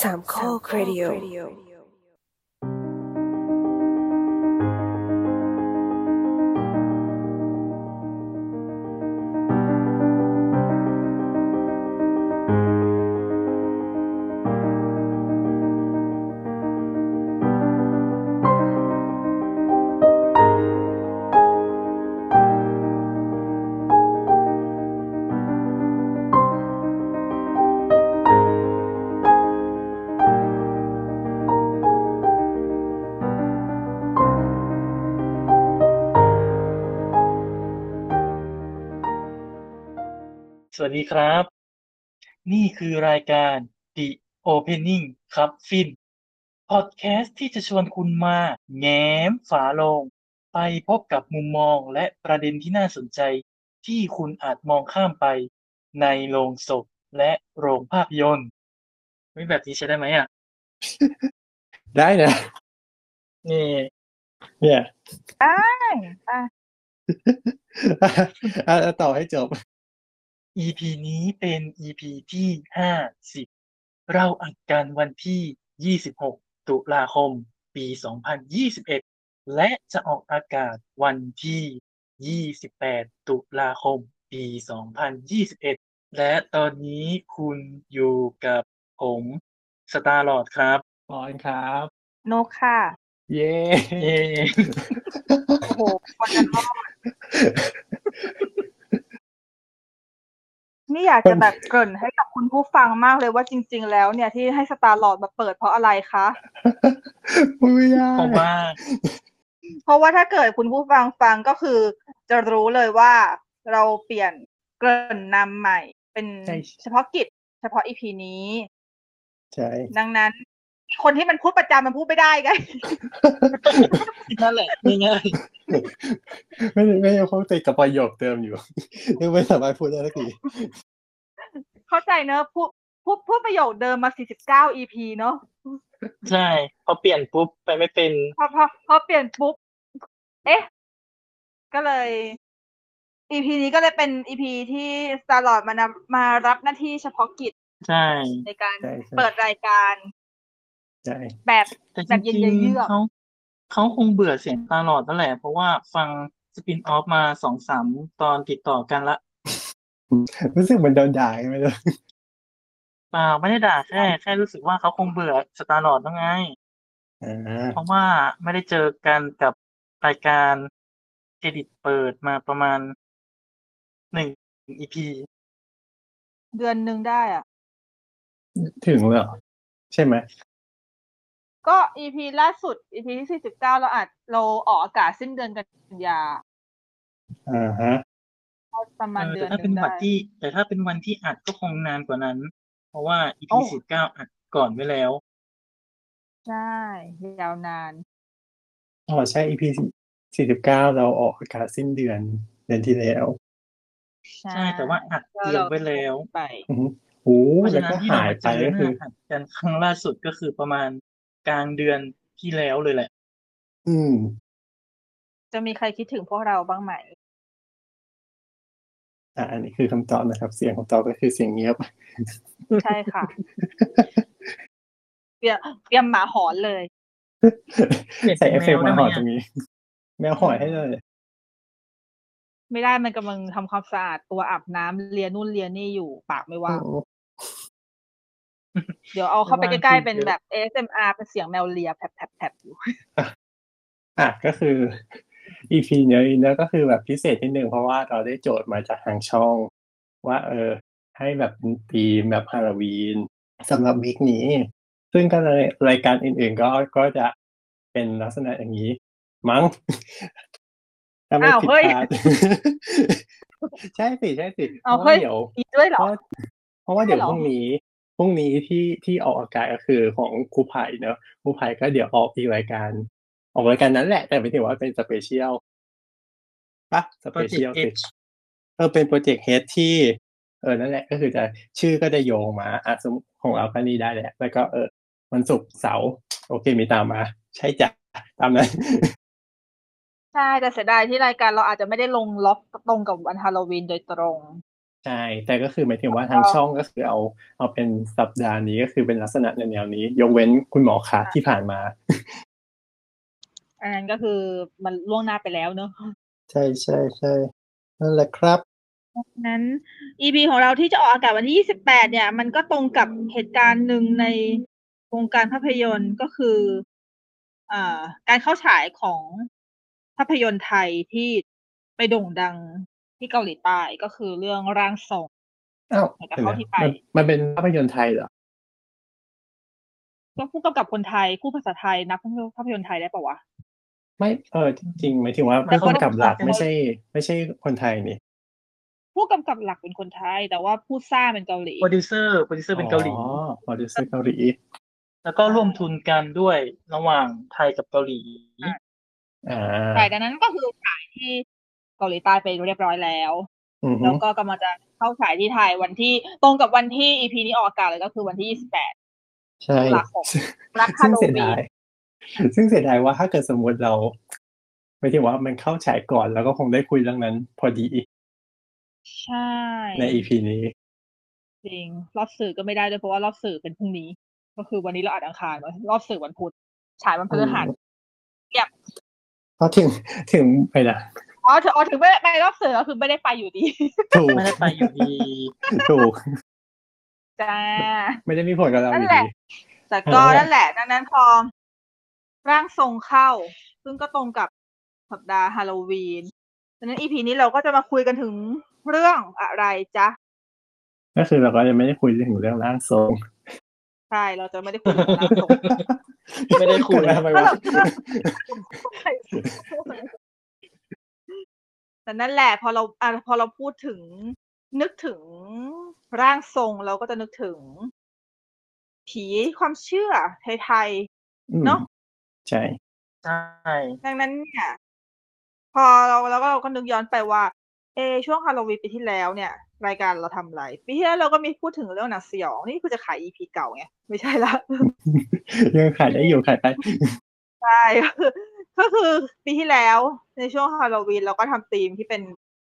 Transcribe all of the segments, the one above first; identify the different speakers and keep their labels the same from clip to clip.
Speaker 1: สามข้อครดิโอ
Speaker 2: สวัสดีครับ นี่คือรายการ The Opening ครับฟินพอดแคสต์ที่จะชวนคุณมาแง้มฝาโลง ไปพบกับมุมมองและประเด็นที่น่าสนใจ ที่คุณอาจมองข้ามไป ในโรงศพและโรงภาพยนตร์ไม่แบบนี้ใช้ได้ไหมอ่ะ
Speaker 3: ได้นะ
Speaker 2: นี่
Speaker 3: เนี่ย
Speaker 4: ได้อ่ะ
Speaker 3: อ่ะต่อให้จบ
Speaker 2: EP นี้เป็น EP ที่ 50 เราอัดกันวันที่ 26 ตุลาคม ปี 2021 และจะออกอากาศวันที่ 28 ตุลาคม ปี 2021 และตอนนี้คุณอยู่กับผมสตาร์ลอดครับ
Speaker 3: ปอนครับ
Speaker 4: นกค่ะ
Speaker 3: เย้
Speaker 2: เย้
Speaker 4: โอ้โห คนจะรอดนี่อยากจะแบบเกริ่นให้กับคุณผู้ฟังมากเลยว่าจริง ๆ แล้วเนี่ยที่ให้สตาร์ลอร์ดมาเปิดเพราะอะไรคะ
Speaker 3: พูดไม่ได้
Speaker 2: เพราะว่า
Speaker 4: เพราะว่าถ้าเกิดคุณผู้ฟังฟังก็คือ จะรู้เลยว่าเราเปลี่ยนเกริ่นนำใหม่ เป็นเฉพาะกิจ เฉพาะอีพีนี้
Speaker 3: ใช่
Speaker 4: ดังนั้น คนที่มันพูดประจำมันพูดไม่ได้ไง
Speaker 2: นั่นแหละง่าย
Speaker 3: ไม่ได้ไม่ได้เขาติดกับประโยคเติมอยู่ ยังไม่สามารถพูดได้สักที
Speaker 4: เข้าใจเนอะพูดพูดพูดประโยคเดิมมา 49 EP เนอะ
Speaker 2: ๆใช่ พอเปลี่ยนปุ๊บไปไม่เป็น
Speaker 4: พอพอพอเปลี่ยนปุ๊บ เอ๊ะ ก็เลย EP นี้ก็เลยเป็น EP ที่สตาร์ลอดมานำมารับหน้าที่เฉพาะกิจ
Speaker 2: ใช่
Speaker 4: ในการ
Speaker 3: ใช่ใช่
Speaker 4: เปิดรายการ
Speaker 3: ใช่
Speaker 4: แบบ
Speaker 2: แต่จ
Speaker 4: แบบเย็
Speaker 2: ริ
Speaker 4: น
Speaker 2: ง
Speaker 4: ๆเยือก
Speaker 2: ๆเขาเขาคงเบื่อเสียงตลอดนั่นแหละ เพราะว่าฟังสปินออฟมาสองสามตอนติดต่อกันละ
Speaker 3: รู้สึกเหมือนโดนด่าใช่ไหมล่ะ
Speaker 2: เปล่าไม่ได้ด่าแค่ แค่รู้สึกว่าเขาคงเบื่อสตาร์ลอดแล้วไง
Speaker 3: อ่า
Speaker 2: เพราะว่าไม่ได้เจอกันกับรายการเครดิตเปิดมาประมาณหนึ่งอีพี
Speaker 4: เดือนหนึ่งได้อ่ะ
Speaker 3: ถึงเหรอใช่ไหม
Speaker 4: ก็ EP ล่าสุด EP ที่ 49 เราอัดเราออกอากาศสิ้นเดือนกันยา
Speaker 3: อ่าฮะ
Speaker 4: ก็ประมาณเดือนห
Speaker 2: ถ้าเป็
Speaker 4: นึ
Speaker 2: น
Speaker 4: ง
Speaker 2: วั
Speaker 4: ได้
Speaker 2: นที่ แต่ถ้าเป็นวันที่อัดก็คงนานกว่านั้น เพราะว่าอีพี
Speaker 4: โอ้
Speaker 2: สิบเก้าอัดก่อนไว้แล้ว
Speaker 4: ใช่ ยาวนาน
Speaker 3: อ๋อใช่ EP สี่สิบเก้าเราออกอากาศสิ้นเดือนเดือนที่แล้ว
Speaker 4: ใช่
Speaker 2: ใช่ แต่ว่าอัดเตรียมไว้แล้ว
Speaker 4: ไป
Speaker 3: อือหือโอ้
Speaker 2: เพราะ
Speaker 3: แล้
Speaker 2: ฉะ
Speaker 3: ว
Speaker 2: นั้
Speaker 3: ก็
Speaker 2: นที่เรา
Speaker 3: หาย
Speaker 2: มา
Speaker 3: ไป
Speaker 2: เจอ
Speaker 3: ก็
Speaker 2: ห
Speaker 3: คือ
Speaker 2: น้าอัดกันครั้งล่าสุดก็คือประมาณกลางเดือนที่แล้วเลยแหละ
Speaker 3: อืม
Speaker 4: จะมีใครคิดถึงพวกเราบ้างไหม
Speaker 3: อ่าอันนี้คือคำตอบนะครับ เสียงคำตอบก็คือเสียงเงียบ
Speaker 4: ใช่ ค่ะ เตรียมเตรียมหมาหอนเลย
Speaker 3: ใส่เอฟเฟกต์มาหอนตรง
Speaker 2: เปลี่ยนเป็นแมวได้ไหมอะ
Speaker 3: นี้ แมวหอนให้เลย
Speaker 4: ไม่ได้มันกำลังทำความสะอาดตัวอาบน้ำเลียนู่นเลียนี่อยู่ปากไม่ว่าง
Speaker 3: โอ้
Speaker 4: เดี๋ยวเอาเข้าไปใกล้ๆ
Speaker 2: ไม่ว่าง
Speaker 4: เป็นแบบ ASMR เป็นเสียงแมวเลียแผลบแผลบแผลบอยู่
Speaker 3: อ่ะก็คือ EP เนี้ยเนี้ยก็คือแบบพิเศษนิดนึงเพราะว่าเราได้โจทย์มาจากทางช่อง ว่า เออ ให้แบบเป็นธีมแบบฮาโลวีนสำหรับวีคนี้ ซึ่งก็เลยรายการอื่นๆก็ก็จะเป็นลักษณะอย่างนี้ มั้ง ถ้าไม่ผิดพลาด ใช่สิใช่สิเพราะว่าเดี๋ยว
Speaker 4: อีกด้วยเหรอ
Speaker 3: เพราะเพราะว่าเดี๋ยว
Speaker 4: ใช่เหร
Speaker 3: พ
Speaker 4: อ
Speaker 3: รุ่งนี้พรุ่งนี้ที่ที่ออกอากาศก็คือของครูไผ่เนอะครูไผ่ก็เดี๋ยวออกอีกรายการ ออกรายการนั้นแหละ แต่ไม่ถึงว่าเป็นสเปเชียลปะสเปเชียล
Speaker 2: Project H
Speaker 3: เออเป็นโปรเจกต์เฮดที่ เออนั่นแหละ ก็คือจะชื่อก็จะโยงมาอ่ะสมมุติของเราก็นี่ได้แหละ แล้วก็เออวันศุกร์เสาร์โอเคมีตามมา ใช่จ้ะตามนั้น
Speaker 4: ใช่แต่เสียดายที่รายการเราอาจจะไม่ได้ลงล็อกตรงกับวันฮาโลวีนโดยตรง
Speaker 3: ใช่ แต่ก็คือหมายถึงว่าทางช่องก็คือเอาเอาเป็นสัปดาห์นี้ก็คือเป็นลักษณะแนวๆนี้ ยกเว้นคุณหมอขาที่ผ่านมา
Speaker 5: อันนั้นก็คือมันล่วงหน้าไปแล้วเนอะ
Speaker 3: ใช่ใช่ใช่นั่นแหละครับ
Speaker 4: นั้น EP ของเราที่จะออกอากาศวันที่ 28 เนี่ย มันก็ตรงกับเหตุการณ์หนึ่งในวงการภาพยนตร์ก็คืออ่าการเข้าฉายของภาพยนตร์ไทยที่ไปโด่งดังที่เกาหลีใต้ก็คือเรื่องร่างทรง
Speaker 3: อ้าว
Speaker 4: แต่เขาที่ไป
Speaker 3: มันมันเป็นภาพยนตร์ไทยเหรอ
Speaker 4: ก็ผู้กำกับคนไทยผู้ภาษาไทยนักภาพยนตร์ไทยได้ปะวะ
Speaker 3: ไม่เออจริงๆหมายถึงว่าผู้กำกับหลักไม่ใช่ ไม่ใช่คนไทยนี่
Speaker 4: ผู้กำกับหลักเป็นคนไทย แต่ว่าผู้สร้างเป็นเกาหลี
Speaker 2: โปรดิวเซอร์โปรดิวเซอร์เป็นเกาหลี
Speaker 3: อ๋อโปรดิวเซอร์เกาหลี
Speaker 2: แล้วก็ร่วมทุนกันด้วยระหว่างไทยกับเกาหลี
Speaker 4: อ่ะ
Speaker 3: อ่า
Speaker 4: แต่ดังนั้นก็คือฉายที่เกาหลีใต้ไปเรียบร้อยแล้ว
Speaker 3: อือฮึ
Speaker 4: แล้วก็กำลังจะเข้าฉายที่ไทยวันที่ตรงกับวันที่ EP นี้ออกอากาศเลยก็คือวันที่ 28
Speaker 3: ใช่
Speaker 4: หลักของ รักฮา
Speaker 3: ซึ่ง
Speaker 4: โล
Speaker 3: เสีย
Speaker 4: วี
Speaker 3: ดาน ย ซึ่งเสียดายว่าถ้าเกิดสมมติเราหมายถึงว่ามันเข้าฉายก่อนแล้วก็คงได้คุยเรื่องนั้น พอดี
Speaker 4: ใช่
Speaker 3: ในอีพีนี้
Speaker 4: จริง รอบสื่อก็ไม่ได้ด้วยเพราะว่ารอบสื่อเป็นพรุ่งนี้ ก็คือวันนี้เราอัดอังคารเนอะรอบสื่อวันพุธฉายวันพฤหัส เงียบ
Speaker 3: เพราะถึงถึงไปนะ
Speaker 4: อ๋อถึงอ๋อถึงไม่ได้ไปรอบสื่อก็คือไม่ได้ไปอยู่ดี
Speaker 3: ถูก
Speaker 2: ไม่ได้ไปอยู่ดี
Speaker 3: ถูก
Speaker 4: จ้า
Speaker 3: ไม่ได้มีผลกับเราอยู่
Speaker 4: นั่นแห
Speaker 3: ดี
Speaker 4: ละ แต่ก็
Speaker 3: เออ
Speaker 4: นั่นแหละ ดังนั้นพอร่างทรงเข้า ซึ่งก็ตรงกับสัปดาห์ฮาโลวีนดังนั้นอีพีนี้เราก็จะมาคุยกันถึงเรื่องอะไรจ๊ะ
Speaker 3: ก็คือเราก็ยังไม่ได้คุยถึงเรื่องร่างทรง
Speaker 4: ใช่ เราจะไม่ได้คุยถึงร่างทรง
Speaker 2: ไม่ได้คุย
Speaker 3: เกิดอะรไปวะ
Speaker 4: แต่นั่นแหละพอเราอ่ะพอเราพูดถึง นึกถึงร่างทรงเราก็จะนึกถึง ผีความเชื่อไทย
Speaker 3: อืม
Speaker 4: เนอะ
Speaker 3: ใช่
Speaker 2: ใช่
Speaker 4: ๆดังนั้นเนี่ย พอเราเราก็เราก็นึกย้อนไปว่า เอะช่วงฮาโลวีนปีที่แล้วเนี่ย รายการเราทำอะไรปีที่แล้วเราก็มีพูดถึงเรื่องหนังสยองนี่คือจะขายอีพีเก่าไงไม่ใช่ละ
Speaker 3: ยังขายได้อยู่ขายไป
Speaker 4: ใช่ ก็คือก็คือปีที่แล้วในช่วงฮาโลวีนเราก็ทำธีมที่เป็น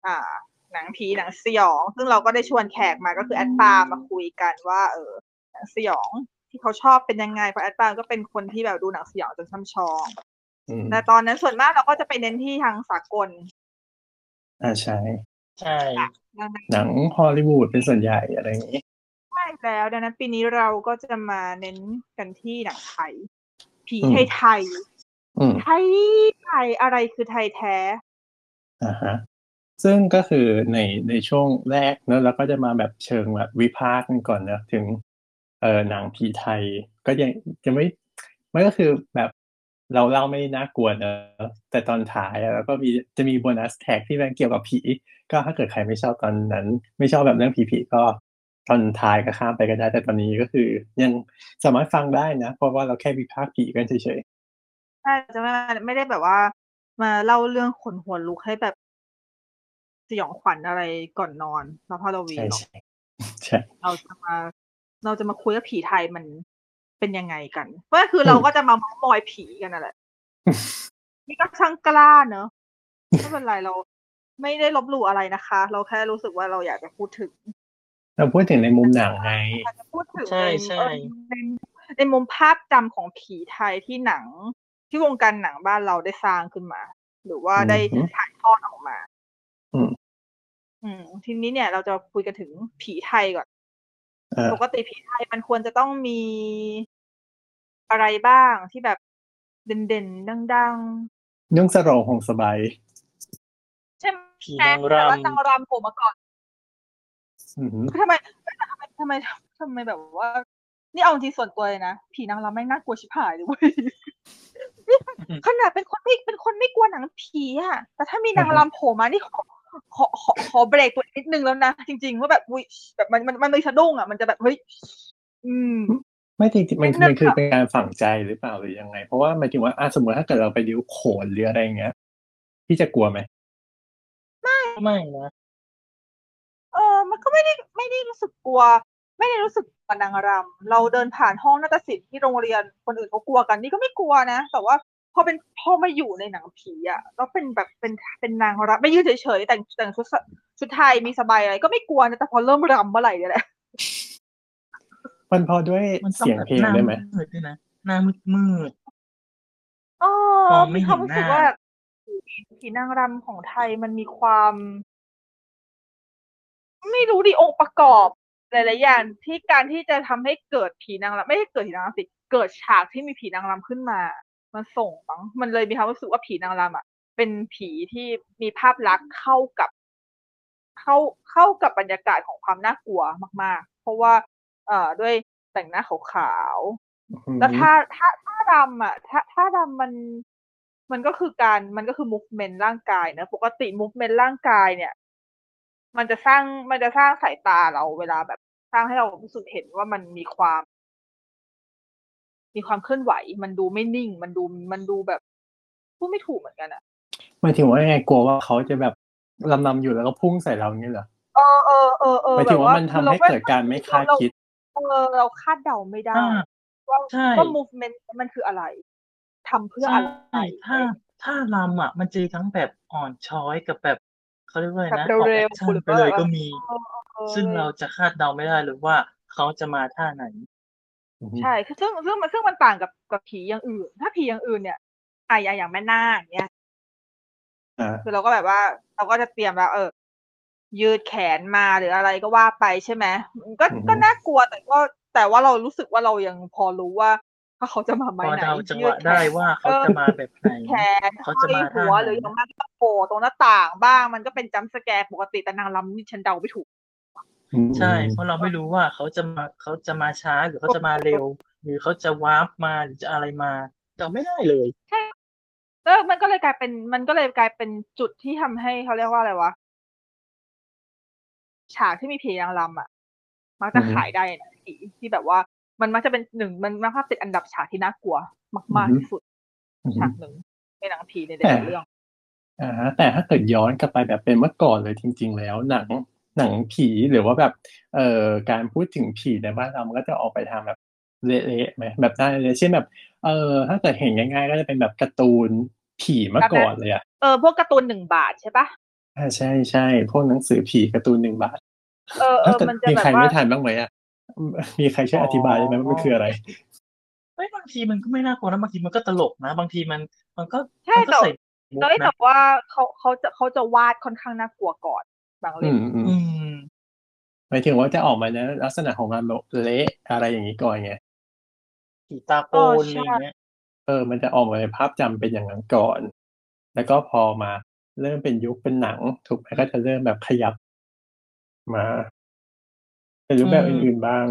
Speaker 4: อ่า หนังผีหนังสยอง ซึ่งเราก็ได้ชวนแขกมาก็คือแอดปามาคุยกันว่า เออ หนังสยองที่เขาชอบเป็นยังไงเพราะแอดปาก็เป็นคนที่แบบดูหนังสยองจนช่ำชอง
Speaker 3: อืม
Speaker 4: แต่ตอนนั้นส่วนมากเราก็จะไปเน้นที่ทางสากล
Speaker 3: อ่าใช่
Speaker 2: ใช่
Speaker 4: ค่ะ ดังนั้น
Speaker 3: หนังฮอลลีวูดเป็นส่วนใหญ่อะไรอย่างนี้
Speaker 4: ใช่แล้วดังนั้นปีนี้เราก็จะมาเน้นกันที่หนังไทย ผี
Speaker 3: อืม
Speaker 4: ไทย
Speaker 3: อืม
Speaker 4: ๆไทยไทยอะไรคือไทยแท้
Speaker 3: อ่าฮะซึ่งก็คือในในช่วงแรกเนอะเราก็จะมาแบบเชิงแบบวิพากษ์กันก่อนเนอะถึงเอ่อหนังผีไทย ก็ยังจะไม่มันก็คือแบบเราเล่าไม่น่ากลัวเนอะแต่ตอนท้ายอะแล้วก็มีจะมีโบนัสแท็กที่เป็นเกี่ยวกับผี ก็ถ้าเกิดใครไม่ชอบตอนนั้น ไม่ชอบแบบเรื่องผีๆก็ตอนท้ายก็ข้ามไปก็ได้แต่ตอนนี้ก็คือ ยังสามารถฟังได้นะ เพราะว่าเราแค่วิพากษ์ผีกันเฉย
Speaker 4: ใช่จะไม่ไม่ได้แบบว่ามาเล่าเรื่องขนหัวลุกให้แบบสยองขวัญอะไรก่อนนอนแล้วพอเรา
Speaker 3: ๆ
Speaker 4: วี
Speaker 3: ใช่
Speaker 4: เนาะ
Speaker 3: ใช่ใช่
Speaker 4: เราจะมา เราจะมาคุยว่าผีไทยมันเป็นยังไงกันก็คือเราก็จะมาเมามอยผีกัน นั่นแหละ นี่ก็ช่างกล้าเนอะไม่เป็นไรเราไม่ได้ลบหลู่อะไรนะคะ เราแค่รู้สึกว่าเราอยากจะพูดถึง
Speaker 3: เราพูดถึงในมุมหนังไง
Speaker 4: อยากจะพูดถึง
Speaker 2: ใช่ใช่
Speaker 4: เออในในมุมภาพจำของผีไทยที่หนัง ที่วงการหนังบ้านเราได้สร้างขึ้นมา หรือว่าได้
Speaker 3: อือฮึ
Speaker 4: ถ่ายทอดออกมา
Speaker 3: อืม
Speaker 4: อืมทีนี้เนี่ยเราจะคุยกันถึงผีไทยก่อน
Speaker 3: เออ
Speaker 4: ปกติผีไทยมันควรจะต้องมีอะไรบ้างที่แบบเด่นๆ ดัง
Speaker 3: นุ่งสโรงห่มสบาย
Speaker 4: ๆ ใช่ไหม
Speaker 2: ผีนางร
Speaker 4: แต่ว่านางรำโผล่มาก่อน
Speaker 3: อือหือ
Speaker 4: ทำไมทำไมทำไมทำไมแบบว่า นี่เอาจริงๆส่วนตัวเลยนะ ผีนางรำไม่งน่ากลัวชิบหายเลยเว้ยนี่ขนาดเป็นคนไม่เป็นคนไม่กลัวหนังผีอะแต่ถ้ามีนางรำโผล่มานี่ขอขอขอขอเบรกตัวเองนิดนึงแล้วนะ จริง ๆ ว่าแบบอุ้ยแบบมันมันมันมีสะดุ้งอะมันจะแบบเฮ้ยอืม
Speaker 3: ไม่จริงๆมัน
Speaker 4: นิดนึง
Speaker 3: มันคือ
Speaker 4: ค่ะ
Speaker 3: เป็นการฝังใจหรือเปล่าหรือยังไง เพราะว่าหมายถึงว่าอ่ะสมมติถ้าเกิดเราไปดิ้วโขนหรืออะไรอย่างเงี้ยพี่จะกลัวไหม
Speaker 2: ำไม่นะ
Speaker 4: เออ มันก็ไม่ได้ไม่ได้รู้สึกกลัว ไม่ได้รู้สึกกลัวนางรำเราเดินผ่านห้องนาฏศิลป์ที่โรงเรียนคนอื่นเขากลัวกันนี่ก็ไม่กลัวนะ แต่ว่า พอเป็นพอมาอยู่ในหนังผีอะแล้วเป็นแบบเป็นเป็นนางรำไม่ยืนเฉยๆแต่งแต่งชุดสชุดไทยมีสบายอะไรก็ไม่กลัวนะแต่พอเริ่มรำเมื่อไหร่เนี่ยแหละ
Speaker 3: มันพอด้วย
Speaker 2: มันต้อง
Speaker 3: เสียง
Speaker 2: แบบ
Speaker 3: เพลง
Speaker 2: หน้า
Speaker 3: ได้ไหม
Speaker 2: มืดด้วยนะหน้ามืดมืด
Speaker 4: เออ
Speaker 2: มองไม่
Speaker 4: มี
Speaker 2: เห็น
Speaker 4: ความรู้สึก
Speaker 2: หน้า
Speaker 4: ว่าผีนางรำของไทยมันมีความ ไม่รู้ดิองค์ประกอบหลายๆอย่างที่การที่จะทำให้เกิดผีนางรำไม่ใช่เกิดผีนางรำสิเกิดฉากที่มีผีนางรำขึ้นมา มันส่งมั้งมันเลยมีความรู้สึกว่าผีนางรำอ่ะ เป็นผีที่มีภาพลักษณ์เข้ากับ เข้าเข้ากับบรรยากาศของความน่ากลัวมาก ๆ เพราะว่า เอ่อด้วยแต่งหน้าขาวๆ
Speaker 3: อืม
Speaker 4: แล้วถ้าถ้าถ้าดำอ่ะถ้าถ้าดำมัน มันก็คือการมันก็คือ movement ร่างกายนะปกติ movement ร่างกายเนี่ย มันจะสร้างมันจะสร้างสายตาเราเวลาแบบสร้างให้เรารู้สึกเห็นว่ามันมีความ มีความเคลื่อนไหว มันดูไม่นิ่ง มันดูมันดูแบบพูดไม่ถูกเหมือนกันอ่ะ
Speaker 3: หมายถึงว่าไงกลัวว่าเขาจะแบบลำลำอยู่แล้วก็พุ่งใส่เราอย่างนี้เหรอ
Speaker 4: เออเออเออเออ
Speaker 3: หมาย
Speaker 4: แบ
Speaker 3: ถึง
Speaker 4: บ
Speaker 3: ว่า
Speaker 4: ว่า
Speaker 3: มัน
Speaker 4: คือ
Speaker 3: ทำ
Speaker 4: เรา
Speaker 3: ให้
Speaker 4: ไม่
Speaker 3: เกิดการไม่คาดคิด
Speaker 4: เออเราคาดเดาไม่ได้
Speaker 2: อ่า
Speaker 4: ว่า
Speaker 2: ใช่
Speaker 4: ว่า movement มันคืออะไรทำเพื่อ
Speaker 2: ใช่
Speaker 4: อะไร
Speaker 2: ถ้าถ้าลำอ่ะ มันจะมีทั้งแบบอ่อนช้อยกับแบบเขาเรียกว่าอะไรนะ
Speaker 4: แบบ
Speaker 2: ออก
Speaker 4: เร็
Speaker 2: แอ
Speaker 4: ว
Speaker 2: ค
Speaker 4: ๆ
Speaker 2: ชั่น
Speaker 4: หรือ
Speaker 2: ไปเลย
Speaker 4: ว่า
Speaker 2: ก็มี
Speaker 4: ออ
Speaker 2: ซึ่งเราจะคาดเดาไม่ได้เลยว่าเขาจะมาท่าไหน
Speaker 4: ใช่คือซึ่งซึ่งมันซึ่งมันต่างกับกับผีอย่างอื่น ถ้าผีอย่างอื่นเนี่ยอ่ะอย่างอย่างแม่นาคเนี่ย
Speaker 3: อ่า
Speaker 4: คือเราก็แบบว่า เราก็จะเตรียมแล้ว เออ ยืดแขนมาหรืออะไรก็ว่าไปใช่ไหมมันก็ก็น่ากลัวแต่ก็แต่ว่าเรารู้สึกว่าเรายังพอรู้ว่าว่าเขาจะมาไหม
Speaker 2: พอ
Speaker 4: ไหน
Speaker 2: เดาจังห
Speaker 4: ยื
Speaker 2: วะ
Speaker 4: แขน
Speaker 2: ได้ว่าเขาจะมาแบบไหน
Speaker 4: แขน
Speaker 2: เขาจะมา
Speaker 4: ห้อยหัวห
Speaker 2: ทางไหน
Speaker 4: รืออย่างมากก็โผล่ตรงหน้าต่างบ้าง มันก็เป็นจัมป์สแกร์ปกติแต่นางรำนี่ฉันเดาไม่ถูก
Speaker 3: อืม
Speaker 2: ใช่ เพราะเราไม่รู้ว่าเขาจะมาเขาจะมาช้าหรือเขาจะมาเร็ว หรือเขาจะวาร์ปมาหรือจะอะไรมาเดาไม่ได้เลย
Speaker 4: แล้วมันก็เลยกลายเป็นมันก็เลยกลายเป็นจุดที่ทำให้เขาเรียกว่าอะไรวะฉากที่มีผีนางรำอ่ะมักจะขายได้นะผีที่แบบว่า มันมักจะเป็นหนึ่งมันมักจะติดอันดับฉากที่น่ากลัว มากๆที่สุด
Speaker 3: อืม
Speaker 4: ฉากหนึ่งในหนังผีใน
Speaker 3: แต่
Speaker 4: แต่ละเรื่อง
Speaker 3: อ่าฮะแต่ถ้าเกิดย้อนกลับไปแบบเป็นเมื่อก่อนเลยจริง ๆ แล้วหนังหนังผีหรือว่าแบบเอ่อการพูดถึงผีในบ้านเรามันก็จะออกไปทางแบบเละๆไหมแบบหนั้นเลยเช่นแบบเอ่อถ้าเกิดเห็นง่าย ๆ ก็จะเป็นแบบการ์ตูนผีเมื่อก่อนเลยอ่ะ
Speaker 4: เออพวกการ์ตูนหนึ่งบาทใช่ปะ
Speaker 3: อ่าใช่ใช่พวกหนังสือผีการ์ตูนหนึ่งบาท
Speaker 4: เออเอ
Speaker 3: ถ้า
Speaker 4: อ
Speaker 3: เกิด
Speaker 4: มันจะ
Speaker 3: มี
Speaker 4: แบ
Speaker 3: ใคร
Speaker 4: บว่า
Speaker 3: ไม่ทันบ้างไหมอ่ะอืมมีใครช่วยอธิบายได้ไหมว่ามันคืออะไร
Speaker 2: เฮ้ยบางทีมันก็ไม่น่ากลัวนะบางทีมันก็ตลกนะ บางทีมันมันก็
Speaker 4: ใช่
Speaker 2: มันก็
Speaker 4: แต่
Speaker 2: ใส่มุก
Speaker 4: แต่แต่
Speaker 2: นะ
Speaker 4: ว่าเขาเขาจะเขาจะวาดค่อนข้างน่ากลัวก่อนบางเล่
Speaker 3: อื
Speaker 4: ม
Speaker 3: มอืม
Speaker 2: อืม
Speaker 3: หมายถึงว่าจะออกมาในลักษณะของการแบบเละอะไรอย่างนี้ก่อนไง
Speaker 2: ผีตาโกนอะไรอย่างเงี้ย
Speaker 3: เออ มันจะออกมาในภาพจำเป็นอย่างนั้นก่อน แล้วก็พอมาเริ่มเป็นยุคเป็นหนัง ถูกไหมก็จะเริ่มแบบขยับมาเป็นรูปแบบอื่นๆบ้าง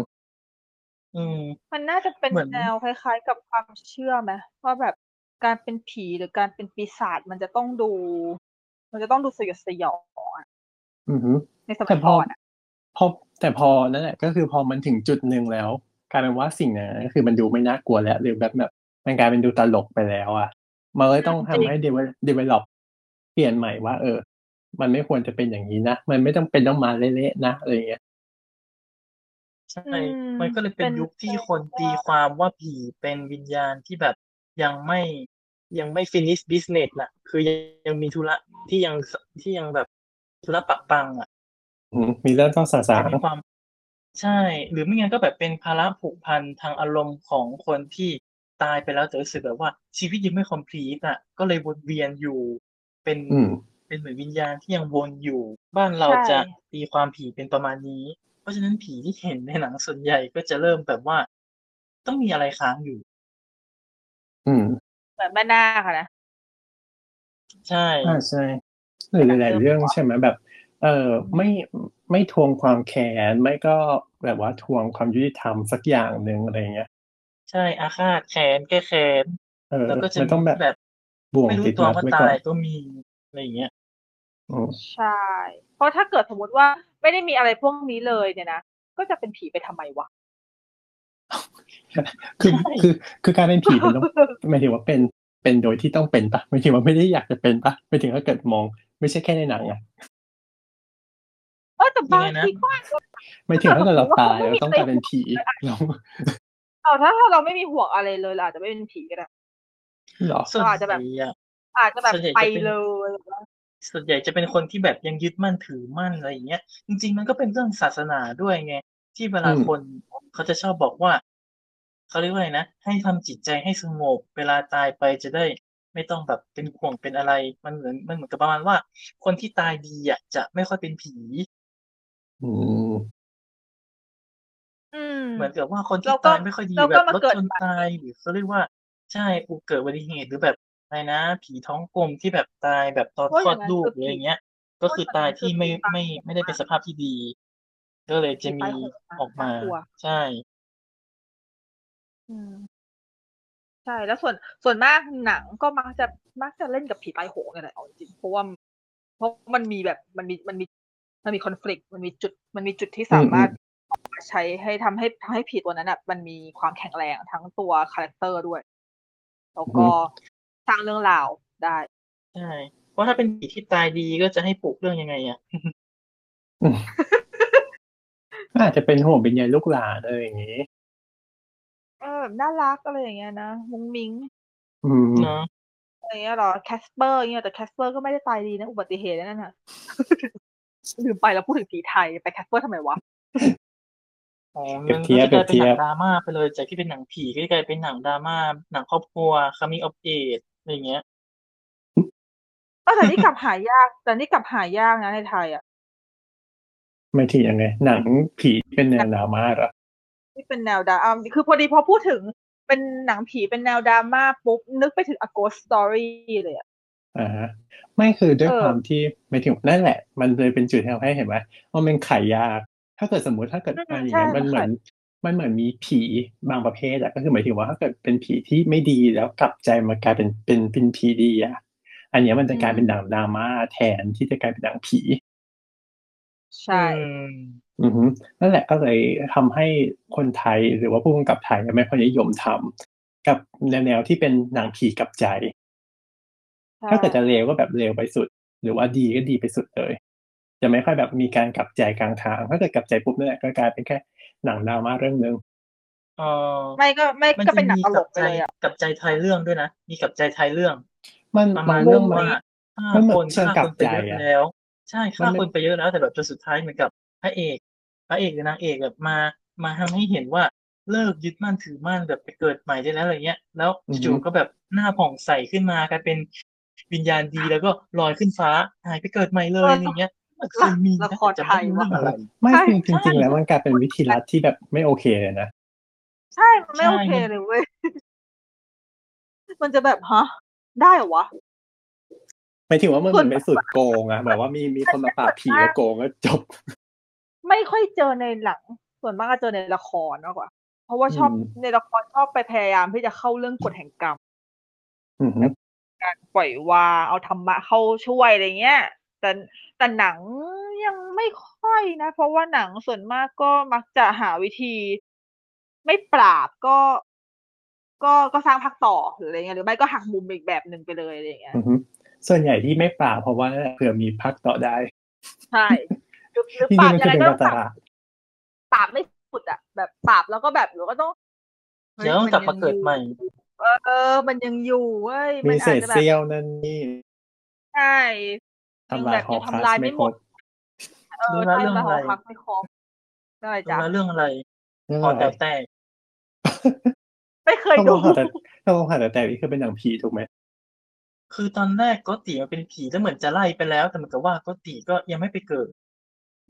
Speaker 2: อืม
Speaker 4: มันน่าจะเป็น
Speaker 2: เหมือน
Speaker 4: แนวคล้ายๆ กับความเชื่อไหมว่าแบบการเป็นผีหรือการเป็นปีศาจมันจะต้องดู มันจะต้องดูสยดสยองอะ
Speaker 3: อือฮึ
Speaker 4: ในสมั
Speaker 3: แต่
Speaker 4: ย
Speaker 3: พอ
Speaker 4: ก่อนอะ
Speaker 3: พอแต่พอนั่นแหละก็คือพอมันถึงจุดหนึ่งแล้วกลายเป็นว่าสิ่งนั้นก็คือมันดูไม่น่ากลัวแล้ว หรือแบบแบบมันกลายเป็นดูตลกไปแล้วอ่ะมันเลยต้องทำให้ develop develop เปลี่ยนใหม่ว่า เออ มันไม่ควรจะเป็นอย่างนี้นะมันไม่ต้องเป็นต้องมาเละๆนะอะไรอย่างเงี้ย
Speaker 2: ใช่ มันก็เลยเป็นยุคที่คนตี
Speaker 4: เป็
Speaker 2: ความว่าผีเป็นวิญญาณที่แบบยังไม่ยังไม่ finish business น่ะ คือยังยังมีธุระที่ยังที่ยังแบบธุระปักปังอ่ะ
Speaker 3: อืมมีเรื่องต้องสะสา
Speaker 2: จะ
Speaker 3: ง
Speaker 2: มีความ ใช่ หรือไม่งั้นก็แบบเป็นภาระผูกพันทางอารมณ์ของคนที่ตายไปแล้วแต่รู้สึกแบบว่าชีวิตยังไม่ complete อ่ะ ก็เลยวนเวียนอยู่เป็น
Speaker 3: อืม
Speaker 2: เป็นเหมือนวิญญาณที่ยังวนอยู่ บ้านเราจะตีความผีเป็นประมาณนี้ เพราะฉะนั้นผีที่เห็นในหนังส่วนใหญ่ก็จะเริ่มแบบว่า ต้องมีอะไรค้างอยู่
Speaker 3: อืม
Speaker 4: เหมือนแม่นาคอะนะ
Speaker 2: ใช่
Speaker 3: อ่าใช่หรือหลายๆเรื่องใช่ไหมแบบ เออไม่ไม่ทวงความแค้นไม่ก็แบบว่าทวงความยุติธรรมสักอย่างหนึ่งอะไรเงี้ย
Speaker 2: ใช่อาฆาตแค้นแก้แค้น
Speaker 3: เออ
Speaker 2: แล้วก็จะ
Speaker 3: มันต้องแบบ
Speaker 2: แบบ
Speaker 3: บ่วง
Speaker 2: ไม่รู้
Speaker 3: ติด
Speaker 2: ตัว
Speaker 3: มัด
Speaker 2: ว่า
Speaker 3: ไว้
Speaker 2: ตา
Speaker 3: ก่อน
Speaker 2: ยก็มีอะไรอย่างเงี้ย
Speaker 3: อืม
Speaker 4: ใช่ เพราะถ้าเกิดสมมติว่าไม่ได้มีอะไรพวกนี้เลยเนี่ยนะก็จะเป็นผีไปทำไมวะ
Speaker 3: คือ
Speaker 2: ใช่
Speaker 3: คือคือการเป็นผีเป็นต้องหมายถึงว่าเป็นเป็นโดยที่ต้องเป็นปะหมายถึงว่าไม่ได้อยากจะเป็นปะหมายถึงถ้าเกิดมอง ไม่ใช่แค่ในหนังอะ
Speaker 4: เออแต่บาง
Speaker 2: ยังไงนะ
Speaker 4: ทีก็อาจจะ
Speaker 3: หมายถึงถ้าเกิดเราตาย
Speaker 4: เรา
Speaker 3: เรา
Speaker 4: ไม่
Speaker 3: ต้องกลายเป็นผีเรา
Speaker 4: เอาถ้าเราไม่มีห่วงอะไรเลยเราอาจจะไม่เป็นผีก็ได้
Speaker 3: หรอ
Speaker 2: ส่วน
Speaker 4: เราอาจจะ
Speaker 2: ให
Speaker 4: แบ
Speaker 2: ญ่
Speaker 4: บ
Speaker 2: อะ
Speaker 4: อาจจะแบบ
Speaker 2: ส่วนใหญ่จะ
Speaker 4: ไป
Speaker 2: เป็น
Speaker 4: เลย
Speaker 2: ส่วนใหญ่จะเป็นคนที่แบบยังยึดมั่นถือมั่นอะไรอย่างเงี้ย จริง ๆ มันก็เป็นเรื่องศาสนาด้วยไง ที่เวลา
Speaker 3: อืม
Speaker 2: คนเขาจะชอบบอกว่าเขาเรียกว่าอะไรนะให้ทำจิตใจให้สงบเวลาตายไปจะได้ ไม่ต้องแบบเป็นห่วงเป็นอะไร มันเหมือนมันเหมือนกับประมาณว่า คนที่ตายดีอ่ะจะไม่ค่อยเป็นผี
Speaker 3: อืม
Speaker 4: อืม
Speaker 2: เหมือนกับว่าคนที่
Speaker 4: เราก็
Speaker 2: ตายไม่ค่อยดี
Speaker 4: เรา
Speaker 2: แบ
Speaker 4: ก็
Speaker 2: บ
Speaker 4: มาร
Speaker 2: ถ
Speaker 4: เกิด
Speaker 2: ชน
Speaker 4: ใหม่
Speaker 2: ตายหรือเขาเรียกว่าใช่อุเกิดอุบัติเหตุหรือแบบอะไรนะ ผีท้องกลมที่แบบตายแบบตอน
Speaker 4: โอ้ย
Speaker 2: คลอด
Speaker 4: อย่างนั้น
Speaker 2: ลูก
Speaker 4: คือ
Speaker 2: หรืออย่างเงี้ย ก็คือตายที่ไม่
Speaker 4: อย่างนั้นคือ
Speaker 2: ไม่
Speaker 4: ผีตาย
Speaker 2: ไม่ได้เป็นสภาพที่ดี ก็เลยจะมี
Speaker 4: ผีตายโหดมาก
Speaker 2: ออกมา
Speaker 4: น่ากลัว
Speaker 2: ใช่
Speaker 4: อืมใช่แล้วส่วนส่วนมากหนังก็มักจะมักจะเล่นกับผีตายโหงเนี่ยแหละเอาจริงเพราะว่าเพราะมันมีแบบมันมีมันมีมันมีคอน FLICT มันมีจุดมันมีจุดที่สามารถใช้ให้ทำให้ทำให้ผีตัวนั้นอ่ะมันมีความแข็งแรงทั้งตัวคาแรคเตอร์ด้วย แล้วก็
Speaker 3: อื
Speaker 4: สร้างเรื่องราวได้
Speaker 2: ใช่เพราะถ้าเป็นผีที่ตายดีก็จะให้ปลูกเรื่องยังไงอ่ะ
Speaker 3: ก็อาจจะเป็นห่วงเป็นใยลูกหลานอะไรอย่างงี้
Speaker 4: เออแบบน่ารักอะไรอย่างเงี้ยนะมุ้งมิ้ง
Speaker 3: อืม
Speaker 2: เนาะ
Speaker 4: อะไรอย่างเงี้ยเหรอแคสเปอร์เงี้ยแต่แคสเปอร์ก็ไม่ได้ตายดีนะ อุบัติเหตุนั่นน่ะ ลืมไปแล้วพูดถึงผีไทยไปแคสเปอร์ทำไมวะ
Speaker 2: อ๋อ
Speaker 3: เปรี
Speaker 2: มั
Speaker 3: ย
Speaker 2: น
Speaker 3: บเที
Speaker 2: ก็
Speaker 3: ยบ
Speaker 2: จะกลายเป็นหนั
Speaker 3: เปรียบ
Speaker 2: ง
Speaker 3: เทียบ
Speaker 2: ดราม่าไปเลยจากที่เป็นหนังผีก็จะกลายเป็นหนังดราม่าหนังครอบครัว coming of age อะไรอย่างเงี้ย
Speaker 4: เออแต่นี่กลับหายาก แต่นี่กลับหายากนะในไทยอ่ะ
Speaker 3: ไม่ถี่ยังไง หนังผีเป็นแนวดราม่าเหรอ
Speaker 4: ที่เป็นแนวดราม่าคือพอดีพอพูดถึงเป็นหนังผีเป็นแนวดราม่าปุ๊บ นึกไปถึง A Ghost Story เลยอ่ะ
Speaker 3: อ่าฮะไม่คือด้วย
Speaker 4: เออ
Speaker 3: ความที่ไม่ถึงนั่นแหละ มันเลยเป็นจุดที่ทำให้เห็นว่าว่ามันขายยาก ถ้าเกิดสมมุติถ้าเกิดอะไรอย่างเงี้ย
Speaker 4: ใช่
Speaker 3: มันเหมือนมันเหมือนมีผีบางประเภทอะก็คือหมายถึงว่าถ้าเกิดเป็นผีที่ไม่ดีแล้วกลับใจมากลายเป็นเป็นเป็นผีดีอะอันเนี้ยมันจะกลาย
Speaker 4: อืม
Speaker 3: เป็นหนังดราม่าแทนที่จะกลายเป็นหนังผี
Speaker 4: ใช่
Speaker 2: อืม
Speaker 3: อือฮึนั่นแหละก็เลยทำให้คนไทยหรือว่าผู้กำกับไทยไม่ค่อยนิยมทำกับแนวแนวที่เป็นหนังผีกลับใจ
Speaker 4: ใช่
Speaker 3: ถ้าเกิดจะเร็วก็แบบเร็วไปสุด หรือว่าดีก็ดีไปสุดเลย จะไม่ค่อยแบบมีการกลับใจกลางทาง ถ้าเกิดกลับใจปุ๊บนั่นแหละก็กลายเป็นแค่หนังดราม่าเรื่องหนึ่ง
Speaker 2: เออ
Speaker 4: ไม่ก็ไม่
Speaker 2: มัน
Speaker 4: ก็
Speaker 2: จะ
Speaker 4: เป็นหนัง
Speaker 2: มี
Speaker 4: ตล
Speaker 2: กับ
Speaker 4: กไป
Speaker 2: ใจ
Speaker 4: เลยอ่ะ
Speaker 2: กับใจไทยเรื่องด้วยนะ มีกับใจไทยเรื่อง
Speaker 3: มัน
Speaker 2: ประ
Speaker 3: มั
Speaker 2: มาน ณ
Speaker 3: เรื่อง
Speaker 2: ว่า
Speaker 3: ว่า
Speaker 2: ฆ่า
Speaker 3: มันเหมื
Speaker 2: ค
Speaker 3: อน
Speaker 2: น
Speaker 3: เชิง
Speaker 2: ฆ่าคนไปเย
Speaker 3: กลับ
Speaker 2: อะ
Speaker 3: ใจอะ
Speaker 2: แล้ว ใช่ฆ่า
Speaker 3: มันไม่
Speaker 2: คนไปเยอะแล้ว แต่แบบจนสุดท้ายเหมือนกับพระเอกพระเอกหรือนางเอกแบบมา มาทำให้เห็นว่าเลิกยึดมั่นถือมั่นแบบไปเกิดใหม่ได้แล้วอะไรเงี้ย แล้วจู่ๆก็แบบหน้าผ่องใสขึ้นมากลายเป็นวิญญาณดีแล้วก็ลอยขึ้นฟ้าหายไปเกิดใหม่เลยอะไรเงี้ยมันเคยมีนะ
Speaker 4: ละคร
Speaker 2: แต่จำ
Speaker 4: ไทย
Speaker 2: ไม่ด้เรื่องอะไร
Speaker 3: ไม่
Speaker 4: ใช่
Speaker 3: จริงจริงๆแล้วมันกลายเป็นวิธีรัดที่แบบไม่โอเคเลยนะ
Speaker 4: ใช่มันไม่
Speaker 2: ใช่
Speaker 4: โอเคเลยเว้ย มันจะแบบฮะ ได้เหรอวะ
Speaker 3: หมายถึงว่ามันเห
Speaker 4: ส่ว
Speaker 3: มือน นเป็นสูตรโกงอะแบบว่ามีมีคนมาปราบผีแล้วโกงก็จบ
Speaker 4: ไม่ค่อยเจอในหลัง ส่วนมากก็เจอในละครมากกว่า เพราะว่าชอบ
Speaker 3: อืม
Speaker 4: ในละครชอบไปพยายามที่จะเข้าเรื่องกฎแห่งกรรม
Speaker 3: อือฮึ
Speaker 4: การปล่อยวางเอาธรรมะเข้าช่วยอะไรเงี้ย แต่แต่หนังยังไม่ค่อยนะ เพราะว่าหนังส่วนมากก็มักจะหาวิธี ไม่ปราบก็ ก็ก็สร้างพักต่อหรืออะไรเงี้ยหรือไม่ก็หักมุมอีกแบบหนึ่งไปเลยอะไรเงี้ย
Speaker 3: อือฮึส่วนใหญ่ที่ไม่ปราบเพราะว่าเผื่อมีพักต่อได้
Speaker 4: ใช่หรือหรือ
Speaker 3: ที่
Speaker 4: ปรา
Speaker 3: นี่
Speaker 4: บยั
Speaker 3: มัน
Speaker 4: ง
Speaker 3: คือ
Speaker 4: ไง
Speaker 3: เป็น
Speaker 4: ก็
Speaker 3: กา
Speaker 4: ต้องป
Speaker 3: รต
Speaker 4: ราบ
Speaker 3: ลาด
Speaker 4: ปราบไม่สุดอะแบบปราบแล้วก็แบบหรือก็ต้องฮ้ย
Speaker 2: เดี๋ยว
Speaker 4: น
Speaker 2: กลับมา
Speaker 4: ยัง
Speaker 2: เกิด
Speaker 4: อยู่
Speaker 2: ใหม่
Speaker 4: เออเออ มันยังอยู่เว้ยมั
Speaker 3: มี
Speaker 4: น
Speaker 3: เศ
Speaker 4: อาจ
Speaker 3: ษ
Speaker 4: จะแบบ
Speaker 3: เสี้ยวนั่นนี่
Speaker 4: ใช่
Speaker 3: ทำลาย
Speaker 4: ง
Speaker 3: หอ
Speaker 4: แบบ
Speaker 3: ค
Speaker 4: ง
Speaker 3: ลา
Speaker 4: ทำลาย
Speaker 3: สไม่
Speaker 4: ไม่หม
Speaker 3: ครบ
Speaker 4: ด เออ
Speaker 2: แล้ว
Speaker 4: ใช่
Speaker 2: เรื่อง
Speaker 4: มาหอ
Speaker 2: อะไร
Speaker 4: พักไม่ครบได้
Speaker 2: เรื่อ
Speaker 4: จ้ะ
Speaker 2: งละเรื่องอะไร
Speaker 3: นั่น
Speaker 2: พอ
Speaker 3: แห
Speaker 2: แต๋
Speaker 3: ละ
Speaker 2: วแตก
Speaker 4: ไม่เคย
Speaker 3: ต้อง
Speaker 4: ดู
Speaker 3: มองหาแต่ต้องมองหาแต่แต่นี่คือเป็นหนังผีถูกไหม
Speaker 2: คือตอนแรกก็ตีมันเป็นผีแล้วเหมือนจะไล่ไปแล้ว แต่เหมันกับว่าก็ตีก็ยังไม่ไปเกิด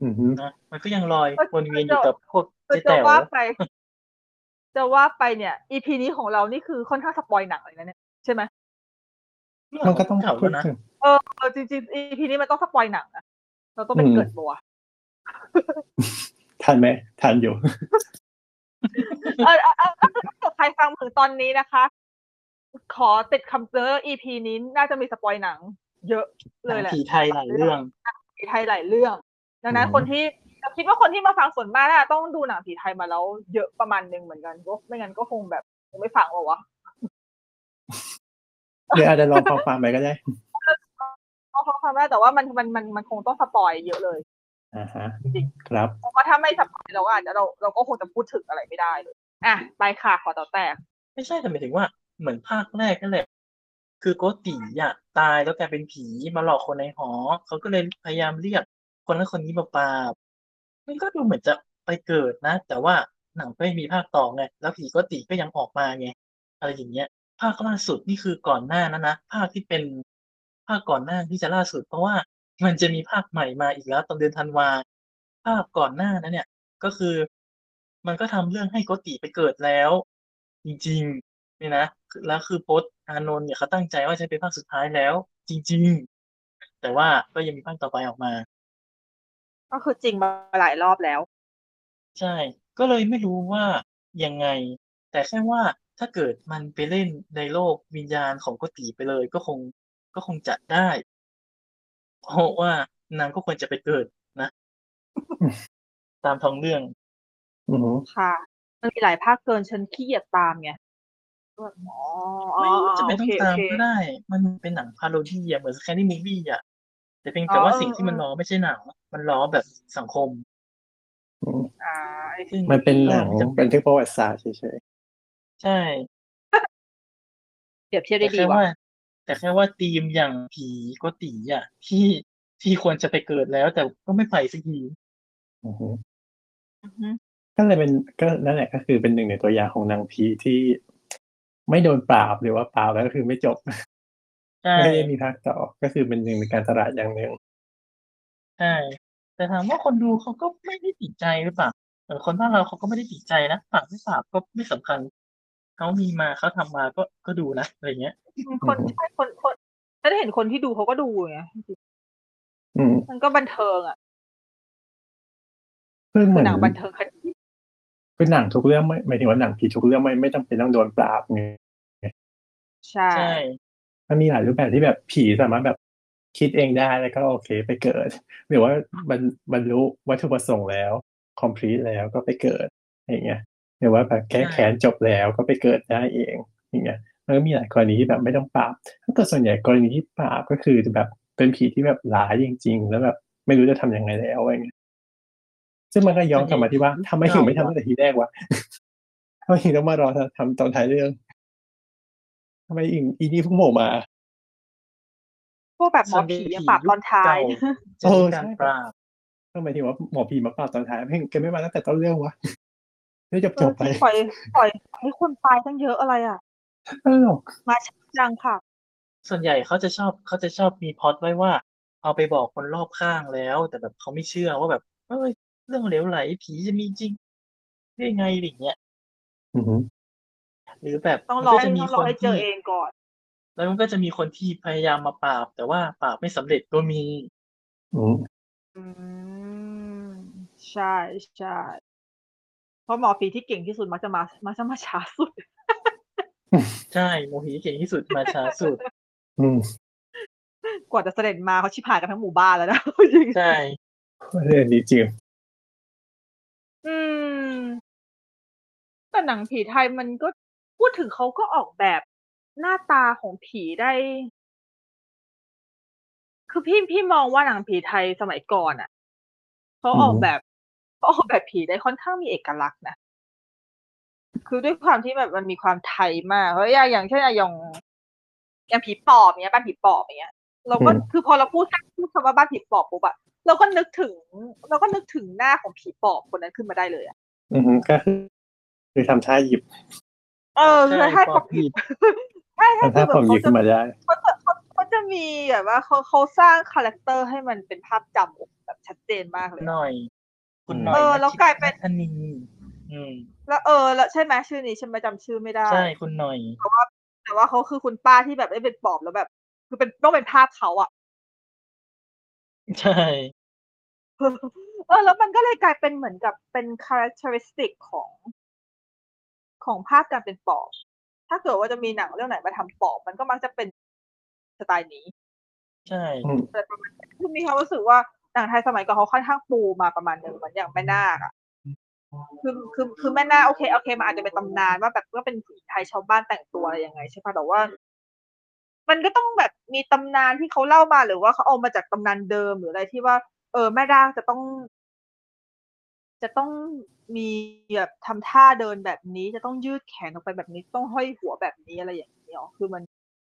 Speaker 3: อือฮึ
Speaker 2: นะมันก็ยังลอย
Speaker 4: ก็
Speaker 2: วนเวียนอ
Speaker 4: ก็
Speaker 2: ยู่
Speaker 4: จะ
Speaker 2: กับพวก
Speaker 4: คือจะ
Speaker 2: เจ๊แต๋ว
Speaker 4: ว่าไป จะว่าไปเนี่ย EP นี้ของเรานี่คือค่อนข้างสปอยหนังเลยนะเนี่ยใช่ไหม
Speaker 3: มันก็ต้อง
Speaker 2: เก่า
Speaker 3: พู
Speaker 2: แล้ว
Speaker 3: ด
Speaker 2: นะ
Speaker 3: ถึง
Speaker 4: เออเออจริงๆ EP นี้มันต้องสปอยหนังนะเราต้องเป็น
Speaker 3: อืม
Speaker 4: เกิดบัว
Speaker 3: ทันไหมทันอยู่
Speaker 4: เออเออเออเออถ้าเกิดใครฟังถึงตอนนี้นะคะ ขอติดคำเตือนว่า EP นี้น่าจะมีสปอยหนัง เยอะ
Speaker 2: ห
Speaker 4: เล
Speaker 2: นัง
Speaker 4: ยแหละ
Speaker 2: ผีไทยหลายเรื่อง
Speaker 4: ผีไทยหลายเรื่อง ดังนั้น
Speaker 3: อืม
Speaker 4: คนที่เราคิดว่าคนที่มาฟังส่วนมากน่าจะต้องดูหนังผีไทยมาแล้ว เยอะประมาณหนึงเหมือนกันก็ไม่งั้นก็คงแบบคงไม่ฟังหรอวะ
Speaker 3: เดี๋ยวอาจจะลองฟังฟังไปก็ได้
Speaker 4: เพราะความว่าแต่ว่ามันมันมันมันคงต้องสปอยเยอะเลย
Speaker 3: อ่าฮะครับ
Speaker 4: เพราะว่าถ้าไม่สปอยเราก็อาจจะเราเราก็คงจะพูดถึงอะไรไม่ได้เลยอ่ะไปค่ะขอต่อแตก
Speaker 2: ไม่ใช่แต่หมายถึงว่าเหมือนภาคแรกนั่นแหละ คือโกติอยากตายแล้วกลายเป็นผีมาหลอกคนในหอ เขาก็เลยพยายามเรียกคนนั้นคนนี้มาปราบมันก็ดูเหมือนจะไปเกิดนะ แต่ว่าหนังก็ไม่มีภาคต่อไง แล้วผีโกติก็ยังออกมาไง อะไรอย่างเงี้ย ภาคล่าสุดนี่คือก่อนหน้านั้นนะ ภาคที่เป็นภาคก่อนหน้าที่จะล่าสุด เพราะว่ามันจะมีภาคใหม่มาอีกแล้วตอนเดือนธันวา ภาคก่อนหน้านั้นเนี่ย ก็คือ มันก็ทำเรื่องให้โกติไปเกิดแล้ว จริงๆเนี่ยนะคือแล้วคือพจน์อานนท์เนี่ยเขาตั้งใจว่าจะเป็นภาคสุดท้ายแล้ว จริง ๆ แต่ว่าก็ยังมีภาคต่อไปออกมา
Speaker 4: ก็คือจริงมาหลายรอบแล้ว
Speaker 2: ใช่ ก็เลยไม่รู้ว่ายังไง แต่แค่ว่าถ้าเกิดมันไปเล่นในโลกวิญญาณของโกติไปเลย ก็คงก็คงจัดได้ เพราะว่านางก็ควรจะไปเกิดนะ ตามท้องเรื่อง
Speaker 3: อือหือ
Speaker 4: ค่ะ มันมีหลายภาคเกินฉันขี้เกียจตามไงก็แบบอ๋ออ๋อ
Speaker 2: ไม่
Speaker 4: อ๋อ
Speaker 2: จะไม่
Speaker 4: โอ
Speaker 2: ต้อง
Speaker 4: เค
Speaker 2: ตาม
Speaker 4: โอเค
Speaker 2: ก็ได้ มันเป็นหนังพาโรดี้อะเหมือนสแคนดี้มูฟี่อะแต่เพียง
Speaker 4: อ๋อ
Speaker 2: แต่ว่า
Speaker 4: เออ
Speaker 2: สิ่งที่มัน
Speaker 4: เออ
Speaker 2: ล้อไม่ใช่หนัง มันล้อแบบสังคม
Speaker 3: อืม
Speaker 4: อ่าไอ้
Speaker 2: ซึ่ง
Speaker 3: มันเป็นหนัง
Speaker 2: ก็มัจะ
Speaker 3: บันทึกประวัติศาสตร์เฉย
Speaker 2: ใช่
Speaker 5: เปรียบเทียบ
Speaker 2: แต่
Speaker 5: ได้ดี
Speaker 2: แค่
Speaker 5: ว่ะ
Speaker 2: ว่า แต่แค่ว่าธีมอย่างผีโกติอะที่ที่ควรจะไปเกิดแล้ว แต่ก็ไม่ไปสักที
Speaker 3: ๆอือหือ
Speaker 4: อือฮึ
Speaker 3: ก็เลยเป็นก็นั่นแหละก็คือเป็นหนึ่งในตัวอย่างของนางผีที่ไม่โดนปราบหรือว่าปราบแล้วก็คือไม่จบ
Speaker 2: ใช่
Speaker 3: ไม่ได้มีภาคต่อก็คือเป็นหนึ่งในการตลาดอย่างหนึ่ง
Speaker 2: ใช่ แต่ถามว่าคนดูเขาก็ไม่ได้ติดใจหรือเปล่าเออคนบ้านเราเขาก็ไม่ได้ติดใจนะฝากไม่ฝากก็ไม่สำคัญเขามีมาเขาทำมาก็ก็ดูนะอะไรเงี้ย
Speaker 4: คนใช่คนคนฉันเห็นคนที่ดูเขาก็ดูไง
Speaker 3: อืม
Speaker 4: มันก็บันเทิงอ่ะ
Speaker 3: ซึ่งเห
Speaker 4: คื
Speaker 3: มื
Speaker 4: อ
Speaker 3: อน
Speaker 4: หนังบันเทิงคดี
Speaker 3: เป็นหนังทุกเรื่องไม่หมายถึงว่าหนังผีทุกเรื่องไม่ไม่จำเป็นต้องโดนปราบไง
Speaker 4: ใช่
Speaker 2: ใช่
Speaker 3: มันมีหลายรูปแบบที่แบบผีสามารถแบบคิดเองได้แล้วก็โอเคไปเกิด หรือว่าบรรบรรลุวัตถุประสงค์แล้ว complete แล้วก็ไปเกิดอย่างเงี้ยหรือว่าแบบแก้แค้นจบแล้วก็ไปเกิดได้เองอย่างเงี้ยมันก็มีหลายกรณีที่แบบไม่ต้องปราบแต่ส่วนใหญ่กรณีที่ปราบก็คือจะแบบเป็นผีที่แบบร้ายจริง ๆ แล้วแบบไม่รู้จะทำยังไงแล้วอะไรเงี้ยซึ่งมันก็ย้อนกลับมาที่ว่าทำไมถึงไม่ทำตั้งแต่ทีแรกวะ ทำไมถึงต้องมารอทำตอนท้ายเรื่องทำไมอีกอีนี่เพิ่งโผล่มา
Speaker 4: พวกแบบหมอผีอะปราบตอนท้าย
Speaker 2: ส่วนผียุค
Speaker 3: เออ
Speaker 2: เก่าจะมี
Speaker 3: ใช่
Speaker 2: การปราบ
Speaker 3: ทำไมถึงว่าหมอผีมาปราบตอนท้ายเพ่งแกไม่มาตั้งแต่ต้นเรื่องวะไม่จบ
Speaker 4: เอ
Speaker 3: จ
Speaker 4: อบ
Speaker 3: ไป
Speaker 4: ที่ปล่อยปล่อยให้คนตายตั้งเยอะอะไรอ่ะ
Speaker 3: ตลก
Speaker 4: มาช้าจังค่ะ
Speaker 2: ส่วนใหญ่เขาจะชอบเขาจะชอบมีพล็อตไว้ว่า เอาไปบอกคนรอบข้างแล้ว แต่แบบเขาไม่เชื่อว่าแบบเอ้ยเรื่องเหลวไหลผีจะมีจริงได้ไงอะไรอย่างเงี้ย
Speaker 3: อือหือ
Speaker 2: หรือแบบ
Speaker 4: ต้อง
Speaker 2: มัน
Speaker 4: รอ
Speaker 2: ก็
Speaker 4: ให้
Speaker 2: จะมี
Speaker 4: ต้อง
Speaker 2: ค
Speaker 4: รอน ให้เจ
Speaker 2: ที่
Speaker 4: อเองก่อน
Speaker 2: แล้วมันก็จะมีคนที่พยายามมาปราบ แต่ว่าปราบไม่สำเร็จก็มี
Speaker 3: อืม
Speaker 4: อืมใช่ใช่เพราะหมอผีที่เก่งที่สุดมักจะมามักจะมาช้าสุด
Speaker 2: ใช่โมหิเก่งที่สุดมาช้าสุด
Speaker 3: อืม
Speaker 4: กว่าจะเสด็จมาเขาชิบหายกันทั้งหมู่บ้านแล้วนะ จริง
Speaker 2: ใช่
Speaker 3: เรื่องนี้จริง
Speaker 4: อืม แต่หนังผีไทยมันก็พูดถึงเขาก็ออกแบบหน้าตาของผีได้ คือพี่พี่มองว่าหนังผีไทยสมัยก่อนอ่ะเขาออกแบบเขาออกแบบผีได้ค่อนข้างมีเอกลักษณ์นะคือด้วยความที่แบบมันมีความไทยมากเพราะอย่างอย่างเช่นอะอย่างอย่างผีปอบเนี้ยบ้านผีปอบเนี้ย เราก็คือพอเราพูดพูดคำว่าบ้านผีปอบปุ๊บอะเราก็นึกถึง เราก็นึกถึงหน้าของผีปอบคนนั้นขึ้นมาได้เลยอะ
Speaker 3: อือหือก็คือคือทำท่าหยิบ
Speaker 4: เออคือให้
Speaker 2: ป
Speaker 4: ป
Speaker 2: อ
Speaker 4: อ
Speaker 2: บบ ผิด
Speaker 4: ใช่ใช่
Speaker 3: ทำ
Speaker 4: คื
Speaker 3: ท่า
Speaker 4: อแบ
Speaker 3: ผ
Speaker 4: บ
Speaker 3: มห
Speaker 4: เขา
Speaker 3: ยิบ
Speaker 4: จะ
Speaker 3: ขึ้นมาได้
Speaker 4: เขาจะเขาเขาจะมีแบบว่าเขาเขาสร้างคาแรคเตอร์ให้มันเป็นภาพจำแบบชัดเจนมากเลย
Speaker 2: หน่อย คุณ
Speaker 3: อืม
Speaker 2: หน่อย
Speaker 4: เออแล้วกลายเป็น
Speaker 2: ทนีอืม
Speaker 4: แล้วเออแล้วใช่ไหมชื่อนี้ฉันไม่จำชื่อไม่ได้
Speaker 2: ใช่คุณหน่อย
Speaker 4: แต่ว่าเขาคือคุณป้าที่แบบได้เป็นปอบแล้วแบบ คือเป็นต้องเป็นภาพเขาอะ
Speaker 2: ใช่
Speaker 4: เออ แล้วมันก็เลยกลายเป็นเหมือนกับเป็น characteristic ของของภาพการเป็นปอบ ถ้าเกิดว่าจะมีหนังเรื่องไหนมาทำปอบ มันก็มักจะเป็นสไตล์นี้
Speaker 2: ใช่
Speaker 3: อืม
Speaker 4: แต่ประมาณนั้นคือมีความรู้สึกว่าหนังไทยสมัยก่อนเขาค่อนข้างปูมาประมาณหนึ่งเหมือนอย่างแม่นาคอะคือคือคือแม่นาคโอเคโอเคมันอาจจะเป็นตำนานว่าแบบว่าเป็นผู้หญิงไทยชาวบ้านแต่งตัวอะไรยังไงใช่ปะแต่ว่า มันก็ต้องแบบมีตำนานที่เขาเล่ามาหรือว่าเขาเอามาจากตำนานเดิมหรืออะไรที่ว่า เออแม่นาคจะต้อง จะต้องมีแบบทำท่าเดินแบบนี้ จะต้องยืดแขนออกไปแบบนี้ต้องห้อยหัวแบบนี้อะไรอย่างนี้อ๋อคือมัน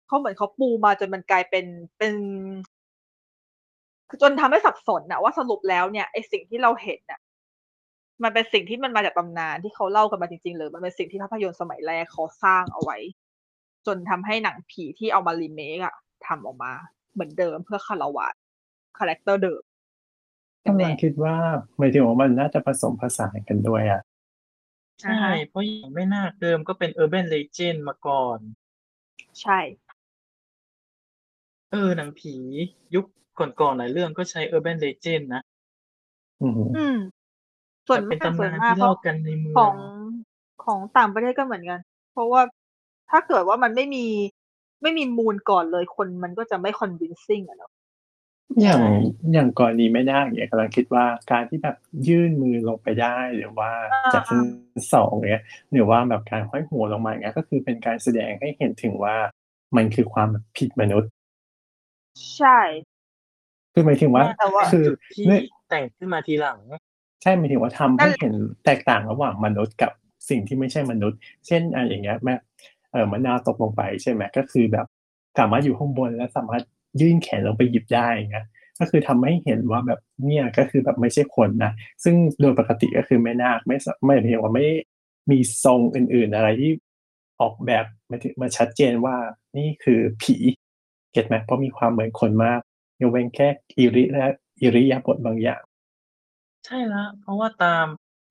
Speaker 4: เขาเหมือนเขาปูมาจนมันกลายเป็นเป็น จนทำให้สับสนนะว่าสรุปแล้วเนี่ยไอสิ่งที่เราเห็นน่ะ มันเป็นสิ่งที่มันมาจากตำนานที่เขาเล่ากันมาจริงๆหรือมันเป็นสิ่งที่ภาพยนตร์สมัยแรกเขาสร้างเอาไว้ จนทำให้หนังผีที่เอามารีเมคอะทำออกมา เหมือนเดิมเพื่อคารวะคาแรคเตอร์เดิม
Speaker 3: กำลังคิดว่าหมายถึงว่ามันน่าจะผสมผสานกันด้วยอ่ะ
Speaker 2: ใช่ เพราะอย่างไม่น่าเดิมก็เป็น Urban Legend มาก่อน
Speaker 4: ใช่
Speaker 2: เออหนังผียุคก่อนๆหลายเรื่องก็ใช้ Urban Legend นะ
Speaker 3: อืม
Speaker 4: อืม ส่วน
Speaker 2: แต่เป็น
Speaker 4: มาก
Speaker 2: ตำ
Speaker 4: ส่วน
Speaker 2: นาน
Speaker 4: มากก็
Speaker 2: ที่เล่ากันในเมื
Speaker 4: ข
Speaker 2: อ
Speaker 4: อง งของต่างประเทศก็เหมือนกัน เพราะว่าถ้าเกิดว่ามันไม่มีไม่มีมูลก่อนเลยคนมันก็จะไม่ convincing อะเนาะ
Speaker 3: อย่างอย่างกรณีไม่ได้เนี่ยกำลังคิดว่าการที่แบบยื่นมือลงไปได้หรือว่าจากชั้นสองเนี่ยหรือว่าแบบการห้อยหัวลงมาเนี่ยก็คือเป็นการแสดงให้เห็นถึงว่ามันคือความแบบผิดมนุษย์
Speaker 4: ใช่
Speaker 3: คือหมายถึงว่า
Speaker 4: แต่ว่า
Speaker 3: คือ
Speaker 2: จุดที่
Speaker 3: เนี่ย
Speaker 2: แต่งขึ้นมาทีหลัง
Speaker 3: ใช่หมายถึงว่าทำให้เห็นแตกต่างระหว่างมนุษย์กับสิ่งที่ไม่ใช่มนุษย์ เช่นอ่ะอย่างเงี้ยแม่เออมะนาวตกลงไปใช่ไหมก็คือแบบสามารถอยู่ข้างบนแล้วสามารถยื่นแขนลงไปหยิบได้อย่างเงี้ยก็คือทำให้เห็นว่าแบบเนี่ยก็คือแบบไม่ใช่คนนะซึ่งโดยปกติก็คือไม่นาคไม่สไม่หมายถึงว่าไม่มีทรงอื่น ๆ อะไรที่ออกแบบมาถึงมาชัดเจนว่านี่คือผีเก็ตไหมเพราะมีความเหมือนคนมากยกเว้นแค่อิริและอิริยาบถบางอย่าง
Speaker 2: ใช่ละเพราะว่าตาม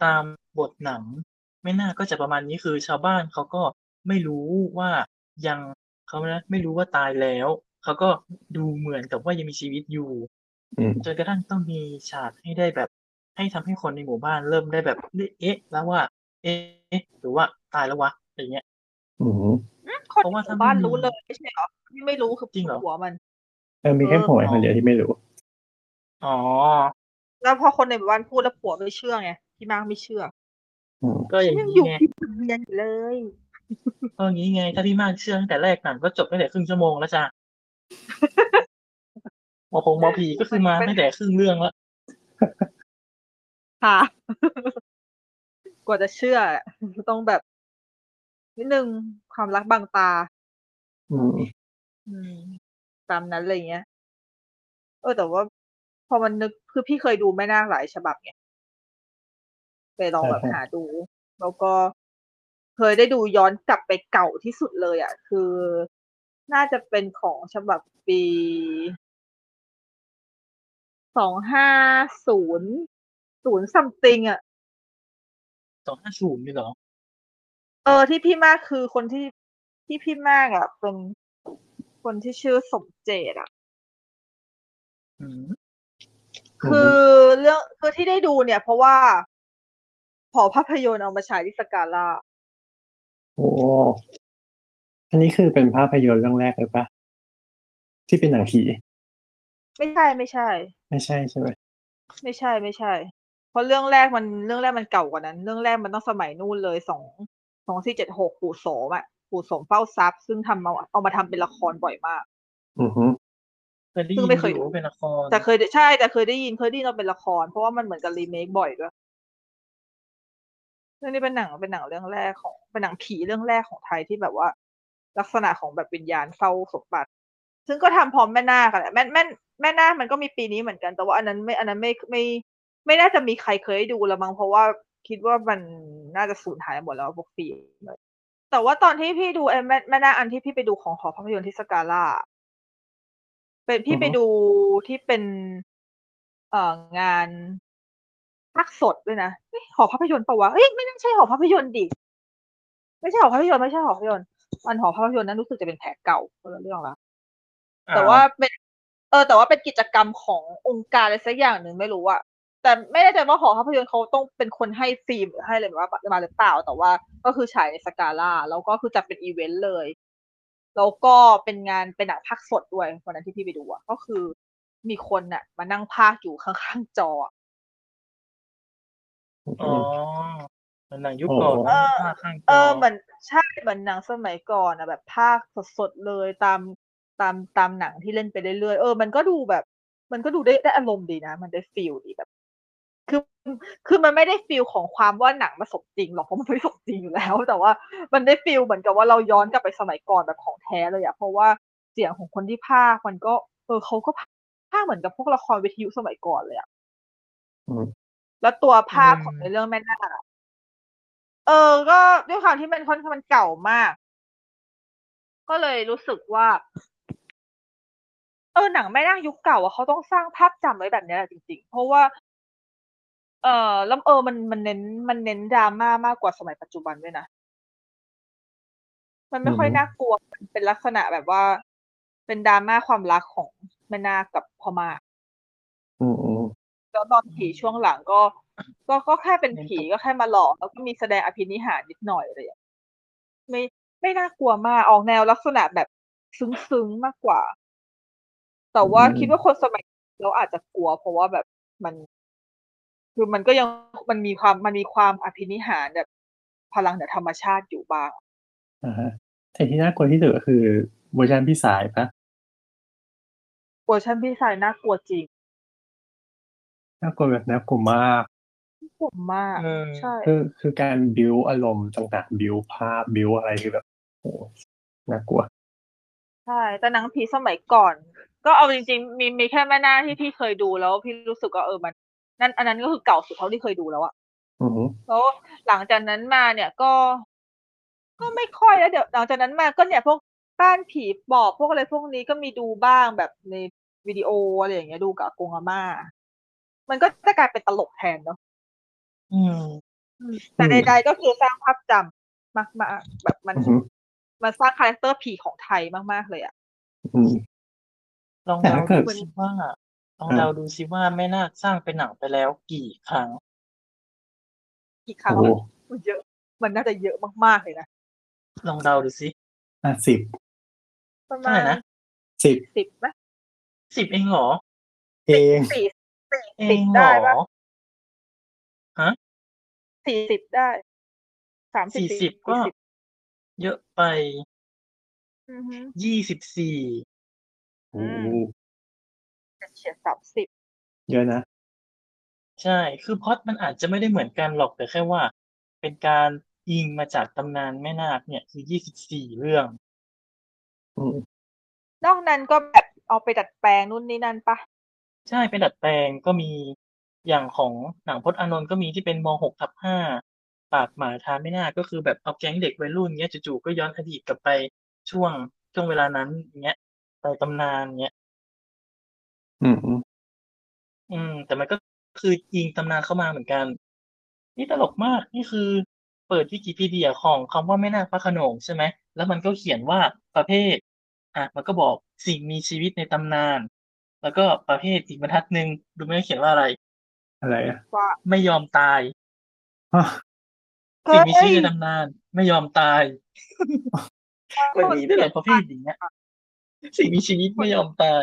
Speaker 2: ตามบทหนัง ไม่น่าก็จะประมาณนี้คือชาวบ้านเขาก็ไม่รู้ว่ายังเขานะไม่รู้ว่าตายแล้ว เขาก็ดูเหมือนกับว่ายังมีชีวิตอยู่
Speaker 3: อืม
Speaker 2: จนกระทั่งต้องมีฉากให้ได้แบบ ให้ทำให้คนในหมู่บ้านเริ่มได้แบบเอ๊ะ แล้วว่า เอ๊ะหรือว่าตายแล้ววะอะไรเงี้ย
Speaker 3: อืม
Speaker 4: คน
Speaker 2: เพราะว่า
Speaker 4: ห
Speaker 2: ถ้า
Speaker 4: มู่
Speaker 2: ไม่
Speaker 4: บ้าน
Speaker 2: มี
Speaker 4: รู้เลยไม่ใช่เหรอที่ไม่รู้คือ
Speaker 2: จริงเหรอ
Speaker 4: หัวมัน
Speaker 3: เออมีแค่
Speaker 4: เออ
Speaker 3: ผมไอ้คนเดียวที่ไม่รู้
Speaker 2: อ๋อ
Speaker 4: แล้วพอคนในหมู่บ้านพูดแล้วผัวไม่เชื่อไงพี่มากไม่เชื่อ
Speaker 3: อืม
Speaker 2: ก็อย่าง
Speaker 4: ยังอ
Speaker 2: นี้
Speaker 4: ยู่
Speaker 2: ไง
Speaker 4: ที่บนเวียนอยู่เลย
Speaker 2: ก็อย่างนี้ไง ถ้าพี่มากเชื่อตั้งแต่แรกหนังก็จบตั้งแต่ครึ่งชั่วโมง แล้วจ้ะ หมอพงหมอผีก็คือมาตั้งแต่ครึ่งเรื่องแล้ว
Speaker 4: ค่ะ กว่าจะเชื่อต้องแบบนิดนึงความรักบางตา
Speaker 3: อืม
Speaker 4: อืมตามนั้นอะไรเงี้ย เออแต่ว่า พอมันนึกคือพี่เคยดูแม่นาคหลายฉบับไงไปลองแบบหาดู แล้วก็เคยได้ดูย้อนกลับไปเก่าที่สุดเลยอะ่ะ คือน่าจะเป็นของฉบับปีสองห้าศูนย์ศูนย์ซัมติงอ่ะ
Speaker 2: สองห้าศูนย์นี่เหรอ
Speaker 4: เออที่พี่มากคือคนที่ที่พี่มากอ่ะ เป็นคนที่ชื่อสมเจตอ่ะ
Speaker 2: อืม
Speaker 4: คือเรื่องคือที่ได้ดูเนี่ย เพราะว่าหอภาพยนตร์เอามาฉายที่สกาล่า
Speaker 3: โอ้อันนี้คือเป็นภาพยนตร์เรื่องแรกเลยปะที่เป็นหนังผี
Speaker 4: ไม่ใช่ไม่ใช่
Speaker 3: ไม่ใช่ใช่ไหม
Speaker 4: ไม่ใช่ไม่ใช่ เพราะเรื่องแรกมันเรื่องแรกมันเก่ากว่านั้น เรื่องแรกมันต้องสมัยนู่นเลยสองสองสี่เจ็ดหกปู่โสมอ่ะปู่โสมเฝ้าทรัพย์ ซึ่งทำเอาเอามาทำเป็นละครบ่อยมาก
Speaker 3: อือฮึ
Speaker 2: เคยได้ยิ
Speaker 4: ซึ่
Speaker 2: น
Speaker 4: งไม่เคย
Speaker 2: อยู่ว่าเป็นละคร
Speaker 4: แต่เคยได้ใช่แต่เคยได้ยินเคยได้ยินเราเป็นละคร เพราะว่ามันเหมือนกับรีเมคบ่อยด้วยเรื่องนี้เป็นหนังเป็นหนังเรื่องแรกของเป็นหนังผีเรื่องแรกของไทยที่แบบว่า ลักษณะของแบบวิญญาณเฝ้าสมบัติ ซึ่งก็ทำพร้อมแม่นาคอะแหละแม่แม่แม่นาคมันก็มีปีนี้เหมือนกัน แต่ว่าอันนั้นไม่อันนั้นไม่ไม่ไม่น่าจะมีใครเคยได้ดูละมั้งเพราะว่าคิดว่ามันน่าจะสูญหายหมดแล้วพวกฟิล์มเลยแต่ว่าตอนที่พี่ดูไอ้แม่แม่นาคอันที่พี่ไปดูของหอภาพยนตร์ที่สกาล่า เป็นพี่ไปดูที่เป็น เอ่องานภาคสดด้วยนะเอ้ยหอภาพยนตร์ปะวะเอ้ยไม่น่าใช่หอภาพยนตร์ดิไม่ใช่หอภาพยนตร์ไม่ใช่หอภาพยนตร์มันหอภาพยนตร์นั้นรู้สึกจะเป็นแผลเก่าคนละเรื่องละแต่ว่าเป็น เออ แต่ว่าเป็นกิจกรรมขององค์การอะไรสักอย่างหนึ่งไม่รู้อะแต่ไม่แน่ใจว่าหอภาพยนตร์เขาต้องเป็นคนให้ฟิล์มหรือให้อะไรมามาหรือเปล่า แต่ว่าก็คือฉายในสกาล่าแล้วก็คือจัดเป็นอีเวนต์เลย แล้วก็เป็นงานเป็นหนังภาคสดด้วยวันนั้นที่พี่ไปดูอะก็คือมีคนน่ะ มานั่งภาคอยู่ข้างๆจออะ
Speaker 2: อ๋อเป็นหนังยุคก่อน
Speaker 4: เออ
Speaker 2: ภาคข้าง
Speaker 4: เออ
Speaker 2: จ
Speaker 4: เหมือนใช่เหมือนหนังสมัยก่อนอะแบบภาคสดๆเลยตามตามตามหนังที่เล่นไปเรื่อยๆเออมันก็ดูแบบ มันก็ดูได้ได้อารมณ์ดีนะ มันได้ฟีลดีแบบ คือคือมันไม่ได้ฟิลของความว่าหนังมาสมจริงหรอกเพราะมันไม่สมจริงอยู่แล้ว แต่ว่ามันได้ฟิลเหมือนกับว่าเราย้อนกลับไปสมัยก่อนแบบของแท้เลยอะเพราะว่าเสียงของคนที่พากย์มันก็เออเขาก็พากย์เหมือนกับพวกละครวิทยุสมัยก่อนเลยอะ
Speaker 3: อืม
Speaker 4: แล้วตัวภาพของ
Speaker 2: อืม
Speaker 4: ในเรื่องแม่นาคอะเออ ก็ด้วยความที่มันค่อนข้างมันเก่ามาก ก็เลยรู้สึกว่า เออหนังแม่นาคยุคเก่าอะเขาต้องสร้างภาพจำไว้แบบเนี้ยแหละจริงๆ เพราะว่า เออแล้วเออมันมันเน้นมันเน้นดราม่ามากกว่าสมัยปัจจุบันด้วยนะ มันไม่ค่อย
Speaker 3: อือฮึ
Speaker 4: น่ากลัวมันเป็นลักษณะแบบว่า เป็นดราม่าความรักของแม่นาคกับพ่อมาก
Speaker 3: อืมอืม
Speaker 4: แล้วตอนผีช่วงหลังก็ ก็ก็แค่เป็น
Speaker 2: เน้น
Speaker 4: ผี
Speaker 2: ตบ
Speaker 4: ก็แค่มาหลอกแล้วก็มีแสดงอภินิหารนิดหน่อยอะไรอย่างเงี้ยไม่ไม่น่ากลัวมากออกแนวลักษณะแบบซึ้งๆมากกว่า แต่ว่าคิดว่าคนสมัยเราอาจจะกลัว เพราะว่าแบบมัน คือมันก็ยังมันมีความมันมีความอภินิหารแบบพลังเหนือธรรมชาติอยู่บ้าง
Speaker 3: อ่าฮะแต่ที่น่ากลัวที่สุดก็คือเวอร์ชันพี่สายปะ
Speaker 4: เวอร์ชันพี่สายน่ากลัวจริง
Speaker 3: น่ากลัวแบบน่ากลัวมาก
Speaker 4: ผมมาก
Speaker 2: เออ
Speaker 4: ใช่
Speaker 3: คือคือการบิวอารมณ์ต่างๆบิวภาพบิวอะไรคือแบบโอ้โหน่ากลัว
Speaker 4: ใช่แต่หนังผีสมัยก่อน ก็เอาจริงๆ มีมีแค่แม่นาคที่พี่เคยดูแล้ว พี่รู้สึกว่าเออมัน นั่นอันนั้นก็คือเก่าสุดเท่าที่เคยดูแล้วอะ
Speaker 3: อือฮึ
Speaker 4: แล้วหลังจากนั้นมาเนี่ยก็ ก็ไม่ค่อยแล้วเดี๋ยวหลังจากนั้นมาก็เนี่ยพวกบ้านผีปอบพวกอะไรพวกนี้ก็มีดูบ้างแบบในวิดีโออะไรอย่างเงี้ยดูกับอากงอาม่ามันก็จะกลายเป็นตลกแทนเนาะ
Speaker 2: อืม
Speaker 4: แต่ใดๆก็คือสร้างภาพจำมากๆแบบมัน
Speaker 3: อือฮึ
Speaker 4: มันสร้างคาแรคเตอร์ผีของไทยมากๆเลยอะ
Speaker 3: อืม
Speaker 2: ลอง
Speaker 3: แต่
Speaker 2: เดา
Speaker 3: ถ้าเกิ
Speaker 2: ดู
Speaker 3: ด
Speaker 2: สิว่าลอง
Speaker 3: อ่า
Speaker 2: เดาดูสิว่าแม่นาคสร้างเป็นหนังไปแล้วกี่ครั้ง
Speaker 4: กี่ครั้
Speaker 3: โอ้
Speaker 4: ง
Speaker 3: โห
Speaker 4: วะมันเยอะ มันน่าจะเยอะมากๆเลยนะ
Speaker 2: ลองเดาดูสิ
Speaker 3: อ่ะสิบ
Speaker 4: ประ
Speaker 2: เท่า
Speaker 4: มา
Speaker 2: ไห
Speaker 4: ณ
Speaker 2: ร่นะ
Speaker 3: สิบ
Speaker 4: สิบไหม
Speaker 2: สิบเองเหรอ
Speaker 3: เอง
Speaker 4: สี่สี่
Speaker 2: เอ
Speaker 4: สิ
Speaker 2: ง
Speaker 4: บ
Speaker 2: เหร
Speaker 4: ได้
Speaker 2: อ
Speaker 4: ปะสี่สิบได้สามสิบ
Speaker 2: สี่สิบก็
Speaker 4: 40
Speaker 2: เยอะไป
Speaker 4: อือฮึ
Speaker 2: ยี่สิบสี่
Speaker 3: โอ้โห
Speaker 4: จะเฉียดสามสิบ
Speaker 3: เยอะนะ
Speaker 2: ใช่ คือพล็อตมันอาจจะไม่ได้เหมือนกันหรอกแต่แค่ว่า เป็นการอิงมาจากตำนานแม่นาคเนี่ย คือยี่สิบสี่เรื่อง
Speaker 3: อืม
Speaker 4: นอกนั้นก็แบบเอาไปดัดแปลงนู่นนี่นั่นปะ
Speaker 2: ใช่เป็นดัดแปลงก็มีอย่างของหนังพจน์อานนท์ก็มีที่เป็นมหกทับห้าปากหมาทานไม่น่าก็คือแบบเอาแก๊งเด็กวัยรุ่นเงี้ยจู่ๆก็ย้อนอดีตกลับไปช่วงช่วงเวลานั้นเงี้ยไปตำนานเงี้ย
Speaker 3: อืมอืม
Speaker 2: อืม แต่มันก็คืออิงตำนานเข้ามาเหมือนกัน นี่ตลกมากนี่คือเปิดวิกิพีเดียของคำว่าแม่นาคพระโขนงใช่ไหมแล้วมันก็เขียนว่าประเภทอ่ะมันก็บอกสิ่งมีชีวิตในตำนาน แล้วก็ประเภทอีกบรรทัดหนึ่งดูไหมว่าเขียนว่าอะไร
Speaker 3: อะไรอ่ะ
Speaker 4: ว่า
Speaker 2: ไม่ยอมตาย
Speaker 3: ฮะ
Speaker 2: สิ่งมีชีวิต
Speaker 4: เฮ้ย
Speaker 2: ในตำนาน ไม่ยอมตายมันมีด้วยเหรอประเภทอย่างเงี้ยสิ่งมีชีวิตไม่ยอมตาย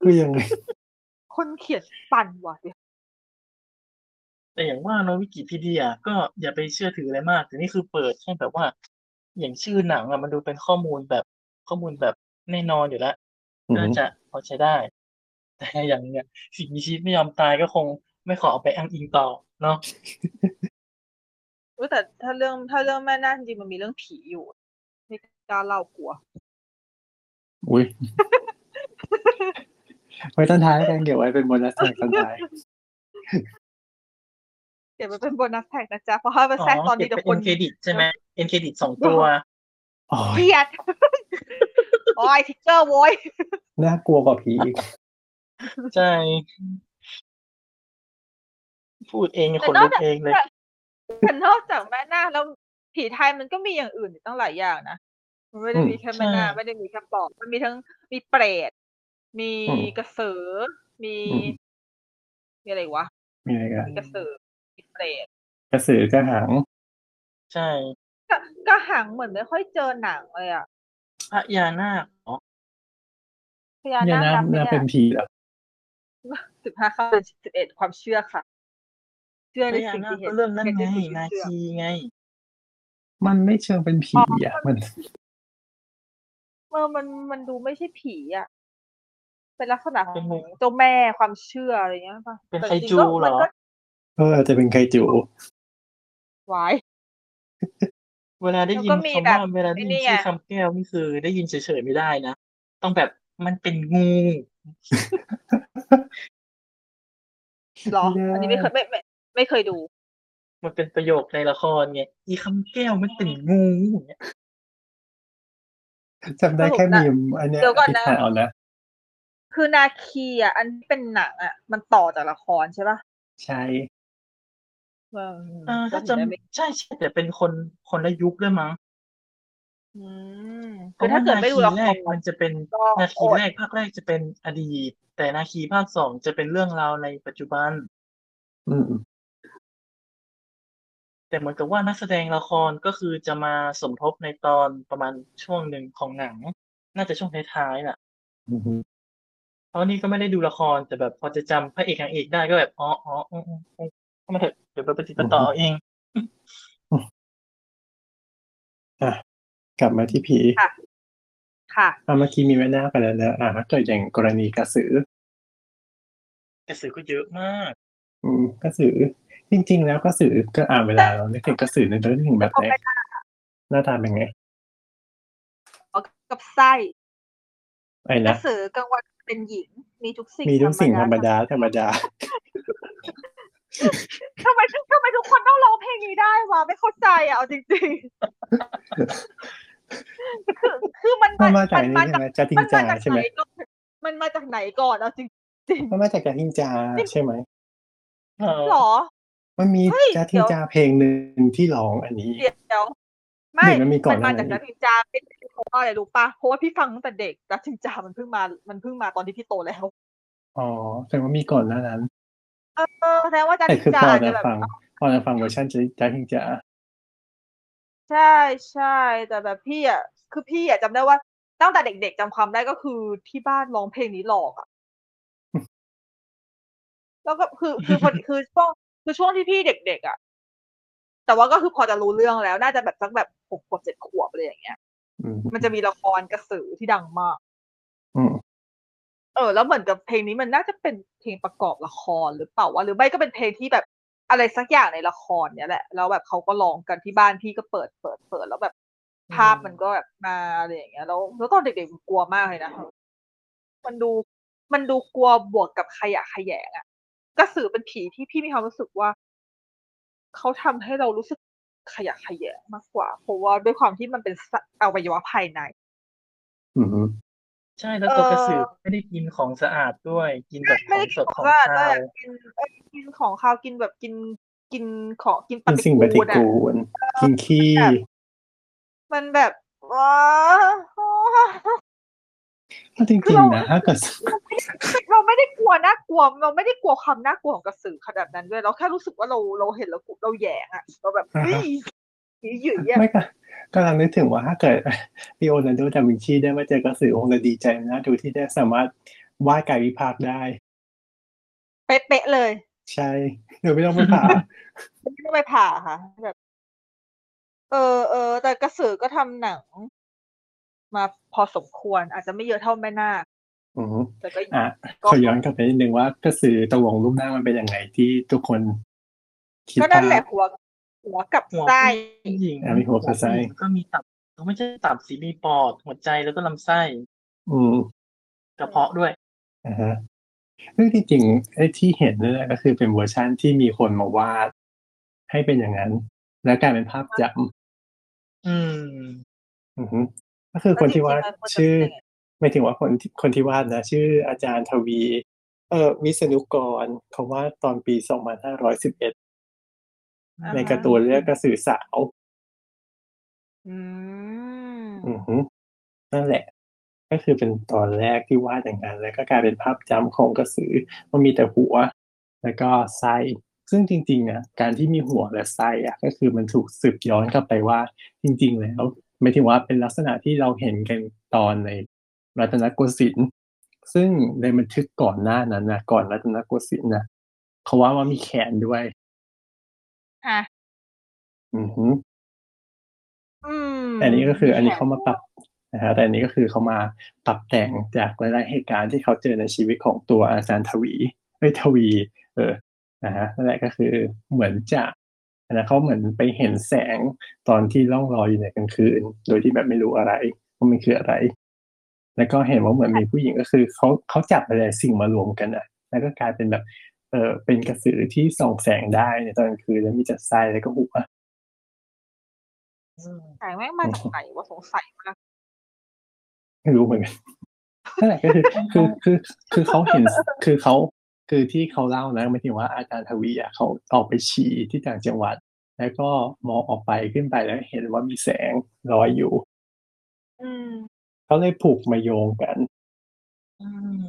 Speaker 3: คือยังไง
Speaker 4: คนเขียนปั่นว่ะเดี๋ยว
Speaker 2: แต่อย่างว่าเนอะวิกิพีเดียก็อย่าไปเชื่อถืออะไรมาก แต่นี่คือเปิดแค่แบบว่า อย่างชื่อหนังอะมันดูเป็นข้อมูลแบบข้อมูลแบบแน่นอนอยู่แล้ว
Speaker 3: อืม
Speaker 2: น่าจะพอใช้ได้ แต่อย่างเนี้ยสิ่งมีชีวิตไม่ยอมตายก็คง ไม่ขอเอาไปอ้างอิงต่อเนาะ
Speaker 4: เออแต่ถ้าเรื่องถ้าเรื่องแม่นาคจริงๆมันมีเรื่องผีอยู่ไม่กล้าเล่ากลัว
Speaker 3: อุ้ย ไว้ตอนท้ายแล้วกันเก็บไว้เป็นโบนัสแท็กตอนท้าย
Speaker 4: เดี๋ยวมันเป็นโบนัสแท็กนะจ๊ะ เพราะถ้าไป
Speaker 2: อ๋อ
Speaker 4: แทรกตอน
Speaker 2: เก็
Speaker 4: นี้
Speaker 2: บ
Speaker 4: เดี๋ย
Speaker 2: เป็น
Speaker 4: วคน
Speaker 2: เครดิตใช่ไหมเอ็นเครดิตสองตัว
Speaker 3: โอ้
Speaker 4: เค
Speaker 3: ย
Speaker 4: รียด โอ้ยทิกเกอร์โว้ย
Speaker 3: น่ากลัวกว่าผีอีก
Speaker 2: ใช่ พูดเองขนลุกเองเลย
Speaker 4: แต่นอกจากแม่นาคแล้วผีไทยมันก็มีอย่างอื่นอีกตั้งหลายอย่างนะมันไม่ได้มีแค่แม่นาค
Speaker 2: ใช่
Speaker 4: ไม่ได้มีแค่ปอบมันมีทั้งมีเปรตมีกระสือมีมีอะไรอีกวะ
Speaker 3: มีอะไรกัน
Speaker 4: มีกระสือมีเปรต
Speaker 3: กระสือกระหัง
Speaker 2: ใช่
Speaker 4: ก็หังเหมือนไม่ค่อยเจอหนังเลยอ่ะ
Speaker 2: พระยานาคเหรอ
Speaker 4: พญา
Speaker 3: เนี่ย
Speaker 4: นา
Speaker 3: นะ
Speaker 4: ค
Speaker 3: น่า
Speaker 4: เป็
Speaker 3: เป็น นผีเหรอ
Speaker 4: สิบห้าข้าสิบเอ็ดความเชื่อค่ะ เชื่อ
Speaker 2: พ
Speaker 4: ใน
Speaker 2: ระยา
Speaker 4: สิ่ง
Speaker 2: นาค
Speaker 4: ที่เห็
Speaker 2: ก็
Speaker 4: น
Speaker 2: เรื่องนั้นไง
Speaker 4: ป็สิ่ที่
Speaker 2: นา
Speaker 4: เชื่อ
Speaker 2: คีไง
Speaker 3: มันไม่เชิงเป็นผีอ่ะ มัน
Speaker 4: เออมันมันดูไม่ใช่ผีอ่ะ เป็นลักษณะข
Speaker 2: เป็
Speaker 4: อน ง
Speaker 2: หมู่
Speaker 4: เจ้าแม่ความเชื่ออะไรเงี้ยป่ะ
Speaker 2: เป็น
Speaker 4: แต่
Speaker 2: ไค
Speaker 4: จริง
Speaker 2: จู
Speaker 4: ๆก็
Speaker 2: เหร
Speaker 4: มัน
Speaker 2: อ
Speaker 4: ก็
Speaker 3: ก็อาจจะเป็นไคจู
Speaker 4: วาย
Speaker 2: เวลาได้ยิน
Speaker 4: แล้วก็มี
Speaker 2: คำ
Speaker 4: แบ
Speaker 2: ว่า
Speaker 4: บ
Speaker 2: เวลาได้ยิน
Speaker 4: ไอ้นี่
Speaker 2: ชื่อ
Speaker 4: ไง
Speaker 2: คำแก้วนี่คือ ได้ยินเฉยๆไม่ได้นะ ต้องแบบมันเป็นงู
Speaker 4: หรอ
Speaker 3: ไม่ได้
Speaker 4: อันนี้ไม่เคยไม่ไม่ไม่เคยดู
Speaker 2: มันเป็นประโยคในละครไงอีคำแก้วมันเป็นงูอย่างเงี้ย
Speaker 3: จำได้แค่มีมอันเนี้ย
Speaker 4: เดี๋ยวก่อน
Speaker 3: ที่
Speaker 4: นะ
Speaker 3: ถ่ายเอานะ
Speaker 4: คือนาคีอ่ะ อันที่เป็นหนังอ่ะ มันต่อจากละครใช่ปะ
Speaker 3: ใช่
Speaker 2: เออถ้าจ
Speaker 4: ได้ไหม
Speaker 2: ำใช่ใช่แต่เป็นคนคนละยุคด้วยมั้ง
Speaker 4: อืมคือถ้าเกิดไม่ดูละค
Speaker 2: เพราะว่านาร คีแรกมันจะเป็น
Speaker 4: ก็
Speaker 2: นา
Speaker 4: อ
Speaker 2: คี
Speaker 4: ด
Speaker 2: แรกภาคแรกจะเป็นอดีต แต่นาคีภาคสองจะเป็นเรื่องราวในปัจจุบัน
Speaker 3: อืม
Speaker 2: แต่เหมือนกับว่านักแสดงละครก็คือจะมาสมทบในตอนประมาณช่วงหนึ่งของหนัง น่าจะช่วงท้ายๆน่ะ
Speaker 3: อืม
Speaker 2: เพราะนี่ก็ไม่ได้ดูละครแต่แบบพอจะจำพระเอกนางเอกได้ก็แบบอ๋ออ๋ออืมอืมอืมเข้ามาเถอะเดี๋ยวไปปฏิดต่อเอาเอง
Speaker 3: อ่ะกลับมาที่ผี
Speaker 4: ค่ะ
Speaker 3: อ่ะเมื่อกี้มีแม่นาคไปแล้วนะอ่ะถ้าเกิดอย่างกรณีกระสือ
Speaker 2: กระสือก็เยอะมาก
Speaker 3: อืมกระสือจริง ๆ แล้วกระสือก็อ่านเวลาเรานึกถึงกระสือในเรื่องถึงแบบไหนหน้าตาเป็นไง
Speaker 4: กับไส้
Speaker 3: ไอ้
Speaker 4: กระ
Speaker 3: นะ
Speaker 4: สือกลางวันเป็นหญิง มีทุกสิ่ง
Speaker 3: มีทุกสิ่งธรรมดาธรรมดา
Speaker 4: ทำไมทำไมทุกคนต้องร้องเพลงนี้ได้วะไม่เข้าใจอ่ะเอาจริงๆ คือคือมัน
Speaker 3: มันมาจาก
Speaker 4: มั
Speaker 3: นี้
Speaker 4: น
Speaker 3: ใช่
Speaker 4: มา
Speaker 3: ไหมจะทิง
Speaker 4: มันมา
Speaker 3: จา
Speaker 4: จาก
Speaker 3: ใช่ไห
Speaker 4: ไห
Speaker 3: ม
Speaker 4: นก่อนมันมาจากไหนก่อนเอาจริง
Speaker 3: มันมาจากจะทิงจาใช่ไหม
Speaker 2: เออ
Speaker 4: หรอ
Speaker 3: มันมี
Speaker 4: เฮ้ย
Speaker 3: จะทิงจาเพลงหนึ่งที่ร้องอันนี้
Speaker 4: เดี๋ยวไม่
Speaker 3: หรือมันมีก่อนห
Speaker 4: มา
Speaker 3: น้า
Speaker 4: จา
Speaker 3: นั้
Speaker 4: กดั
Speaker 3: น
Speaker 4: ชทินจาเป็นเพราะอะไรรู้ปะเพราะว่าพี่ฟังตั้งแต่เด็กดัชทินจามันเพิ่งมา มันเพิ่งมาตอนที่พี่โตแล้ว
Speaker 3: อ๋อแสดงว่ามีก่อนหน้านั้น
Speaker 4: เออแสดงว่าดัช
Speaker 3: แต่
Speaker 4: ทิน
Speaker 3: คือ
Speaker 4: จา
Speaker 3: พอ
Speaker 4: จะ
Speaker 3: จะ
Speaker 4: แบบ
Speaker 3: ฟังพอจะฟังเวอร์ชันจะจะทิงจา
Speaker 4: ใช่ใช่แต่แบบพี่อ่ะคือพี่อ่ะจำได้ว่าตั้งแต่เด็กๆจำความได้ก็คือที่บ้านร้องเพลงนี้หลอกอ่ะ แล้วก็คือคือคนคือช่วงคือช่วงที่พี่เด็กๆอ่ะ แต่ว่าก็คือพอจะรู้เรื่องแล้ว น่าจะแบบสักแบบหกขวบเจ็ดขวบอะไรอย่างเงี้ย
Speaker 3: อืม
Speaker 4: มันจะมีละครกระสือที่ดังมาก
Speaker 3: อืม
Speaker 4: เออแล้วเหมือนกับเพลงนี้มันน่าจะเป็นเพลงประกอบละครหรือเปล่าวะหรือไม่ก็เป็นเพลงที่แบบอะไรสักอย่างในละครเนี่ยแหละแล้วแบบเขาก็ร้องกันที่บ้านพี่ก็เปิดเปิดเปิดแล้วแบบภาพมันก็แบบมาอะไรอย่างเงี้ยแล้วแล้วตอนเด็กๆมันกลัวมากเลยนะมันดูมันดูกลัวบวกกับขยะแขยงอะกระสือเป็นผีที่พี่มีความรู้สึกว่าเขาทำให้เรารู้สึกขยะแขยงมากกว่า เพราะว่าด้วยความที่มันเป็นสัตว์อวัยวะภายใน
Speaker 3: อืม
Speaker 2: ใช่แล้วตัว
Speaker 4: เออ
Speaker 2: กระสือไม่ได้กินของสะอาดด้วย กินแบบข
Speaker 4: ไม่
Speaker 2: อง
Speaker 4: ได้กิ
Speaker 2: สด
Speaker 4: น
Speaker 2: ของ
Speaker 4: ว่า
Speaker 2: คาว
Speaker 4: แบบกินเอ้ยกินของคาวกินแบบกินกินของกินป
Speaker 3: เป็น
Speaker 4: ฏิ
Speaker 3: สิ่งปฏิ
Speaker 4: กูลอะ
Speaker 3: กูลกินขี้
Speaker 4: มันแบบว้า
Speaker 3: ก็จริงๆนะถ้าเกิด
Speaker 4: เราไม่ได้กลัวน่ากลัว เราไม่ได้กลัวความน่ากลัวของกระสือขนาดนั้นด้วย เราแค่รู้สึกว่าเราเราเห็นแล้วเราแหยงอะเราแบบ
Speaker 3: อ่า
Speaker 4: เฮ้ย
Speaker 3: ฮะ
Speaker 4: หยืดเยี่ย
Speaker 3: ไม่ก็กำลังนึกถึงว่าถ้าเกิดลีโอนาร์โดดาวินชีได้มาเจอกระสือคงจะดีใจนะดูที่ได้สามารถวาดกายวิภาคได้
Speaker 4: เป๊ะๆเลย
Speaker 3: ใช่หรือไม่ต้องไปผ่า
Speaker 4: ไม่ต้องไปผ่าค่ะแบบ เออเออแต่กระสือก็ทำหนัง มาพอสมควร อาจจะไม่เยอะเท่าแม่นาค
Speaker 3: อือฮึ
Speaker 4: แต่ก็
Speaker 3: อ่ะขอย้อนกลับไปนิดนึงว่ากระสือตะวงรูปหน้ามันเป็นยังไงที่ทุกคนคิด
Speaker 4: ก็
Speaker 3: ภา
Speaker 4: นั่นแหละ
Speaker 3: พ
Speaker 4: หัวหัวกับ
Speaker 2: หัว
Speaker 4: ไส้
Speaker 2: ผู้หญิง
Speaker 3: อ่ะมีหัวกับไส้
Speaker 2: ผู้หญิงก็มีตับเขาไม่ใช่ตับสีมีปอดหัวใจแล้วก็ลำไส้
Speaker 3: อืม
Speaker 2: กระเพาะด้วย
Speaker 3: อ่าฮะซึ่งที่จริงไอ้ที่เห็นนั่นแหละก็คือเป็นเวอร์ชั่นที่มีคนมาวาด ให้เป็นอย่างนั้น แล้วกลายเป็นภาพจ
Speaker 2: อืม
Speaker 3: ำอือฮึก็คือคนที่วาดชื่อ ไม่ถึงว่าคนที่คนที่วาดนะ ชื่ออาจารย์ทวี เออวิษณุกรเขาวาดตอนปี 2511
Speaker 4: าฮะ
Speaker 3: ในการ์ตูนเรื่องกระสือสาว
Speaker 4: อืม
Speaker 3: อือฮึนั่นแหละ ก็คือเป็นตอนแรกที่วาดอย่างนั้นแล้วก็กลายเป็นภาพจำของกระสือมันมีแต่หัว แล้วก็ไส้ซึ่งจริงๆนะการที่มีหัวและไส้อะก็คือมันถูกสืบย้อนกลับไปว่า จริง ๆ แล้วไม่ถึงว่าเป็นลักษณะที่เราเห็นกันตอนในรัตนโกสินทร์ซึ่งในบันทึกก่อนหน้านั้นนะก่อนรัตนโกสินทร์นะเขาว่าว่ามีแขนด้วย
Speaker 4: อ่ะ
Speaker 3: อือฮึ
Speaker 4: อืม
Speaker 3: แต่อันนี้ก็คืออันนี้เขามาปรับนะฮะแต่อันนี้ก็คือเขามาปรับแต่งจากหลายๆเหตุการณ์ที่เขาเจอในชีวิตของตัวอาจารย์ทวีเอ้ยทวี เออ นะฮะนั่นแหละก็คือเหมือนจะนะเขาเหมือนไปเห็นแสงตอนที่ล่องลอยอยู่ในกลางคืน โดยที่แบบไม่รู้อะไรว่ามันคืออะไร แล้วก็เห็นว่าเหมือนมีผู้หญิงก็คือเขาเขาจับอะไรสิ่งมารวมกันอ่ะ แล้วก็กลายเป็นแบบเออเป็นกระสือที่ส่องแสงได้ในตอนกลางคืนแล้วมีจัดไส้แล้วก็หัว
Speaker 4: แต่แม่งมาจากไหนวะสงสัยมาก
Speaker 3: ไม่รู้ เหมือนกันนั่นแหละก็คือคือคือคือเขาเห็นคือเขาคือที่เขาเล่านะหมายถึงว่าอาจารย์ทวีอ่ะเขาออกไปฉี่ที่ต่างจังหวัด แล้วก็มองออกไปขึ้นไปแล้วเห็นว่ามีแสงลอยอยู่
Speaker 4: อืม
Speaker 3: เขาเลยผูกมาโยงกัน
Speaker 2: อืม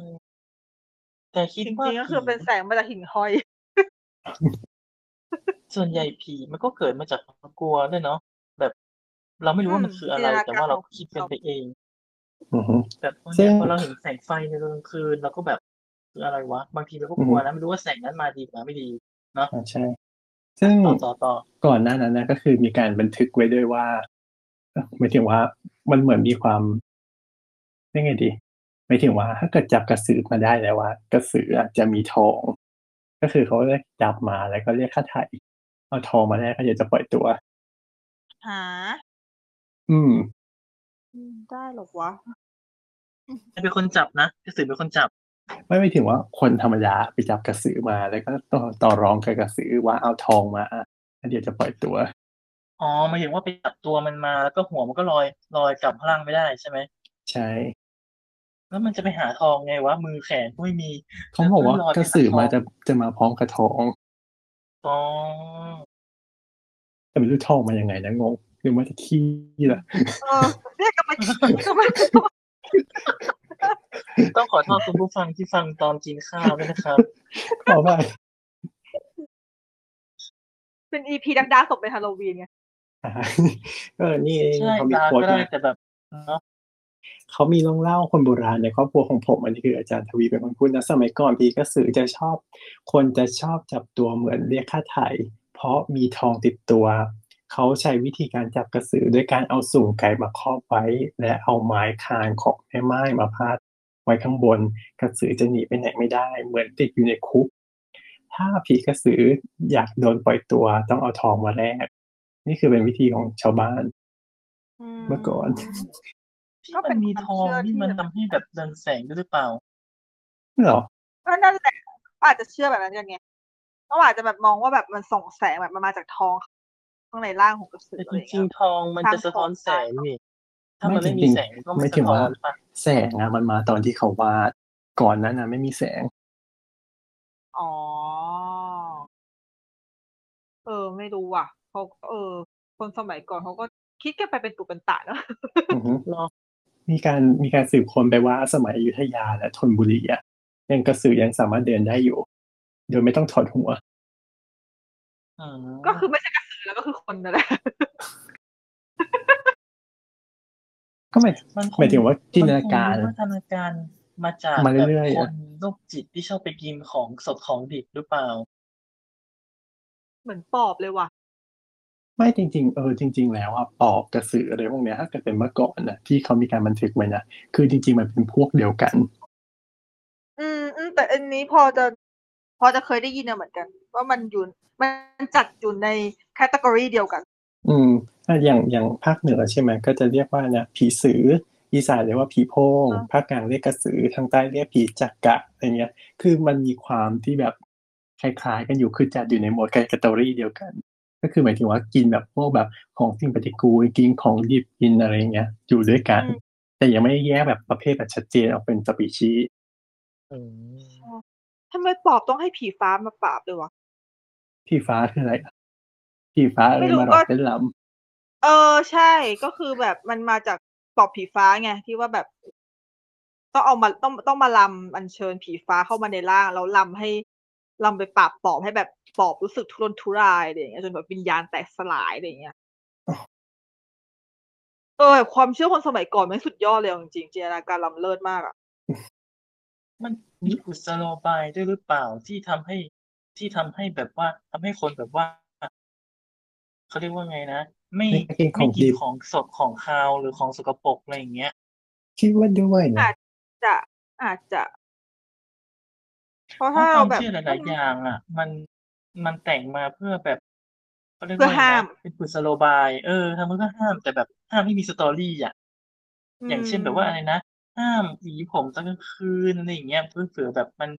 Speaker 2: แต่คิด
Speaker 4: จ
Speaker 2: ว่า
Speaker 4: ริงๆก็คือเป็น
Speaker 2: ผี
Speaker 4: แสงมาจากหิ่งห้อย
Speaker 2: ส่วนใหญ่ผีมันก็เกิดมาจากความกลัวด้วยเนาะแบบ เราไม่รู้ว่ามัน
Speaker 4: อืม
Speaker 2: คืออะไร
Speaker 4: จินตนาการ
Speaker 2: แต่ว่าเรา
Speaker 4: ของ
Speaker 2: คิดเป็นไปเอง
Speaker 3: อือฮึ
Speaker 2: แบบบาง
Speaker 3: ซึ่
Speaker 2: ที
Speaker 3: ง
Speaker 2: พอเราเห็นแสงไฟในตอนกลางคืนเราก็แบบคืออะไรวะ บางทีเราก็กลัวนะไม่รู้ว่าแสงนั้นมาดีหรือมาไม่ดี
Speaker 3: อ่าใช่ ซึ่ง
Speaker 2: ต่อต่อต่อ
Speaker 3: ก่อนหน้านั้นนะก็คือมีการบันทึกไว้ด้วยว่าเอ่อหมายถึงว่ามันเหมือนมีความยังไงดีหมายถึงว่าถ้าเกิดจับกระสือมาได้แล้วว่า กระสืออาจจะมีทอง ก็คือเขาเลยจับมาแล้วก็เรียกค่าไถ่เอาทองมาแลกก็อยากจะปล่อยตัว
Speaker 4: หา
Speaker 3: อืม
Speaker 4: อืมได้เหรอวะ
Speaker 2: ใครเป็นคนจับนะกระสือเป็นคนจับ
Speaker 3: ไม่ไม่ถึงว่าคนธรรมดาไปจับกระสือมาแล้วก็ต่อต่อรองกับกระสือว่าเอาทองมาแล้วเดี๋ยวจะปล่อยตัว
Speaker 2: อ๋อหมายถึงว่าไปจับตัวมันมาแล้วก็หัวมันก็ลอยลอยกลับข้างล่างไม่ได้ใช่ไหม
Speaker 3: ใช่
Speaker 2: แล้วมันจะไปหาทองไงวะมือแขนก็ไม่มี
Speaker 3: เขาบอกว่ากระสือมาจะจะมาพร้อมกับทอง
Speaker 2: อ๋อ
Speaker 3: แต่ไม่รู้ทองมายังไงนะงงหรือว่าจะขี้ล่ะ
Speaker 4: เออเนี่ยกลับมาก็มาคิดว่า
Speaker 2: ต้องขอโทษคุณผู้ฟังที่ฟังตอนกินข้าวด้วยนะครับ
Speaker 3: ขอไป
Speaker 4: เป็นอีพีดักดาสบเป็นฮาโลวีนไง
Speaker 3: 哎 เออนี่เอง
Speaker 2: ใช่
Speaker 3: เขามี
Speaker 2: ตา
Speaker 3: โค้ด
Speaker 2: ก็ได้
Speaker 3: มา
Speaker 2: แต่แบบ
Speaker 3: เขามีเรื่องเล่าคนโบราณในครอบครัวของผม อันนี้คืออาจารย์ทวีเป็นคนพูดนะสมัยก่อนพี่กระสือจะชอบ คนจะชอบจับตัวเหมือนเรียกค่าไถ่เพราะมีทองติดตัว เขาใช้วิธีการจับกระสือด้วยการเอาสุ่มไก่มาครอบไว้ และเอาไม้คานของแม่ไม้มาพาดไว้ข้างบน กระสือจะหนีไปไหนไม่ได้ เหมือนติดอยู่ในคุก ถ้าผีกระสืออยากโดนปล่อยตัวต้องเอาทองมาแลกนี่คือเป็นวิธีของชาวบ้าน เมื่อก่อน
Speaker 2: ที่มันมีทองนี่มันทำให้แบบเรืองแสงด้วยหรือเปล่า
Speaker 3: เหรอ
Speaker 4: ก็นั่นแหละอาจจะเชื่อแบบนั้นกันไงก็อาจจะแบบมองว่าแบบมันส่องแสงแบบมันมาจากทองข้างในร่างของกระสือ
Speaker 2: แต่
Speaker 4: อะ
Speaker 2: จ
Speaker 4: ไรอย่าง
Speaker 2: ริ
Speaker 4: เงี้
Speaker 2: ง
Speaker 4: ย
Speaker 2: ๆทองมันจะสะท้อนแสงนี่ถ้ามัน
Speaker 3: ไม่
Speaker 2: ไม่
Speaker 3: จริ
Speaker 2: มี
Speaker 3: งๆ
Speaker 2: แสงก็
Speaker 3: ไม่
Speaker 2: ไม่
Speaker 3: ถึ
Speaker 2: สะ
Speaker 3: ง
Speaker 2: ท้อ
Speaker 3: ว่า
Speaker 2: นปะ
Speaker 3: แสงอะมันมาตอนที่เขาวาด ก่อนนั้นนะไม่มีแส ง
Speaker 4: อ๋อ เออ ไม่รู้ว่ะเขาก็เออ คนสมัยก่อนเขาก็คิดกันไปเป็นตุเป็นตะ เนอะ
Speaker 3: อือฮึมีการมีการสืบค้นไปว่าสมัยอยุธยาและธนบุรีอะยังกระสือยังสามารถเดินได้อยู่ โดยไม่ต้องถอดหัว
Speaker 2: อืม
Speaker 4: ก็คือไม่ใช่กระสือแล้วก็คือคนนั่นแหละ
Speaker 3: ก็หมาย
Speaker 2: มันค
Speaker 3: หมายถึงว่าจินตนาการ
Speaker 2: มันคงวิวัฒนาการมาจาก
Speaker 3: มา
Speaker 2: แบบ
Speaker 3: เรื่อยๆ
Speaker 2: ค
Speaker 3: อะ
Speaker 2: นโรคจิตที่ชอบไปกินของสดของดิบหรือเปล่า
Speaker 4: เหมือนปอบเลยว่ะ
Speaker 3: ไม่จริง ๆ เออจริง ๆ แล้วอะปอบกระสืออะไรพวกเนี้ยถ้าเกิดเป็นเมื่อก่อนนะที่เขามีการบันทึกไว้นะคือจริง ๆ มันเป็นพวกเดียวกัน
Speaker 4: อืมอืมแต่อันนี้พอจะ พอจะเคยได้ยินนะเหมือนกัน ว่ามันอยู่มันจัดอยู่ในแคตตากรีเดียวกัน
Speaker 3: อืมถ้าอย่างอย่างภาคเหนือใช่ไหมก็จะเรียกว่านะผีสืออีสานเรียกว่าผีโพง
Speaker 4: อ่า
Speaker 3: ภาคกลางเรียกกระสือทางใต้เรียกผีจักกะอะไรเงี้ย คือมันมีความที่แบบคล้ายๆ กันอยู่คือจัดอยู่ในหมวดแคตตาล็อเดียวกัน ก็คือหมายถึงว่ากินแบบพวกแบบของสิ่งปฏิกูลกินของดิบกินอะไรเงี้ย อยู่ด้วยกัน
Speaker 4: อืม
Speaker 3: แต่ยังไม่ได้แยกแบบประเภทแบบชัดเจนออกเป็นสปีชีส์
Speaker 2: อืม
Speaker 4: ทำไมปอบต้องให้ผีฟ้ามาปราบเลยวะ
Speaker 3: ผีฟ้าคืออะไรอะผีฟ้าอะไรมาหลอกเต้นล
Speaker 4: เออใช่ก็คือแบบมันมาจากปอบผีฟ้าไงที่ว่าแบบ ต้องเอามาต้องต้องมาลำอัญเชิญผีฟ้าเข้ามาในร่างแล้วลำให้ลำไปปราบปอบให้แบบปอบรู้สึกทุรนทุรายอะไรอย่างเงี้ยจนแบบวิญญาณแตกสลายอะไรอย่างเงี้ยเออแบบความเชื่อคนสมัยก่อนแม่งสุดยอดเลยเอาจริงๆจินตนาการล้ำเลิศมากอะ
Speaker 2: มันมีกุศโลบายด้วยหรือเปล่าที่ทำให้ที่ทำให้แบบว่าทำให้คนแบบว่าเขาเรียกว่าไงนะไม่
Speaker 3: ำไม่กินข
Speaker 2: ไม่
Speaker 3: อง
Speaker 2: กิน
Speaker 3: ดิบ
Speaker 2: ของสดของคาวหรือของสกปรกอะไรอย่างเงี้ย
Speaker 3: คิดว่าด้วยนะ
Speaker 4: จะอาจจะเพราะ
Speaker 2: เพ
Speaker 4: ถ้า
Speaker 2: ราะค
Speaker 4: เรา
Speaker 2: วาม
Speaker 4: แบบ
Speaker 2: เชื่อหลาย ๆ อย่างอ่ะ มัน มันแต่งมาเพื่อแบบขรียก
Speaker 4: เพื่อ
Speaker 2: ว่ะไรนะ
Speaker 4: ห้าม
Speaker 2: เป็นกุศโลบาย เออทำมันก็ห้ามแต่แบบห้ามไม่มีสตอรี่อ่ะ อย่างเช่นแบบว่าอะไรนะ ห้ามหวีผมตอนกลางคืนอะไรอย่างเงี้ยเพื่อเผื่อแบบมัน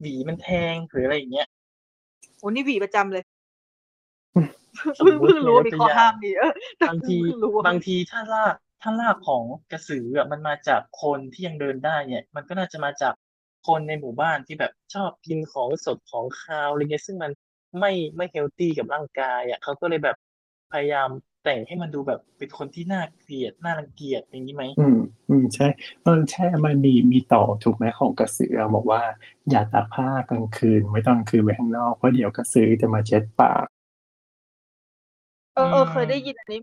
Speaker 2: หวีมันแทงหรืออะไรอย่างเงี้ย
Speaker 4: โอ้นี่หวีประจำเลย
Speaker 2: สมมุติ
Speaker 4: เพิ่งรู้ว่ามีข้อ
Speaker 2: ตัวอย่าง
Speaker 4: ห้ามนี่เออแต่
Speaker 2: บางที
Speaker 4: เพิ่รู้ว่
Speaker 2: บางทีถ้าลากถ้าลากของกระสืออะมันมาจากคนที่ยังเดินได้เนี่ย มันก็น่าจะมาจากคนในหมู่บ้านที่แบบชอบกินของสดของคาวอะไรเงี้ยซึ่งมันไม่ไม่เฮลตี้กับร่างกายอ่ะเขาก็เลยแบบพยายามแต่งให้มันดูแบบเป็นคนที่น่าเกลียดน่ารังเกียจอย่างนี้ไหม
Speaker 3: อืม อืม ใช่เออใช่มันมีมีต่อถูกไหมของกระสือบอกว่า อย่าตากผ้ากลางคืน ไม่ตอนกลางคืนไว้ข้างนอกเพราะเดี๋ยวกระสือจะมาเช็ดปาก
Speaker 4: เออเออเคยได้ยินอันนี้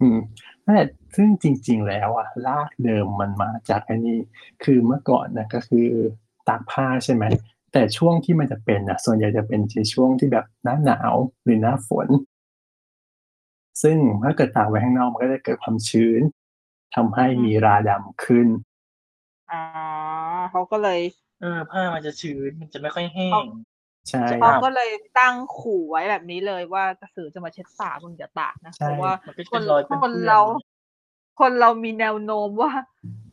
Speaker 3: อืมนั่นแหละซึ่งจริง ๆ แล้วอ่ะรากเดิมมันมาจากไอันนี้ คือเมื่อก่อนนะก็คือตากผ้าใช่ไหมแต่ช่วงที่มันจะเป็นนะส่วนใหญ่จะเป็นในช่วงที่แบบหน้าหนาวหรือหน้าฝน ซึ่งถ้าเกิดตากไว้ข้างนอกมันก็จะเกิดความชื้นทำให้มีราดำขึ้น
Speaker 4: อ่าเขาก็เลย
Speaker 2: เออผ้ามันจะชื้นมันจะไม่ค่อยแห้
Speaker 4: เอา
Speaker 2: ง
Speaker 3: ใช่
Speaker 2: ครั
Speaker 4: เขา
Speaker 2: บ
Speaker 4: ก็เลยตั้งขู่ไว้แบบนี้เลยว่ากระสือจะมาเช็ดปากมึงอย่าตากนะ
Speaker 3: ใช่
Speaker 4: เพราะว่า
Speaker 2: มันก็จะ
Speaker 4: คน
Speaker 2: ลอยเป็น
Speaker 4: คน
Speaker 2: เพื่อน
Speaker 4: เรา คนเรามีแนวโน้มว่า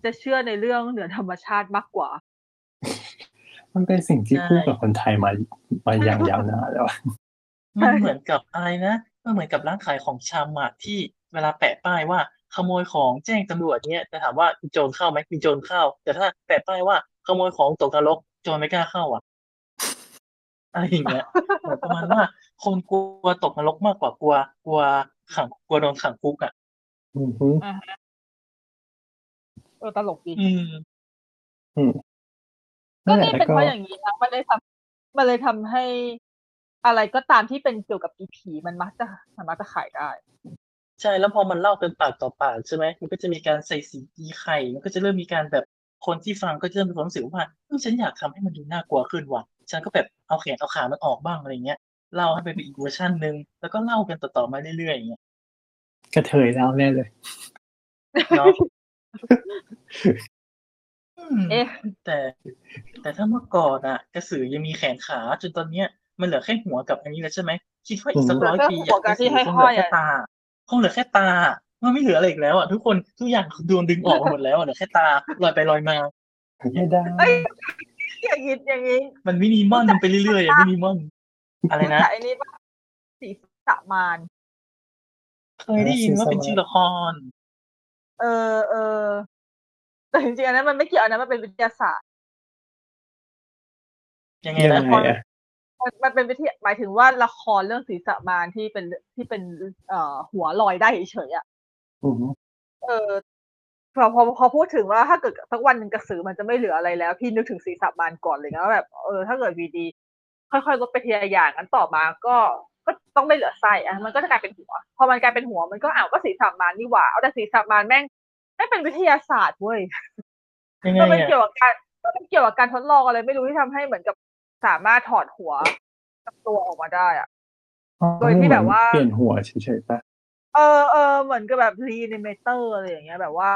Speaker 4: จะเชื่อในเรื่องเหนือธรรมชาติมากกว่า
Speaker 3: มันเป็นสิ่งที่คู่กับคนไทยมามาอย่างยาวนานแล้วอะ
Speaker 2: มันเหมือนกับอะไรนะมันเหมือนกับร้านขายของชำอะที่เวลาแปะป้ายว่าขโมยของแจ้งตำรวจเนี่ยแต่ถามว่ามีโจรเข้าไหมมีโจรเข้า แต่ถ้าแปะป้ายว่าขโมยของตกนรกโจรไม่กล้าเข้าอ่ะอะไรอย่างเงี้ยเหมือนประมาณว่าคนกลัวตกนรกมากกว่ากลัว กลัวขังกลัวโดนขังคุกอ่ะ
Speaker 3: อือฮึ
Speaker 5: เออตลกดี
Speaker 2: อืม
Speaker 5: ก็
Speaker 3: นั่นแห
Speaker 5: นี่
Speaker 3: ละแล้
Speaker 5: เป็น
Speaker 3: วก็
Speaker 5: เพราะอย่างนี้นะมันเลยทำมันเลยทำให้อะไรก็ตามที่เป็นเกี่ยวกับอีผีมันมักจะสามารถจะขายได้
Speaker 2: ใช่แล้วพอมันเล่าเป็นปากต่อปากใช่ไหมมันก็จะมีการใส่สีอีไข่มันก็จะเริ่มมีการแบบคนที่ฟังก็จะเริ่มมีความรู้สึกว่าเออฉันอยากทำให้มันดูน่ากลัวขึ้นว่ะ ฉันก็แบบเอาแขนเอาขามันออกบ้างอะไรเงี้ยเล่าให้เป็นอีกเวอร์ชันหนึ่งแล้วก็เล่ากันต่อๆมาเรื่อยๆอย่างเงี้ย
Speaker 3: กระเทยเล่าแน่เลย
Speaker 2: เนาะอืม
Speaker 4: เอ๊ะ
Speaker 2: แต่ แต่ถ้าเมื่อก่อนอะกระสือยังมีแขนขาจนตอนเนี้ยมันเหลือแค่หัวกับอันนี้แล้วใช่ไหมคิดว่าอีกสัก
Speaker 3: อืม
Speaker 2: ร้อยปี
Speaker 4: แล้วก็หัวกับที่ให้
Speaker 2: คง
Speaker 4: ห้
Speaker 2: เห
Speaker 4: อ
Speaker 2: ลือย แค่
Speaker 4: อะ
Speaker 2: ตาคงเหลือแค่ตามันไม่เหลืออะไรอีกแล้วอะทุกคนทุกอย่างโดนดึงออกมาหมดแล้วอะเหลือแค่ตาลอยไปลอยมา
Speaker 3: ไม่ได้
Speaker 4: เอ้ย อย่างนี้อย่างนี้
Speaker 2: มันมินิมอลมันไปเรื่ อยๆอะมินิมอลอะไรนะ
Speaker 4: แต่อันนี้ว่าสีสะมาน
Speaker 2: เคยได้ยินว่าเป็นชื่อละคร
Speaker 4: เออเออแต่จริงๆอันนั้นมันไม่เกี่ยวอันนั้นมันเป็นวิทยาศาสตร์
Speaker 2: ยังไง
Speaker 3: ยัง
Speaker 2: นะ
Speaker 3: ไงอะ
Speaker 4: มันมันเป็นวิทยาหมายถึงว่าละครเรื่องสีสะมานที่เป็นที่เป็นเอ่อหัวลอยได้เฉยๆอ่ะ
Speaker 3: อือฮึ
Speaker 4: เออพอพอพอพูดถึงว่าถ้าเกิดสักวันหนึ่งกระสือมันจะไม่เหลืออะไรแล้ว พี่นึกถึงสีสะมานก่อนเลยนะว่าแบบเออถ้าเกิดวีดีค่อยๆลดไปทีละอย่างอันต่อมาก็ก็ต้องไม่เหลือไส้อะมันก็จะกลายเป็นหัว พอมันกลายเป็นหัวมันก็อ้าวก็สีสะมานนี่หว่าเอาแต่สีสะมานแม่งไม่งเป็นวิทยาศาสตร์เว้ย
Speaker 2: ยังไง
Speaker 4: ก็เป็น
Speaker 2: อะ
Speaker 4: เกี่ยวกับการก็เป็นเกี่ยวกับการทดลองอะไรไม่รู้ที่ทำให้เหมือนกับสามารถถอดหัวกับตัวออกมาได้อะ โดยที่แบบว่า
Speaker 3: เปลี่ยนหัวเฉยๆปะ
Speaker 4: เออเออเหมือนกับแบบรีนิเมเตอร์อะไรอย่างเงี้ย แบบว่า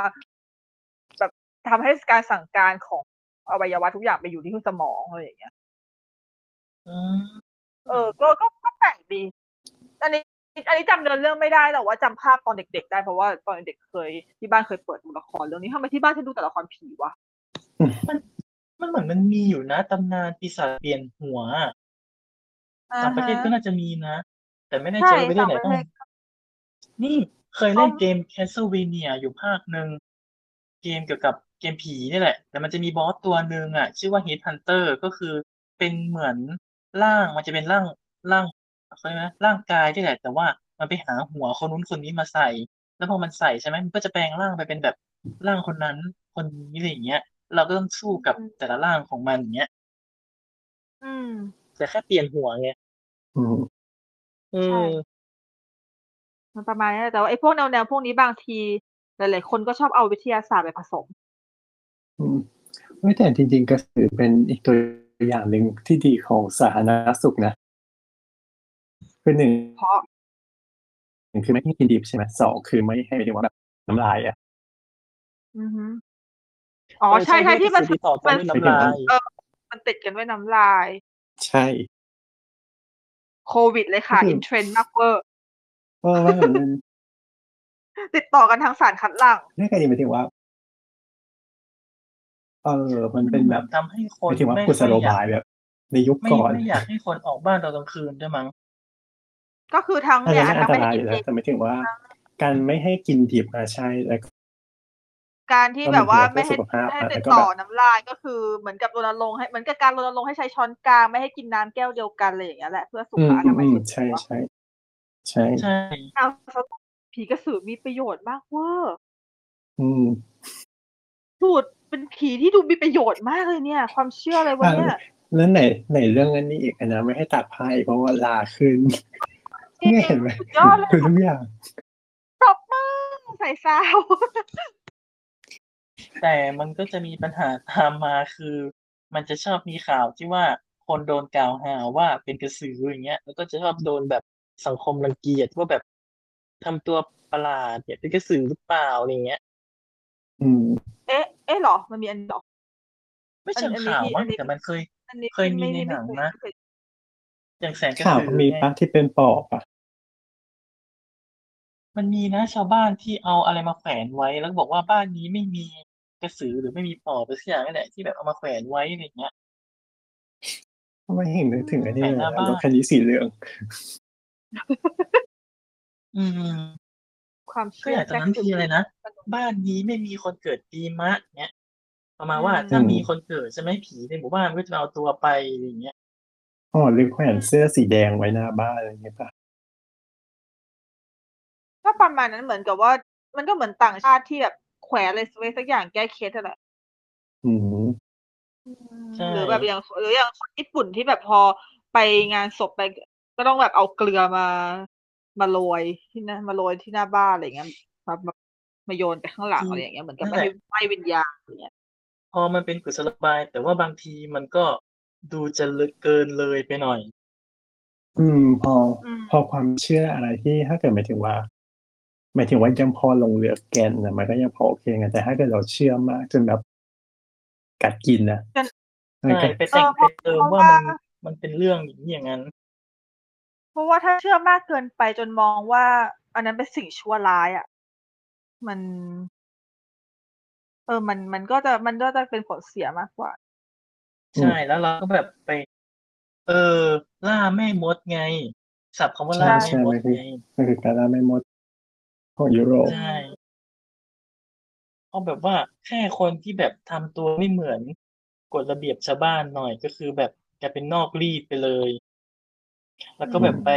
Speaker 4: แบบทำให้การสั่งการของอวัยวะทุกอย่างไปอยู่ที่สมองอะไรอย่างเงี้ย
Speaker 2: อืม
Speaker 4: เออก็ก็ก็แปลกดีอันนี้ อันนี้จำเนื้อเรื่องไม่ได้แต่ว่าจำภาพตอนเด็ก ๆ ได้เพราะว่าตอนเด็กเคยที่บ้านเคยเปิดดูละครเรื่องนี้ทำไมที่บ้านฉันดูแต่ละครผีวะ
Speaker 2: มันเหมือนมันมีอยู่นะตำนานปีศาจเปลี่ยนหัวอะต่างประเทศก็น่าจะมีนะ แต่ไม่แน่ใจ
Speaker 4: ใช่
Speaker 2: ว่าประเทศ
Speaker 4: ต่าง
Speaker 2: ไหน
Speaker 4: ประเท
Speaker 2: บ้าง
Speaker 4: ศ
Speaker 2: นี่เคยเล่น
Speaker 4: อ๋อ
Speaker 2: เกม Castlevania อยู่ภาคหนึ่งเกมเกี่ยวกับเกมผีนี่แหละ แต่มันจะมีบอสตัวหนึ่งอ่ะ ชื่อว่า Headhunter ก็คือเป็นเหมือนร่างมันจะเป็นร่างร่างเขาเรียกนะร่างกายนี่แหละ แต่ว่ามันไปหาหัวคนนู้นคนนี้มาใส่ แล้วพอมันใส่ใช่ไหมมันก็จะแปลงร่างไปเป็นแบบร่างคนนั้น คนนี้อะไรอย่างเงี้ย เราก็ต้องสู้กับแต่ละร่างของมันอย่างเงี้ย
Speaker 4: อืม
Speaker 2: แต่แค่เปลี่ยนหัวไง
Speaker 3: อืม
Speaker 2: อื
Speaker 4: ใช่
Speaker 2: ม
Speaker 4: มันประมาณนี้แหละแต่ว่าไอ้พวกแนวแนวๆพวกนี้บางทีหลายๆคนก็ชอบเอาวิทยาศาสตร์ไปผสม
Speaker 3: อืมเว้ยแต่จริงๆกระสือเป็นอีกตัวอย่างหนึ่งที่ดีของสาธารณสุขนะคือหนึ่ง
Speaker 4: เพราะ
Speaker 3: หนึ่งคือไม่ให้กินดิบใช่ไหมสองคือไม่ให้หมายถึงว่าแบบน้ำลายอ่ะ
Speaker 4: อือฮึอ๋อใช่ใช่ที่มัน
Speaker 2: ที่ต่อไป
Speaker 4: มัน
Speaker 2: ด้วยน้ำลาย
Speaker 4: เออมันติดกันด้วยน้ำลาย
Speaker 3: ใช่
Speaker 4: โควิดเลยค่ะ
Speaker 3: อืม
Speaker 4: อินเทรนด์มากเวอร์
Speaker 3: เพราะว่ามัน
Speaker 4: ติดต่อกันทางสารคัดหลั่ง
Speaker 3: นี่ก็ดีหมายถึงว่า เออ มันเป็นแบบ
Speaker 2: ทำให้คน
Speaker 3: หมายถึงว่า
Speaker 2: ไม่
Speaker 3: กุศโลบาย
Speaker 2: ไม่อยาก
Speaker 3: แบบ ในยุค
Speaker 2: ไม่
Speaker 3: ก่อน
Speaker 2: ไม่อยากให้คนออกบ้านตอนกลางคืนด้วยมั้ง
Speaker 4: ก็คือทั้ง
Speaker 3: อัน
Speaker 4: เนี่ย
Speaker 3: นั้นอัน
Speaker 4: ทั้ง
Speaker 3: ต
Speaker 4: ไม่ได้
Speaker 3: รายอ
Speaker 4: กิน
Speaker 3: ยู่แล้
Speaker 4: เอ
Speaker 3: ว
Speaker 4: ง
Speaker 3: แต่หมายถึงว่า การไม่ให้กินดิบอ่ะใช่แล้วก็
Speaker 4: การที่แบบว่าไม่ให้
Speaker 3: ก็มีเพื่อสุขภาพ
Speaker 4: ให้
Speaker 3: อ่ะ
Speaker 4: ติด
Speaker 3: แล้วก็
Speaker 4: ต่อ
Speaker 3: แบบ
Speaker 4: น้ำลายก็คือเหมือนกับรณรงค์ให้เหมือนกับการรณรงค์ให้ใช้ช้อนกลางไม่ให้กินน้ำแก้วเดียวกันอะไรอย่างเงี้ยแหละเพื่อสุ
Speaker 3: อื
Speaker 4: ข
Speaker 3: ม
Speaker 4: อ
Speaker 3: อื
Speaker 4: นาม มัย
Speaker 3: อืม
Speaker 4: ส่วน
Speaker 3: ใช่
Speaker 4: ตัว
Speaker 3: ใช่ใช่
Speaker 2: ใช่
Speaker 4: เอาสรุปผีกระสือมีประโยชน์มากเวอร์
Speaker 3: อืม
Speaker 4: ดูดเป็นผีที่ดูมีประโยชน์มากเลยเนี่ย ความเชื่อเลยวันเนี้ย
Speaker 3: แล้วไหนไหนเรื่องนั้นนี่อีกอันนะไม่ให้ตัดไพ่เพราะว่าลาขึ้น
Speaker 4: จริง
Speaker 3: เนี่ยเห็นไหม
Speaker 4: สุดยอด เลย
Speaker 3: คือทุกอย่าง
Speaker 4: ปรบมือใส่ซาว
Speaker 2: แต่มันก็จะมีปัญหาตามมาคือ มันจะชอบมีข่าวที่ว่าคนโดนกล่าวหาว่าเป็นกระสืออย่างเงี้ย แล้วก็จะชอบโดนแบบสังคมรังเกียจว่าแบบทำตัวประหลาดเนี่ยเป็นกระสือหรือเปล่าอะไรเงี้ย
Speaker 3: อืม
Speaker 4: เอ๊ะ เอ๊ะเหรอ มันมีอันนี้เหรอ
Speaker 2: ไม่
Speaker 4: อั
Speaker 2: เชิ
Speaker 4: น
Speaker 2: ง
Speaker 4: อันนี้
Speaker 2: ข่าว
Speaker 4: ที่
Speaker 2: ว่า
Speaker 4: อันนี้
Speaker 2: แต่มันเคย
Speaker 4: อันนี้
Speaker 2: เคยมีในหนังนะ
Speaker 4: ไม่เคย
Speaker 2: อย่างแสงกระ
Speaker 3: ข่าว
Speaker 2: สือ
Speaker 3: ก็มี
Speaker 2: ไง
Speaker 3: ปะที่เป็นปอบอ่ะ
Speaker 2: มันมีนะชาวบ้านที่เอาอะไรมาแขวนไว้ แล้วก็บอกว่าบ้านนี้ไม่มีกระสือหรือไม่มีปอบหรือสักอย่างนั่นแหละที่แบบเอามาแขวนไว้อะไรเงี้ย
Speaker 3: ทำไมเห็นนึกถึงอันนี้เลย
Speaker 2: แต่หน้า
Speaker 3: อะ
Speaker 2: บ้าน
Speaker 3: รถคันนี้สีเหลือง
Speaker 2: อืม
Speaker 4: ความ
Speaker 2: ก็
Speaker 4: เชื่อ
Speaker 2: อ
Speaker 4: ย่าง
Speaker 2: ตอนนั้น
Speaker 4: แจ็ค
Speaker 2: ทีอะไรนะ
Speaker 4: สนุก
Speaker 2: บ้านนี้ไม่มีคนเกิดปีมะเนี้ยประมาณว่า
Speaker 4: อืม
Speaker 2: ถ้ามีคนเกิดใช่ไหมผีในหมู่บ้านมันก็จะเอาตัวไปอะไรอย่างเงี้ย
Speaker 3: อ๋อหรือแขวนเสื้อสีแดงไว้หน้าบ้านอะไรอย่างเงี้ยป่ะ
Speaker 4: ก็ประมาณนั้นเหมือนกับว่า มันก็เหมือนต่างชาติที่แบบแขวนอะไรไว้สักอย่างแก้เคสอะไร
Speaker 3: อืม
Speaker 2: ใช่
Speaker 4: หรือแบบอย่างหรืออย่างคนญี่ปุ่นที่แบบพอไปงานศพไป ก็ต้องแบบเอาเกลือมามาโรยที่หน้ามาโรยที่หน้าบ้านอะไรเงี้ยมามามาโยนไปข้างหลังอะไรอย่างเงี้ยเหมือนกับไม่ให้ไม่วิญญาณอะไรเงี้ย
Speaker 2: พอมันเป็นกุศโลบาย แต่ว่าบางทีมันก็ดูจะเลึกเกินเลยไปหน่อย
Speaker 3: อืม พอ
Speaker 4: อืม
Speaker 3: พอความเชื่ออะไรที่ถ้าเกิดหมายถึงว่า หมายถึงว่ายังพอลงเหลือแกนนะมันก็ยังพอโอเคไงแต่ถ้าเกิดเราเชื่อมากจนแบบกัดกินนะมัน
Speaker 2: ใช่
Speaker 3: ก็
Speaker 2: ไปแต่งไปเติมว่ามันมันเป็นเรื่องอย่างนี้อย่างนั้น
Speaker 4: เพราะว่าถ้าเชื่อมากเกินไปจนมองว่า อันนั้นเป็นสิ่งชั่วร้ายอ่ะ มัน เออมันมันก็จะมันก็จะเป็นผลเสียมากกว่า
Speaker 2: ใช่แล้วเราก็แบบไป เออ ล่าแม่มดไงศัพท์คำว่าล่าแม่มดไง
Speaker 3: มันคือการละไม่หมดของยุโรป
Speaker 2: ใช่เอาแบบว่าแค่คนที่แบบทำตัวไม่เหมือนกฎระเบียบชาวบ้านหน่อยก็คือแบบจะเป็นนอกรีดไปเลย แล้วก็แบบไป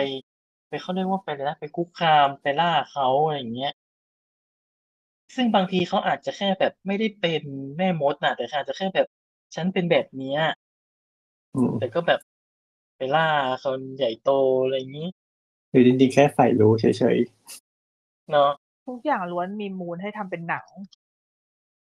Speaker 2: ไปเขาเรียกว่าไปอะไรนะไปคุกคามไปล่าเขาอะไรอย่างเงี้ย ซึ่งบางทีเขาอาจจะแค่แบบไม่ได้เป็นแม่มดน่ะ แต่อาจจะแค่แบบฉันเป็นแบบเนี้ย
Speaker 3: อืม
Speaker 2: แต่ก็แบบไปล่าคนใหญ่โตอะไรอย่างงี้
Speaker 3: หรือจริงๆแค่ใส่รู้เฉย
Speaker 2: เนาะ
Speaker 4: ทุกอย่างล้วนมีมูลให้ทำเป็นหนัง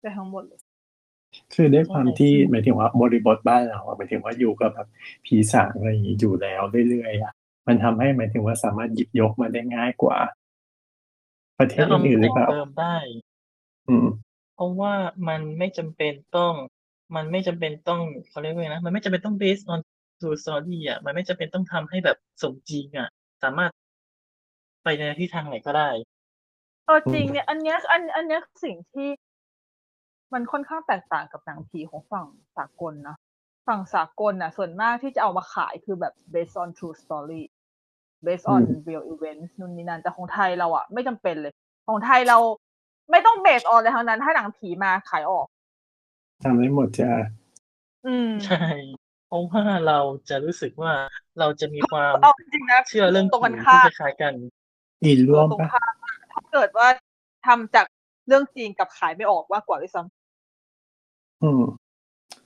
Speaker 4: ไปทั้งหมดเลย
Speaker 3: ๆคือด้วยความที่หมายถึงว่าบริบทบ้านเราอะหมายถึงว่าอยู่กับแบบผีสางอะไรอย่างงี้อยู่แล้วเรื่อยๆอะมันทำให้หมายถึงว่าสามารถหยิบยกมาได้ง่ายกว่า ประเท
Speaker 2: แล้
Speaker 3: ศ
Speaker 2: วเอามา
Speaker 3: อื่นๆหรือเปล่า
Speaker 2: เติมได้
Speaker 3: อืม
Speaker 2: เพราะว่ามันไม่จำเป็นต้อง มันไม่จำเป็นต้องเขาเรียกว่าไงนะ มันไม่จำเป็นต้อง based on true story อ่ะ มันไม่จำเป็นต้องทำให้แบบสมจริงอ่ะ สามารถไปในที่ทางไหนก็ได้
Speaker 4: เออจริงเนี่ย อันเนี้ยอันอันเนี้ยคือสิ่งที่ มันค่อนข้างแตกต่างกับหนังผีของฝั่งสากลนะ ฝั่งสากลน่ะ ส่วนมากที่จะเอามาขายคือแบบ based on true story based on
Speaker 3: อืม
Speaker 4: real events นู่นนี่นั่นแต่ของไทยเราอ่ะ ไม่จำเป็นเลย ของไทยเราไม่ต้อง based on อะไรทั้งนั้น ถ้าหนังผีมาขายออก
Speaker 3: ทำได้หมดจะ
Speaker 4: อืม
Speaker 2: ใช่ เพราะว่าเราจะรู้สึกว่าเราจะมีความ
Speaker 4: เอาจริงๆนะ
Speaker 2: เชื่อเรื่อง
Speaker 4: ตรง
Speaker 2: ผี
Speaker 4: กัน
Speaker 2: ที่
Speaker 4: ข้าม
Speaker 2: คล้ายๆกัน
Speaker 3: อินร่วม
Speaker 4: ตรง
Speaker 3: ปะ
Speaker 4: ข้ามอะถ้าเกิดว่าทำจากเรื่องจริงกับขายไม่ออกมากกว่าด้วยซ้
Speaker 3: อืม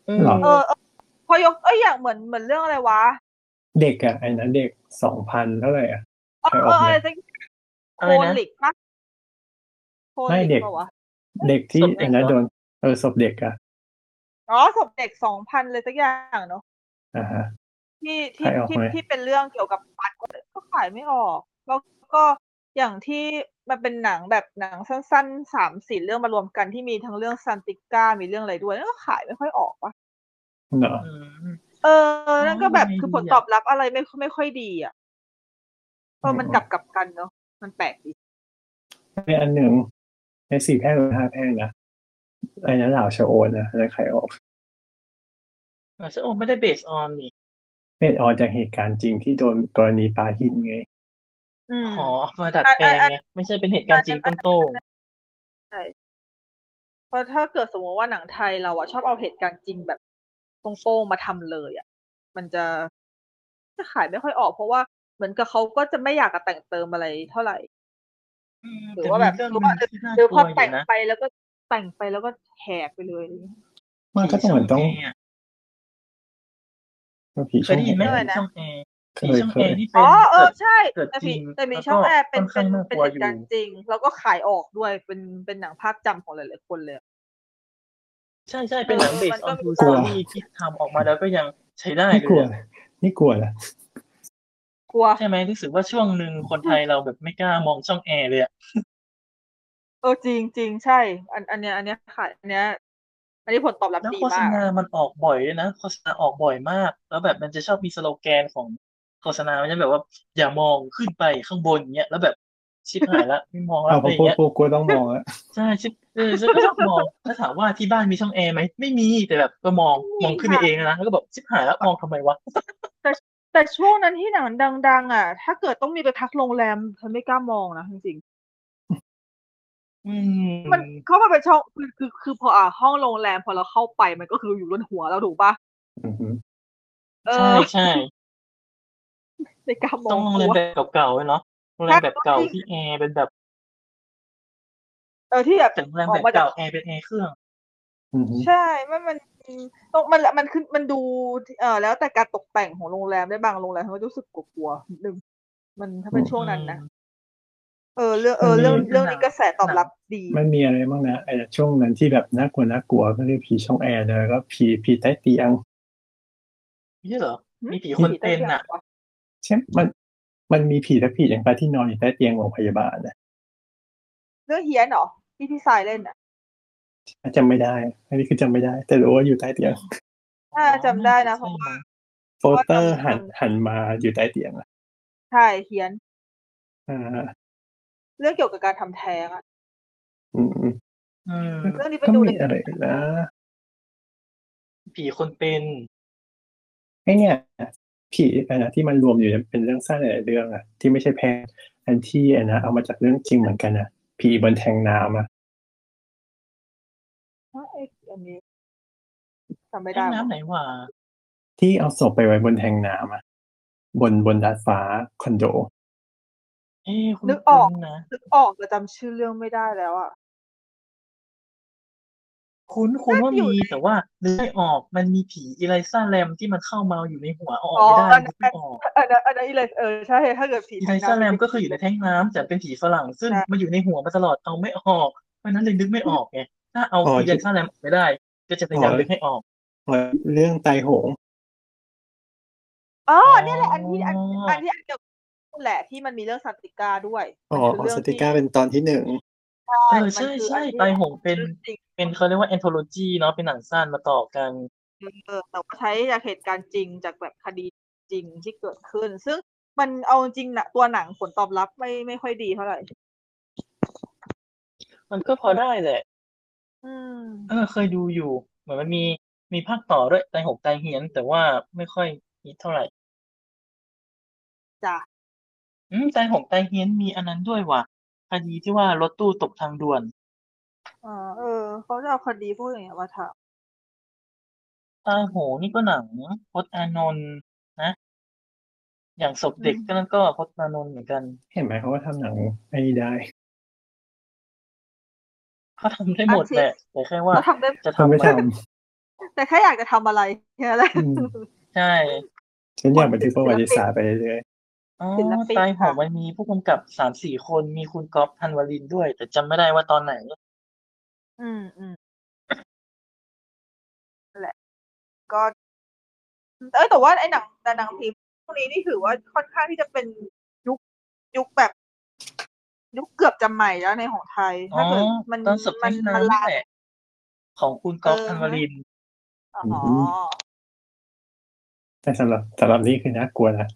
Speaker 2: อื
Speaker 3: หรอ
Speaker 4: ำเออเออพอยกเอ้ยอย่างเหมือนเหมือนเรื่องอะไรวะ
Speaker 3: เด็กอะไอ้นั้นเด็กสองพันเท่าไหร่อะ
Speaker 4: เออ
Speaker 3: ใคร
Speaker 4: เอออะ
Speaker 3: ออก
Speaker 4: ไร
Speaker 3: เนี่ย
Speaker 4: สักโค
Speaker 2: อะไรนะ
Speaker 4: ลิกปะโค
Speaker 3: ไม่
Speaker 4: ลิก
Speaker 3: เด็ก
Speaker 4: ปะวะ
Speaker 3: เด็กที่
Speaker 2: ศพเด็ก
Speaker 3: ไอ้นั้น
Speaker 2: เหรอ
Speaker 3: โดนเออศพเด็กอะ
Speaker 4: อ๋อศพเด็กสองพันเลยสักอย่างเนาะ
Speaker 3: อ่าฮะ
Speaker 4: ที่ที่
Speaker 3: ขายออก
Speaker 4: ที่
Speaker 3: ไหม
Speaker 4: ที่เป็นเรื่องเกี่ยวกับปัดก็ขายไม่ออก แล้วก็อย่างที่มันเป็นหนังแบบหนังสั้นๆสามสี่เรื่องมารวมกันที่มีทั้งเรื่องซันติก้ามีเรื่องอะไรด้วยแล้วก็ขายไม่ค่อยออกวะ
Speaker 3: เนาะ
Speaker 2: อืม
Speaker 4: เออนั่นก็แบบ
Speaker 2: อ๋อ
Speaker 4: คือ
Speaker 2: ไม่ดี
Speaker 4: ผล
Speaker 2: อะ
Speaker 4: ตอบรับอะไรไม่ไม่ค่อยดีอ่ะ เออมันกลับกลับกันเนาะมันแปลกดี
Speaker 3: ในอันหนึ่งในสี่แพร่งหรือห้าแพร่งนะอันนั้นเหล่าชะโอนนะอันนั้นใครออก
Speaker 2: อ่ะซึ่งโอไม่ได้เบสออนนี่
Speaker 3: เมดออนจากเหตุการณ์จริงที่โดนกรณีปาหินไง
Speaker 4: อืม
Speaker 2: ขอมาดัดแปลงไงไม่ใช่เป็นเหตุการณ์จริงต้นโต้ง
Speaker 4: เพราะถ้าเกิดสมมติว่าหนังไทยเราอะชอบเอาเหตุการณ์จริงแบบตรงโป้งๆมาทำเลยอะมันจะจะขายไม่ค่อยออก เพราะว่าเหมือนกับเขาก็จะไม่อยากจะแต่งเติมอะไรเท่าไหร่ หรือว่าแบบ
Speaker 2: ต่มีเรื่อง
Speaker 4: หรือว่า
Speaker 2: หนึ่งที่น่า
Speaker 4: หรือก พ
Speaker 2: ลั
Speaker 4: อ
Speaker 2: วอ
Speaker 4: แต่ง
Speaker 2: ยู่นะ
Speaker 4: ไปแล้วก็แต่งไปแล้วก็แหกไปเลยอะไรอย่างเงี้ย
Speaker 3: มันก็ต้องเหมือนต้อง
Speaker 2: ผีช่แร์
Speaker 3: ต้
Speaker 2: เคย
Speaker 3: องผีช่อง
Speaker 2: ได้ยินไหม
Speaker 3: แอ
Speaker 4: เออ
Speaker 2: ผี
Speaker 3: ร์
Speaker 2: ช่องแอร์ผีช่องแอย ร์
Speaker 3: เคยเค
Speaker 2: ที่เป็
Speaker 4: อ๋
Speaker 2: น
Speaker 4: อเออใช่
Speaker 2: เกิด
Speaker 4: แต่
Speaker 2: จริ
Speaker 4: มี
Speaker 2: ง
Speaker 4: แต่มี
Speaker 2: แล้วก็
Speaker 4: ช่องแอร์เป็น
Speaker 2: ค่อน
Speaker 4: เป็เป็
Speaker 2: ข้าน งน่าก
Speaker 4: น
Speaker 2: ลัว
Speaker 4: เห
Speaker 2: อยู่
Speaker 4: ตุการณ์จริง แล้วก็ขายออกด้วยเป็นเป็นหนังภาคจำของหลายๆคนเลยอะ
Speaker 2: ใช่ใช่เป็นหนังเบ
Speaker 4: มั
Speaker 2: ส
Speaker 4: น
Speaker 2: อ
Speaker 4: ก็
Speaker 2: อน
Speaker 4: มี
Speaker 2: ทูสตอรี่ที่ทำออกมาแล้วก็ยังใช้ได้
Speaker 3: นี่
Speaker 2: เล
Speaker 3: กลัวย
Speaker 2: อะ
Speaker 3: นี่กลัวนะ
Speaker 4: กลัว
Speaker 2: ใช่ไหมรู้สึกว่าช่วงหนึ่งคนไทยเราแบบไม่กล้ามองช่องแอร์เลยอะ
Speaker 4: เออจริงจริงใช่ อันอันเนี้ยอันเนี้ยขายอันเนี้ยอันนี้ผลตอบรับ
Speaker 2: แล้ว
Speaker 4: ดี
Speaker 2: โฆษ
Speaker 4: มาก
Speaker 2: ณามันออกบ่อยด้วยนะโฆษณาออกบ่อยมาก แล้วแบบมันจะชอบมีสโลแกนของโฆษณามันจะแบบว่า อย่ามองขึ้นไปข้างบนเงี้ยแล้วแบบชิบหายละไม่มองละ
Speaker 3: เอา
Speaker 2: อะ
Speaker 3: พอ
Speaker 2: ไร
Speaker 3: พูด
Speaker 2: เงี้ย
Speaker 3: ปุ๊บกลัวต้องมองอะ
Speaker 2: ใช่ชิบเออฉันก็ชอบมองแล้วถามว่าที่บ้านมีช่องแอร์ไหมไม่มีแต่แบบก็มองมองขึ้นไปเองนะแล้วก็บอกชิบหายแล้วมองทำไมวะ
Speaker 4: แต่ช่วงนั้นที่หนังมันดัง ๆ อ่ะ ถ้าเกิดต้องมีไปพักโรงแรมฉันไม่กล้ามองนะจริง
Speaker 2: อื
Speaker 4: ๆมันเข้ามาเป็นช่องคือคือคือพออ่ะห้องโรงแรมพอเราเข้าไปมันก็คืออยู่บนหัวเราถูกปะ
Speaker 3: อือหือ
Speaker 4: เอ
Speaker 2: ใช่
Speaker 4: อ
Speaker 2: ใช่
Speaker 4: ไม่กล้ามอง
Speaker 2: ต้องโรงแรม
Speaker 4: กลัว
Speaker 2: แบบเก่าๆเนาะโรงแรมแบบเก่าที่แอร์เป็นแบบ
Speaker 4: เออที่แบบ
Speaker 2: แต่โรงแรม
Speaker 4: ออ
Speaker 2: แบบ
Speaker 4: กมาจาก
Speaker 2: เก่าแอร์เป็นแอร์เครื่อง
Speaker 3: อือหือ
Speaker 4: ใช่มันมันต้องมันมันขึ้นมันดูเออแล้วแต่การตกแต่งของโรงแรมได้บางโรงแรมเขาก็รู้สึกกลัวๆนิดนึงมันถ้าเป็นช่วงนั้นนะเออเรื่องเออเรื่องเรื่องนี้กระแสตอบรับดี
Speaker 3: มันมีอะไรบ้างนะไอ้ช่วงนั้นที่แบบน่ากลัวน่ากลัวก็เรียกผีช่องแอร์นะแล้วก็ผีผีใต้เตียง
Speaker 2: ไม่ใช่เหรอ
Speaker 4: หืม
Speaker 2: มีผีคนเป็นน่ะ
Speaker 3: ใช่มันมันมีผีและผีอย่างไปที่นอนอยู่ใต้เตียงโรงพยาบาลนะ
Speaker 4: เรื่องเฮียนเหรอที่พี่สายเล่นอ่ะ
Speaker 3: จำไม่ได้ อันนี้คือจำไม่ได้ แต่รู้ว่าอยู่ใต้เตียง
Speaker 4: อ่าจำได้นะเพราะว่า
Speaker 3: โปสเตอร์หันหันมาอยู่ใต้เตียงอะ
Speaker 4: ใช่เฮียน
Speaker 3: อ่า
Speaker 4: เรื่องเกี่ยวกับการทำแท้งอะ
Speaker 3: อืม
Speaker 2: อืม
Speaker 4: เรื่องนี้ไป
Speaker 3: ก็
Speaker 4: ดูใน
Speaker 3: มีอะไรอีกนะ
Speaker 2: ผีคนเป็น
Speaker 3: ไอเนี่ยผีอันนะที่มันรวมอยู่เป็นเรื่องสั้นหลายๆเรื่องอะที่ไม่ใช่แพทย์อันที่อันนะเอามาจากเรื่องจริงเหมือนกันนะผีบนแทงน้ำอะ
Speaker 4: เอ้ยอันนี้จำไม่
Speaker 2: แม่
Speaker 4: ได้
Speaker 2: น้ำไหนวะ
Speaker 3: ที่เอาศพไปไว้บนแทงน้ำอะบนบนดาดฟ้าคอนโด
Speaker 2: เอ้ยคุณนะ
Speaker 4: นึกออกแต่จำชื่อเรื่องไม่ได้แล้วอะ
Speaker 2: คุ้นคุ้นว่า
Speaker 4: น่าจะอยู่
Speaker 2: มี
Speaker 4: ใน
Speaker 2: แต่ว่านึกไม่ออกมันมีผีอีไลซ่าแรมที่มันเข้ามาอยู่ในหัวเอาอ
Speaker 4: อ๋อ
Speaker 2: อกไม่ได้
Speaker 4: อัน
Speaker 2: นึก
Speaker 4: อั
Speaker 2: ไม่
Speaker 4: น
Speaker 2: ออก
Speaker 4: อันนั้นอันนั้นอีเลสเออใช่ถ้าเกิดผี
Speaker 2: อีไล
Speaker 4: ทาง
Speaker 2: ซ่าแรม
Speaker 4: น้ำ
Speaker 2: ก็คืออยู่ในแท้งน้ำแต่เป็นผีฝรั่งซึ่ง
Speaker 4: ใช่
Speaker 2: มาอยู่ในหัวมาตลอดเอาไม่ออกเพราะฉะนั้นเลยนึกไม่ออกไงถ้าเอา
Speaker 3: อ๋อ
Speaker 2: อีไลซ่าแรมออกไม่ได้ ก็จะพยายามนึกให้ออก
Speaker 3: เรื่องไตโหง
Speaker 4: อ๋อ
Speaker 2: อ๋อ
Speaker 4: เนี่ยแหละอันที่อันอันที่อันเดียวกันแหละที่มันมีเรื่องสันติกาด้วย
Speaker 3: อ๋อ
Speaker 4: มัน
Speaker 3: อ
Speaker 4: คือ เรื่
Speaker 3: สติก้าเป็นตอนที่หนึ่ง
Speaker 2: เออ
Speaker 4: มันคื
Speaker 2: ใช่
Speaker 4: อ
Speaker 2: ใช่
Speaker 4: อันที่
Speaker 2: ไตหงเป็น
Speaker 4: เรื่องจริง
Speaker 2: เป็นเขาเรียกว่าแอนโทโลจีเนาะเป็นหนังสั้นมาต่อกัน
Speaker 4: เออแต่ว่าใช้จากเหตุการณ์จริงจากแบบคดีจริงที่เกิดขึ้น ซึ่งมันเอาจริงนะตัวหนังผลตอบรับไม่ไม่ค่อยดีเท่าไหร่
Speaker 2: มันก็พอได้แหละ
Speaker 4: อืม
Speaker 2: เออเคยดูอยู่ เหมือนมันมีมีภาคต่อด้วยไตรหกไตรเหียน แต่ว่าไม่ค่อยฮิตเท่าไหร่
Speaker 4: จ้ะ
Speaker 2: อืมไตรหกไตรเหียนมีอันนั้นด้วยว่ะคดีที่ว่ารถตู้ตกทางด่วน
Speaker 4: อ่าเออ เขาจะเอาคดีพวกอย่างเงี้ยมาท
Speaker 2: ตาโหนี่ก็หนังพจน์อานนท์นะ อย่างศพเด็กก็นั่นก็พจน์อานนท์เหมือนกัน
Speaker 3: เห็นไหมเขาก็ทำหนังไอ้นี่ได้
Speaker 2: เขาทำได้หมดแหละแต่แค่
Speaker 4: ำ
Speaker 2: ว่า
Speaker 4: เขาทำได้
Speaker 2: จะ
Speaker 3: ทำ
Speaker 2: ทำ
Speaker 3: ไม่
Speaker 2: ไหม
Speaker 3: ท
Speaker 4: แต่แค่อยากจะทำอะไรแค่นั้นแหละ
Speaker 3: อืม
Speaker 2: ใช่
Speaker 3: ำฉันอยากบันทึกประวัติศาสตร์ไปเรื่อย
Speaker 2: อ๋อ
Speaker 4: ศิลปิน
Speaker 2: ไตรหง
Speaker 4: ค่ะ
Speaker 2: มันมีผู้กำกับสามสี่คนมีคุณก๊อฟธันวรินทร์ด้วย แต่จำไม่ได้ว่าตอนไหน
Speaker 4: อืมอืมนั่นแหละ ก็เอยแต่ว่าไอ้หนังแต่หนังผีพวกนี้นี่ถือว่าค่อนข้างที่จะเป็นยุคยุคแบบ ยุคเกือบจะใหม่แล้วในของไทย
Speaker 2: อ๋อ
Speaker 4: ถ้าเกิดมัน
Speaker 2: ตอนศพ
Speaker 4: มั
Speaker 2: ที่
Speaker 4: มั
Speaker 2: น้ำ
Speaker 4: ลา
Speaker 2: นี่แหละของคุณก๊อฟธันวรินทร์
Speaker 4: อ๋อ
Speaker 3: ๆ แต่สำหรับสำหรับนี่คือน่ากลัวนะ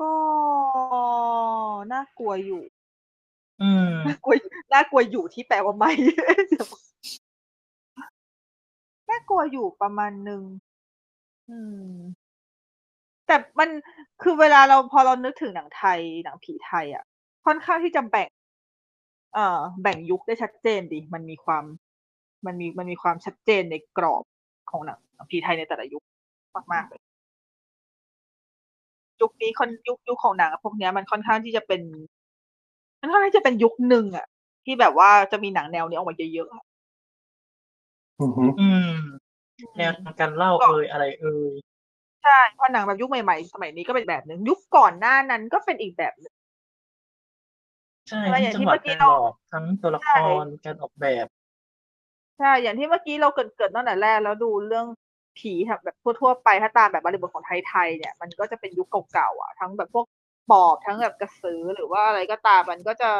Speaker 6: ก็น่ากลัวอยู่
Speaker 2: อืม
Speaker 6: น่ากลัวน่ากลัวอยู่ที่แปลว่าไม่ น่ากลัวอยู่ประมาณหนึ่งอืม แต่มันคือเวลาเราพอเรานึกถึงหนังไทย หนังผีไทยอะ่ะ ค่อนข้างที่จะแบ่ง เอ่อ แบ่งยุคได้ชัดเจนดิมันมีความ มันมีมันมีความชัดเจนในกรอบของหนังหนังผีไทยในแต่ละยุคมากๆเลยยุคนี้คนยุคยุคของหนังพวกเนี้ยมันค่อนข้างที่จะเป็น มันค่อนข้างจะเป็นยุคหนึ่งอะที่แบบว่าจะมีหนังแนวนี้ออกมาเยอะๆอะ
Speaker 3: อือหือ
Speaker 2: อืม แนวทางการเล่าเอ่ยอะไรเอ่ย
Speaker 6: ใช่เพราะหนังแบบยุคใหม่ๆ สมัยนี้ก็เป็นแบบหนึ่งยุคก่อนหน้านั้นก็เป็นอีกแบบหนึ่ง
Speaker 2: ใช่
Speaker 6: อะไรอ
Speaker 2: ทั้
Speaker 6: ย่าง
Speaker 2: ง
Speaker 6: ที่
Speaker 2: จังหวะ
Speaker 6: เมื่อกี้
Speaker 2: การ
Speaker 6: เรา
Speaker 2: บอกทั้งตัวละค
Speaker 6: ใช่
Speaker 2: รการออกแบบ
Speaker 6: ใช่อย่างที่เมื่อกี้เราเกิดเกิดตั้งแต่แรกแล้วดูเรื่องผีแบบทั่วๆไปถ้าตามแบบบริบทของไทยๆเนี่ย มันก็จะเป็นยุคเก่าๆอ่ะ ทั้งแบบพวกปอบทั้งแบบกระสือหรือว่าอะไรก็ตามมันก็จะ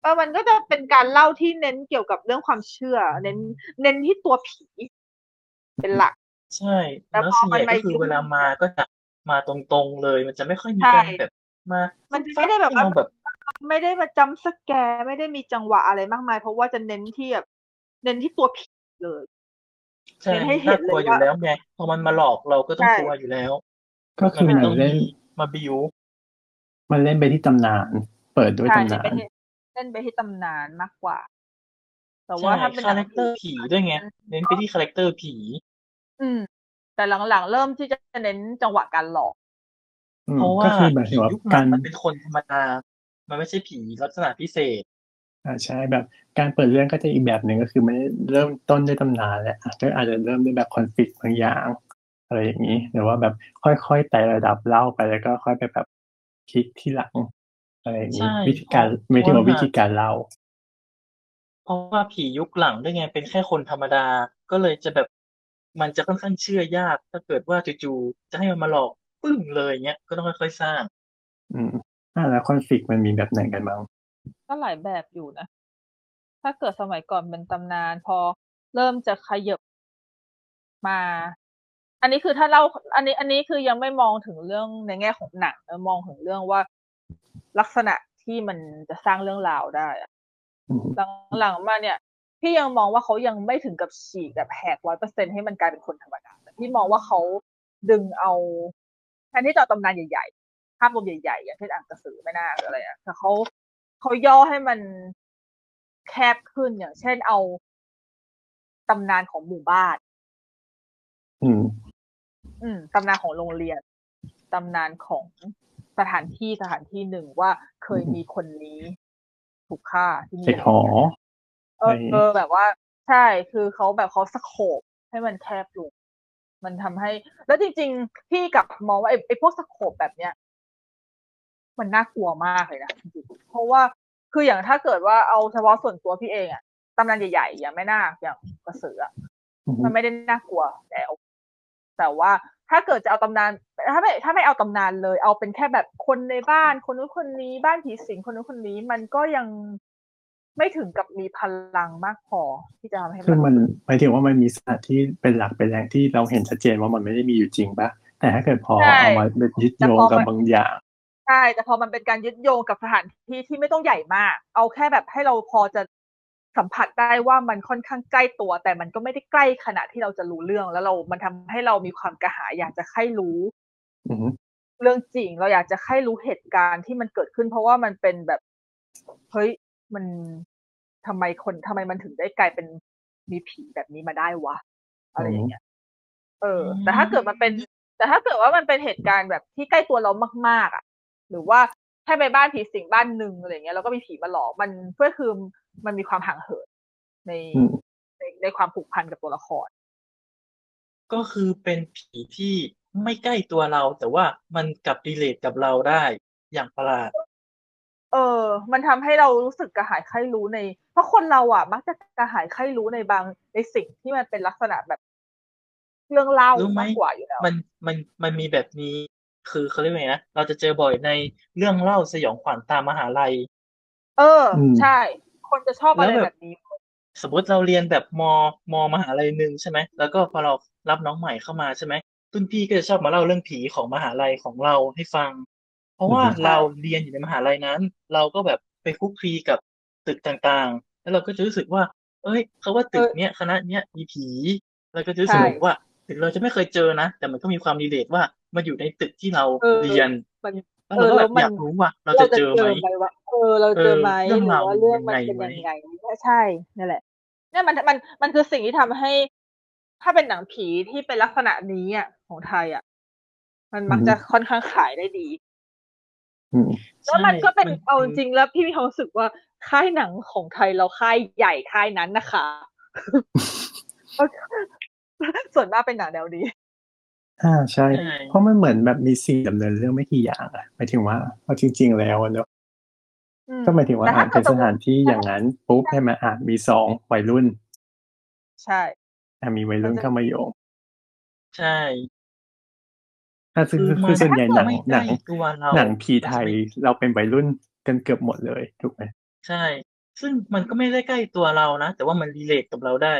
Speaker 6: เออมันก็จะเป็นการเล่าที่เน้นเกี่ยวกับเรื่องความเชื่อ เน้น เน้นที่ตัวผีเป็นหลัก
Speaker 2: ใช่
Speaker 6: แล้ว
Speaker 2: แล้ว
Speaker 6: พอ
Speaker 2: ส่วนใหญ่
Speaker 6: มันมา
Speaker 2: ก็คือ
Speaker 6: ยุ่ง
Speaker 2: เวลามาก็จะมาตรงๆเลย มันจะไม่ค่อยมี
Speaker 6: ใช่
Speaker 2: การแบบมา
Speaker 6: มันจะไม่ได้แบบว่า
Speaker 2: ให้เราแบบ
Speaker 6: ไม่ได้มาจำสแกร์ไม่ได้มีจังหวะอะไรมากมาย เพราะว่าจะเน้นที่แบบเน้นที่ตัวผีเลย
Speaker 2: ใช่
Speaker 6: เห็นให้เห็
Speaker 2: น่าน กลัว
Speaker 6: เลย
Speaker 2: อยู่
Speaker 6: ว่า
Speaker 2: แล้วไงพอมันมาหลอกเราก็ต้อง
Speaker 6: ใช่
Speaker 2: กลัวอยู่แล้ว
Speaker 3: ก็คือ
Speaker 2: มัน
Speaker 3: มัน
Speaker 2: ต้อง
Speaker 3: เล่
Speaker 2: มี
Speaker 3: น
Speaker 2: มาบิว
Speaker 3: มันเล่นไปที่ตำนาน เปิดด้วย
Speaker 6: ใช่
Speaker 3: ตำนา
Speaker 6: เป็น
Speaker 3: น
Speaker 6: เล่นไปที่ตำนานมากกว่า แต่
Speaker 2: ใช่
Speaker 6: ว่าถ้าเป็นห
Speaker 2: คา
Speaker 6: นั
Speaker 2: แรงคเตอร์ผีด้วยไง เน้นไปที่คาแรคเตอร์ผี
Speaker 6: อืม
Speaker 4: แต่หลังๆ เริ่มที่จะเน้นจังหวะการหลอก
Speaker 3: อืม
Speaker 2: เพราะว่า
Speaker 3: ก็คือหมายถึ
Speaker 2: ผี
Speaker 3: งว่า
Speaker 2: ยุค
Speaker 3: กา
Speaker 2: นั้น
Speaker 3: ร
Speaker 2: มันเป็นคนธรรมดา มันไม่ใช่ผีลักษณะพิเศษ
Speaker 3: อ่าใช่แบบการเปิดเรื่องก็จะอีกแบบหนึ่งก็คือไม่ได้เริ่มต้นด้วยตำนานแหละอาจจะอาจจะเริ่มด้วยแบบคอนฟ lict บางอย่างอะไรอย่างนี้หรือว่าแบบค่อยๆไต่ระดับเล่าไปแล้วก็ค่อยไปแบบพลิกที่หลังอะไรอย่างนี้
Speaker 2: ใช่
Speaker 3: วิธีการ
Speaker 2: เพราะ
Speaker 3: ไม่ถึงว่า
Speaker 2: ว่า
Speaker 3: วิธีการเล่า
Speaker 2: เพราะว่าผียุคหลังด้วยไงเป็นแค่คนธรรมดา ก็เลยจะแบบมันจะค่อนข้างเชื่อยาก ถ้าเกิดว่าจู่ๆจะให้มันมาหลอกปึ้งเลยเงี้ยก็ต้องค่อยๆสร้าง
Speaker 3: อืมอ่าแล้วคอนฟ lict มันมีแบบไหนกันบ้าง
Speaker 4: ก็หลายแบบอยู่นะ ถ้าเกิดสมัยก่อนเป็นตำนานพอเริ่มจะขยับมา อันนี้คือถ้าเล่า อันนี้ อันนี้คือยังไม่มองถึงเรื่องในแง่ของหนังนะมองถึงเรื่องว่าลักษณะที่มันจะสร้างเรื่องราวได้อะ
Speaker 3: อืม
Speaker 4: หลังๆมาเนี่ย พี่ยังมองว่าเขายังไม่ถึงกับฉีกแบบแหกร้อยเปอร์เซ็นให้มันกลายเป็นคนธรรมดาแต่พี่มองว่าเขาดึงเอาแทนที่จะเอาตำนานใหญ่ๆภาพรวมใหญ่ๆอย่างเช่นอ่างกระสือแม่นาคหรืออะไรอ่ะแต่เขาเขาย่อให้มันแคบขึ้นอย่างเช่นเอาตำนานของหมู่บ้าน
Speaker 3: อืม
Speaker 4: อืมตำนานของโรงเรียน ตำนานของสถานที่สถานที่หนึ่งว่าเคยมีคนนี้ถูกฆ่าที่นี่
Speaker 3: เด็กหอ
Speaker 4: เออเออแบบว่า ใช่คือเขาแบบเขาสโคบให้มันแคบลงมันทำให้ แล้วจริงๆ พี่กลับมองว่าไอ้ไอ้พวกสโคบแบบเนี้ย มันน่ากลัวมากเลยนะจริงๆเพราะว่าคืออย่างถ้าเกิดว่าเอาเฉพาะส่วนตัวพี่เองอะตำนานใหญ่ๆอย่างแม่นาคอย่างกระสืออะ
Speaker 3: อืม
Speaker 4: มันไม่ได้น่ากลัวแล้ว แต่ว่าถ้าเกิดจะเอาตำนาน ถ้าไม่ถ้าไม่เอาตำนานเลย เอาเป็นแค่แบบคนในบ้าน คนนู้นคนนี้บ้านผีสิงคนนู้นคนนี้ มันก็ยังไม่ถึงกับมีพลังมากพอที่จะทำให้
Speaker 3: คือ
Speaker 4: มั
Speaker 3: มัน นหมายถึงว่ามันมีสถานที่เป็นหลักเป็นแหล่งที่เราเห็นชัดเจนว่ามันไม่ได้มีอยู่จริงปะแต่ถ้าเกิดพอเอามาเป็นยึดโยงกับบางอย่าง
Speaker 4: ใช่แต่พอมันเป็นการยึดโยงกับสถานที่ที่ไม่ต้องใหญ่มาก เอาแค่แบบให้เราพอจะสัมผัสได้ว่ามันค่อนข้างใกล้ตัว แต่มันก็ไม่ได้ใกล้ขนาดที่เราจะรู้เรื่องแล้วเรา มันทำให้เรามีความกระหายอยากจะใคร่รู้
Speaker 3: อืม
Speaker 4: เรื่องจริงเราอยากจะให้รู้เหตุการณ์ที่มันเกิดขึ้น เพราะว่ามันเป็นแบบเฮ้ยมันทำไมคนทำไมมันถึงได้กลายเป็นมีผีแบบนี้มาได้วะอะไรอย่างเงี้ยเออ
Speaker 2: อืม
Speaker 4: แต่ถ้าเกิดมันเป็น แต่ถ้าเกิดว่ามันเป็นเหตุการณ์แบบที่ใกล้ตัวเรามาก ๆ อ่ะ หรือว่าแค่ไปบ้านผีสิงบ้านหนึ่งอะไรอย่างเงี้ยแล้วก็มีผีมาหลอกมันเพื่อคือมันมีความห่างเหินใน
Speaker 3: อืม
Speaker 4: ในในความผูกพันกับตัวละคร
Speaker 2: ก็คือเป็นผีที่ไม่ใกล้ตัวเรา แต่ว่ามันกลับรีเลทกับเราได้ อย่างประหลาด
Speaker 4: เออ มันทำให้เรารู้สึกกระหายใคร่รู้ใน เพราะคนเราอ่ะ มักจะกระหายใคร่รู้ในบางในสิ่งที่มันเป็นลักษณะแบบเรื่องเล่า
Speaker 2: รู้ไหม
Speaker 4: มากกว่าอยู่แล้ว
Speaker 2: มันมันมันมีแบบนี้ คือเขาเรียกว่าไงนะเราจะเจอบ่อยในเรื่องเล่าสยองขวัญตามมหาลัย
Speaker 4: เออ
Speaker 3: อืม
Speaker 4: ใช่ คนจะชอบอะไร
Speaker 2: แล้วแบ
Speaker 4: แบบ บนี้
Speaker 2: สมมติเราเรียนแบบมมมหาลัยหนึ่งใช่ไหม แล้วก็พอเรารับน้องใหม่เข้ามาใช่ไหมรุ่นพี่ก็จะชอบมาเล่าเรื่องผีของมหาลัยของเราให้ฟัง เพราะว่าเราเรียนอยู่ในมหาลัยนั้น เราก็แบบไปคุกคลีกับตึกต่างๆ แล้วเราก็จะรู้สึกว่า เอ้ยเขาว่าตึกเนี้ยคณะเนี้ยมีผีเราก็จะรู้สึก
Speaker 4: ใช่
Speaker 2: ว่าถึงเราจะไม่เคยเจอนะ แต่มันก็มีความรีเลทว่ามันอยู่ในตึกที่เรา
Speaker 4: เออ
Speaker 2: เรียน
Speaker 4: มัน
Speaker 2: แล้ว
Speaker 4: เออ
Speaker 2: เราก็
Speaker 4: แล้วมัน
Speaker 2: แบบอยากรู้ว่า เราจะเจอไหม
Speaker 4: วะเออเราเจอไหม
Speaker 2: เออเรื่อง
Speaker 4: หรื
Speaker 2: ราว
Speaker 4: อว่าเรื่องมัน
Speaker 2: ยั
Speaker 4: เป็น
Speaker 2: งไง
Speaker 4: ยังไง
Speaker 2: ไหม
Speaker 4: ใช่นั่นแหละเนี่ยมันมันมันคือสิ่งที่ทำให้ ถ้าเป็นหนังผีที่เป็นลักษณะนี้อ่ะของไทยอ่ะ มันมัก
Speaker 3: อืม
Speaker 4: จะค่อนข้างขายได้ดี
Speaker 3: อืม
Speaker 4: แล้วมันก็เป็น
Speaker 2: ใช่
Speaker 4: เอาจริงๆแล้วพี่มีความรู้สึกว่าค่ายหนังของไทยเราค่ายใหญ่ค่ายนั้นนะคะ ส่วนมากเป็นหนังแนวนี้
Speaker 3: อ่าใช่
Speaker 2: ใช่
Speaker 3: เพราะมันเหมือนแบบมีซีนดำเนินเรื่องไม่กี่อย่างอะหมายถึงว่าเอาจริง ๆ แล้วอะเนอะ
Speaker 4: อืม
Speaker 3: ก็หมายถึงว่า
Speaker 4: แต่
Speaker 3: อ่า
Speaker 4: ถ้าน
Speaker 3: เป็น
Speaker 4: เกิด
Speaker 3: สถานที่
Speaker 4: สมมุติ
Speaker 3: อย่างนั้นปุ๊บใช่ไหมอ่ามีสองวัยรุ่น
Speaker 4: ใช่
Speaker 3: อ่ะมีวัยรุ่น
Speaker 4: มันจะ
Speaker 3: เข้ามาโยง
Speaker 2: ใช่
Speaker 3: อ่ะคือคือคือ
Speaker 2: มั
Speaker 3: ส่วนใหญ่หนัง
Speaker 2: ไม่
Speaker 3: ห
Speaker 2: ได้
Speaker 3: นัง
Speaker 2: ตัวเรา
Speaker 3: หนังผีไทย
Speaker 2: มันจะม่
Speaker 3: เราเป็นวัยรุ่นกันเกือบหมดเลยถูกไหม
Speaker 2: ใช่ ซึ่งมันก็ไม่ได้ใกล้ตัวเรานะ แต่ว่ามันรีเลทกับเราได้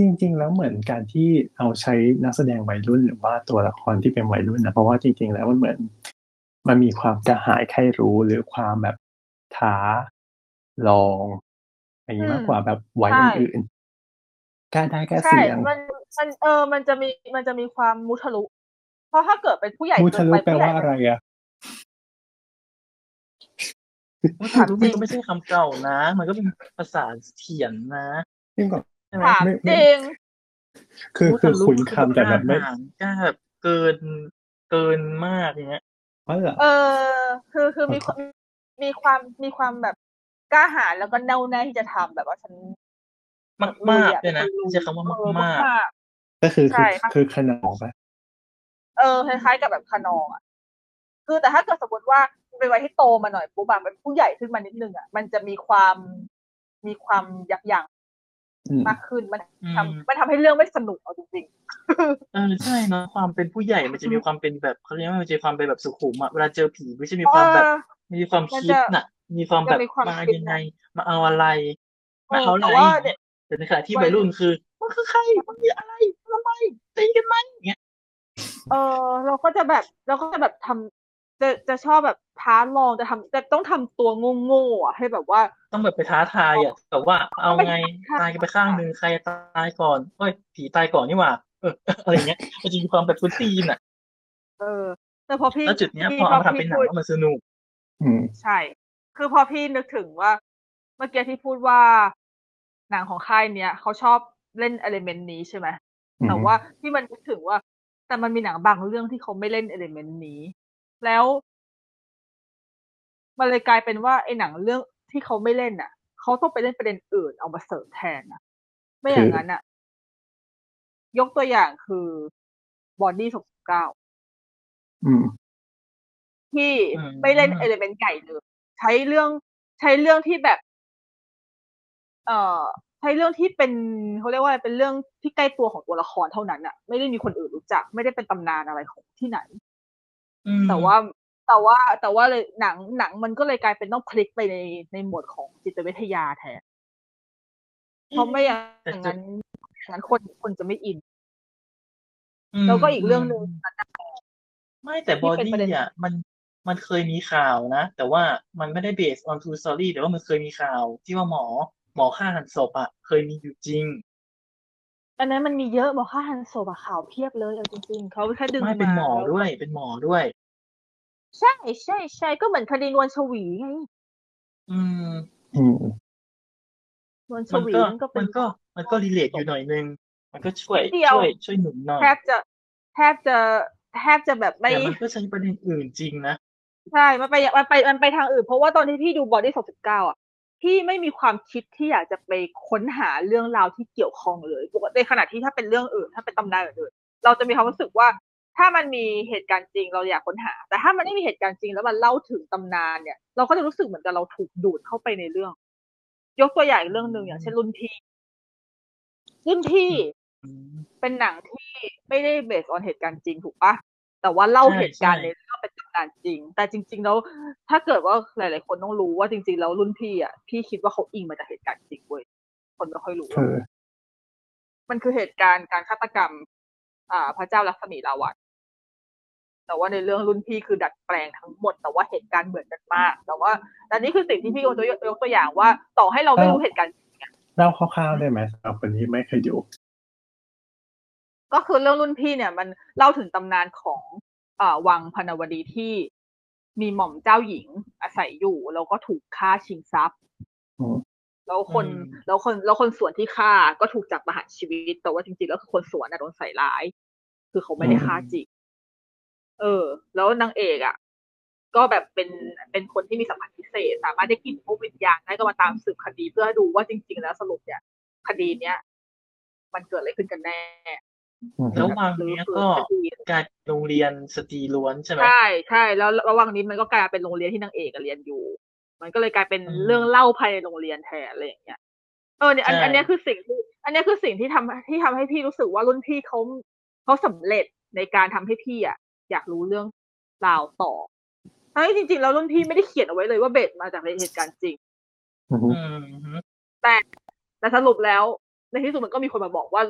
Speaker 3: จริง ๆ แล้วเหมือนการที่เอาใช้นักแสดงวัยรุ่นหรือว่าตัวละครที่เป็นวัยรุ่นนะเพราะว่าจริง ๆ แล้วมันเหมือน มันมีความกระหายใครรู้หรือความแบบท้าลองอะไรอย่างนี้
Speaker 4: อืม
Speaker 3: มากกว่าแบบวัย
Speaker 4: ใช่
Speaker 3: อื่นๆแค่ได้แค่
Speaker 4: ใช่
Speaker 3: เสียง
Speaker 4: มัน มัน เออ มันจะมี มันจะมีความมุทะลุ เพราะถ้าเกิดเป็นผู้ใหญ่
Speaker 3: มู
Speaker 4: เกิน
Speaker 3: ทะลุ
Speaker 4: ไป
Speaker 3: แปล
Speaker 4: ผู้ใหญ่
Speaker 3: ว่าอะไรอ่ะ
Speaker 2: มันก็รู้มันก็ไม่ใช่คำเก่านะ มันก็เป็นภาษาเถียนนะ
Speaker 3: ยิ่งกว่า
Speaker 2: ใช่ไหม
Speaker 4: ถาม
Speaker 3: ไม่
Speaker 4: จ
Speaker 3: ไม่
Speaker 4: ริง
Speaker 3: คือ
Speaker 2: มุทะ
Speaker 3: คือ
Speaker 2: ลุ
Speaker 3: คุ้นคำแต่แบบไม่
Speaker 2: อาหารก็แบบเกินเกินมากอย่างเงี้ย
Speaker 3: ว่าเหรอ
Speaker 4: เออ คือคือมี
Speaker 3: ข
Speaker 4: ค
Speaker 3: อ
Speaker 4: วา
Speaker 3: โท
Speaker 4: ม
Speaker 3: ษ
Speaker 4: มีความ มีความแบบกล้าหาญแล้วก็แน่วแน่ที่จะทำแบบว่าฉัน
Speaker 2: มากๆ
Speaker 4: อะ
Speaker 2: ด้วยนะ
Speaker 4: ลุ
Speaker 2: ใช้คำว่า
Speaker 4: เออ
Speaker 2: มาก
Speaker 4: ๆ
Speaker 3: ก็คือคือ
Speaker 4: ใช่
Speaker 3: คือขนองปะ
Speaker 4: เออคล้ายๆกับแบบขนองอ่ะคือแต่ถ้าเกิดสมมติว่าเป็นวัยที่โตมาหน่อยปุ๊บอะเป็นผู้ใหญ่ขึ้นมานิดนึงอ่ะมันจะมีความมีความยับยั้ง
Speaker 3: อืม
Speaker 4: มากขึ้นมัน
Speaker 2: อืม
Speaker 4: ทำมันทำให้เรื่องไม่สนุกเอาจริง
Speaker 2: เออใช่เนอะความเป็นผู้ใหญ่มันจะมีความเป็นแบบเขาเรียกว่ามันจะมีความเป็นแบบสุขุมอะเวลาเจอผีมันจะมี
Speaker 4: ๆ
Speaker 2: ความแบบ
Speaker 4: เออ
Speaker 2: มีความ
Speaker 4: มัน
Speaker 2: คิด
Speaker 4: จะ
Speaker 2: น่ะ มีความแบบ
Speaker 4: จะมีความ
Speaker 2: มา
Speaker 4: คิด
Speaker 2: ยัง
Speaker 4: นะ
Speaker 2: ไง มาเอาอะไรมาเอา
Speaker 4: เออแต่
Speaker 2: อะไร
Speaker 4: ว่าเนี่ย
Speaker 2: แต่ในขณะที่
Speaker 4: วัย
Speaker 2: วัยรุ่นคือมันคือใครมันมีอะไรทำไมตีกันไหมอย่างเงี้ย
Speaker 4: เออเราก็จะแบบเราก็จะแบบทำจะจะชอบแบบท้าลองจะทำจะต้องทำตัวโง่ๆอ่ะให้แบบว่า
Speaker 2: ต้องแบบไปท้าทายอะแบบว่าเอาไง
Speaker 4: มันเป็นการท้า
Speaker 2: ตายกันไปข้างหนึ่งใครตายก่อนเฮ้ยผีตายก่อนนี่หว่าเออ อะไรเงี้ยมันจะมีความแบบฟุ้นตีนอะ
Speaker 4: เออ แต่พอพี่
Speaker 2: แล้วจุดเนี้ย
Speaker 4: พี่
Speaker 2: พอเอามา
Speaker 4: พี่
Speaker 2: ทำเป็นหนัง
Speaker 4: พูด
Speaker 2: แล้วมันสนุก
Speaker 3: อืม
Speaker 4: ใช่ คือพอพี่นึกถึงว่า เมื่อกี้ที่พูดว่า หนังของค่ายเนี้ยเขาชอบเล่นเอลิเมนต์นี้ใช่ไหม
Speaker 3: อืม
Speaker 4: แต่ว่าที่มันนึกถึงว่า แต่มันมีหนังบางเรื่องที่เขาไม่เล่นเอลิเมนต์นี้ แล้วมันเลยกลายเป็นว่าไอ้หนังเรื่องที่เขาไม่เล่นน่ะเขาต้องไปเล่นประเด็นอื่นเอามาเสริมแทนนะไม่อย่างนั้นอ่ะ ยกตัวอย่างคือบอดี้สกเก้า
Speaker 3: อืม
Speaker 4: ที่
Speaker 2: อืม
Speaker 4: ไม่เล่นเอลเมนต์ไก่เลยใช้เรื่องใช้เรื่องที่แบบ เอ่อ ใช้เรื่องที่เป็นเขาเรียกว่าอะไรเป็นเรื่องที่ใกล้ตัวของตัวละครเท่านั้นอะไม่ได้มีคนอื่นรู้จัก ไม่ได้เป็นตำนานอะไรของที่ไหน
Speaker 2: อืม
Speaker 4: แต่ว่าแต่ว่าแต่ว่าเลยหนังหนังมันก็เลยกลายเป็นต้องพลิกไปในในหมวดของจิตวิทยาแทนเพราะไม่อย่างนั้นอย่างนั้นคนคนจะไม่อิน
Speaker 2: ม
Speaker 4: แล้วก็อีกเรื่องหนึ่ง
Speaker 2: ไม่แต่
Speaker 4: ที่
Speaker 2: บอ
Speaker 4: เป็น
Speaker 2: ดี้
Speaker 4: ประเด็น
Speaker 2: อ่ะมันมันเคยมีข่าวนะ แต่ว่ามันไม่ได้ based on true story แต่ว่ามันเคยมีข่าว ที่ว่าหมอหมอฆ่าหันศพอ่ะ เคยมีอยู่จริง
Speaker 4: อันนั้นมันมีเยอะหมอค่าฮันโซบะข่าวเพียบเลยเอาจริงๆเขาแค่ดึง
Speaker 2: ไม่เป็นหมอ
Speaker 4: แล้ว
Speaker 2: ด้วยเป็นหมอด้วย
Speaker 4: ใช่ใช่ใช่ก็เหมือนคดีนวลชวีไง
Speaker 2: อืม
Speaker 3: อืม
Speaker 4: นวลช
Speaker 2: มัน
Speaker 4: วี
Speaker 2: ก็
Speaker 4: มันก็เป็
Speaker 2: มัน นก็มันก็รีเลทอยู่หน่อยนึง มันก็ช่วย
Speaker 4: นิดเดียว
Speaker 2: ช่วยช่วยหนุนหน่อย
Speaker 4: แทบจะแทบจะแทบจะแบบไม่
Speaker 2: แต่มันก็ใช้ประเด็นอื่นจริงนะ
Speaker 4: ใช่มันไปมันไปมันไปทางอื่น เพราะว่าตอนที่พี่ดูบอดี้ส9สิบเก้าอ่ะพี่ไม่มีความคิดที่อยากจะไปค้นหาเรื่องราวที่เกี่ยวข้องเลยปกติในขณะที่ถ้าเป็นเรื่องอื่น ถ้าเป็นตำนานอื่นๆเราจะมีความรู้สึกว่า ถ้ามันมีเหตุการณ์จริงเราอยากค้นหา แต่ถ้ามันไม่มีเหตุการณ์จริงแล้วมันเล่าถึงตำนานเนี่ย เราก็จะรู้สึกเหมือนกับเราถูกดูดเข้าไปในเรื่อง ยกตัวอย่างอีกเรื่องหนึ่งอย่างเช่นรุ่นพี่รุ่นพี่
Speaker 2: อืม
Speaker 4: เป็นหนังที่ไม่ได้เบสออนเหตุการณ์จริงถูกปะแต่ว่าเล่า
Speaker 2: ใช่
Speaker 4: เหตุการณ์
Speaker 2: ใช่
Speaker 4: ในเรื่องเป็นตำนานจริง แต่จริง ๆ แล้วถ้าเกิดว่าหลาย ๆ คนต้องรู้ว่าจริง ๆ แล้วรุ่นพี่อ่ะพี่คิดว่าเขาอิงมาจากเหตุการณ์จริงเว้ยคนไม่ค่อยรู้หรอก
Speaker 3: คือ
Speaker 4: มันคือเหตุการณ์การฆาตกรรม อ่า พระเจ้าลักษมีลาวัต แต่ว่าในเรื่องรุ่นพี่คือดัดแปลงทั้งหมด แต่ว่าเหตุการณ์เหมือนกันมาก แต่ว่าอันนี้คือสิ่งที่พี่ยกตัวยกตัวอย่างว่า ต่อให้เราไม่รู้เหตุการณ์จริงอะ
Speaker 3: เล่าคร่าวๆได้ไหมสำหรับคนที่ไม่เคยดู
Speaker 4: ก็คือเรื่องรุ่นพี่เนี่ย มันเล่าถึงตำนานของเอ่อวังพนวดีที่มีหม่อมเจ้าหญิงอาศัยอยู่แล้วก็ถูกฆ่าชิงทรัพย์
Speaker 3: อืม
Speaker 4: แล้วคน
Speaker 2: อืม
Speaker 4: แล้วคนแล้วคนสวนที่ฆ่าก็ถูกจับประหารชีวิต แต่ว่าจริงๆแล้วคือคนสวนน่ะโดนใส่ร้าย คือเขาไม่ได้ฆ่าจริงเออ แล้วนางเอกอ่ะ ก็แบบเป็นเป็นคนที่มีสัมผัสพิเศษ สามารถได้กลิ่นพวกวิญญาณได้ก็มาตามสืบคดีเพื่อดูว่าจริง ๆ แล้วสรุปเนี่ย คดีเนี้ยมันเกิดอะไรขึ้นกันแน่
Speaker 3: อืม
Speaker 2: แล้ววางเนี้ย
Speaker 4: ห
Speaker 2: ก็
Speaker 4: รือฟื้นคดี
Speaker 2: กลายเป็นโรงเรียนสตรีล้วนใช่ไหม
Speaker 4: ใช่ใช่แล้วระหว่างนี้มันก็กลายเป็นโรงเรียนที่นางเอกอะเรียนอยู่ มันก็เลยกลายเป็น
Speaker 2: อืม
Speaker 4: เรื่องเล่าภายในโรงเรียนแทนอะไรอย่างเงี้ยเออเนี่ยอัน
Speaker 2: ใช่
Speaker 4: อันเนี้ยคือสิ่งที่อันเนี้ยคือสิ่งที่ทำที่ทำให้พี่รู้สึกว่ารุ่นพี่เขาเขาสำเร็จในการทำให้พี่อ่ะอยากรู้เรื่องราวต่อทั้งที่จริงๆแล้วรุ่นพี่ไม่ได้เขียนเอาไว้เลยว่าเบสมาจากในเหตุการณ์จริง
Speaker 3: อืม
Speaker 2: อืมฮึ
Speaker 4: แต่สรุปแล้ว ในที่สุดมันก็มีคนมาบอกว่า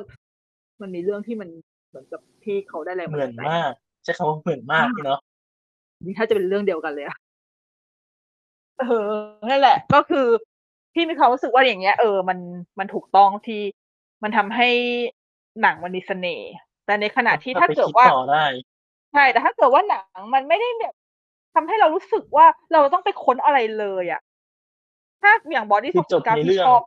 Speaker 4: มันมีเรื่องที่มันเหมือนกับพี่เขาได้แรง
Speaker 2: เห
Speaker 4: บั
Speaker 2: มื
Speaker 4: น
Speaker 2: อน
Speaker 4: ดาลใจ
Speaker 2: มากใช้คำว่าเหมือนมากเนาะ
Speaker 4: นี่ถ้าจะเป็นเรื่องเดียวกันเลยอะ เออ นั่นแหละ ก็คือพี่มีความรู้สึกว่าอย่างเงี้ย เออ มัน มันถูกต้องที่ มันทำให้หนังมันมีเสน่ห์ แต่ในขณะที่ถ้า
Speaker 2: ไป
Speaker 4: เกิด
Speaker 2: คิ
Speaker 4: ว่า
Speaker 2: ต่อได้
Speaker 4: ใช่ แต่ถ้าเกิดว่าหนังมันไม่ได้แบบทำให้เรารู้สึกว่าเราต้องไปค้นอะไรเลยอะถ้าอย่างบอดี้
Speaker 2: คื
Speaker 4: ส
Speaker 2: อ
Speaker 4: อ
Speaker 2: จ
Speaker 4: สิ
Speaker 2: บ
Speaker 4: กา
Speaker 2: ในเรื่
Speaker 4: พี่
Speaker 2: อง
Speaker 4: ชอบ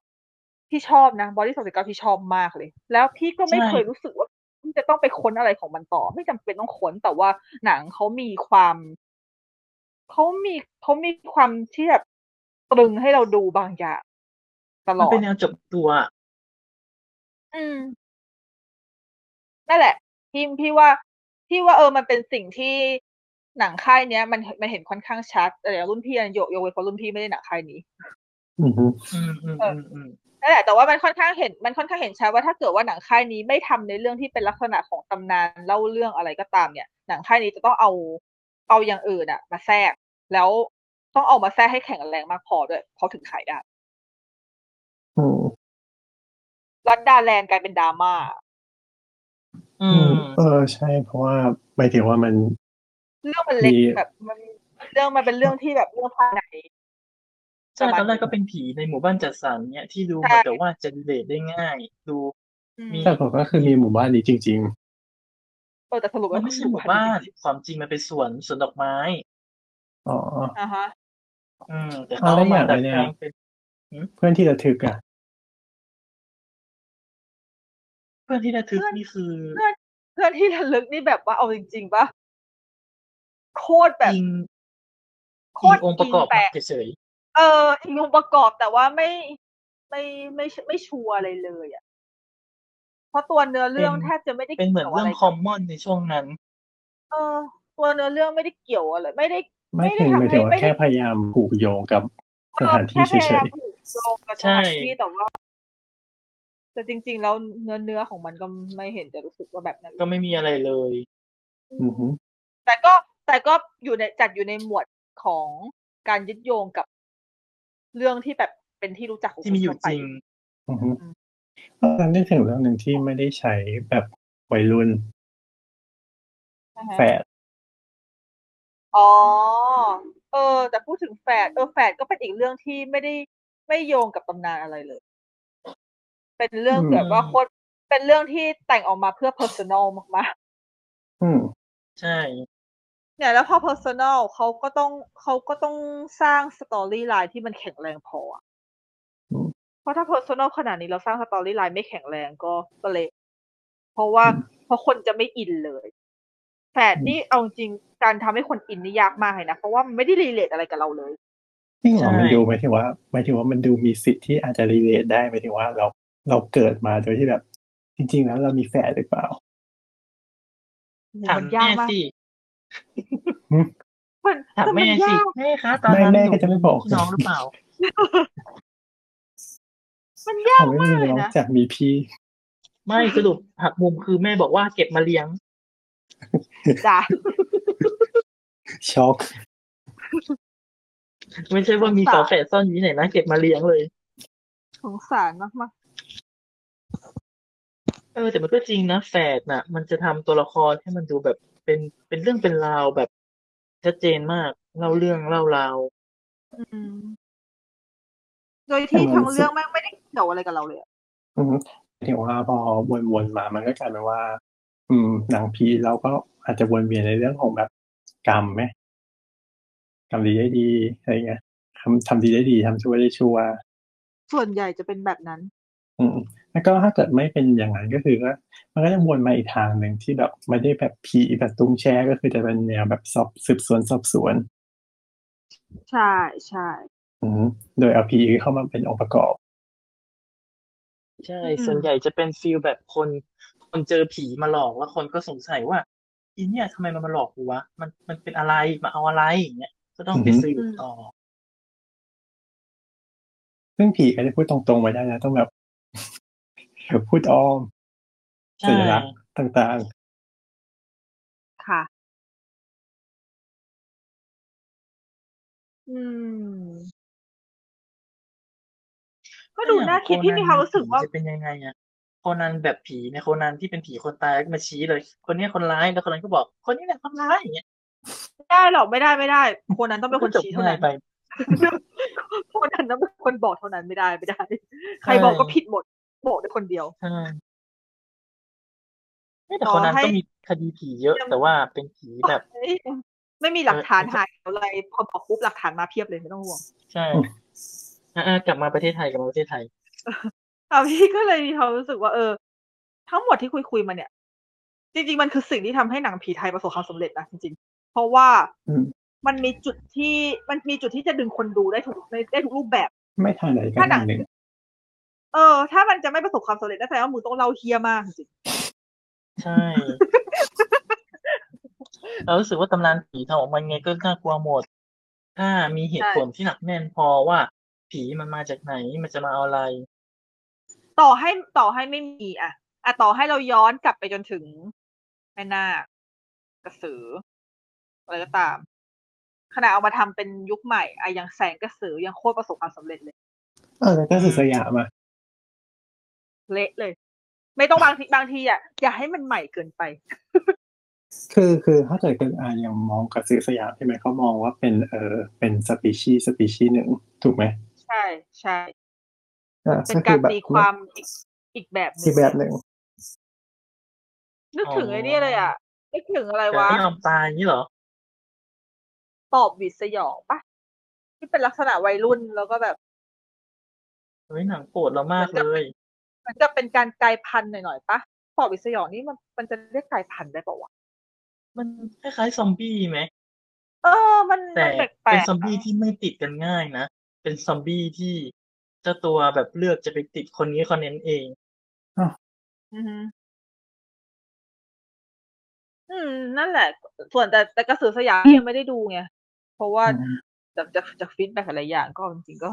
Speaker 4: พี่ชอบนะบอดี้สอสิกาพี่ชอบมากเลย แล้วพี่ก็ไม่
Speaker 2: ใช่
Speaker 4: เคยรู้สึกว่าพี่จะต้องไปค้นอะไรของมันต่อ ไม่จำเป็นต้องค้นแต่ว่าหนังเขามีความเขามีเขามีความที่แบบตรึงให้เราดูบางอย่างตล
Speaker 2: มัน
Speaker 4: อด
Speaker 2: เป็นแนวจบตัว
Speaker 4: อืมนั่นแหละพี่พี่ว่าพี่ว่าเออมันเป็นสิ่งที่หนังค่ายเนี้ย มันมันเห็นค่อนข้างชัดแต่เดี๋ยวรุ่นพี่อันโยกโยกเว้นเพราะรุ่นพี่ไม่ได้หนังค่ายนี้
Speaker 3: อืมอืม
Speaker 2: อืมอืมอืมอืม
Speaker 4: นั่นแหละแต่ว่ามันค่อนข้างเห็นมันค่อนข้างเห็นชัดว่าถ้าเกิดว่าหนังค่ายนี้ไม่ทำในเรื่องที่เป็นลักษณะของตำนานเล่าเรื่องอะไรก็ตามเนี่ย หนังค่ายนี้จะต้องเอาเอาอย่างอื่นอะมาแทรก แล้วต้องเอามาแทรกให้แข็งแรงมากพอด้วยเขาถึงขายได้
Speaker 3: อืม
Speaker 4: รัดดาแลนด์กลายเป็นดราม่า
Speaker 2: อืม
Speaker 3: เออใช่เพราะว่าหมายถึงว่ามัน
Speaker 4: เรื่องมันเล็ก
Speaker 3: มี
Speaker 4: แบบมันเรื่องมันเป็นเรื่องที่แบบเรื่องภายใน
Speaker 2: ใช่
Speaker 4: ประมาณ
Speaker 2: ตอนแรกก็เป็นผีในหมู่บ้านจัดสรรเนี่ยที่ดู
Speaker 4: ใช่
Speaker 2: เหมือนกับว่าจะดีเลทได้ง่าย ดู
Speaker 4: อืม
Speaker 2: มี
Speaker 3: แต่ผมก็คือมีหมู่บ้านนี้จริง
Speaker 4: เออแต่สรุป
Speaker 2: มั
Speaker 4: แล้ว
Speaker 2: นไม่ใช่หมู่บ้านความจริงมันเป็นสวนสวนดอกไม้
Speaker 3: ๆ อ๋อ
Speaker 4: อ่าฮะ
Speaker 2: อืม แต่
Speaker 3: เอา
Speaker 2: เขา
Speaker 3: ได้
Speaker 2: เอา
Speaker 3: อ
Speaker 2: มา
Speaker 3: ย่าง
Speaker 2: ดัด
Speaker 3: ไรเนี่ย
Speaker 2: แปลงเป็น
Speaker 3: เพื่อนที่ระทึกอ่ะ
Speaker 2: เพื่อนที่ระทึกนี่คือ
Speaker 4: เพื่อนที่ระลึกนี่แบบว่าเอาจริงๆปะโคตรแบบ
Speaker 2: อิง
Speaker 4: โค
Speaker 2: อิ
Speaker 4: ตรง
Speaker 2: องค์ประกอบ
Speaker 4: อิงแปลก
Speaker 2: มาเฉย
Speaker 4: เอออิงองค์ประกอบแต่ว่าไม่ไม่ไม่ไม่ไม่ชัวร์อะไรเลยอ่ะเพราะตัวเนื้อเรื่องแทบจะไม่ได้
Speaker 2: ๆเป็นเหมือน
Speaker 4: กี่ยว
Speaker 2: เรื่อง
Speaker 4: ะไ
Speaker 2: คอมมอนในช่วงนั้น
Speaker 4: เออ ตัวเนื้อเรื่องไม่ได้เกี่ยวอะไรไม่ได้
Speaker 3: ไม่
Speaker 4: ไม่ได้
Speaker 3: ถึง
Speaker 4: ทำ
Speaker 3: หมายถึงว่า
Speaker 4: ให้ไม่ได้
Speaker 3: แค่พยายามผูกโยงกับสถานที่เฉ
Speaker 4: แค่พยาย ยามผูกโยงกับส
Speaker 2: ใช่
Speaker 4: ถานที่แต่ว่า แต่จริง ๆ แล้วเนื้อเนื้อของมันก็ไม่เห็นจะรู้สึกว่าแบบนั้นเลย
Speaker 2: ก็ไม่มีอะไรเลย
Speaker 3: ๆอือฮึ
Speaker 4: แต่ก็แต่ก็อยู่ในจัดอยู่ในหมวดของการยึดโยงกับเรื่องที่แบบเป็นที่รู้จักของ
Speaker 2: ที่มีอยู่
Speaker 4: คนทั่วไป
Speaker 2: จริง
Speaker 3: อือฮึตอนนั้นนึกถึงเรื่องหนึ่งที่ไม่ได้ใช้แบบวัยรุ่น
Speaker 4: นะฮะ
Speaker 3: แฝด
Speaker 4: อ๋อ เออ แต่พูดถึงแฝดเออแฝดก็เป็นอีกเรื่องที่ไม่ได้ไม่โยงกับตำนานอะไรเลย เป็นเรื่องแบบว่า
Speaker 2: อืม
Speaker 4: โคตรเป็นเรื่องที่แต่งออกมาเพื่อ personal มาก
Speaker 3: อืม
Speaker 2: ใช่
Speaker 4: ๆเนี่ยแล้วพอ personal เขาก็ต้องเขาก็ต้องสร้าง story line ที่มันแข็งแรงพออะเพราะถ้า personal ขนาดนี้เราสร้าง story line ไม่แข็งแรงก็ก็เละ เพราะว่าเพราะคนจะไม่อินเลยแฝดนี่เอาจริงการทำให้คนอินนี่ยากมากเลยนะ เพราะว่ามันไม่ได้รีเลทอะไรกับเราเลย
Speaker 3: จริงเหรอ
Speaker 2: ใช่
Speaker 3: มันดูหมายถึงว่าหมายถึงว่ามันดูมีสิทธิ์ที่อาจจะรีเลทได้หมายถึงว่าเราเราเกิดมาโดยที่แบบ จริง ๆ แล้วเรามีแฝดหรือเปล่า
Speaker 2: ถาม
Speaker 4: มันยา
Speaker 2: แม่
Speaker 4: กมาก
Speaker 2: สิ
Speaker 4: มัน
Speaker 2: ถาม
Speaker 4: นน
Speaker 2: แม่สิ
Speaker 4: ยาก
Speaker 2: แม่คะตอนนั้น
Speaker 3: แม่
Speaker 2: หนู
Speaker 3: ก็จะไม่บอก
Speaker 2: พี่น้องหรือเปล่า
Speaker 4: มันยาก
Speaker 3: เขาไม่มี
Speaker 4: มากเล
Speaker 3: น้
Speaker 4: ย
Speaker 3: อง
Speaker 4: นะ
Speaker 3: จากมีพี่
Speaker 2: ไม่สรุปหักมุมคือแม่บอกว่าเก็บมาเลี้ยง
Speaker 4: จ้ะ
Speaker 3: ช็อก
Speaker 2: ไม่ใช่ว่ามีฝาแฝดซ่อนอยู่ที่ไหนนะเก็บมาเลี้ยงเลย
Speaker 4: สงสารมากมาก
Speaker 2: เออแต่มันก็จริงนะแฝดน่ะ มันจะทำตัวละครให้มันดูแบบ เป็นเป็นเรื่องเป็นราวแบบชัดเจนมากเล่าเรื่องเล่าราว
Speaker 4: อืมโดยที่
Speaker 3: แต่มัน
Speaker 4: ทั้ง
Speaker 3: รู้สึก
Speaker 4: เรื่องแม่งไม่ได้เกี่ยวอะไรกับเราเลยอะ
Speaker 3: อืมถึงว่าพอวนๆมา มันก็กลายเป็นว่า อืม หนังผีเราก็อาจจะวนเวียนในเรื่องของแบบกรรมไหมกรรมดีได้ดีอะไรเงี้ยทำทำดีได้ดีทำชั่วได้ชั่ว
Speaker 4: ส่วนใหญ่จะเป็นแบบนั้น
Speaker 3: อืมแล้วก็ถ้าเกิดไม่เป็นอย่างนั้นก็คือก็มันก็จะวนมาอีกทางหนึ่งที่แบบไม่ได้แบบผีแบบตุ้งแช่ก็คือจะเป็นแนวแบบสอบสืบสวนสอบสวน
Speaker 4: ใช่ใช่
Speaker 3: อืมโดยเอาผีเข้ามาเป็นองค์ประกอบ
Speaker 2: ใช่ ส่วนใหญ่จะเป็นฟีลแบบคนคนเจอผีมาหลอกแล้วคนก็สงสัยว่าอีเนี่ยทำไมมันมาหลอกกูวะมันมันเป็นอะไรมาเอาอะไรอย่างเงี้ยก็ต้องไป
Speaker 3: อือฮึ
Speaker 2: สืบต่อ
Speaker 3: ซึ่งผีก็จะพูดตรงๆไม่ได้นะ ต้องแบบ พูดอ้อม
Speaker 2: ใช่
Speaker 3: สัญลักษณ์ต่าง
Speaker 4: ค่ะ อืม ก็ดูน่าคิดพี่มีความรู้สึกว่า
Speaker 2: จะเป็นยังไงอะโคนันแบบผีเนี่ยโคนันที่เป็นผีคนตายก็มาชี้เลย คนเนี้ยคนร้ายแล้วคนนั้นก็บอก คนนี้แหละคนร้ายอย่างเงี้ย
Speaker 4: ไม่ได้หรอกไม่ได้ไม่ได้คนนั้นต้องเป็นคนชี้เท่า
Speaker 2: ง่า
Speaker 4: นั้
Speaker 2: ย
Speaker 4: น
Speaker 2: ไป
Speaker 4: คนนั้นต้องเป็นคนบอกเท่านั้นไม่ได้ไม่ได้ ใครบอกก็ผิดหมดบอกได้คนเดียว
Speaker 2: ใช่เอ๊ะแต่
Speaker 4: ต่อ
Speaker 2: คนนั้น
Speaker 4: ให้
Speaker 2: ก็มีคดีผีเยอะ
Speaker 4: ยัง
Speaker 2: แต่ว่าเป็นผีแบบ
Speaker 4: ไม่มีหลักฐานหายอะไรพอบอกปุ๊บหลักฐานมาเพียบเลยไม่ต้องห่วง
Speaker 2: ใช่อ่ะอ่ะกลับมาประเทศไทยกลับมาประเทศไทย
Speaker 4: แต่พี่ก็เลยมีความรู้สึกว่าเออ ทั้งหมดที่คุยคุยๆมาเนี่ย จริง ๆ มันคือสิ่งที่ทำให้หนังผีไทยประสบความสำเร็จนะจริงๆ เพราะว่า
Speaker 3: ๆอืม
Speaker 4: มันมีจุดที่มันมีจุดที่จะดึงคนดูได้ถูกได้ทุกรูปแบบ
Speaker 3: ไม่ทางไหนก็
Speaker 4: ถ้าหนั
Speaker 3: ทาง งหนึ่ง
Speaker 4: เออ ถ้ามันจะไม่ประสบความสำเร็จนั่นแสดงว่ามึงต้องเล่าเฮี้ยมากจริง
Speaker 2: ใช่ เรารู้สึกว่าตำนานผีทำออกมาไงก็น่ากลัวหมด ถ้ามีเหตุผลที่หนักแน่นพอว่า ผีมันมาจากไหนมันจะมาเอาอะไร
Speaker 4: ๆต่อให้ต่อให้ไม่มีอ่ะอ่ะต่อให้เราย้อนกลับไปจนถึงแม่นาคกระสืออะไรก็ตามขณะเอามาทำเป็นยุคใหม่อะอย่างแสงกระสือยังโคตรประสบความสำเร็จเลย
Speaker 3: เออแล้วก็สุดสยามอ่ะ
Speaker 4: เละเลย ไม่ต้องบางทีบางทีอ่ะอย่าให้มันใหม่เกินไป
Speaker 3: คือคือถ้าเกิดกันอ่ะอย่างมองกระสือสยามใช่ไหมเขามองว่าเป็นเออเป็นสปีชีสสปีชีหนึ่งถูกไหม
Speaker 4: ใช่ใช่
Speaker 3: อ่ะ
Speaker 4: เป็นการ
Speaker 3: อแบบ
Speaker 4: ตีความอีกอีกแบบหนึ
Speaker 3: อีกแบบ
Speaker 4: ง
Speaker 3: หนึ่ง
Speaker 4: นึกถึงไอ้นี่เลยอ่ะนึกถึงอะไร
Speaker 2: แต่
Speaker 4: วะ
Speaker 2: ไม่ยอมตายนี่เหรอ
Speaker 4: ปอบหวิดสยองปะที่เป็นลักษณะวัยรุ่นแล้วก็แบบ
Speaker 2: เฮ้ยหนังโปรดเรามากเลย
Speaker 4: มันจะเป็นการกลายพันธุ์หน่อยๆปะปอบอิสยองนี่มันมันจะเรียกกลายพันธุ์ได้ปะวะ
Speaker 2: มันคล้ายๆซอมบี้ไหม
Speaker 4: เออ มัน
Speaker 2: แต่
Speaker 4: มันแปล
Speaker 2: เป็น
Speaker 4: ก
Speaker 2: ซอมบี้ที่ไม่ติดกันง่ายนะ เป็นซอมบี้ที่เจ้าตัวแบบเลือกจะไปติดคนนี้คนนั้นเอง
Speaker 4: ๆอือฮึอืม นั่นแหละ ส่วนแต่แต่กระสือสยามยังไม่ได้ดูไง เพราะว่า
Speaker 3: อืม
Speaker 4: จากจากจากฟีดแบ็กหลายอย่างก็จริงๆก็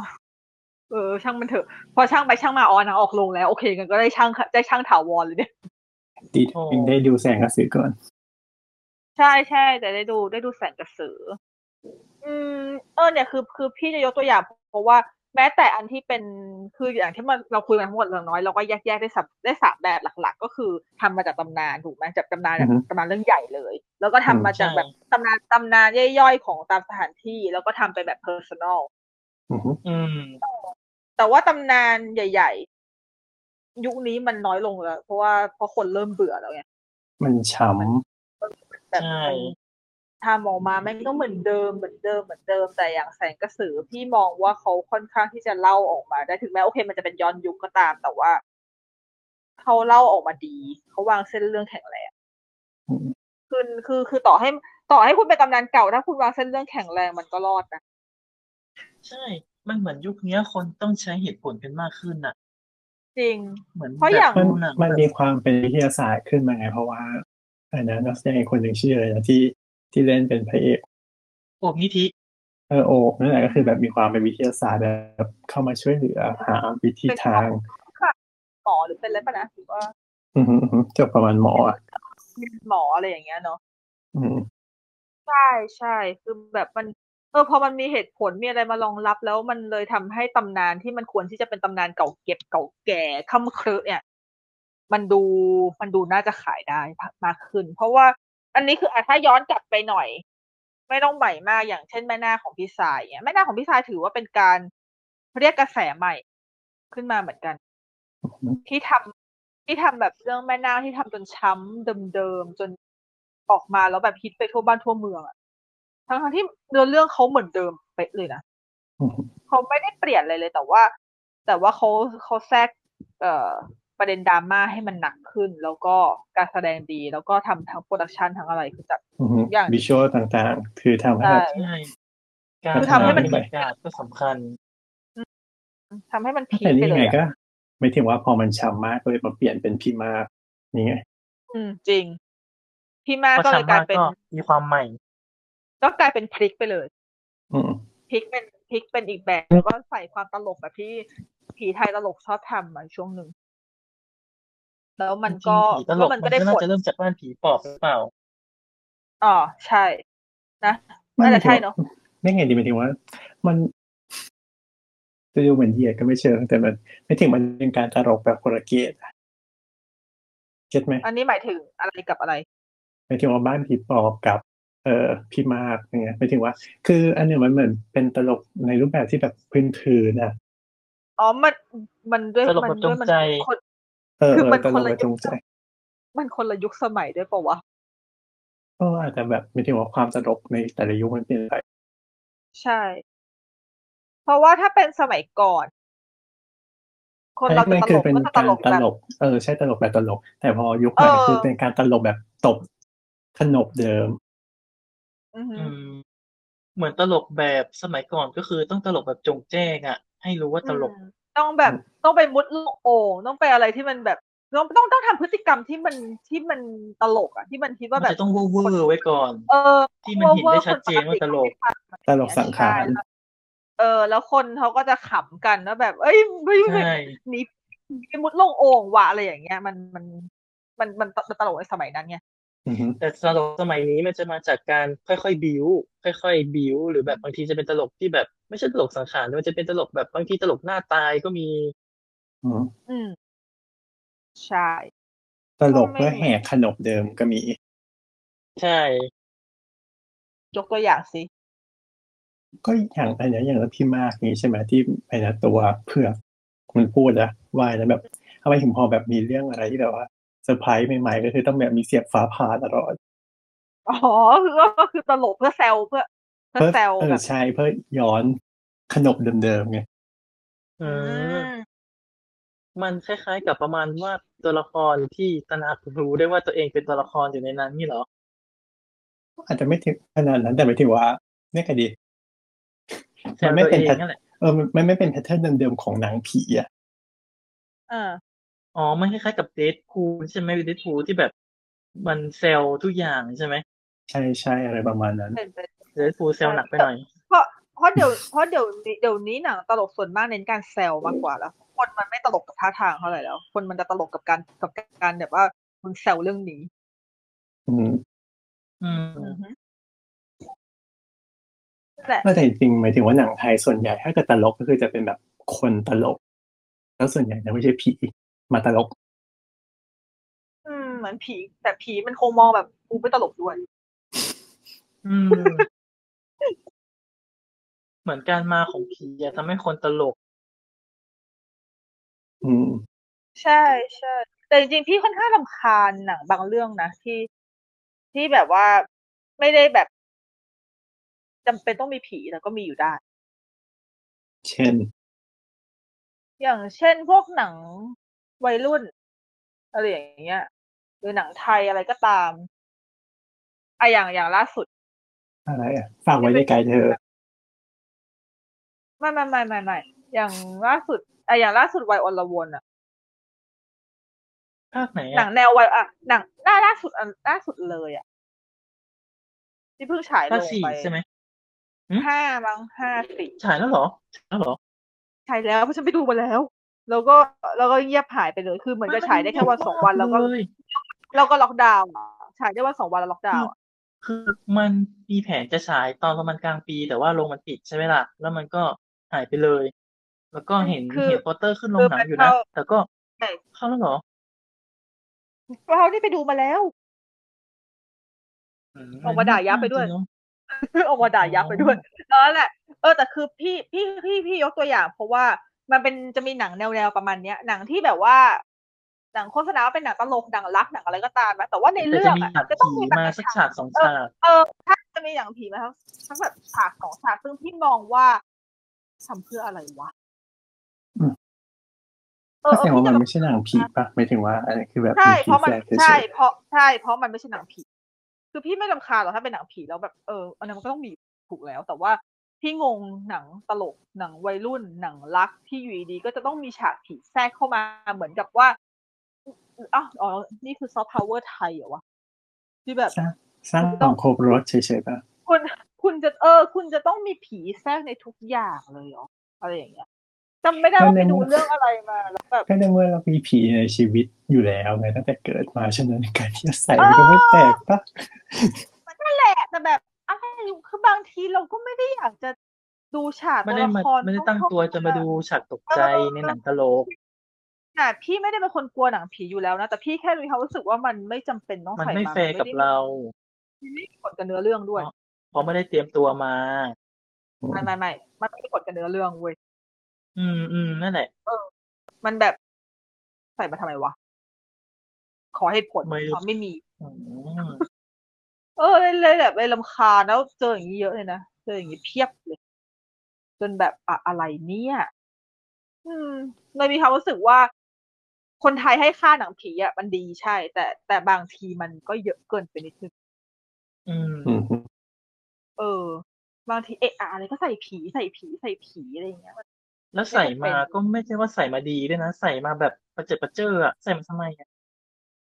Speaker 4: เออ ช่างมันเถอะ พอช่างไปช่างมาออนนะออกลงแล้วโอเคกันก็ได้ช่างได้ช่างถาวรเลยเนี่ย
Speaker 3: ดีถึงได้ดูแสงกระสือก่อน
Speaker 4: ใช่ใช่แต่ได้ดูได้ดูแสงกระสือ อืม เออเนี่ยคือคือพี่จะยกตัวอย่าง เพราะว่าแม้แต่อันที่เป็นคืออย่างที่มันเราคุยกันทั้งหมดเรื่องน้อยเราก็แยกแยกได้สับได้สามแบบหลัก ๆ ก็คือทำมาจากตำนานถูกไหมจากตำนาน
Speaker 3: อือฮึ
Speaker 4: ตำนานเรื่องใหญ่เลย แล้วก็ทำมาจาก
Speaker 2: ใช่
Speaker 4: แบบตำนานตำนานย่อยๆของตามสถานที่ แล้วก็ทำไปแบบ personal
Speaker 3: อือฮึ
Speaker 2: อืม
Speaker 4: แต่ว่าตำนานใหญ่ ๆ ยุคนี้มันน้อยลงแล้วเพราะว่าเพราะคนเริ่มเบื่อแล้วไง
Speaker 3: มันช้
Speaker 4: แบบ
Speaker 2: ใช่
Speaker 4: มันถ้ามองมาแม่งก็เหมือนเดิมเหมือนเดิมเหมือนเดิมแต่อย่างแสงกระสือพี่มองว่าเขาค่อนข้างที่จะเล่าออกมา ได้ถึงแม้โอเค มันจะเป็นย้อนยุคก็ตาม แต่ว่าเขาเล่าออกมาดีเขาวางเส้นเรื่องแข็งแรงคือคือคือต่อให้ต่อให้คุณเป็นตำนานเก่าถ้าคุณวางเส้นเรื่องแข็งแรงมันก็รอดนะ
Speaker 2: ใช่ มันเหมือนยุคเนี้ยคนต้องใช้เหตุผลกันมากขึ้นน่ะ
Speaker 4: จริง
Speaker 2: เหมือน
Speaker 4: เพราะ
Speaker 2: แบ
Speaker 4: อบ ย่าง
Speaker 3: ำมัน
Speaker 2: ดูหนัง
Speaker 3: มัน
Speaker 2: แบบ
Speaker 3: มีความเป็นวิทยาศาสตร์ขึ้นมาไงเพราะว่าอันนั้นนักแสดงคนหนึ่งชื่ออะไรนะที่ที่เล่นเป็นพระเอก
Speaker 2: โอบนิธิ
Speaker 3: เออโอบนั่นแหละก็คือแบบมีความเป็นวิทยาศาสตร์แบบเข้ามาช่วยเหลือหาวิธีทาง
Speaker 4: หมอหรือเป็นอะไรปะนะหรือว่า
Speaker 3: อือฮึอือฮึจบประมาณหมออ่ะ
Speaker 4: เป็นหมออะไรอย่างเงี้ยเนาะ
Speaker 3: อืม
Speaker 4: ใช่ใช่คือแบบมัน เออพอมันมีเหตุผลมีอะไรมารองรับแล้วมันเลยทำให้ตำนานที่มันควรที่จะเป็นตำนานเก่าเก็บเก่าแก่ค่ำเครือเนี่ย มันดูมันดูน่าจะขายได้มากขึ้น เพราะว่า อันนี้คืออ่ะถ้าย้อนกลับไปหน่อย ไม่ต้องใหม่มากอย่างเช่นแม่นาคของพี่สายเนี่ยแม่นาคของพี่สายถือว่าเป็นการเรียกกระแสใหม่ขึ้นมาเหมือนกัน ที่ทำที่ทำแบบเรื่องแม่นาคที่ทำจนช้ำเดิมๆจนออกมาแล้วแบบฮิตไปทั่วบ้านทั่วเมืองอะทั้งๆที่เนื้อเรื่องเขาเหมือนเดิมเป๊ะเลยนะ เขาไม่ได้เปลี่ยนอะไรเลย แต่ว่า แต่ว่าเขาเขาแทรกเอ่อประเด็นดราม่าให้มันหนักขึ้น แล้วก็การแสดงดี แล้วก็ทำทั้งโปรดักชันทั้งอะไรคือจัด อย่าง
Speaker 3: วิชวลต่างๆ คือทำให้
Speaker 4: ได้
Speaker 3: แบบ
Speaker 2: ใช่การ
Speaker 4: คือทำให้มัน
Speaker 2: บรรยากาศก็สำคัญ
Speaker 4: ทำให้มันพีค
Speaker 3: แต่
Speaker 4: ไป
Speaker 3: นี่
Speaker 4: เล
Speaker 3: ไง
Speaker 4: ยอะ
Speaker 3: ก็ ไม่ถึงว่าพอมันช้ำมากก็เลยมาเปลี่ยนเป็นพี่มากนี่ไง
Speaker 4: อืมจริง พี่มาก
Speaker 2: พอ
Speaker 4: ก็เล
Speaker 2: ฉาย ก
Speaker 4: ก
Speaker 2: มา
Speaker 4: ลายเป็น
Speaker 2: ก็มีความใหม่
Speaker 4: ก็กลายเป็นพลิกไปเลย
Speaker 3: อืม
Speaker 4: พลิกเป็นพลิกเป็นอีกแบบแล้วก็ใส่ความตลกแบบที่ผีไทยตลกชอบทำมาช่วงหนึ่งแล้วมันก็
Speaker 2: จริงๆผีตล
Speaker 4: แล้ว
Speaker 2: ก
Speaker 4: มัน
Speaker 2: มั
Speaker 4: ก็
Speaker 2: น
Speaker 4: ได้
Speaker 2: ก็
Speaker 4: ผล
Speaker 2: น่าจะเริ่มจากบ้านผีปอบหรือเปล่า
Speaker 4: อ๋อใช่นะน่าจะใช่เนาะ
Speaker 3: ไม่ไงดีหมายถึงว่า มันจะดูเหมือนเหยียดก็ไม่เชิงแต่มัน ไม่ถึงมันเป็นการตลกแบบคนละเกตเก็ตไหม
Speaker 4: อันนี้หมายถึงอะไรกับอะไร
Speaker 3: หมายถึงว่าบ้านผีปอบกับ เอ่อพี่มากอย่างเงี้ยหมายถึงว่า คือ อันเนี้ยมันเหมือนเป็นตลกในรูปแบบที่แบบพื้นๆนะ
Speaker 4: อ๋อ มัน มันด้วย
Speaker 2: ตลก
Speaker 4: มั
Speaker 2: แบบ
Speaker 4: ด้วย
Speaker 2: จง
Speaker 4: มัน
Speaker 2: ใจ
Speaker 4: คน
Speaker 3: เออ
Speaker 4: คือ
Speaker 3: เออ
Speaker 4: มัน
Speaker 3: ตล
Speaker 4: คน
Speaker 3: ก
Speaker 4: ละ
Speaker 3: แบบจ
Speaker 4: ยุ
Speaker 3: ง
Speaker 4: ค
Speaker 3: ใจ
Speaker 4: มันคนละยุคสมัยด้วยเปล่าวะ
Speaker 3: ก็อาจจะแบบหมายถึงว่าความตลกในแต่ละยุคมันเปลี่ยนไป
Speaker 4: ใช่ เพราะว่าถ้าเป็นสมัยก่อน คนเราจะ
Speaker 3: ไม่
Speaker 4: ต
Speaker 3: คื
Speaker 4: ล
Speaker 3: อก เป็น
Speaker 4: ก็จะต
Speaker 3: การ
Speaker 4: ลก
Speaker 3: ต
Speaker 4: แบ
Speaker 3: ล
Speaker 4: บ
Speaker 3: ก เออ ใช่ตลกแบบตลก แต่พอยุคใหม่
Speaker 4: เออ
Speaker 3: คือเป็นการตลกแบบตบขนบเดิม
Speaker 4: อือหื
Speaker 2: อื
Speaker 4: อ
Speaker 2: ม เหมือนตลกแบบสมัยก่อนก็คือต้องตลกแบบจงแจ้งอ่ะ ให้รู้ว่าตลก
Speaker 4: อืมต้องแบบต้องไปมุดลูกโอ่งต้องไปอะไรที่มันแบบต้องต้องต้องทำพฤติกรรมที่มันที่มันตลกอ่ะ ที่มันคิด
Speaker 2: มั
Speaker 4: ว่าแบ
Speaker 2: น
Speaker 4: บ
Speaker 2: จะต้องเว่อร์ๆไว้ก่อน
Speaker 4: เออ
Speaker 2: ที่มันเห็นได้ชัดเจนว่าตลก
Speaker 3: ตลกสังขาร
Speaker 4: เออ แล้วคนเขาก็จะขำกันว่าแบบ เอ้ยไม่ไม่
Speaker 2: ใช่
Speaker 4: หนีไปมุดลงโอ่งว่ะอะไรอย่างเงี้ย มันมันมันมันตลกในสมัยนั้นไง
Speaker 3: อือฮึ
Speaker 2: แต่ตลกสมัยนี้มันจะมาจากการค่อยๆบิ้วค่อยๆบิ้วหรือแบบบางทีจะเป็นตลกที่แบบ ไม่ใช่ตลกสังขารแต่มันจะเป็นตลกแบบบางทีตลกหน้าตายก็มี
Speaker 3: อืม
Speaker 4: อืม ใช่
Speaker 3: ตลกเพื่อแหกขนบเดิมก็มี
Speaker 2: ใช่
Speaker 4: ยกตัวอย่างสิ
Speaker 3: ก็อย่างอันเนี้ยอย่างแล้วพี่มากนี้ใช่ไหมที่ไอ้นะตัวเผือกมันพูดนะว่าแล้วแบบทำไมถึงพอแบบมีเรื่องอะไรที่แบบว่าเซอร์ไพรส์ใหม่ๆก็คือต้องแบบมีเสียบฟ้าผ่าตลอด
Speaker 4: อ๋อคือก็คือตลกเพื่อแซวเพื่อ เพื่อแซว
Speaker 3: เอ
Speaker 4: แบ
Speaker 3: อบ ใช่เพื่อย้อนขนบเดิมๆไง
Speaker 2: เอ
Speaker 4: อื
Speaker 2: อ
Speaker 4: ม
Speaker 2: มันคล้ายๆกับประมาณว่าตัวละครที่ตระหนักรู้ได้ว่าตัวเองเป็นตัวละครอยู่ในนั้นนี่เหรอ
Speaker 3: อาจจะไม่ถึงขนาดนั้นแต่หมายถึงว่าเนี่ยก็ดี
Speaker 2: แซ
Speaker 3: มัน
Speaker 2: ว
Speaker 3: ไม่
Speaker 2: ตัว
Speaker 3: เป็น
Speaker 2: เอง
Speaker 3: แพท
Speaker 2: นั่นแหละ
Speaker 3: เออมันมันไม่เป็นแพทเทิร์นเดิมๆของหนังผีอ่ะ
Speaker 4: เออ
Speaker 2: อ๋อ มันคล้ายๆกับเดดพูลใช่ไหมเดดพูลที่แบบมันเซลล์ทุกอย่างใช่ไหม
Speaker 3: ใช่ใช่อะไรประมาณนั้น
Speaker 4: เป็นเป็น
Speaker 2: เดดพูลเซลล์หนักไปหน่อย
Speaker 4: เพราะเดี๋ยว เพราะเดี๋ยวนี้เดี๋ยวนี้หนังตลกส่วนมากเน้นการแซวมากกว่าแล้ว คนมันไม่ตลกกับท่าทางเท่าไหร่แล้ว คนมันจะตลกกับการกับการแบบว่ามึงแซวเรื่องนี้
Speaker 3: อืม
Speaker 2: อืม
Speaker 4: อือฮึนั่นแหละ
Speaker 3: ก็แต่จริงๆหมายถึงว่าหนังไทยส่วนใหญ่ถ้าเกิดตลกก็คือจะเป็นแบบคนตลก แล้วส่วนใหญ่จะไม่ใช่ผีมาตลก
Speaker 4: อืมเหมือนผี แต่ผีมันคงมองแบบกูไม่ตลกด้วย
Speaker 2: อืม เหมือนการมาของผีอะทำให้คนตลก
Speaker 3: อืม
Speaker 4: ใช่ใช่แต่จริงๆพี่ค่อนข้างรำคาญหนังบางเรื่องนะที่ที่แบบว่าไม่ได้แบบจำเป็นต้องมีผีแต่ก็มีอยู่ได้
Speaker 3: เช่น
Speaker 4: อย่างเช่นพวกหนังวัยรุ่นอะไรอย่างเงี้ยหรือหนังไทยอะไรก็ตามอะอย่างอย่างล่าสุด
Speaker 3: อะไรอ่ะฝากไว้ในกายเธอ
Speaker 4: ไม่ไม่ไม่ไม่ไม่อย่างล่าสุดอะอย่างล่าสุดวัยอลวนอะ
Speaker 2: ภาคไหน
Speaker 4: หนั
Speaker 2: อะ
Speaker 4: งแนววัยอ่ะหนังล่าล่าสุดอันล่าสุดเลยอ่ะ ที่เพิ่งฉายล
Speaker 2: ภาค
Speaker 4: ง
Speaker 2: สี่
Speaker 4: ไป
Speaker 2: ใช่ไหม
Speaker 4: ห้ามั้งห้าสี่
Speaker 2: ฉายแล้วเหรอฉายแล้วเหรอ
Speaker 4: ฉายแล้วเพราะฉันไปดูมาแล้ว แล้วก็แล้วก็เงียบหายไปเลยคือเหมือนจะฉายได้แค่วันสองวันแล้วก็
Speaker 2: เย
Speaker 4: แล้วก็ล็อกดาวน์อะฉายได้วันสองวันแล้วล็อกดาวน์อะ
Speaker 2: คือมันมีแผนจะฉายตอนประมาณกลางปี แต่ว่าโรงมันปิดใช่ไหมล่ะ แล้วมันก็หายไปเลย แล้วก็เห็นเห็นโปสเตอร์ขึ้นโรงหนังอยู่นะ แต่ก็เข้าแล้วเหรอ
Speaker 4: เรานี่ไปดูมาแล้ว ออกมาด่ายับไปด้วย ออกมาด่ายับไปด้วยแล้วแหละ เออ แต่คือพี่พี่พี่พี่ยกตัวอย่าง เพราะว่ามันเป็นจะมีหนังแนวๆประมาณเนี้ย หนังที่แบบว่า หนังโฆษณาว่าเป็นหนังตลกหนังรักหนังอะไรก็ตามนะแต่ว่าใน
Speaker 2: แต่
Speaker 4: เรื่
Speaker 2: จะ
Speaker 4: อง
Speaker 2: มี
Speaker 4: อะ
Speaker 2: ฉาก
Speaker 4: จะต้อง
Speaker 2: ผี
Speaker 4: มีแบบ
Speaker 2: มาสักฉากสองฉาก
Speaker 4: เออถ้าจะมีอย่างผีมาทั้งทั้งแบบฉากสองฉากซึ่งพี่มองว่าทำเพื่ออะไรวะ
Speaker 3: อืม
Speaker 4: เออ
Speaker 3: แสดงว่ามัน
Speaker 4: เออ
Speaker 3: ไม่ใช่หนังผีป่ะหมายถึงว่าอันนี้คือแบบ
Speaker 4: ใช่
Speaker 3: ผี
Speaker 4: เพราะมัน
Speaker 3: แฝงเฉ
Speaker 4: ใช่
Speaker 3: ย
Speaker 4: เพราะใช่ เพราะมันไม่ใช่หนังผี คือพี่ไม่ลำคาญหรอกถ้าเป็นหนังผีแล้วแบบเอออันนั้นมันก็ต้องมีถูกแล้ว แต่ว่าพี่งงหนังตลกหนังวัยรุ่นหนังรักที่อยู่ดีๆก็จะต้องมีฉากผีแทรกเข้ามาเหมือนกับว่าอ๋ออ๋อนี่คือซอฟต์พาวเวอร์ไทยเหรอวะที่แบบ
Speaker 3: ๆสร้างสร้างสังคมรถเฉยๆป่ะ
Speaker 4: คุณคุณจะเออ คุณจะต้องมีผีแทรกในทุกอย่างเลยเหรออะไรอย่างเงี้ยจำไม่ได้ว่าไปดูเรื่องอะไรมาแล้วแบบ
Speaker 3: ก็ในเมื่อเรามีผีในชีวิตอยู่แล้วไงตั้งแต่เกิดมาฉะนั้นการที่จะใส่มันก็ไม่แปลกป่ะ
Speaker 4: แหละแต่แบบอะไรคือบางทีเราก็ไม่ได้อยากจะดูฉาก
Speaker 2: ไม่ได้
Speaker 4: ตัว
Speaker 2: มา
Speaker 4: ละคร
Speaker 2: ไม่ได้ตั้งตัวจะมาดูฉากตกใจในหนังตลก
Speaker 4: น่ะพี่ไม่ได้เป็นคนกลัวหนังผีอยู่แล้วนะแต่พี่แค่มีความรู้สึกว่ามันไม่จำเป็นต้อง
Speaker 2: มัน
Speaker 4: ใส่
Speaker 2: ไม่
Speaker 4: มา
Speaker 2: แฟร์กับ
Speaker 4: ด้
Speaker 2: เรา
Speaker 4: ไม่มีกฎกับเนื้อเรื่องด้วย
Speaker 2: อ๋อ เพราะไม่ได้เตรียมตัวมา
Speaker 4: ไม่ไม่ไม่มันไม่มีกฎกับเนื้อเรื่องเว้ย
Speaker 2: อืมอืมนั่นแหละ
Speaker 4: มันแบบใส่มาทำไมวะขอเหตุผล
Speaker 2: ไม่รู้
Speaker 4: อ๋อไม่มี
Speaker 2: อืม
Speaker 4: เออเลยเลยแบบเลยลำคาญแล้วเจออย่างนี้เยอะเลยนะเจออย่างนี้เพียบเลย จนแบบอะอะไรเนี่ย อืมเลยมีความรู้สึกว่า คนไทยให้ค่าหนังผีอ่ะมันดีใช่ แต่แต่บางทีมันก็เยอะเกินไปนิดนึง
Speaker 2: อืม
Speaker 3: อืม
Speaker 4: เออ บางทีเอะอะอะไรก็ใส่ผีใส่ผีใส่ผีอะไรอย่างเงี้ยมัน
Speaker 2: แล้วใส่มาก็ไม่ใช่ว่าใส่มาดีด้วยนะ ใส่มาแบบประเจิดประเจออะใส่มาทำไมอะ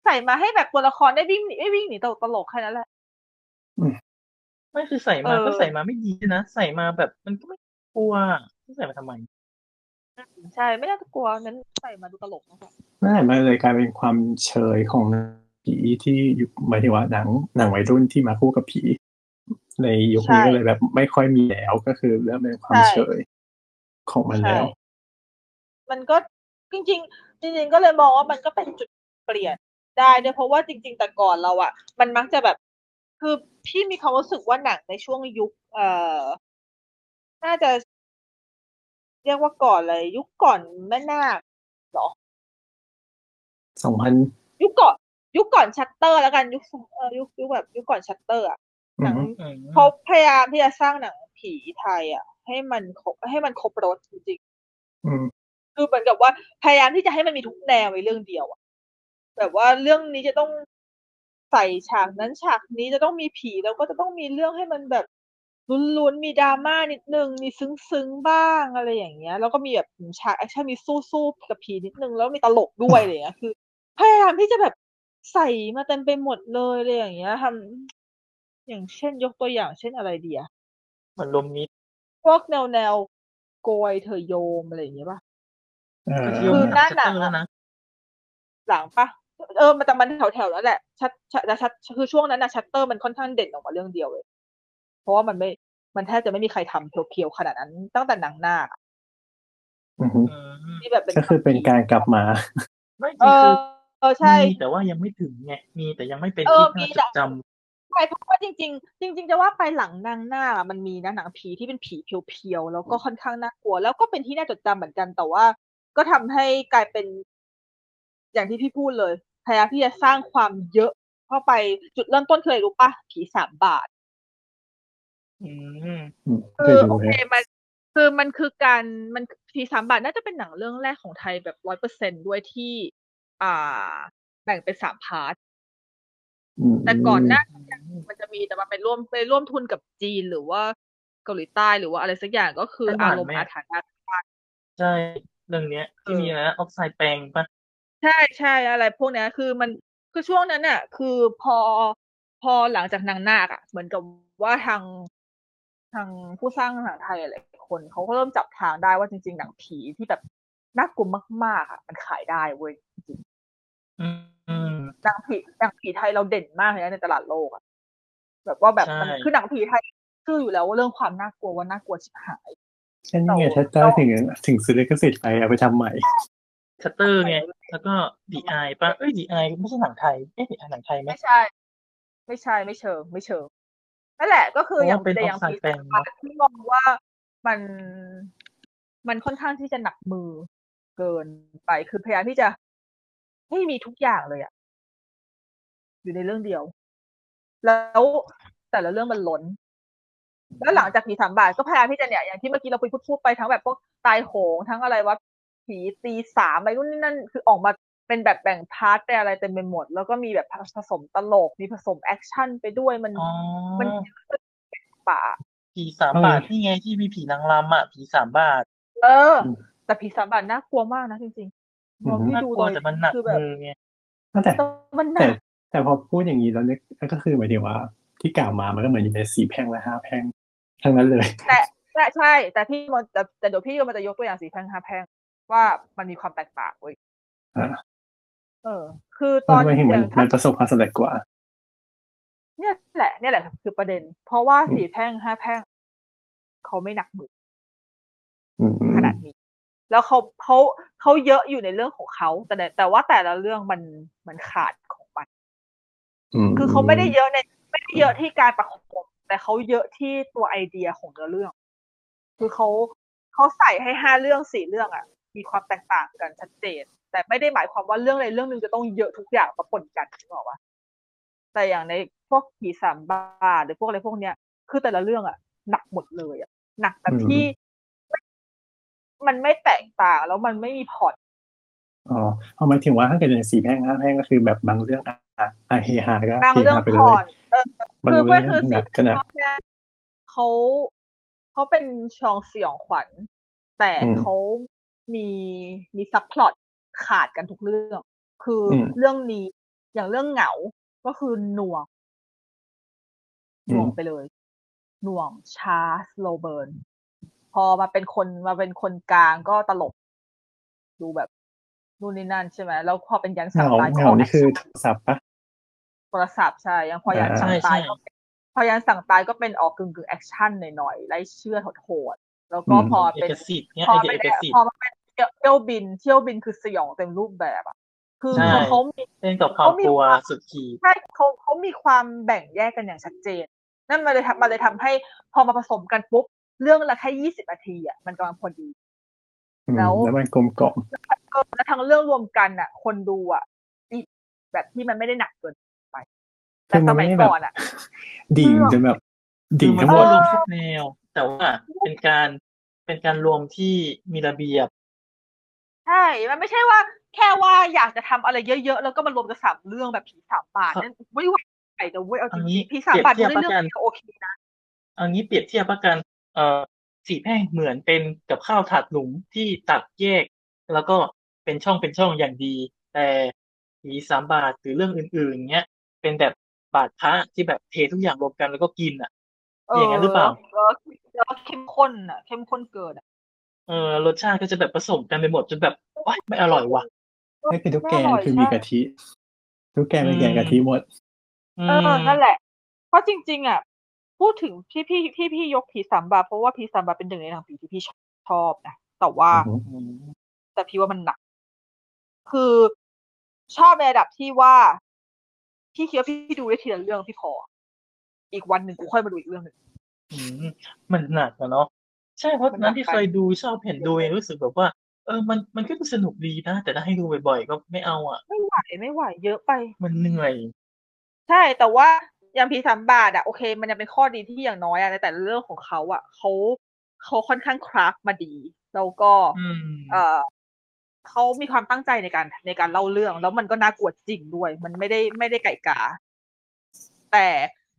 Speaker 4: ใส่มาให้แบบตัวละครได้วิ่งหนีไม่วิ่งหนีตลกตลกๆแค่นั้นแหละ
Speaker 2: ไม่คือใส่มา
Speaker 4: เออ
Speaker 2: ก็ใส่มาไม่ดีด้วยนะ ใส่มาแบบมันก็ไม่กลัวใส่มาทำไม
Speaker 4: ใช่ ไม่น่าจะกลัวนั้นใส่มาดูตลกนะคะ
Speaker 3: นั่นแหละมันเลยกลายเป็นความเฉยของผีที่อยู่หมายถึงว่าหนังหนังวัยรุ่นที่มาคู่กับผี ในยุคนี้ก็เลยแบบไม่ค่อยมีแล้วก็คือเริ่มเป็นความเฉยของมันแล้ว
Speaker 4: มันก็จริง ๆ จริง ๆ ก็เลยมองว่ามันก็เป็นจุดเปลี่ยนได้ด้วยเพราะว่าจริง ๆ แต่ก่อนเราอะมันมักจะแบบ คือพี่มีความรู้สึกว่าหนังในช่วงยุค เอ่อ น่าจะ เรียกว่าก่อนเลย ยุคก่อนแม่นาค
Speaker 3: สองพัน
Speaker 4: ยุคก่อน ยุคก่อนชัตเตอร์แล้วกันยุคเออยุคยุคแบบยุคก่อนชัตเตอร์อะหนัง
Speaker 2: อืม
Speaker 4: เขาพยายามที่จะสร้างหนังผีไทยอ่ะ ให้มันครบให้มันครบรสจริงๆ
Speaker 3: อืม
Speaker 4: คือเหมือนกับว่าพยายามที่จะให้มันมีทุกแนวในเรื่องเดียวอะแบบว่าเรื่องนี้จะต้องใส่ฉากนั้นฉากนี้จะต้องมีผีแล้วก็จะต้องมีเรื่องให้มันแบบลุ้นๆมีดราม่านิดนึงมีซึ้งๆบ้างอะไรอย่างเงี้ย แล้วก็มีแบบฉากแอคชั่นมีสู้ๆกับผีนิดนึงแล้วมีตลกด้วยอะไรอย่างเงี้ยคือ พยายามที่จะแบบใส่มาเต็มไปหมดเลยอะไรอย่างเงี้ยทำอย่างเช่นยกตัวอย่างเช่นอะไรดีอะ
Speaker 2: เหมือนลมมิด
Speaker 4: พวกแนวแนวโกยเธอโยมอะไรอย่างเงี้ยป่ะ
Speaker 3: เออ
Speaker 2: คือ
Speaker 4: คือหน้าหนัง
Speaker 2: ชัตเตอ
Speaker 4: อะ
Speaker 2: ร์แล้วนะ
Speaker 4: หลังป่ะ เออมันแต่มันแถวๆแล้วแหละชัดชัดแต่ชัดคือช่วงนั้นนะชัตเตอร์มันค่อนข้างเด่นออกมาเรื่องเดียวเลย เพราะว่ามันไม่มันแทบจะไม่มีใครทำเพียวๆขนาดนั้น ตั้งแต่หนังหน้า
Speaker 3: อือฮึ
Speaker 2: อืม
Speaker 4: ที่แบบเป็น
Speaker 3: ก็คือเป็นการกลับมา
Speaker 2: ไม่จ
Speaker 4: เอ
Speaker 2: ริง
Speaker 4: อ
Speaker 2: คือ
Speaker 4: เออใช่
Speaker 2: มีแต่ว่ายังไม่ถึงไงมีแต่ยังไม่เป็น
Speaker 4: เอ
Speaker 2: ที่
Speaker 4: อมี
Speaker 2: น่าจ
Speaker 4: แต่
Speaker 2: ดจ
Speaker 4: ใช่เพราะว่าจริง ๆ จริง ๆ จะว่าไปหลังนางหน้ามันมีนะหนังผีที่เป็นผีเพียวๆแล้วก็ค่อนข้างน่ากลัว แล้วก็เป็นที่น่าจดจำเหมือนกันแต่ว่า ก็ทำให้กลายเป็น อย่างที่พี่พูดเลยพยายามที่จะสร้างความเยอะ เข้าไปจุดเริ่มต้นเคยรู้ปะผีสามบาท
Speaker 2: ำอืม
Speaker 3: อืม
Speaker 4: คื
Speaker 3: เคย
Speaker 4: อ
Speaker 3: ดู
Speaker 4: โอ
Speaker 3: ไหม
Speaker 4: เคมันคือมันคือการมันผีสามบาทน่าจะเป็นหนังเรื่องแรกของไทยแบบร้อยเปอร์เซด้วยที่ อ่า แบ่งเป็นสามพาร์ท
Speaker 3: อืม
Speaker 4: แต่ก่อนหน้ามันจะมีแต่มันไปร่วมไปร่วมทุนกับจีนหรือว่าเกาหลีใต้หรือว่าอะไรสักอย่างก็คือ
Speaker 2: ไต้หวั
Speaker 4: อาน รมณ์
Speaker 2: ไหม
Speaker 4: อาถรรพ์อาถรรพ์
Speaker 2: ใช่เรื่องเนี้ยที่
Speaker 4: เออ
Speaker 2: มีอะไรนะออกไซด์แปลงปะ
Speaker 4: ใช่ใช่อะไรพวกเนี้ยคือมันคือช่วงนั้นน่ะ คือพอพอหลังจากนางนาคอ่ะ เหมือนกับว่าทางทางผู้สร้างหนังไทยหลายๆคนเขาก็เริ่มจับทางได้ว่าจริง ๆ หนังผีที่แบบน่ากลัวมากๆอ่ะมันขายได้เว้ย
Speaker 2: อืมอืม
Speaker 4: หนังผีหนังผีไทยเราเด่นมากเลยนะในตลาดโลกอ่ะแบบว่าแบบมัน
Speaker 2: ใช่
Speaker 4: คือหนังผีไทยชื่ออยู่แล้วว่าเรื่องความน่ากลัวว่าน่ากลัวชิบหาย
Speaker 3: แค่นี้ไงถ้าได้ถึงถึงซื้อลิขสิทธิ์ไปเอาไปทำใหม่
Speaker 2: ชัตเตอร์ไง แล้วก็ดีไอปะเอ้ยดีไอไม่ใช่หนังไทยเอ้ยดีไอหนังไทยไหม
Speaker 4: ไม่ใช่ ไม่ใช่ไม่เชิง ไม่เชิงนั่นแหละก็คือ
Speaker 2: เพราะ
Speaker 4: อย่าง
Speaker 2: ว่าเป็น
Speaker 4: แต่อย่าง
Speaker 2: off-site
Speaker 4: ปี
Speaker 2: แปลงเนอะ
Speaker 4: ที่มองว่ามันมันค่อนข้างที่จะหนักมือเกินไปคือพยายามที่จะให้มีทุกอย่างเลยอะอยู่ในเรื่องเดียว แล้วแต่ละเรื่องมันล้น แล้วหลังจากผีสามบาทก็พยายามที่จะเนี่ยอย่างที่เมื่อกี้เราคุยพูดๆไปทั้งแบบพวกตายโหงทั้งอะไรว่าผีตีสามอะไรนู่นนี่นั่นคือออกมาเป็นแบบแบ่งพาร์ทไปนอะไรเต็มไปหมด แล้วก็มีแบบผสมตลกมีผสมแอคชั่นไปด้วยมัน
Speaker 2: อ๋อ
Speaker 4: มันเยอะป่า
Speaker 2: ผีสามบาทนี่ไงที่มีผีนางรำอ่ะผีสามบาท
Speaker 4: เอออ
Speaker 3: ม
Speaker 4: แต่ผีสามบาทน่ากลัวมากนะจริงๆมอง
Speaker 3: อือฮึ
Speaker 4: ที่
Speaker 2: น่า
Speaker 4: ดู
Speaker 2: ก
Speaker 4: ต
Speaker 2: ลั
Speaker 4: อ
Speaker 2: วน แต่มันหนัก
Speaker 4: คือแบบ
Speaker 2: มือไง
Speaker 3: แต่
Speaker 4: แต่มันหนั
Speaker 3: แต่
Speaker 4: ก
Speaker 3: แต่พอพูดอย่างนี้แล้วเนี่ยก็คือหมายถึงว่าที่กล่าวมามันก็เหมือนอยู่ในสี่แพร่งและห้าแพร่งทั้งนั้นเลย
Speaker 4: แต่ใช่ แต่พี่มันแต่แต่เดี๋ยวพี่ก็มันจะยกตัวอย่างสีแพร่งห้าแพร่งว่ามันมีความแตกต่างเว้ย
Speaker 3: อ่า
Speaker 4: เออ คือต
Speaker 3: มั
Speaker 4: อน น
Speaker 3: ไม่เห็น
Speaker 4: อ
Speaker 3: มัน
Speaker 4: ย่างถ้า
Speaker 3: มันประสบความสำเร็จกว่า
Speaker 4: เนี่ยแหละเนี่ยแหละคือประเด็น เพราะว่า
Speaker 3: อืม
Speaker 4: สี่แพร่งห้าแพร่งเขาไม่หนักมือ
Speaker 3: อืม
Speaker 4: ขนาดนี้ แล้วเขาเขาเขาเยอะอยู่ในเรื่องของเขาแต่แต่แต่ว่าแต่ละเรื่องมันมันขาดของมัน
Speaker 3: ม
Speaker 4: คือเขาไม่ได้เยอะในไม่ได้เยอะที่การประกบแต่เขาเยอะที่ตัวไอเดียของเนื้อเรื่อง คือเขาเขาใส่ให้ห้าเรื่องสี่เรื่องอ่ะ มีความแตกต่างกันชัดเจน แต่ไม่ได้หมายความว่าเรื่องใดเรื่องหนึ่งจะต้องเยอะทุกอย่างมาปนกันนึกออกปะแต่อย่างในพวกผีสามบาทหรือพวกอะไรพวกเนี้ย คือแต่ละเรื่องอ่ะ หนักหมดเลยอ่ะหนักแบบที่ มันไม่แตกต่างแล้วมันไม่มีพอร์ต
Speaker 3: อ๋อเอาหมายถึงว่าถ้าเกิดในสี่แพร่งห้าแพร่งก็คือแบบบางเรื่องอ่ะอ่ะเฮฮาก็
Speaker 4: บาง
Speaker 3: เฮ
Speaker 4: เรื่อง
Speaker 3: ฮาไป
Speaker 4: พ
Speaker 3: เล
Speaker 4: อย ร์ตเออ
Speaker 3: บาง
Speaker 4: คือ
Speaker 3: เรื่อง
Speaker 4: คือ
Speaker 3: หนักขนาด
Speaker 4: เขาเขาเป็นชองสยองขวัญ แต่
Speaker 3: อืม
Speaker 4: เขามีมีซับพลอตขาดกันทุกเรื่อง คืออ
Speaker 3: ม
Speaker 4: เรื่องนี้อย่างเรื่องเหงา ก็คือหน่วงห
Speaker 3: อื
Speaker 4: น่วง
Speaker 3: ม
Speaker 4: ไปเลย หน่วงช้าสโลเบิร์นพอมาเป็นคนมาเป็นคนกลางก็ตลก ดูแบบนู่นนี่นั่นใช่ไหมแล้วพอเป็นยัน
Speaker 3: เห
Speaker 4: สาม
Speaker 3: งา
Speaker 4: ตาย
Speaker 3: เห
Speaker 4: ก็
Speaker 3: งา
Speaker 4: เอา
Speaker 3: นี่คือโทรศัพท์ปะ
Speaker 4: โทรศัพท์ใช่ยังพอยัน
Speaker 3: อ่า
Speaker 4: สั่งตาย
Speaker 2: ใช่
Speaker 4: ก็เป็นพอยันสั่งตายก็เป็นออกกึ่งกึ่งแอคชั่นหน่อยๆไล่เชื่อดโหดๆแล้วก็พอ
Speaker 2: เอ
Speaker 4: เป็น
Speaker 2: กสิทธิ์เนี่ย
Speaker 4: พอ
Speaker 2: ไอเดีย
Speaker 4: ไม่
Speaker 2: เอก
Speaker 4: ได้
Speaker 2: สิท
Speaker 4: พอ
Speaker 2: ธิ์
Speaker 4: มาเป็นเที่ยวเที่ยวบิน เที่ยวบินคือสยองเต็มรูปแบบอ่ะ คือ
Speaker 2: ใช่
Speaker 4: คือเขามี
Speaker 2: เล่นกับความกลัวสุดขีด
Speaker 4: ใช่เขาเขามีความแบ่งแยกกันอย่างชัดเจน นั่นมาเลยทำมาเลยทำให้พอมาผสมกันปุ๊บ เรื่องละแค่ยี่สิบนาทีอ่ะมันกำลังพอดี
Speaker 3: อืม
Speaker 4: แล้ว
Speaker 3: แล้วมันกลมกล่อม
Speaker 4: เออแล้วทั้งเรื่องรวมกันอ่ะ คนดูอ่ะอิ่มแบบที่มันไม่ได้หนักเกินไปแต่สมัยก่อนอ่ะ
Speaker 3: ดิ่งจนแบบ
Speaker 2: คื
Speaker 3: ดิ่ง
Speaker 2: อมั
Speaker 3: ทั้
Speaker 2: น
Speaker 3: งหม
Speaker 2: ก็
Speaker 3: ด
Speaker 2: รวมทุกแนว แต่ว่าเป็นการเป็นการรวมที่มีระเบียบ
Speaker 4: ใช่ มันไม่ใช่ว่าแค่ว่าอยากจะทำอะไรเยอะๆ แล้วก็มารวมกันสามเรื่องแบบผีสามบาท
Speaker 2: ครับ
Speaker 4: นั่นไม่ไหวแต่เว้ยเอาจ
Speaker 2: เอางี้
Speaker 4: ริงๆผีสามบาท
Speaker 2: เปรี
Speaker 4: ดู
Speaker 2: ยบ
Speaker 4: ได้
Speaker 2: เทียบ
Speaker 4: เรื่อง
Speaker 2: แล้วกัน
Speaker 4: เดียวโอเคนะ
Speaker 2: เอางี้เปรียบเทียบละกันเอ่อสีแพร่งเหมือนเป็นกับข้าวถาดหลุมที่ตักแยก แล้วก็เป็นช่องเป็นช่องอย่างดี แต่ผีสามบาทหรือเรื่องอื่นๆเนี้ยเป็นแบบบาดพระที่แบบเททุกอย่างรวมกันแล้วก็กินอ่ะ อย่างนั้นหรือเปล่า
Speaker 4: เออแล้วเข้มข้นอ่ะ เข้มข้นเกินอะ
Speaker 2: เออรสชาติก็จะแบบผสมกันไปหมดจนแบบโอ๊ยไม่อร่อยว่ะ
Speaker 3: นี่คือทุกแก
Speaker 4: ไม่
Speaker 3: ง
Speaker 4: ร่ย
Speaker 3: คือมี
Speaker 4: ใช่
Speaker 3: กะทิ ทุกแกงเป็นแกง
Speaker 2: อืม
Speaker 3: กะทิหมด
Speaker 2: อื
Speaker 4: เอ
Speaker 2: ม
Speaker 4: อ นั่นแหละ เพราะจริง ๆ อ่ะ พูดถึงที่พี่ที่พี่ยกผีสามบาทเพราะว่าผีสามบาทเป็นหนึ่งในหนังผีที่พี่ชอบนะ แต่ว่า แต่พี่ว่ามันหนัก คือชอบในระดับที่ว่า พี่คิดว่าพี่ดูได้ทีละเรื่องพี่พอ อีกวันหนึ่งกูค่อยมาดูอีกเรื่องหนึ่ง
Speaker 2: อืมมันหนักอะเนาะใช่เพราะ
Speaker 4: มันหนั
Speaker 2: นั้
Speaker 4: ก
Speaker 2: นที่
Speaker 4: ไป
Speaker 2: เคยดูชอบเห็นดูเองรู้สึกแบบว่า เออมันมันก็ดูสนุกดีนะ แต่ถ้าให้ดูบ่อยๆก็ไม่เอาอ่ะ
Speaker 4: ไม่ไหวไม่ไหวเยอะไป
Speaker 2: มันเหนื่อย
Speaker 4: ใช่แต่ว่าอย่างผีสามบาทอะโอเค มันยังเป็นข้อดีที่อย่างน้อยอะในแต่ละเรื่องของเขาอะเขาเขาค่อนข้างคราฟมาดี แล้วก็
Speaker 2: อืม
Speaker 4: เออเขามีความตั้งใจในการในการเล่าเรื่อง แล้วมันก็น่ากลัวจริงด้วย มันไม่ได้ไม่ได้ไก่กา แต่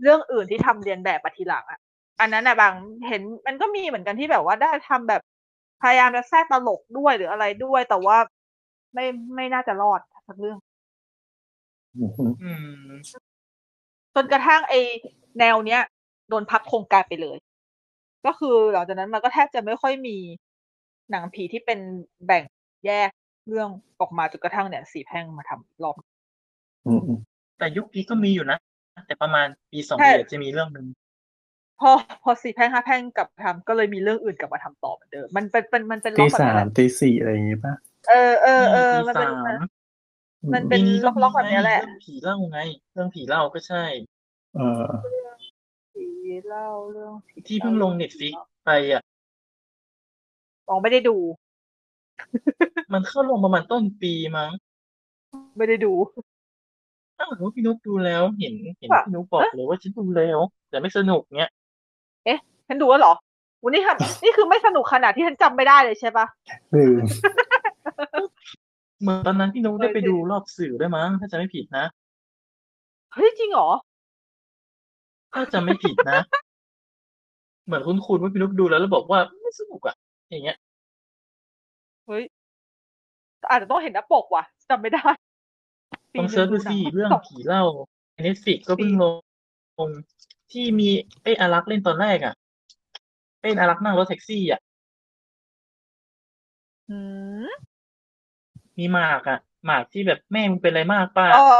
Speaker 4: เรื่องอื่นที่ทำเรียนแบบมาทีหลังอ่ะ อันนั้นนะบางเห็นมันก็มีเหมือนกันที่แบบว่าได้ทำแบบพยายามจะแทรกตลกด้วยหรืออะไรด้วย แต่ว่าไม่ไม่น่าจะรอดสักเรื่อง
Speaker 2: อืม
Speaker 4: จนกระทั่งไอแนวเนี้ยโดนพับโครงการไปเลย ก็คือหลังจากนั้นมันก็แทบจะไม่ค่อยมีหนังผีที่เป็นแบ่งแยกเรื่องออกมาจนกระทั่งเนี่ยสีแพร่งมาทำรอบ
Speaker 2: แต่ยุคนี้ก็มีอยู่นะ แต่ประมาณปีสอง
Speaker 4: ใช่
Speaker 2: ปีจะมีเรื่องหนึ่ง
Speaker 4: พอพอสีแพร่งห้าแพร่งกลับมาทำก็เลยมีเรื่องอื่นกลับมาทำต่อเหมือนเดิมมันเป็นเป็นมันเป็นล็
Speaker 3: ตี
Speaker 4: อกแบบ
Speaker 3: สา
Speaker 4: นั้นแห
Speaker 3: ม
Speaker 4: ละ
Speaker 3: ตีสี่อะไรอย่างงี้ป่ะ
Speaker 4: เออเออเออ
Speaker 2: ปี
Speaker 4: มัน
Speaker 2: สา
Speaker 4: เป็น
Speaker 2: ม
Speaker 4: มันเป็น
Speaker 2: ปีนี้ก็
Speaker 4: ล็อกๆแบบ
Speaker 2: มี
Speaker 4: เนี้ยแห
Speaker 2: ไง
Speaker 4: ละ
Speaker 2: เรื่องผีเล่าไง เรื่องผีเล่าก็ใช่
Speaker 3: เออ
Speaker 4: ผีเล่าเรื่องผี
Speaker 2: ที่เพิ่งลงเน็ตฟิกไปอ่ะ
Speaker 4: มองไม่ได้ดู
Speaker 2: มันเข้าลงประมาณต้นปีมั้ง
Speaker 4: ไม่ได้ดู
Speaker 2: อ้าวหรือว่าพี่นุ๊กดูแล้วเห็นเห็น
Speaker 4: ค่ะ
Speaker 2: พี่นุ๊กบอกเลยว่าฉันดูแล้ว แต่ไม่สนุกเนี้ย
Speaker 4: ฉันดูแล้วเหรอวันนี้ค่ะ นี่คือไม่สนุกขนาดที่ฉันจำไม่ได้เลยใช่ปะ
Speaker 3: ลืม
Speaker 2: เหมือนตอนนั้นพี่นุ๊กได้ไป
Speaker 4: ไม่ได้
Speaker 2: ดูรอบสื่อด้วยมั้งถ้าจะไม่ผิดนะ
Speaker 4: เฮ้ยจริงเหรอ
Speaker 2: ถ้าจะไม่ผิดนะ เหมือนคุณคุณว่าพี่นุ๊กดูแล้วแล้วบอกว่าไม่สนุกอ่ะ อย่างเงี้ย
Speaker 4: เฮ้ยอาจจะต้องเห็นหน้าปกว่ะจำไม่ได้
Speaker 2: ลองเซิร์ชดูสิเรื่องผีเล่าเน็ตฟิกก็เพิ่งลงลงที่มีเป้อารักษ์เล่นตอนแรกอ่ะเป้อารักษ์นั่งรถแท็กซี่อ่ะ
Speaker 4: อืม
Speaker 2: มีหมากอ่ะ หมากที่แบบแม่มึงเป็นอะไรมากป้า
Speaker 4: เออ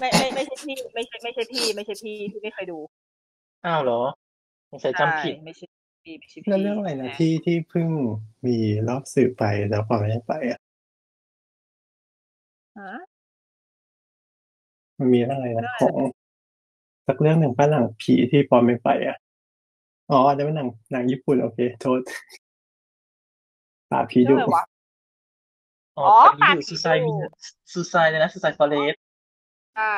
Speaker 4: ไม่ไม่ไม่ใช่พี่ไม่ใช่ไม่ใช่พี่ไม่ใช่พี่ที่ไม่เคยดู
Speaker 2: อ้าวเหรอสงสัยจำผิด
Speaker 4: ใช่ไม่ใช่พี่ไม่ใช่พี่
Speaker 3: แล้วเรื่องอะไรนะที่ที่เพิ่งมีรอบสื่อไปแล้วพอไม่ได้ไปอ่ะ
Speaker 4: ฮะ
Speaker 3: มันมีเรื่องอะไรนะ
Speaker 4: ได้
Speaker 3: ของสักเรื่องหนึ่งป้าหนังผีที่พอไม่ไปอ่ะอ๋ออันนั้นเป็นหนังหนังญี่ปุ่นโอเคโทษป่าผี
Speaker 4: เรื่
Speaker 3: ดุ
Speaker 4: องอะไรวะ
Speaker 2: อ๋อ
Speaker 4: อ๋อ
Speaker 2: ตอนนี้อยู่
Speaker 4: ปาฏิ
Speaker 2: ซูซา
Speaker 4: หา
Speaker 2: ย
Speaker 4: ริ
Speaker 2: มี
Speaker 4: ย์
Speaker 2: ซูซายเลยนะซูซายฟอเรส
Speaker 4: ใช่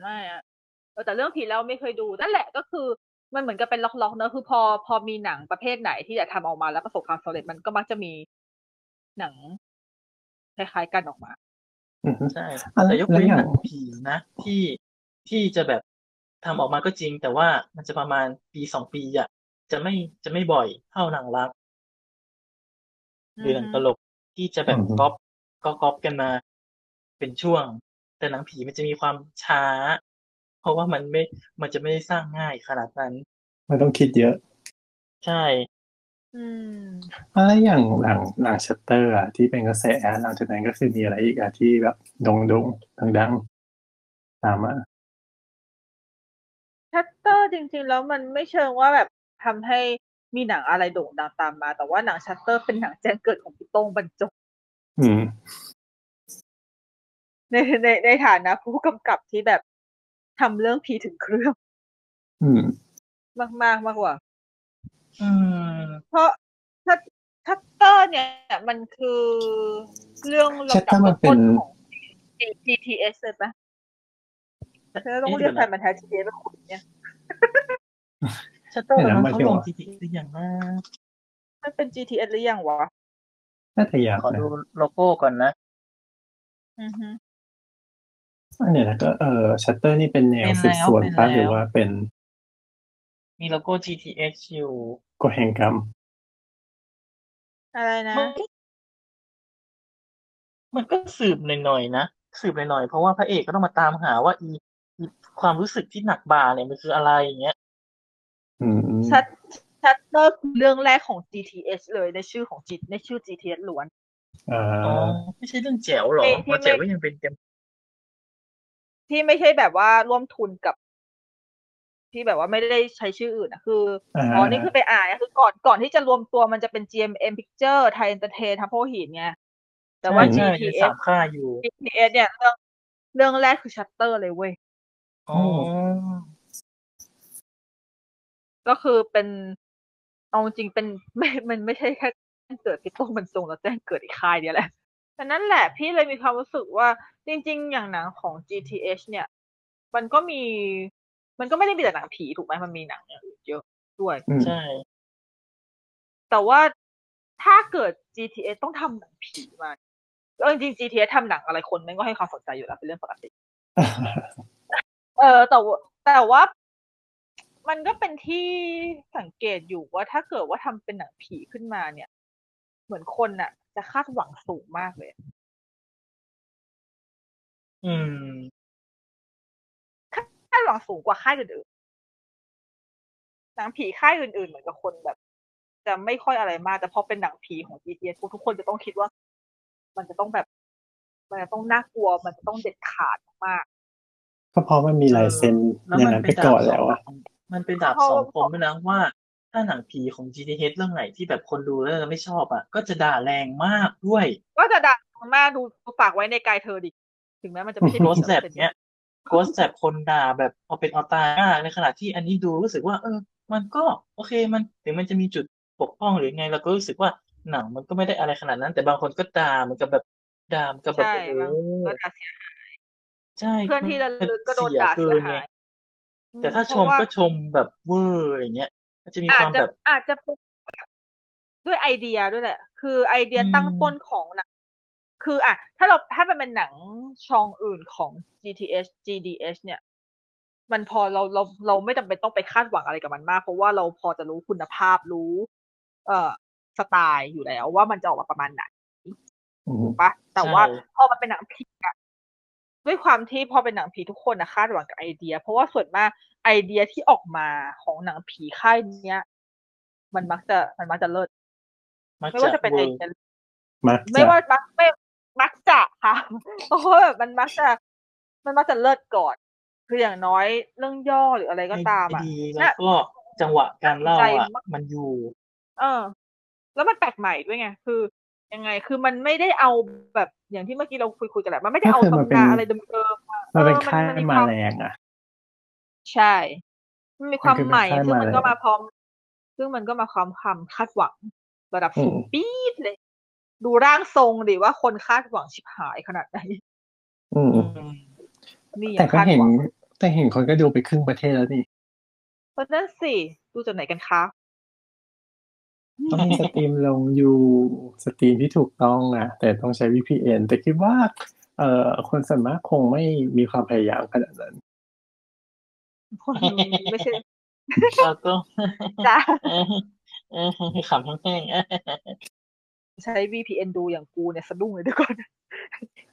Speaker 4: ไม่อะเออแต่เรื่องผีเราไม่เคยดูนั่นแหละก็คือมันเหมือนกับเป็นล็อกๆเนอะคือพอพอมีหนังประเภทไหนที่อยากทำออกมาแล้วประสบความสำเร็จมันก็มักจะมีหนังคล้ายๆกันออกมา
Speaker 3: อือฮึ
Speaker 2: ใช่
Speaker 3: อ่ะแล้ว
Speaker 2: แต่ยกเว้น
Speaker 3: แล้วอย่าง
Speaker 2: หนังผีนะ ที่ที่จะแบบทำออกมาก็จริง แต่ว่ามันจะประมาณปีสองปีอ่ะ จะไม่จะไม่บ่อยเท่าหนังรัก หรือหนังตลกที่จะแบบ
Speaker 3: อือฮึ
Speaker 2: ก๊อปก็ก๊อปกันมา เป็นช่วง แต่หนังผีมันจะมีความช้า เพราะว่ามันไม่มันจะไม่ได้สร้างง่ายขนาดนั้น
Speaker 3: มันต้องคิดเยอะ
Speaker 2: ใช่
Speaker 4: อืม
Speaker 3: ถ้าอย่างหลังหลังชัตเตอร์อะที่เป็นกระแสหลังจากนั้นก็คือมีอะไรอีกอะที่แบบดงดงดังดังๆตามมา
Speaker 4: ชัตเตอร์จริง ๆ แล้วมันไม่เชิงว่าแบบทำให้มีหนังอะไรโด่งดังตามมา แต่ว่าหนังชัตเตอร์เป็นหนังแจ้งเกิดของพี่โต้งบรรจง
Speaker 3: อืม
Speaker 4: ในในในฐานะ ผู้กำกับที่แบบทำเรื่องผีถึงเครื่อง
Speaker 3: อืม
Speaker 4: มากๆมากกว่า
Speaker 2: อืม
Speaker 4: เพราะชัตชัตเตอร์เนี่ยมันคือเรื่องลำดับ
Speaker 3: ชัตเตอร์มันเป็น
Speaker 4: ต้ๆของ GTS เลยปะเธอต้องเรียกแฟนมาแท้ GTS เป็นคนเนี่ย
Speaker 2: ชัตเตอร์
Speaker 3: เนี่ย
Speaker 2: ตอ
Speaker 3: นะ
Speaker 2: นนั้น
Speaker 3: มัน
Speaker 2: เขา
Speaker 3: เป็น
Speaker 2: ลง
Speaker 3: ว่า
Speaker 2: จริงๆหรือยังนะ
Speaker 4: มันเป็น GTS หรือยังวะ
Speaker 3: น่าจะยาก
Speaker 2: ขอ
Speaker 3: นะ
Speaker 2: ดูโลโก้ก่อนนะ
Speaker 4: อือฮึ
Speaker 3: อันเนี้ยนะก็เออชัตเตอร์นี่เป็นแนวสืบสวน
Speaker 2: เป็นแล้วเป็นแล้ว
Speaker 3: ป้าหรือว่าเป็น
Speaker 2: มีโลโก้ GTS อยู่
Speaker 3: กฎแห่งกรรม
Speaker 4: อะไรนะ
Speaker 2: มันก็มันก็สืบหน่อยๆนะสืบหน่อยๆเพราะว่าพระเอกก็ต้องมาตามหาว่าอีอีความรู้สึกที่หนักบ่าเนี่ยมันคืออะไรอย่างเงี้ย
Speaker 3: อืม
Speaker 4: ชัตชัตเตอร์คือเรื่องแรกของ GTS เลยในชื่อของจิตในชื่อ GTS ล้วน
Speaker 3: อ่
Speaker 2: อ๋อา ไม่ใช่เรื่องแจ๋วเหรอ
Speaker 4: ที่ที่
Speaker 2: มาแจ๋ว
Speaker 4: ไม่
Speaker 2: ก็ยังเป็นเกม
Speaker 4: ที่ไม่ใช่แบบว่าร่วมทุนกับ ที่แบบว่าไม่ได้ใช้ชื่ออื่นนะคือ
Speaker 3: า
Speaker 4: อ๋อ นี่คือไปอ่านนะคือก่อนก่อนที่จะรวมตัวมันจะเป็น GMM Picture ไทย e n นเตอร์เทนทัพโพหินไง แต่ว่า
Speaker 2: ใช่ใช่เป็นสา
Speaker 4: GTS
Speaker 2: มค่าอยู่
Speaker 4: GTS เนี่ยเรื่องเรื่องแรกคือชัตเตอร์เลยเว้ย
Speaker 2: อ๋อ
Speaker 4: ก็คือเป็นเอาจริงๆเป็น ไม่ มันไม่ใช่แค่แจ้งเกิดพี่โต้งมันทรงแล้วแจ้งเกิดอีกค่ายเดียวแหละ แต่นั่นแหละพี่เลยมีความรู้สึกว่าจริง ๆ อย่างหนังของ GTH เนี่ย มันก็มี มันก็ไม่ได้มีแต่หนังผีถูกไหมมันมีหนังอย่างอื่นเยอะด้วย
Speaker 3: ม
Speaker 2: ใช่
Speaker 4: แต่ว่าถ้าเกิด GTS ต้องทำหนังผีมาเออจริงๆ GTS ทำหนังอะไรคนมันก็ให้ความสนใจอยู่แล้วเป็นเรื่องปกติ
Speaker 3: อ่า
Speaker 4: เออแต่ว่าแต่ว่า มันก็เป็นที่สังเกตอยู่ว่าถ้าเกิดว่าทำเป็นหนังผีขึ้นมาเนี่ย เหมือนคนน่ะ จะคาดหวังสูงมากเลย
Speaker 2: อืม
Speaker 4: คาดหวังสูงกว่าค่ายอื่นๆหนังผีค่ายอื่นๆ เหมือนกับคนแบบ จะไม่ค่อยอะไรมาก แต่พอเป็นหนังผีของ GTS ทุกคนจะต้องคิดว่า มันจะต้องแบบ มันจะต้องน่ากลัว มันจะต้องเด็ดขาดมาก
Speaker 3: ก็เพราะมันมีลายเซ็น
Speaker 2: แล้ว
Speaker 3: อย่าง
Speaker 2: มัน
Speaker 3: นั้น
Speaker 2: เป็
Speaker 3: ไป
Speaker 2: นดา
Speaker 3: ก่
Speaker 2: บ
Speaker 3: อน
Speaker 2: ส
Speaker 3: แล้
Speaker 2: อ
Speaker 3: ว
Speaker 2: ง
Speaker 3: อะ
Speaker 2: มันเป็นดาบ
Speaker 4: เพราะ
Speaker 2: สองคมด้วยนะว่า ถ้าหนังผีของ GTH เรื่องไหนที่แบบคนดูแล้วจะไม่ชอบอ่ะ ก็จะด่าแรงมากด้วย
Speaker 4: ก็จะดังมากดูฝากไว้ในกายเธอดิ ถึงแม้มันจะไม่ใช่
Speaker 2: โรสแลบ
Speaker 4: เป็น
Speaker 2: เนี้ย โกสแบบคนด่าแบบเอาเป็นเอาตายมากในขณะที่อันนี้ดูรู้สึกว่า เออ มันก็โอเคมันถึงมันจะมีจุดปกป้องหรือไงเราก็รู้สึกว่าหนังมันก็ไม่ได้อะไรขนาดนั้น แต่บางคนก็ด่าเหมันกับแบบด่าเหมันกับแบบ
Speaker 4: ใช่
Speaker 2: โอ้โห
Speaker 4: บางคนก็ด่าเสียหาย
Speaker 2: ใช่
Speaker 4: เพื่อนที่ระลึกก็โดน
Speaker 2: เสีย
Speaker 4: ด่า
Speaker 2: เกิ
Speaker 4: เสีย
Speaker 2: นไง
Speaker 4: หาย
Speaker 2: แต่ถ้าชมก็ชมแบบเวอร์อะไรเงี้ยก็จะมี
Speaker 4: อาจ
Speaker 2: ความ
Speaker 4: จะ
Speaker 2: แบบ
Speaker 4: อาจจะเป็นด้วยไอเดียด้วยแหละ คือไอเดีย
Speaker 2: อืม
Speaker 4: ตั้งต้นของหนังคืออ่ะถ้าเราถ้ามันเป็นหนังช่องอื่นของ GTH GDH เนี่ย มันพอเราเราเราไม่จำเป็นต้องไปคาดหวังอะไรกับมันมาก เพราะว่าเราพอจะรู้คุณภาพรู้ เอ่อสไตล์อยู่แล้วว่ามันจะออกมาประมาณไหน
Speaker 3: อืม
Speaker 4: ถูกปะแต่ว่า
Speaker 2: ใช่
Speaker 4: พอมันเป็นหนังผีอะด้วยความที่พอเป็นหนังผีทุกคนนะคาดหวังกับไอเดีย เพราะว่าส่วนมากไอเดียที่ออกมาของหนังผีค่ายเนี้ย มันมักจะมันมักจะเลิศ
Speaker 2: มัก
Speaker 4: ไม่
Speaker 2: จะ
Speaker 4: ว่าจะเป็น
Speaker 2: เว
Speaker 4: ไอ
Speaker 2: อร์
Speaker 4: เดีย
Speaker 3: มัก
Speaker 4: ไม่
Speaker 3: จะ
Speaker 4: ว่ามักไม่มักจะค่ะ เพราะว่าแบบมันมักจะ มันมักจะเลิศก่อน คืออย่างน้อยเรื่องย่อหรืออะไรก็ตาม
Speaker 2: ไอ
Speaker 4: อ่ะ
Speaker 2: ดีแล้วก็จังหวะการเล่าอ่ะมันอยู่
Speaker 4: เออ แล้วมันแปลกใหม่ด้วยไง คือยังไง คือมันไม่ได้เอาแบบอย่างที่เมื่อกี้เราคุยคุยๆกันแหละ มันไม่ได้เอา ตำนานอะไรเดิมๆอะ
Speaker 3: มันเป็น
Speaker 4: ออ
Speaker 3: ค่าย
Speaker 4: มี
Speaker 3: มา
Speaker 4: คว
Speaker 3: แรงอ่ะ
Speaker 4: ใช่มันมีความ
Speaker 3: มันคือ
Speaker 4: ใหม่
Speaker 3: เป็นค่าย
Speaker 4: ซึ่งมันก็
Speaker 3: มาแรง
Speaker 4: มาพร้อม ซึ่งมันก็มาความความคาดหวัง ระดับสูงปี๊ดเลย ดูร่างทรงดิว่าคนคาดหวังชิบหายขนาดไหน
Speaker 3: อืม
Speaker 4: นี่ยั
Speaker 3: แต่
Speaker 4: ง
Speaker 3: ก็
Speaker 4: คาด
Speaker 3: เห็น
Speaker 4: หวัง
Speaker 3: แต่เห็นคนก็ดูไปครึ่งประเทศแล้วนี่
Speaker 4: เพราะนั่นสิ ดูจากไหนกันคะ
Speaker 3: ต้องมีสตรีมลงอยู่สตรีมที่ถูกต้องนะแต่ต้องใช้ VPN แต่คิดว่า เอ่อคนส่วนมากคงไม่มีความพยายามขนาดนั้น
Speaker 4: คนดูไม่ ใช่
Speaker 2: แล้วก็
Speaker 4: จ้า
Speaker 2: เออเออขำทั้งแท่งเออ
Speaker 4: ใช้ VPN ดูอย่างกูเนี่ยสะดุ้งเลยเดี๋ยวก่อน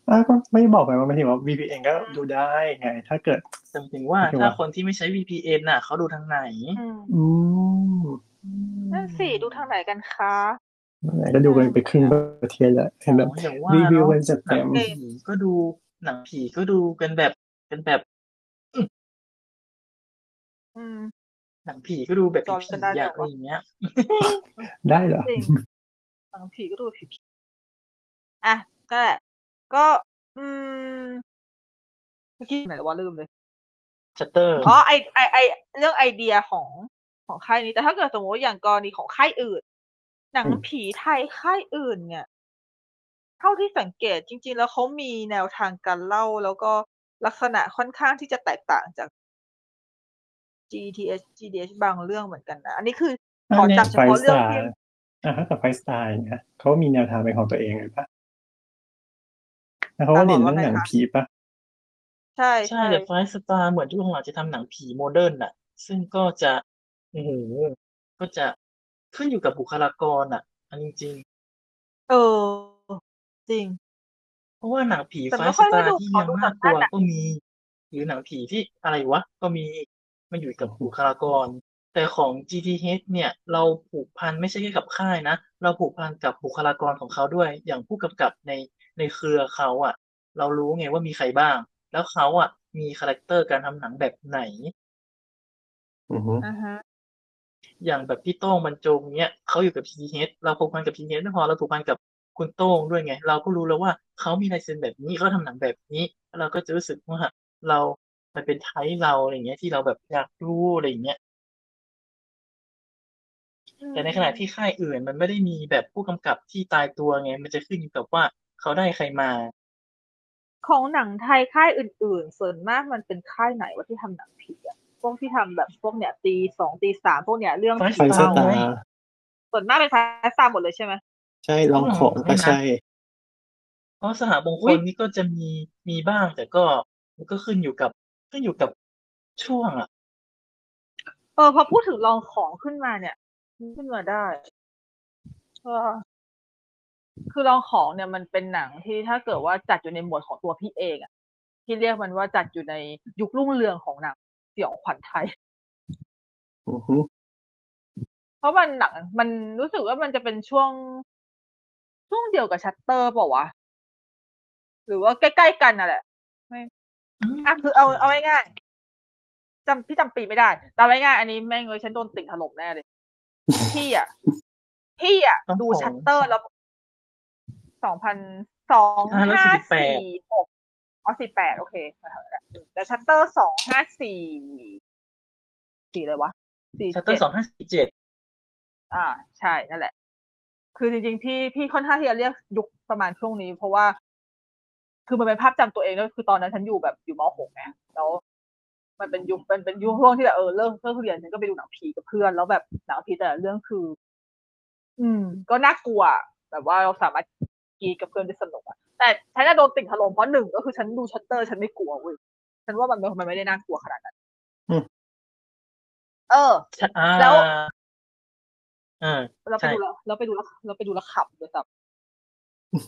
Speaker 3: อ้าวก็ไม่บอกไปว่าไม่ถึงว่า VPN ก็ดูได้ไง ถ้าเกิด
Speaker 2: จำเป็นว่า
Speaker 3: โอ
Speaker 2: ถ้าว
Speaker 3: เคะ
Speaker 2: คนที่ไม่ใช้ VPN น่ะเขาดูทางไหน
Speaker 3: อืม
Speaker 4: นั่นสิ ดูทางไหนกันคะ
Speaker 3: ไหนก็ดูกันไปครึ่งประเทศแล้วเห็นแบบ
Speaker 2: โอ้ยอย่างว่า
Speaker 3: รีวิว
Speaker 2: เนาะ
Speaker 3: กันจะ
Speaker 2: หนั
Speaker 3: เต็
Speaker 2: ง
Speaker 3: ม
Speaker 2: ผีก็ดูหนังผีก็ดูกันแบบกันแบบ
Speaker 4: อืม
Speaker 2: หนังผีก็ดูแบบผี
Speaker 4: จอดกันได้
Speaker 2: อยาก
Speaker 4: เหรอวะ
Speaker 2: อะไรอย่างเงี้ย
Speaker 3: ได้เหรอ
Speaker 4: จริงบางผีก็ดูผีผีอ่ะ ก็แหละก็ อืมเมื่อกี้ไหนวะลืมเลย
Speaker 2: ชัตเตอร์
Speaker 4: อ๋อ ไอไอไอเรื่องไอเดียของของค่ายนี้ แต่ถ้าเกิดสมมติอย่างกรณีของค่ายอื่น หนัง
Speaker 3: อืม
Speaker 4: ผีไทยค่ายอื่น เนี่ย เท่าที่สังเกตจริง ๆ แล้วเขามีแนวทางการเล่า แล้วก็ลักษณะค่อนข้างที่จะแตกต่างจาก GTS GDH บางเรื่องเหมือนกันนะ อันนี้คือขอจับเฉพาะเรื่องที่
Speaker 3: อ่ะถ้ากับไฟสไตล์เนี่ยเขามีแนวทางเป็นของตัวเองเลยปะแล้วเขาก็เด่นเรื่องหนังผีปะ
Speaker 4: ใช่
Speaker 2: ใช่แต่ไฟสตาร์เหมือนที่หลังจะทำหนังผีโมเดิร์นน่ะ ซึ่งก็จะโอ้โหก็จะขึ้นอยู่กับบุคลากรอ่ะอันจริง
Speaker 4: เออ จริง
Speaker 2: ๆเพราะว่าหนังผี
Speaker 4: แต่
Speaker 2: ไฟ
Speaker 4: ไม่
Speaker 2: ส
Speaker 4: ค่อยได้
Speaker 2: ตาร์
Speaker 4: ดู
Speaker 2: ที่
Speaker 4: ขอ
Speaker 2: ยัง
Speaker 4: ดูหนั
Speaker 2: น่าง กลัว
Speaker 4: ด้านหนัง
Speaker 2: ก็มี หรือหนังผีที่อะไรวะ ก็มีมันอยู่กับบุคลากร แต่ของ GTH เนี่ย เราผูกพันไม่ใช่แค่กับค่ายนะ เราผูกพันกับบุคลากรของเขาด้วย อย่างผู้กำกับในในเครือเขาอ่ะ เรารู้ไงว่ามีใครบ้าง แล้วเขาอ่ะมีคาแรคเตอร์การทำหนังแบบไหน
Speaker 3: อือฮึ
Speaker 4: อ่าฮะ
Speaker 2: อย่างแบบพี่โต้งบรรจงเนี้ยเขาอยู่กับทีเฮดเราผูกพันกับทีเฮดไม่พอเราผูกพันกับคุณโต้งด้วยไง เราก็รู้แล้วว่าเขามีลายเซ็นแบบนี้เขาทำหนังแบบนี้แล้วเราก็จะรู้สึกว่าเรา มันเป็นไทป์เราอะไรอย่างเงี้ยที่เราแบบอยากดูอะไรอย่างเงี้ย แต่ในขณะที่ค่ายอื่นมันไม่ได้มีแบบผู้กำกับที่ตายตัวไง มันจะขึ้นอยู่กับว่าเขาได้ใครมา
Speaker 4: ของหนังไทยค่ายอื่นๆ ส่วนมากมันเป็นค่ายไหนวะที่ทำหนังผีอะพวกที่ทำแบบพวกเนี้ยตีสองตีสามพวกเนี้ยเรื่องผี
Speaker 3: ไฟ
Speaker 2: ไฟ
Speaker 3: ส
Speaker 2: ส
Speaker 3: ไต
Speaker 2: ไตล์
Speaker 3: ล์
Speaker 4: ส่วนมากเป็นไฟสตาร์หมดเลยใช่ไหม
Speaker 3: ใช่ลองของก็ใช่
Speaker 2: เพราะสหมงค
Speaker 4: อุ๊
Speaker 2: ล
Speaker 4: ย
Speaker 2: นี่ก็จะมีมีบ้างแต่ก็มันก็ขึ้นอยู่กับขึ้นอยู่กับช่วงอ่ะ
Speaker 4: เออพอพูดถึงลองของขึ้นมาเนี่ย ขึ้นมาได้ก็คือลองของเนี่ยมันเป็นหนังที่ถ้าเกิดว่าจัดอยู่ในหมวดของตัวพี่เองอะที่เรียกมันว่าจัดอยู่ในยุครุ่งเรืองของหนังสยองขวัญไทย
Speaker 3: อือฮึ
Speaker 4: เพราะมันหนังมันรู้สึกว่ามันจะเป็นช่วง ช่วงเดียวกับชัตเตอร์เปล่าวะ หรือว่าใกล้ๆกันน่ะแหละอ่ะคือเอาเอาง่ายๆจำพี่จำปีไม่ได้แต่เอาง่ายๆอันนี้แม่งเลยฉันโดนติ่งถล่มแน่เลย พี่อ่ะ พี่อ่ะ
Speaker 2: ต้อง
Speaker 4: ดู
Speaker 2: ของ
Speaker 4: ชัตเตอร์แล้วสองพันสองห้าสี่หก อ๋อสี่แปดโอเคแต่ชัตเตอร์สองห้าสี่สี่เลยวะสี่
Speaker 2: ชัตเตอ
Speaker 4: เจ็ด
Speaker 2: ร์สองห้าสี่เจ็ด
Speaker 4: อ่า ใช่นั่นแหละ คือจริงๆ พี่พี่ค่อนข้างที่จะเรียกยุคประมาณช่วงนี้ เพราะว่า คือมันเป็นภาพจำตัวเองด้วยคือตอนนั้นฉันอยู่แบบอยู่มหกไงแล้ว มันเป็นยุคเป็นเป็นยุคช่วงที่แบบเออเลิกเลิกเรียนฉันก็ไปดูหนังผีกับเพื่อน แล้วแบบหนังผีแต่ละเรื่องคือ อืม ก็น่ากลัวอะแบบว่าเราสามารถกรีดกับเพื่อนได้สนุกอะแต่ฉันจะโดนติ่งถล่มเพราะหนึ่งก็คือฉันดูชัตเตอร์ฉันไม่กลัวเว้ยฉันว่ามันมันไม่ได้น่ากลัวขนาดนั้น
Speaker 3: อืม
Speaker 4: เออ แล้ว
Speaker 2: อ่า
Speaker 4: เราไป
Speaker 2: ใช่
Speaker 4: ดูแล้วเราไปดูแล้วเราไปดูแล้วขับเลยแบบ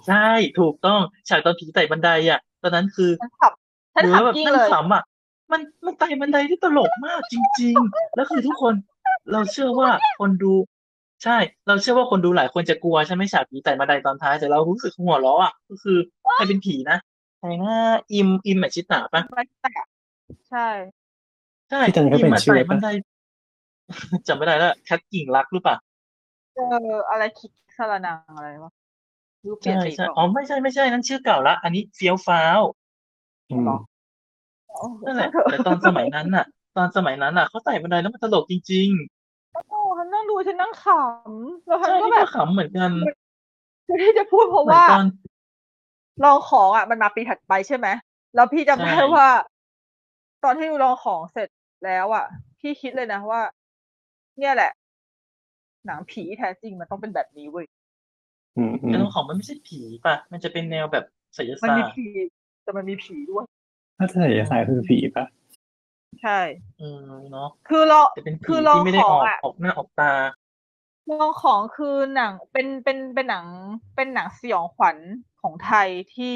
Speaker 2: ใช่ถูกต้องฉากตอนผีไต่บันไดอ่ะ ตอนนั้นคือ
Speaker 4: ฉันขับฉัน
Speaker 2: ดู
Speaker 4: ขั
Speaker 2: แล้ว
Speaker 4: บ
Speaker 2: แบบ
Speaker 4: ยิ่ง
Speaker 2: นั่ง
Speaker 4: เลย
Speaker 2: ขำอ่ะ มันมันไต่บันไดที่ตลกมากจริง ๆ แล้วคือทุกคน เราเชื่อว่าคนดู ใช่ เราเชื่อว่าคนดูหลายคนจะกลัวใช่ไหมฉากผีไต่บันไดตอนท้ายแต่เรารู้สึกหัวเราะอ่ะก็คือใครเป็นผีนะใครนะอิมอิมแมชชิตาปะ
Speaker 4: มันแตกใช่
Speaker 2: ใช่
Speaker 3: ที่ตอนนั้นเขาเปลี่ยน
Speaker 2: มา
Speaker 3: ชื่อ
Speaker 2: ไต่
Speaker 3: ปะ
Speaker 2: บันได จำไม่ได้แล้วแคทกิ่งรักหรือเปล่า
Speaker 4: เอออะไรคิกสารนังอะไรวะรูปเปลี่ย
Speaker 2: ใช่
Speaker 4: นไปอีก
Speaker 2: ใช่
Speaker 4: เปล่า
Speaker 2: อ๋อไม่ใช่ไม่ใช่นั่นชื่อเก่าละ อันนี้เฟี้ยวฟ้าว
Speaker 3: อืม
Speaker 2: นั่นแหละ แต่ตอนสมัยนั้นน่ะ ตอนสมัยนั้นน่ะเขาไต่บันไดแล้วมันตลกจริง
Speaker 4: โอ้ฉันนั่งดูฉันนั่งขำแล้ว
Speaker 2: ๆ
Speaker 4: ฉัน
Speaker 2: ใช่
Speaker 4: ก็
Speaker 2: ที่
Speaker 4: แบ
Speaker 2: ก็
Speaker 4: บ
Speaker 2: ขำเหมือนกัน
Speaker 4: คือที่จะพูดเพราะ
Speaker 2: เหมือน
Speaker 4: ว่า
Speaker 2: ตอน
Speaker 4: ลองของอ่ะมันมาปีถัดไปใช่ไหมแล้วพี่จำได้
Speaker 2: ใช่
Speaker 4: ว่า ตอนที่ดูลองของเสร็จแล้วอ่ะ พี่คิดเลยนะว่า เนี่ยแหละ หนังผีแท้จริงมันต้องเป็นแบบนี้เว้ย
Speaker 3: อืมอืม
Speaker 2: แต่ตอนของมันไม่ใช่ผีป่ะ มันจะเป็นแนวแบบไสย
Speaker 4: มัน
Speaker 2: ศา
Speaker 4: มี
Speaker 2: สตร์
Speaker 4: ผีแต่มันมีผีด้วย
Speaker 3: ถ้าจะใส่สายคือผีปะ
Speaker 4: ใช่
Speaker 2: เออเนาะ
Speaker 4: คือเรา
Speaker 2: แต่เป็นผี
Speaker 4: คือลอง
Speaker 2: ที่ไม่
Speaker 4: ขอ
Speaker 2: ได้อง อก
Speaker 4: อ่ะ
Speaker 2: ออกหน้าออกตา
Speaker 4: ลองของคือหนังเป็นเป็นเป็นหนังเป็นหนังสยองขวัญของไทยที่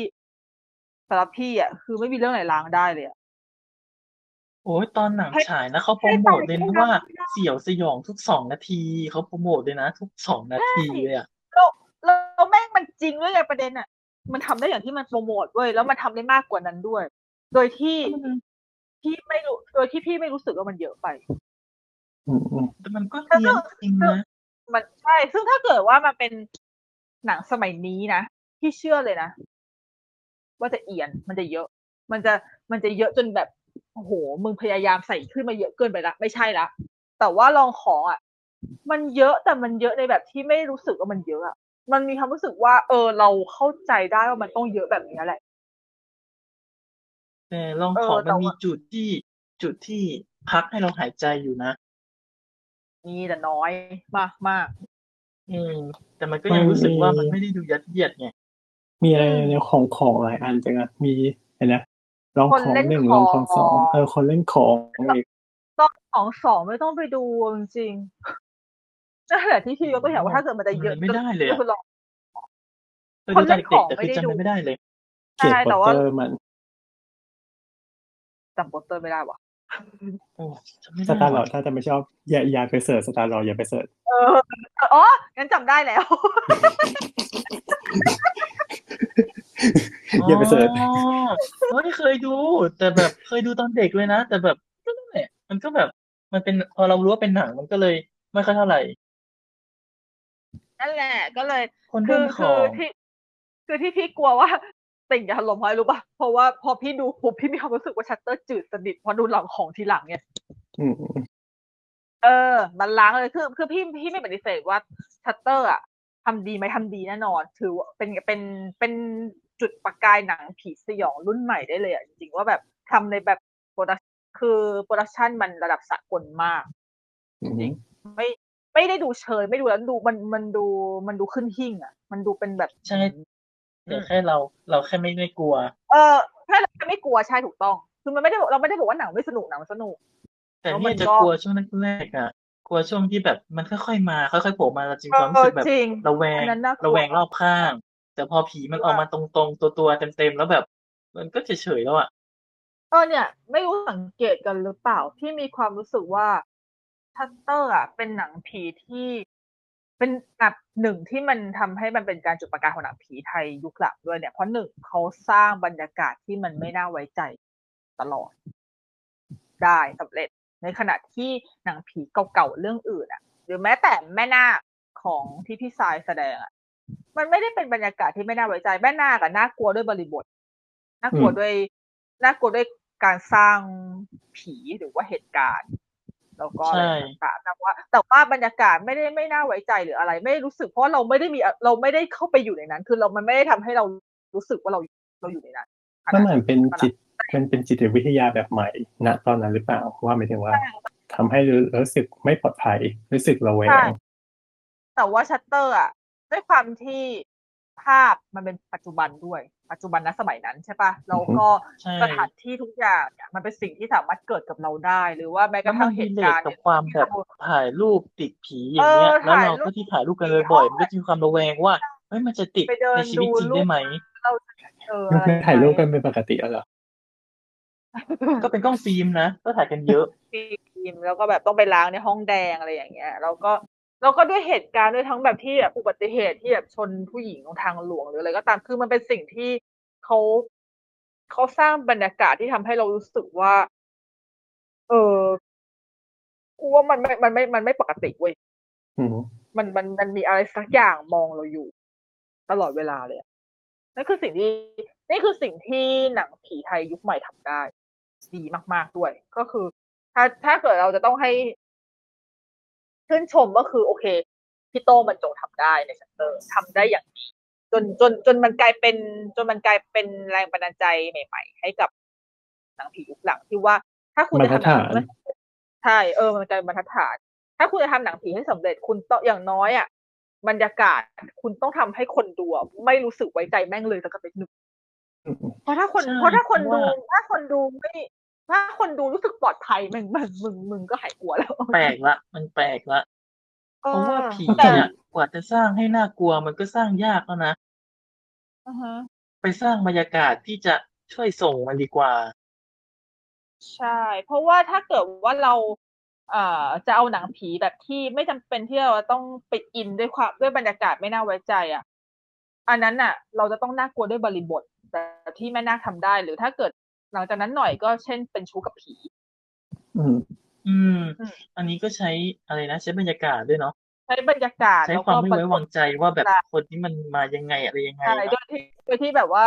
Speaker 4: สำหรับพี่อ่ะคือไม่มีเรื่องไหนล้างได้เลยอะ
Speaker 2: โอ้ยตอนหนัง
Speaker 4: ให้
Speaker 2: ฉายนะเขาโปรโมทเลย
Speaker 4: ให้
Speaker 2: นะ
Speaker 4: ตาย
Speaker 2: ว่า
Speaker 4: ให้ได้
Speaker 2: เสี่ยวสยองทุกสองนาทีเขาโปรโมทเลยนะ ทุกสองนาทีเลยอ่ะ
Speaker 4: แล้วแม่งมันจริงด้วยไงประเด็นอ่ะ มันทำได้อย่างที่มันโปรโมทเว้ยแล้วมันทำได้มากกว่านั้นด้วย โดยที่พี่ไม่รู้โดยที่พี่ไม่รู้สึกว่ามันเยอะไป
Speaker 3: อืมอืม
Speaker 2: แต่มันก็เนียนจริงนะ
Speaker 4: มันใช่ซึ่งถ้าเกิดว่ามันเป็นหนังสมัยนี้นะพี่เชื่อเลยนะ ว่าจะเอียนมันจะเยอะ มันจะมันจะเยอะจนแบบโอ้โหมึงพยายามใส่ขึ้นมาเยอะเกินไปละไม่ใช่ละแต่ว่าลองของอ่ะ มันเยอะแต่มันเยอะในแบบที่ไม่รู้สึกว่ามันเยอะอ่ะมันมีความรู้สึกว่า เออ เราเข้าใจได้ว่ามันต้องเยอะแบบนี้แหละ
Speaker 2: แต่ลอง
Speaker 4: เออ
Speaker 2: ของ
Speaker 4: แต่
Speaker 2: มัน
Speaker 4: ว่ามี
Speaker 2: มีจุดที่จุดที่พักให้เราหายใจอยู่นะ
Speaker 4: มีแต่น้อยมากมาก
Speaker 2: อืมแต่มันก็ยังรู้สึกว่ามันไม่ได้ดูยัดเยียดไง
Speaker 3: มีอะไรในของของหลายอันจังอะมีอะไรนะลองของหนึ่งลองของสองเออคนเล่นของอีก
Speaker 4: ๆต้องสองสองไม่ต้องไปดูจริงๆนั่นแหละที่พี่ยกตัวอย่างว่าถ้าเกิดมันจะเยอะ
Speaker 2: ทำไรไม่ได้เลย
Speaker 4: ก็
Speaker 2: อะ
Speaker 4: คือลอง
Speaker 2: เคย
Speaker 4: ค
Speaker 2: ดู
Speaker 4: น
Speaker 2: ต
Speaker 4: เล่นของ
Speaker 2: อนเด็กๆแต่คือจำ
Speaker 4: ไม่ได้ดู
Speaker 2: อะไรไม่ได้เลย
Speaker 3: เกตปอเตอร์มัน
Speaker 4: จำโปสเตอร์ไม่ได้ว่ะ
Speaker 2: โอ้จำไม่
Speaker 3: ส
Speaker 2: ได้
Speaker 3: ตาร์ลอร์ดถ้าจะไม่ชอบอย่าอย่าไปเสิร์ชสตาร์ลอร์ดอย่าไปเสิร์ช
Speaker 4: เออ อ๋อ งั้นจำได้แล้ว
Speaker 3: อย่าไปเสิร์ช
Speaker 2: อ๋อเฮ้ยเคยดู แต่แบบเคยดูตอนเด็กเลยนะ แต่แบบก็นั่นแหละมันก็แบบมันเป็นพอเรารู้ว่าเป็นหนังมันก็เลยไม่ค่อยเท่าไหร่
Speaker 4: นั่นแหละ ก็เลย
Speaker 2: คน
Speaker 4: คื
Speaker 2: เล่
Speaker 4: อน
Speaker 2: ข
Speaker 4: คือ อง ที่ คือที่พี่กลัวว่า ติ่งจะถล่มเพราะอะไรรู้ป่ะ เพราะว่าพอพี่ดูปุ๊บพี่มีความรู้สึกว่าชัตเตอร์จืดสนิทเพอดูหลังของทีหลังเนี่ย
Speaker 3: อืม
Speaker 4: เออ มันล้างเลย คือ คือพี่ พี่ไม่ปฏิเสธว่าชัตเตอร์อะทำดีไหมทำดีแน่นอน ถือว่าเป็น เป็น เป็นจุดประกายหนังผีสยองรุ่นใหม่ได้เลยอะจริงๆว่าแบบทำในแบบโปรดักคือโปรดักชันมันระดับสากลมาก
Speaker 3: อืม
Speaker 4: ไม่ไม่ได้ดูเชยไม่ดูแล้วดูมันมันดูมันดูขึ้นหิ่งอ่ะ มันดูเป็นแบบ
Speaker 2: ใช่แต่แค่เราเราแค่ไม่ได้กลัว
Speaker 4: เออถ้าเราไม่กลัวใช่ถูกต้อง คือมันไม่ได้บอกเราไม่ได้บอกว่าหนังไม่สนุกหนังมันสนุก
Speaker 2: แต่
Speaker 4: แล้วมั
Speaker 2: เนี่
Speaker 4: น
Speaker 2: ยจะ
Speaker 4: ก็
Speaker 2: กลัวช่วงแรกๆอ่ะ กลัวช่วงที่แบบมันค่อยๆมาค่อยๆโผล่มาเราจึงความ
Speaker 4: เอ
Speaker 2: รู้
Speaker 4: อ
Speaker 2: สึกแบบ
Speaker 4: จริง
Speaker 2: ระแวง
Speaker 4: อันนั้นน่ากลัว
Speaker 2: ระแวงรอบข้าง แต่พอผีมันออกมาตรงๆ ตัวๆเต็มๆแล้วแบบ มันก็เฉยๆแล้วอ่ะ
Speaker 4: เออเนี่ย ไม่รู้สังเกตกันหรือเปล่าที่มีความรู้สึกว่าทัตเตอร์อ่ะเป็นหนังผีที่เป็นอันดับหนึ่งที่มันทำให้มันเป็นการจุดประกายของหนังผีไทยยุคหลังด้วยเนี่ยเพราะหนึ่งเขาสร้างบรรยากาศที่มันไม่น่าไว้ใจตลอด ได้สำเร็จ ในขณะที่หนังผีเก่าๆเรื่องอื่นอ่ะ หรือแม้แต่แม่นาคของที่พี่สายแสดงอ่ะมันไม่ได้เป็นบรรยากาศที่ไม่น่าไว้ใจแม่นาคอะน่ากลัวด้วยบริบท น่ากลัว
Speaker 3: อืม
Speaker 4: ด้วยน่ากลัวด้วยการสร้างผีหรือว่าเหตุการณ์แล้วก็อะไร
Speaker 2: ใช่
Speaker 4: ต่างๆแต่ว่าแต่ว่าบรรยากาศไม่ได้ไม่น่าไว้ใจหรืออะไร ไม่รู้สึกเพราะเราไม่ได้มีเราไม่ได้เข้าไปอยู่ในนั้น คือเรามันไม่ได้ทำให้เรารู้สึกว่าเราเราอยู่ในนั้น
Speaker 3: ก็เหมือนเป็นจิตเป็นเป็นจิตวิทยาแบบใหม่ณตอนนั้นหรือเปล่าว่าหมายถึงว่าทำให้รู้สึกไม่ปลอดภัย รู้สึกระแว
Speaker 4: ใช่
Speaker 3: ง
Speaker 4: แต่ว่าชัตเตอร์อ่ะด้วยความที่ภาพมันเป็นปัจจุบันด้วย ปัจจุบันณสมัยนั้นใช่ปะแล้วก็
Speaker 2: ใช่
Speaker 4: สถานที่ทุกอย่างเนี่ยมันเป็นสิ่งที่สามารถเกิดกับเราได้ หรือว่าแม้ก
Speaker 2: แล้
Speaker 4: ระ
Speaker 2: วมั
Speaker 4: ทั่
Speaker 2: น
Speaker 4: งเหตุ
Speaker 2: รีเลท
Speaker 4: การณ์
Speaker 2: กับ
Speaker 4: เนี่ย
Speaker 2: ความแบบ
Speaker 4: ที่เรา
Speaker 2: ถ่ายรูปติดผีอย่างเงี้ย
Speaker 4: เออ
Speaker 2: แล้วเรา
Speaker 4: ถ่ายรูป
Speaker 2: ก็ที่ถ่ายรูปกันเลยบ่อย
Speaker 4: เออ
Speaker 2: มันก็จะมีความระแวงว่าเฮ้ยมันจะติด
Speaker 4: ไปเดิ
Speaker 2: ใน
Speaker 4: น
Speaker 2: ชีวิ
Speaker 4: ดู
Speaker 2: ตจริง
Speaker 4: รู
Speaker 2: ได้
Speaker 4: ป
Speaker 2: ไหม
Speaker 4: เราเออ
Speaker 3: มั
Speaker 4: อะ
Speaker 3: น
Speaker 4: ไร
Speaker 3: ไม่ถ่ายรูปกันเป็นปกติแล้วเหรอ
Speaker 2: ก็เป็นกล้องฟิล์มนะ ก็ถ่ายกันเย อะ
Speaker 4: ฟิล์มแล้วก็แบบต้องไปล้างในห้องแดงอะไรอย่างเงี้ยแล้วก็แล้วก็ด้วยเหตุการณ์ด้วยทั้งแบบที่แบบอุบัติเหตุที่แบบชนผู้หญิงตรงทางหลวงหรืออะไรก็ตามคือมันเป็นสิ่งที่เขาเขาสร้างบรรยากาศที่ทำให้เรารู้สึกว่า เออกูว่ามันไม่มันไม่มันไม่ปกติเว้ย
Speaker 3: อืม
Speaker 4: มันมันมันมีอะไรสักอย่างมองเราอยู่ ตลอดเวลาเลยอะนั่นคือสิ่งที่นี่คือสิ่งที่หนังผีไทยยุคใหม่ทำได้ ดีมากๆด้วย ก็คือ ถ้าถ้าเกิดเราจะต้องให้ชื่นชมก็คือ โอเคพี่โต้งบรรจงทำได้ในชัตเตอร์ทำได้อย่างดีจนจนจนมันกลายเป็น จนมันกลายเป็นแรงบันดาลใจใหม่ ๆ ให้กับหนังผียุคหลังที่ว่า ถ้าคุณ
Speaker 3: มา
Speaker 4: จะ
Speaker 3: ตร
Speaker 4: ทำหนั
Speaker 3: ฐาง น
Speaker 4: ผีใช่เออมันกลายเป็นบรรทัดฐาน ถ้าคุณจะทำหนังผีให้สำเร็จคุณต้องอย่างน้อยอะ่ะบรรยากาศคุณต้องทำให้คนดูอะไม่รู้สึกไว้ใจแม่งเลยสักกระนิดหนึ่ง
Speaker 3: อืม
Speaker 4: เพราะถ้าคน
Speaker 2: ใช่
Speaker 4: เพราะถ้าคน
Speaker 2: เพ
Speaker 4: ดู
Speaker 2: ราะว่า
Speaker 4: ถ้าคนดูไม่ถ้าคนดูรู้สึกปลอดภัยมึง มึงมึงมึงก็หายกลัวแล้ว
Speaker 2: แปลกละ มันแปลกละ
Speaker 4: ออ
Speaker 2: เพราะว่าผี
Speaker 4: แต่
Speaker 2: เนี่ยกว่าจะสร้างให้น่ากลัวมันก็สร้างยากแล้วนะ
Speaker 4: อือฮะ
Speaker 2: ไปสร้างบรรยากาศที่จะช่วยส่งมันดีกว่า
Speaker 4: ใช่ เพราะว่าถ้าเกิดว่าเราเอ่อจะเอาหนังผีแบบที่ไม่จำเป็นที่เราต้องไปอินด้วยความด้วยบรรยากาศไม่น่าไว้ใจอ่ะ อันนั้นน่ะ เราจะต้องน่ากลัวด้วยบริบทแต่ที่แม่นาคทำได้ หรือถ้าเกิดหลังจากนั้นหน่อยก็เช่นเป็นชู้กับผี
Speaker 3: อืม
Speaker 2: อืม
Speaker 4: อืม
Speaker 2: อันนี้ก็ใช้อะไรนะ ใช้บรรยากาศด้วยเนาะ
Speaker 4: ใช้บรรยากาศ
Speaker 2: ใช้
Speaker 4: แล้ว
Speaker 2: ความ
Speaker 4: ก็
Speaker 2: ไม่
Speaker 4: ประ
Speaker 2: ไว้
Speaker 4: กบ
Speaker 2: วางใจว่าแบบคนนี้มันมายังไงอะไรยังไง
Speaker 4: ใช่
Speaker 2: เน
Speaker 4: โดย
Speaker 2: อะ
Speaker 4: ที่โดยที่แบบว่า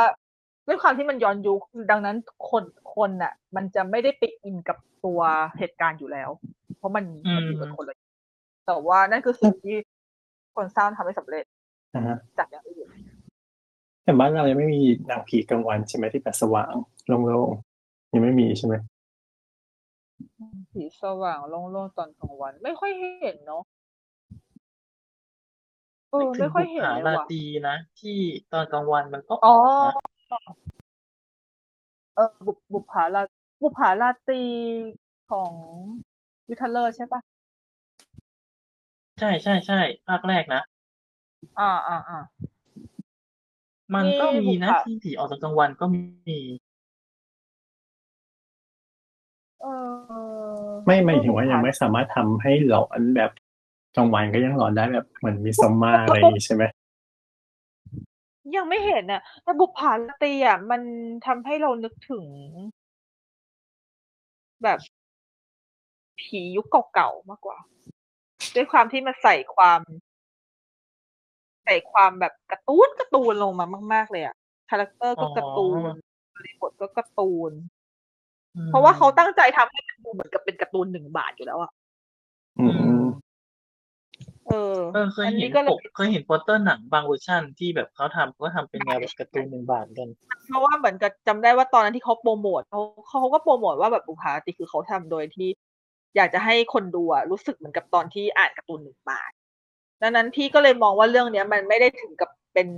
Speaker 4: ด้วยความที่มันย้อนยุคดังนั้นคนคนน่ะ มันจะไม่ได้ไปอินกับตัวเหตุการณ์อยู่แล้ว เพราะมันมันอยู่กับคนละแต่ว่านั่นคือสิ่งที่คนสร้างทำให้สำเร็จ
Speaker 3: อ่าฮะ
Speaker 4: จากอย่างอื่น
Speaker 3: แต่บ้านเรายังไม่มีหนังผีกลางวันใช่ไหมที่แบบสว่างโล่งๆยังไม่มีใช่ไหม
Speaker 4: สีสว่างโล่งๆตอนกลางวัน ไม่ค่อยเห็นเนาะเออ
Speaker 2: นึกถึง
Speaker 4: ไม่ค่อยเห็น
Speaker 2: ภูผา
Speaker 4: เลย
Speaker 2: รา
Speaker 4: ว่ะ
Speaker 2: ตรีนะ ที่ตอนกลางวันมันก็
Speaker 4: อ๋อ
Speaker 2: กนะ
Speaker 4: เออบุบุปผาราบุปผาราตรีของวิทเลอร์ใช่ปะ
Speaker 2: ใช่ใช่ใช่ภาคแรกนะ
Speaker 4: อ่าอ่าอ่า
Speaker 2: มันก็
Speaker 4: นี่
Speaker 2: มีนะ
Speaker 4: บุกอะ
Speaker 2: ที่ผีออกตอนกลางวันก็มี
Speaker 4: เออ
Speaker 3: ไม่ไม่ถึงว่ายังไม่สามารถทำให้หลอนแบบกลางวันก็ยังหลอนได้แบบเหมือนมีซอมมาอะไรอย่างงี้ใช่ไหม
Speaker 4: ยังไม่เห็นอ่ะแต่บุปผาราตรีอ่ะมันทำให้เรานึกถึง แบบผียุคเก่าๆมากกว่า ด้วยความที่มันใส่ความ ใส่ความแบบการ์ตูนการ์ตูนลงมามาก ๆ เลยอ่ะคาแรคเตอร์ก็การ์ตูนบริบทก็การ์ตูน
Speaker 2: อืม
Speaker 4: เพราะว่าเขาตั้งใจทำให้มันดูเหมือนกับเป็นการ์ตูนหนึ่งบาทอยู่แล้วอ่ะ
Speaker 3: อืมอืม
Speaker 4: เออ
Speaker 2: เออเคย
Speaker 4: อัน
Speaker 2: เห็
Speaker 4: นี้
Speaker 2: น
Speaker 4: ก็เล
Speaker 2: ป
Speaker 4: ย
Speaker 2: กเคยเห็นโปสเตอร์หนังบางเวอร์ชันที่แบบเขาทำเขาก็ทำเป็นแนวแบบการ์ตูนหนึ่งบาทกัน
Speaker 4: เพราะว่าเหมือนกับจำได้ว่าตอนนั้นที่เขาโปรโมทเขาเขาก็โปรโมทว่าแบบบุคาติคือเขาทำโดยที่ อยากจะให้คนดูอะรู้สึกเหมือนกับตอนที่อ่านการ์ตูนหนึ่งบาทดังนั้นพี่ก็เลยมองว่าเรื่องเนี้ย มันไม่ได้ถึงกับเป็น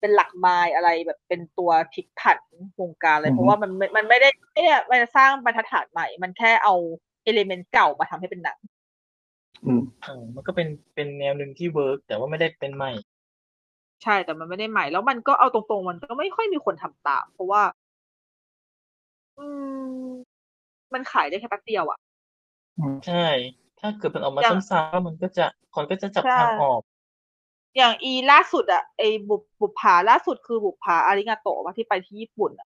Speaker 4: เป็นหลักไมายอะไรแบบเป็นตัวพลิกผันวงการเลยเพราะว่ามันไม่มันไม่ได้เนี่ยมันสร้างบรรทัดฐานใหม่ มันแค่เอาเอลิเมนต์เก่ามาทำให้เป็นหนัง
Speaker 3: อืม
Speaker 2: เออมันก็เป็นเป็นแนวหนึ่งที่เวิร์กแต่ว่าไม่ได้เป็นใหม่
Speaker 4: ใช่แต่มันไม่ได้ใหม่ แล้วมันก็เอาตรงๆ มันก็ไม่ค่อยมีคนทำตาม เพราะว่า อืม มันขายได้แค่แป๊บเดียวอะ
Speaker 2: ใช่ ถ้าเกิดมันออกมา
Speaker 4: อย่าง
Speaker 2: ซ้ำๆมันก็จะคนก็จะจับทางออก
Speaker 4: อย่างอีล่าสุดอะไอบุบบุปผาล่าสุดคือบุปผาอาริงาโตะวะที่ไปที่ญี่ปุ่นอะ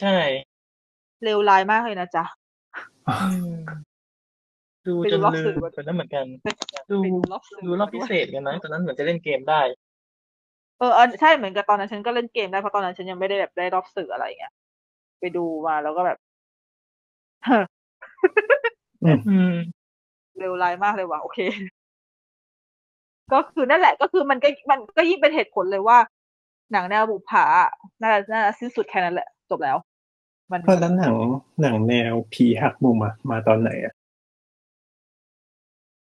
Speaker 2: ใช่
Speaker 4: เลวร้ายมากเลยนะจ๊ะ
Speaker 2: อืมดู
Speaker 4: ไป
Speaker 2: จ
Speaker 4: ดู
Speaker 2: น
Speaker 4: รอบ
Speaker 2: ลื
Speaker 4: สื่อ
Speaker 2: ม
Speaker 4: มา
Speaker 2: ไปแล้วเหมือนกัน ดู
Speaker 4: ไปดูรอบสื่อ
Speaker 2: ดูรอบพิเศษกันนะตอนนั้นเหมือนจะเล่นเกมได้
Speaker 4: เออเออใช่เหมือนกับตอนนั้นฉันก็เล่นเกมได้เพราะตอนนั้นฉันยังไม่ได้แบบได้รอบสื่ออะไรเงี้ยไปดูมาแล้วก็แบบ
Speaker 2: อืม
Speaker 4: เร็วไลน์มากเลยว่ะโอเค ก็คือนั่นแหละก็คือมันก็มันก็ยิ่งเป็นเหตุผลเลยว่า หนังแนวบุปผาอะน่าจะน่าจะสิ้นสุดแค่นั้นแหละ จบแล้ว มัน
Speaker 3: เพราะแล้วหนังหนังแนวผีหักมุมอะมาตอนไหนอะ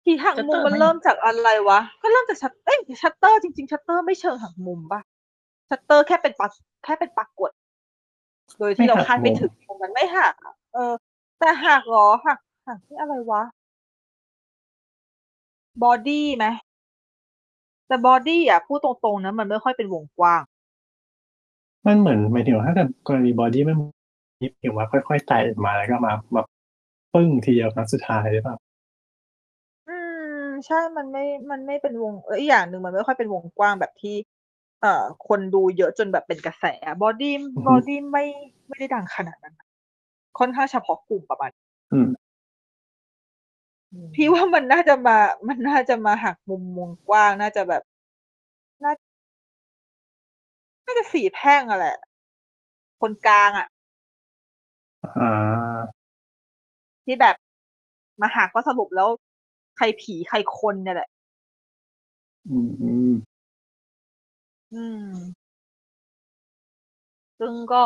Speaker 4: ผีหักมุม
Speaker 2: Shutter
Speaker 4: มัน
Speaker 2: ไหม
Speaker 4: เริ่มจากอะไรวะ ก็เริ่มจากชัตเอ้ยชัตเตอร์จริงๆชัตเตอร์ไม่เชิงหักมุมป่ะชัตเตอร์แค่เป็นปักแค่เป็นปักกด โดยที่เราคาดไม่ถึงมันไม่หักอะเออ แต่หักเหรอหักหักที่อะไรวะ บอดี้ไหมแต่บอดี้อ่ะพูดตรงๆนะมันไม่ค่อยเป็นวงกว้าง
Speaker 3: มันเหมือนหมายถึงว่าถ้าเกิดกรณีบอดี้มันนี่เห็นว่าค่อยๆไต่มาแล้วก็มามาปึ้งทีเดียวครั้งสุดท้ายหรือเปล่า
Speaker 4: อืม ใช่มันไม่มันไม่เป็นวงเอออีกอย่างหนึ่งมันไม่ค่อยเป็นวงกว้างแบบที่ เอ่อ คนดูเยอะจนแบบเป็นกระแสบอดี้บอดี้ไม่ไม่ได้ดังขนาดนั้น ค่อนข้างเฉพาะกลุ่มประมาณ
Speaker 3: อืม
Speaker 4: พี่ว่ามันน่าจะมา มันน่าจะมาหักมุมวงกว้าง น่าจะแบบ น่า น่าจะสี่แพร่งอะแหละ คนกลางอะ
Speaker 3: อ่า
Speaker 4: ที่แบบ มาหักก็สรุปแล้ว ใครผีใครคนเนี่ยแหละ
Speaker 3: อืมอืม
Speaker 4: อืม ซึ่งก็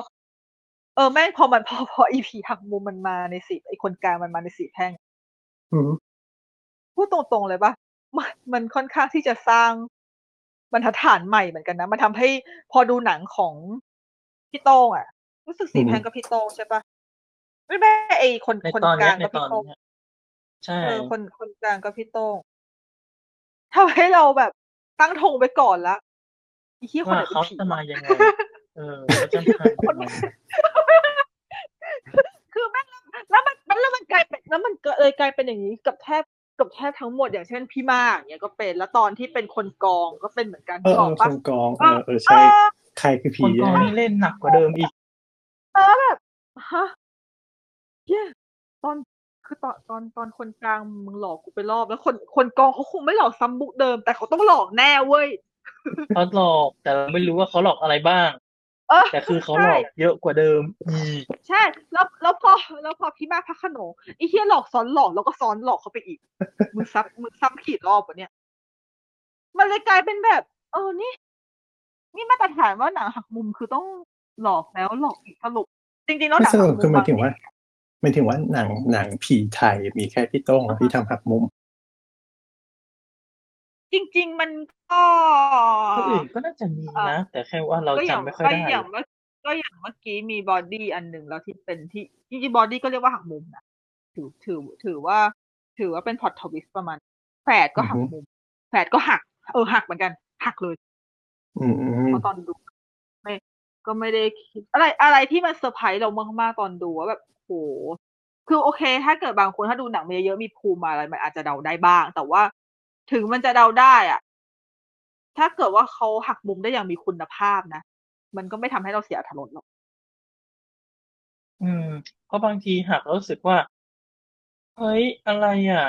Speaker 4: เออแม่งพอมันพอ พออีผีหักมุมมันมาในสีไอคนกลางมันมาในสีแพร่ง
Speaker 3: อืม
Speaker 4: พูดตรงๆเลยปะมันมันค่อนข้างที่จะสร้างบรรทัดฐานใหม่เหมือนกันนะ มันทำให้พอดูหนังของพี่โต้งอะรู้สึกสีแพงกับพี่โต้งใช่ปะไม่แม่ไอคน
Speaker 2: ใน
Speaker 4: คน
Speaker 2: ตอน
Speaker 4: ก
Speaker 2: เนี้
Speaker 4: ลาย ง
Speaker 2: ใน
Speaker 4: กับ
Speaker 2: ตอ
Speaker 4: พี่
Speaker 2: น
Speaker 4: โต้ง
Speaker 2: เนี้ยใช่
Speaker 4: เออคนคนกลางก็พี่โต้งทำให้เราแบบตั้งธงไปก่อนละอีที่คน
Speaker 2: ว่า
Speaker 4: ไหนเป็น
Speaker 2: เขา
Speaker 4: ผี
Speaker 2: จะมาว
Speaker 4: ะ
Speaker 2: ยังไง เออเขาจะมายังไง
Speaker 4: คือแม่งแล้วมันแล้วมันแล้วมันกลายเป็นแล้วมันก็เลยกลายเป็นอย่างนี้กับแทบกับแทบทั้งหมดอย่างเช่นพี่มากเนี่ยก็เป็นแล้วตอนที่เป็นคนกองก็เป็นเหมือนกัน
Speaker 3: เออเอ
Speaker 4: ออก
Speaker 3: อค
Speaker 4: ปะ
Speaker 3: นกอง เออเออใช่
Speaker 4: เออ
Speaker 3: ใครคือ
Speaker 2: ค
Speaker 3: ผี
Speaker 2: นก็
Speaker 3: อะ
Speaker 2: ไม่เล่นหนักกว่าเดิมอีก
Speaker 4: แล้วแบบฮะเย้ตอนคือตอนตอนตอนคนกลางมึงหลอกกูไปรอบ แล้วคนคนกองเขาคงไม่หลอกซ้ำบุกเดิม แต่เขาต้องหลอกแน่เว้ย
Speaker 2: เขาหลอกแต่เราไม่รู้ว่าเขาหลอกอะไรบ้าง
Speaker 4: เออ
Speaker 2: แต่คือเขาหลอกเยอะกว่าเดิมอีก
Speaker 4: ใช่ แล้วแล้วพอแล้วพอพี่มากพักขนงไอ้เฮียหลอกซ้อนหลอกแล้วก็ซ้อนหลอกเขาไปอีก มึงซับมึงซับขีดรอบวะเนี่ย มันเลยกลายเป็นแบบ เออนี่ นี่มาตรฐานว่าหนังหักมุมคือต้องหลอกแล้วหลอกอีกสรุป จริงๆแล้วห
Speaker 3: ไม่
Speaker 4: นัง
Speaker 3: ส
Speaker 4: หั
Speaker 3: รุ
Speaker 4: กมุ
Speaker 3: ปคือ
Speaker 4: ม
Speaker 3: หมายถึง
Speaker 4: บ
Speaker 3: ว่าหมายถึงว่าหนังหนังผีไทยมีแค่พี่โต้งกับพี่ทำหักมุม
Speaker 4: จริง ๆ มันก็
Speaker 2: คนอื่นก็น่าจะมีนะ แต่แค่ว่าเรา
Speaker 4: ก็อย่าง
Speaker 2: จำไม่ค่อยได้
Speaker 4: ก็อย่างเมื่อก็อย่างเมื่อกี้มีบอดี้อันหนึ่งแล้วที่เป็นที่จริงๆบอดี้ก็เรียกว่าหักมุมนะถือถือถือว่า ถือว่าเป็นพล็อตทวิสต์ประมาณแฝดก็หัก
Speaker 3: อือฮึ
Speaker 4: มุมแฝดก็หัก เออหักเหมือนกัน หักเลย
Speaker 3: อืมอืม
Speaker 4: เพราะตอนดูไม่ก็ไม่ได้คิดอะไรอะไรที่มันเซอร์ไพรส์เรามากๆตอนดูว่าแบบโหคือโอเค ถ้าเกิดบางคนถ้าดูหนังมาเยอะๆมีภูมิมาอะไรมันอาจจะเดาได้บ้าง แต่ว่าถึงมันจะเดาได้อ่ะ ถ้าเกิดว่าเขาหักมุมได้อย่างมีคุณภาพนะ มันก็ไม่ทำให้เราเสียอรรถรสหรอก
Speaker 2: อืมเพราะบางทีหักแล้วรู้สึกว่า เฮ้ย อะไรอ่ะ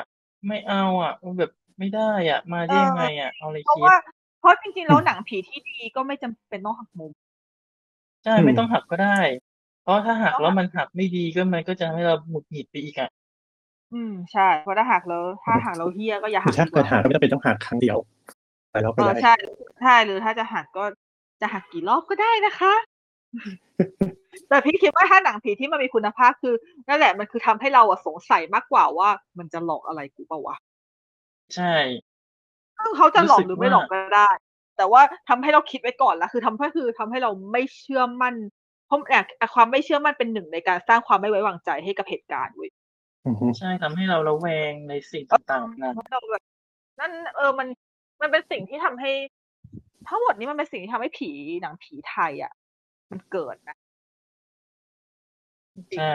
Speaker 2: ไม่เอาอ่ะมันแบบไม่ได้อ่ะ มาได้ยังไงอ่ะ เอาอะไร
Speaker 4: เพราะ
Speaker 2: คิด
Speaker 4: ว่าเพราะจริงๆแล้วหนังผีที่ดีก็ไม่จำเป็นต้องหักมุม
Speaker 2: ใช่ไม่ต้องหักก็ได้ เพราะถ้าหักแล้วมันหักไม่ดีก็มันก็จะทำให้เราหงุดหงิดไปอีกอ่ะ
Speaker 4: อืมใช่เพราะถ้าหักแล้ว ถ้าหักแล้วเฮี้ยก็อย่า
Speaker 3: คื
Speaker 4: หั
Speaker 3: อก ถ้า
Speaker 4: ดีก
Speaker 3: เกิด
Speaker 4: ว่า
Speaker 3: หักก็ไม่จำเป็นต้องหักครั้งเดียวไปแล้วก็
Speaker 4: เออ
Speaker 3: ได้
Speaker 4: ใช่ใช่หรือถ้าจะหักก็จะหักกี่รอบก็ได้นะคะ แต่พี่คิดว่าถ้าหนังผีที่มันมีคุณภาพคือนั่นแหละมันคือทำให้เราอะสงสัยมากกว่าว่า มันจะหลอกอะไรกูเปล่าวะ
Speaker 2: ใช่
Speaker 4: ซึ่งเขาจะหลอกห
Speaker 2: รู้สึก
Speaker 4: รือไม่หลอก
Speaker 2: ว่า
Speaker 4: ก็ได้ แต่ว่าทำให้เราคิดไว้ก่อนละคือทำให้คือทำให้เราไม่เชื่อมั่นเพราะเนี่ยความไม่เชื่อมั่นเป็นหนึ่งในการสร้างความไม่ไว้วางใจให้กับเหตุการณ์เว้ย
Speaker 3: อือฮึ
Speaker 2: ใช่ทำให้เราระแวงในสิ่งต่างๆนั้น
Speaker 4: เราแบบนั่นเออมันมันเป็นสิ่งที่ทำให้ ทั้งหมดนี้มันเป็นสิ่งที่ทำให้ผีหนังผีไทยอ่ะ มันเกิดนะ
Speaker 2: ใช่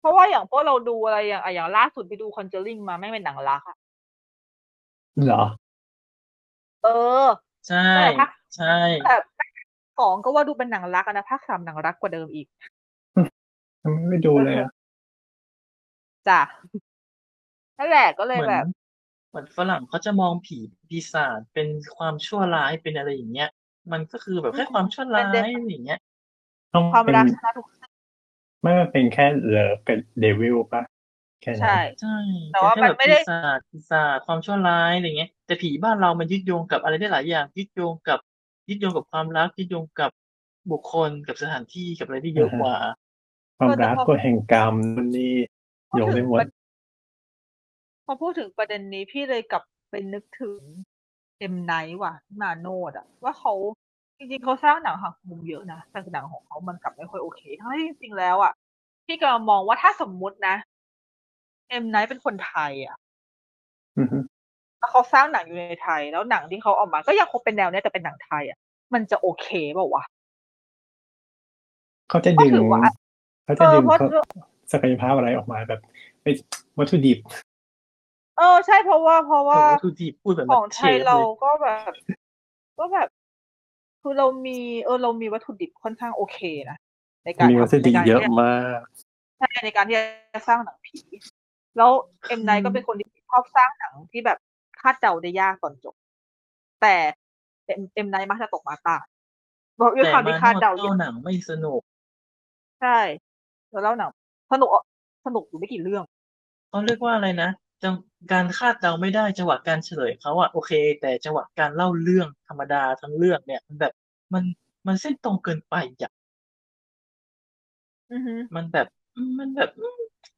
Speaker 4: เพราะว่าอย่างพวกเราดูอะไรอย่างอะอย่างล่าสุดไปดูคอนเจอริงมาแม่งเป็นหนังรักอะ
Speaker 3: เหรอ
Speaker 4: เออ
Speaker 2: ใช่ ใช่
Speaker 4: แบบสองก็ว่าดูเป็นหนังรักอะนะภาคสามหนังรักกว่าเดิมอีก
Speaker 3: ทำไมไม่ดูเลยอะ
Speaker 4: จ้ะนั่นแหละก็เลย
Speaker 2: เหมือ
Speaker 4: แบ
Speaker 2: น
Speaker 4: บ
Speaker 2: เหมือนฝรั่งเขาจะมองผีปีศาจเป็นความชั่วร้ายเป็นอะไรอย่างเงี้ย มันก็คือแบบแค่ความชั่วร้ายอย่างเงี้ย
Speaker 3: ต้อง
Speaker 4: ความ
Speaker 3: เป็น
Speaker 4: รักชนะทุกสิ่ง
Speaker 3: ไม่มันเป็นแค่เลิฟกับเดวิลปะแค่นั้น
Speaker 4: ใช่
Speaker 2: ใช่
Speaker 4: แต่ว่า
Speaker 2: ค่บบ
Speaker 4: มันไม่ได้
Speaker 2: ปีศาจปีศาจความชั่วร้ายอะไรเงี้ยแต่ผีบ้านเรามันยึดโยงกับอะไรได้หลายอย่าง ยึดโยงกับยึดโยงกับความรักยึดโยงกับบุคคลกับสถานที่กับอะไรที่เยอะกว่า
Speaker 3: ความรักกฎแห่งกรรมนู่นนี่โยงได้หมด
Speaker 4: พอพูดถึงประเด็นนี้พี่เลยกลับไปนึกถึงเอ็มไนท์ว่ะนาโนดอะว่าเขาจริงๆเขาสร้างหนังหักมุมเยอะนะแต่หนังของเขามันกลับไม่ค่อยโอเคทั้งที่จริงๆแล้วอะพี่กำลังมองว่าถ้าสมมุตินะ เอ็มไนท์เป็นคนไทยอะ
Speaker 3: อือฮึ
Speaker 4: แล้วเขาสร้างหนังอยู่ในไทย แล้วหนังที่เขาเออกมา ก็ยังคงเป็นแนวเนี้ยแต่เป็นหนังไทยอะมันจะโอเคเปล่าวะ
Speaker 3: เขาจะดึ
Speaker 4: ก็
Speaker 3: ง
Speaker 4: ถือว่า
Speaker 3: เขาจะดึง
Speaker 4: เพราะ
Speaker 3: ศักยภาพอะไรออกมาแบบเอ้ยวัตถุดิบ
Speaker 4: เออใช่เพราะว่าเพราะว่า
Speaker 2: โอ้โหดูดีพูดแบบ
Speaker 4: ของ
Speaker 2: นัก
Speaker 4: ไท
Speaker 2: เช
Speaker 4: ย
Speaker 2: ฟ
Speaker 4: เรา
Speaker 2: เลย
Speaker 4: ก็แบบก็แบบ คือเรามีเออเรามีวัตถุดิบค่อนข้างโอเคนะในการ
Speaker 3: มีวัตถุดิบ
Speaker 4: ในการ
Speaker 3: เยอะ
Speaker 4: ที่จ
Speaker 3: มาก
Speaker 4: ใช่ในการที่จะสร้างหนังผีแล้วเอ็มไนก็เป็นคนที่ชอบสร้างหนังที่แบบคาดเดาได้ยากตอนจบ แต่เอ็มไนมักจะตกมาตายเพราะด้วย
Speaker 2: แต่
Speaker 4: ความ
Speaker 2: มา
Speaker 4: ที่
Speaker 2: โน
Speaker 4: คาด
Speaker 2: ด
Speaker 4: เดา
Speaker 2: เล่าหนังไม่สนุก
Speaker 4: ใช่แล้วเล่าหนังสนุกสนุกอยู่ไม่กี่เรื่อง
Speaker 2: เขาเรียกว่าอะไรนะจังการคาดเดาไม่ได้จังหวะการเฉลยเขาอะโอเค แต่จังหวะการเล่าเรื่องธรรมดาทั้งเรื่องเนี่ยมันแบบมันมันเส้นตรงเกินไปอะ
Speaker 4: อือฮึ
Speaker 2: มันแบบอืมมันแบบอืม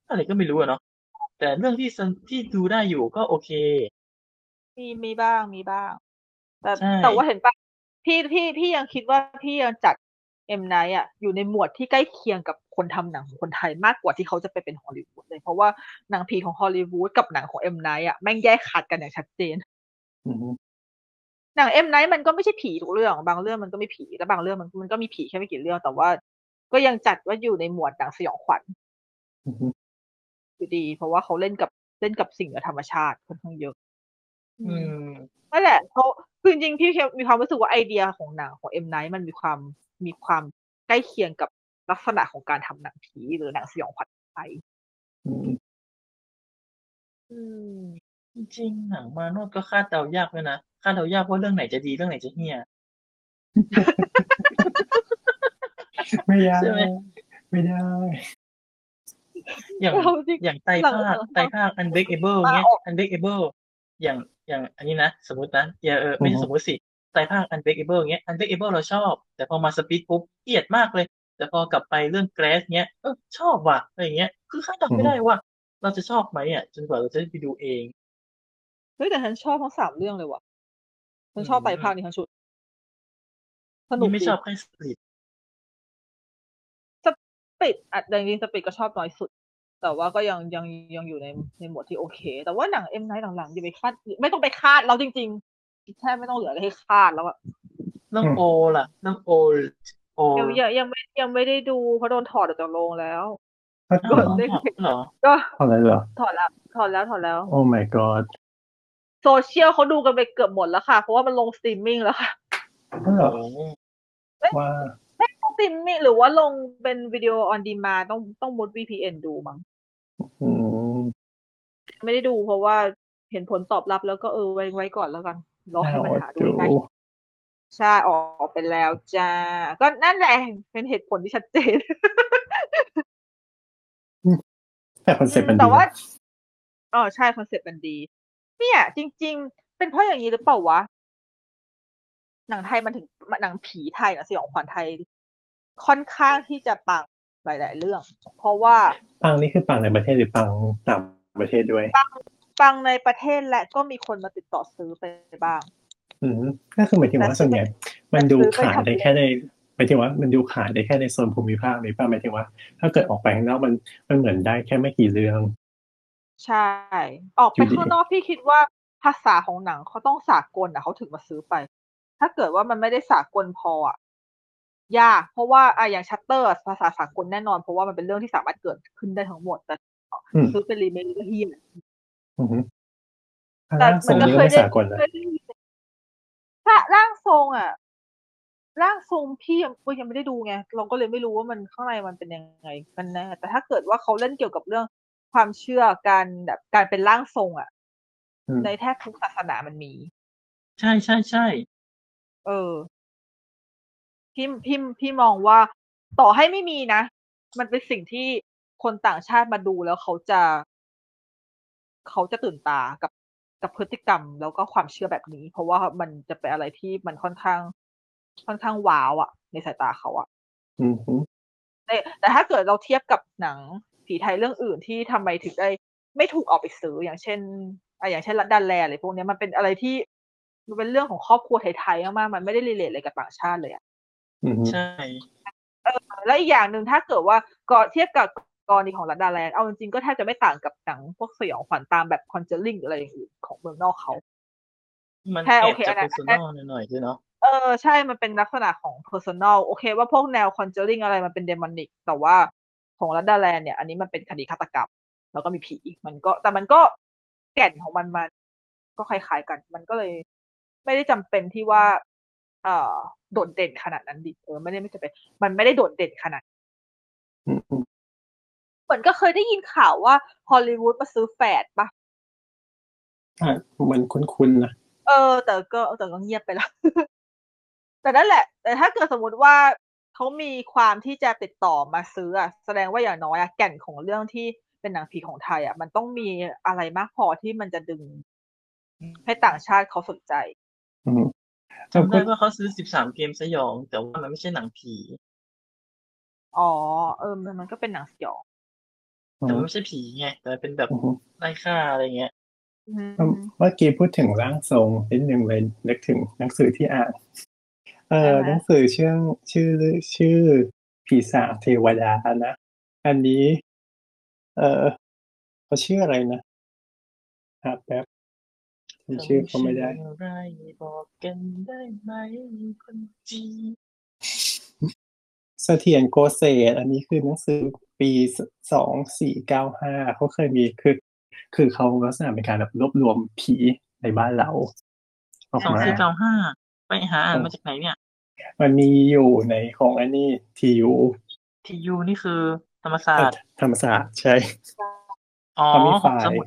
Speaker 2: อะไรก็ไม่รู้อะเนาะแต่เรื่องที่สนที่ดูได้อยู่ก็โอเค
Speaker 4: มีมีบ้างมีบ้าง แต่
Speaker 2: ใช่
Speaker 4: แต่ว่าเห็นปะพี่พี่พี่ยังคิดว่าพี่ยังจัดเอ็มไนอ่ะ อยู่ในหมวดที่ใกล้เคียงกับคนทำหนังของคนไทยมากกว่าที่เขาจะไปเป็นฮอลลีวูดเลย เพราะว่าหนังผีของฮอลลีวูดกับหนังของเอ็มไนอ่ะแม่งแยกขาดกันอย่างชัดเจน
Speaker 3: อือฮึ
Speaker 4: หนังเอ็มไนมันก็ไม่ใช่ผีทุกเรื่อง บางเรื่องมันก็ไม่ผีและบางเรื่องมันมันก็มีผีแค่ไม่กี่เรื่อง แต่ว่า ก็ยังจัดว่าอยู่ในหมวดหนังสยองขวัญ
Speaker 3: อือฮึ
Speaker 4: อยู่ดี เพราะว่าเขาเล่นกับเล่นกับสิ่งเหนือธรรมชาติค่อนข้างเยอะ
Speaker 2: อืม
Speaker 4: นั่นแหละเขาคือจริงๆพี่เคมีความรู้สึกว่าไอเดียของหนังของเอ็มไนมันมีความมีความใกล้เคียงกับลักษณะของการทำหนังผีหรือหนังสยองขวัญไทย
Speaker 3: อือฮึ
Speaker 2: จริงๆหนังมาโนดก็คาดเดายากด้วยนะคาดเดายากว่าเรื่องไหนจะดีเรื่องไหนจะเฮี้ย
Speaker 3: ไม่ได้
Speaker 2: ใช่ไหม
Speaker 3: ไม่ได้
Speaker 2: อย่าง
Speaker 4: เราจริง
Speaker 2: อย่างไตรภาค
Speaker 4: หลังๆ
Speaker 2: ไตรภาค unbreakable
Speaker 4: มา
Speaker 2: เงี้ย
Speaker 4: ออก
Speaker 2: unbreakable อย่างอย่างอันนี้นะสมมตินะอย่าเออไม่ใช่สมมติสิไตรภาค unbreakable เงี้ย unbreakable เราชอบ แต่พอมาสปีดปุ๊บเกลียดมากเลย แต่พอกลับไปเรื่อง grass เงี้ยเออชอบว่ะอะไรเงี้ยคือคาดเดาไม่ได้ว่า เราจะชอบไหมอ่ะจนกว่าเราจะได้ไปดูเอง
Speaker 4: เฮ้ยแต่ฉันชอบทั้งสามเรื่องเลยว่ะฉันชอบ
Speaker 2: อืม
Speaker 4: ไตรภาคนี้ทั้งชุดสนุก
Speaker 2: นี่ไม่
Speaker 4: ดี
Speaker 2: ชอบแค่สปีด
Speaker 4: ปิดอัดจริงๆสปิดก็ชอบน้อยสุด แต่ว่าก็ยังยังยังอยู่ในในหมวดที่โอเค แต่ว่าหนังเอ็มไนหลังๆอย่าไปคาดไม่ต้องไปคาดเราจริงๆแทบไม่ต้องเหลืออะไรให้คาดแล้วอะ
Speaker 2: เรื่องโอล่ะเรื่องโอโอ
Speaker 4: ยังยังยังไม่ยังไม่ได้ดูเพราะโดนถอดออกจากโรงแล้ว
Speaker 3: ถ้า
Speaker 2: เอ
Speaker 3: ถอด
Speaker 2: อ
Speaker 4: ได้
Speaker 2: เหรอ
Speaker 4: ก็
Speaker 3: อะไรเหรอ
Speaker 4: ถอดแล้วถอดแล้วถอดแล้ว
Speaker 3: โอ้ my god
Speaker 4: โซเชียลเขาดูกันไปเกือบหมดแล้วค่ะ เพราะว่ามันลงสตรีมมิ่งแล้วค่ะ
Speaker 3: เหรอ
Speaker 2: โอ้
Speaker 3: ว่า
Speaker 4: สตรีมมิ่งหรือว่าลงเป็นวิดีโอออนดีมาต้องต้องมุด VPN ดูมั้ง
Speaker 3: อืม
Speaker 4: ไม่ได้ดูเพราะว่าเห็นผลตอบรับแล้วก็เออไว้ไว้ก่อนแล้วกันรอให้มันหาดู
Speaker 3: ดู
Speaker 4: ได้ใช่ออกไปแล้วจ้า ก็นั่นแหละเป็นเหตุผลที่ชัดเจน
Speaker 3: แต่คอนเซ็ปต์มัน
Speaker 4: แต่
Speaker 3: ดี
Speaker 4: ว่า
Speaker 3: นะ
Speaker 4: อ๋อใช่คอนเซ็ปต์มันดี เนี่ย จริง ๆ เป็นเพราะอย่างนี้หรือเปล่าวะ หนังไทยมันถึงหนังผีไทยหนังสยองขวัญไทย ค่อนข้างที่จะปังหลาย ๆ เรื่อง เพราะว่า
Speaker 3: ปังนี่คือปังในประเทศหรือปังต่างประเทศด้วย
Speaker 4: ปังในประเทศและก็มีคนมาติดต่อซื้อไปบ้าง
Speaker 3: อืมก็คือหมายถึงว่าส่วนใหญ่มันดูขายได้แค่ในหมายถึงว่ามันดูขายได้แค่ในโซนภูมิภาคนี้ป่ะหมายถึงว่า ถ้าเกิดออกไปข้างนอกมันมันเหมือนได้แค่ไม่กี่เรื่อง
Speaker 4: ใช่ ออกไป
Speaker 3: อยู่ดี
Speaker 4: ข้างนอกพี่คิดว่าภาษาของหนังเขาต้องสากลอ่ะเขาถึงมาซื้อไป ถ้าเกิดว่ามันไม่ได้สากลพออ่ะยากเพราะว่าอะอย่างชัตเตอร์ภาษาสากลแน่นอน เพราะว่ามันเป็นเรื่องที่สามารถเกิดขึ้นได้ทั้งหมด แต่
Speaker 3: อืม
Speaker 4: ซื้อเป็นรีเมคก็เฮีย
Speaker 3: อือฮึถ้า
Speaker 4: แต่
Speaker 3: ร่างทรง
Speaker 4: มันก็
Speaker 3: นี้
Speaker 4: เคย
Speaker 3: ไม่
Speaker 4: ได้
Speaker 3: สากลนะ
Speaker 4: พระร่างทรงอ่ะ ร่างทรงพี่ยังก็ยังไม่ได้ดูไงเราก็เลยไม่รู้ว่ามันข้างในมันเป็นยังไงกันแน่แต่ถ้าเกิดว่าเขาเล่นเกี่ยวกับเรื่องความเชื่อการแบบการเป็นร่างทรงอ่ะ
Speaker 3: อ อืม
Speaker 4: ในแทบทุกศาสนามันมี
Speaker 2: ใช่ใช่ใช่
Speaker 4: เออพี่พี่พี่มองว่าต่อให้ไม่มีนะ มันเป็นสิ่งที่คนต่างชาติมาดูแล้วเขาจะ เขาจะตื่นตากับกับพฤติกรรม แล้วก็ความเชื่อแบบนี้ เพราะว่ามันจะเป็นอะไรที่มันค่อนข้าง ค่อนข้างว้าวอะในสายตาเขาอะ
Speaker 3: อืมฮึ
Speaker 4: แต่แต่ถ้าเกิดเราเทียบกับหนังผีไทยเรื่องอื่นที่ทำไมถึงได้ ไม่ถูกออกไปซื้ออย่างเช่นอ่ะอย่างเช่นรัดดันแลอะไรพวกเนี้ยมันเป็นอะไรที่มันเป็นเรื่องของครอบครัวไทยๆมากๆมันไม่ได้รีเลทอะไรกับต่างชาติเลยอะ
Speaker 3: อืมฮึ
Speaker 2: ใช่
Speaker 4: และอีกอย่างหนึ่งถ้าเกิดว่าก็เทียบกับกรณีของรัดดันแลนเอาจริงๆก็แทบจะไม่ต่างกับหนังพวกสยองขวัญตามแบบคอนเจอริงหรืออะไรอย่างอื่นของเมืองนอกเขา
Speaker 2: มัน
Speaker 4: แค่
Speaker 2: แอ
Speaker 4: โอบ เค
Speaker 2: จะ
Speaker 4: อันนั้
Speaker 2: เป็น
Speaker 4: น
Speaker 2: ส่วนนอกหน่อยๆด้วยเนาะ
Speaker 4: เออใช่มันเป็นลักษณะของ personal โอเคว่าพวกแนว conjuring อะไรมันเป็น demonic แต่ว่าของลัดดาแลนเนี่ย อันนี้มันเป็นคดีฆาตกรรม แล้วก็มีผีมันก็ แต่มันก็แก่นของมันมันก็คล้ายๆกัน มันก็เลย ไม่ได้จำเป็นที่ว่า เอ่อโดดเด่นขนาดนั้นดิเออไม่ได้ไม่จำเป็น มันไม่ได้โดดเด่นขนาด
Speaker 3: อืมฮึ
Speaker 4: เหมือนก็เคยได้ยินข่าวว่าฮอลลีวูดมาซื้อแฝดปะ
Speaker 3: อ่ะมันคุ้นๆนะ
Speaker 4: เออ แต่ก็แต่ก็เงียบไปละ แต่นั่นแหละ แต่ถ้าเกิดสมมติว่าเขามีความที่จะติดต่อมาซื้ออะแสดงว่าอย่างน้อยอะแก่นของเรื่องที่เป็นหนังผีของไทยอะมันต้องมีอะไรมากพอที่มันจะดึง ให้ต่างชาติเขาสนใจ
Speaker 3: อืมแต่
Speaker 2: จำ
Speaker 3: ก็
Speaker 2: ได้ว่าเขาซื้อ 13 เกมสยอง แต่ว่ามันไม่ใช่หนังผี
Speaker 4: อ๋อ เออ มันมันก็เป็นหนังสยอง
Speaker 3: อื
Speaker 2: แต่มัน
Speaker 3: ม
Speaker 2: ไม่ใช่ผีไงแต่มันเป็นแบบ
Speaker 3: อืมฮึ
Speaker 2: ไล่ฆ่าอะไรเงี้ย
Speaker 4: อืม
Speaker 3: เมื่อกี้พูดถึงร่างทรงนิดหนึ่งเลยนึกถึงหนังสือที่อ่าน เออหนังสือชื่อชื่อชื่อผีสางเทวดานะ อันนี้ เออเขาชื่ออะไรนะอ่ะแป๊บจำชื่อเขาไม่ได้
Speaker 2: ทำชื่ออะไรบอกกันได้ไหมคนจีน
Speaker 3: เสถียรโกเศสอันนี้คือหนังสือปีสองสี่เก้าห้าเขาเคยมีคือคือเขาลักษณะเป็นการแบบรวบรวมผีในบ้านเราออก
Speaker 2: สอง
Speaker 3: มา
Speaker 2: สี่เก้าห้าไปหาอ่านมาจากไหนเนี่ย
Speaker 3: มันมีอยู่ในของอันนี้ทียู
Speaker 2: ทียูนี่คือธรรมศาสตร์
Speaker 3: ธรรมศาสตร์ใช่
Speaker 2: อ๋อ
Speaker 3: เขามี
Speaker 2: หอ
Speaker 3: ฝ่าย
Speaker 2: สมุด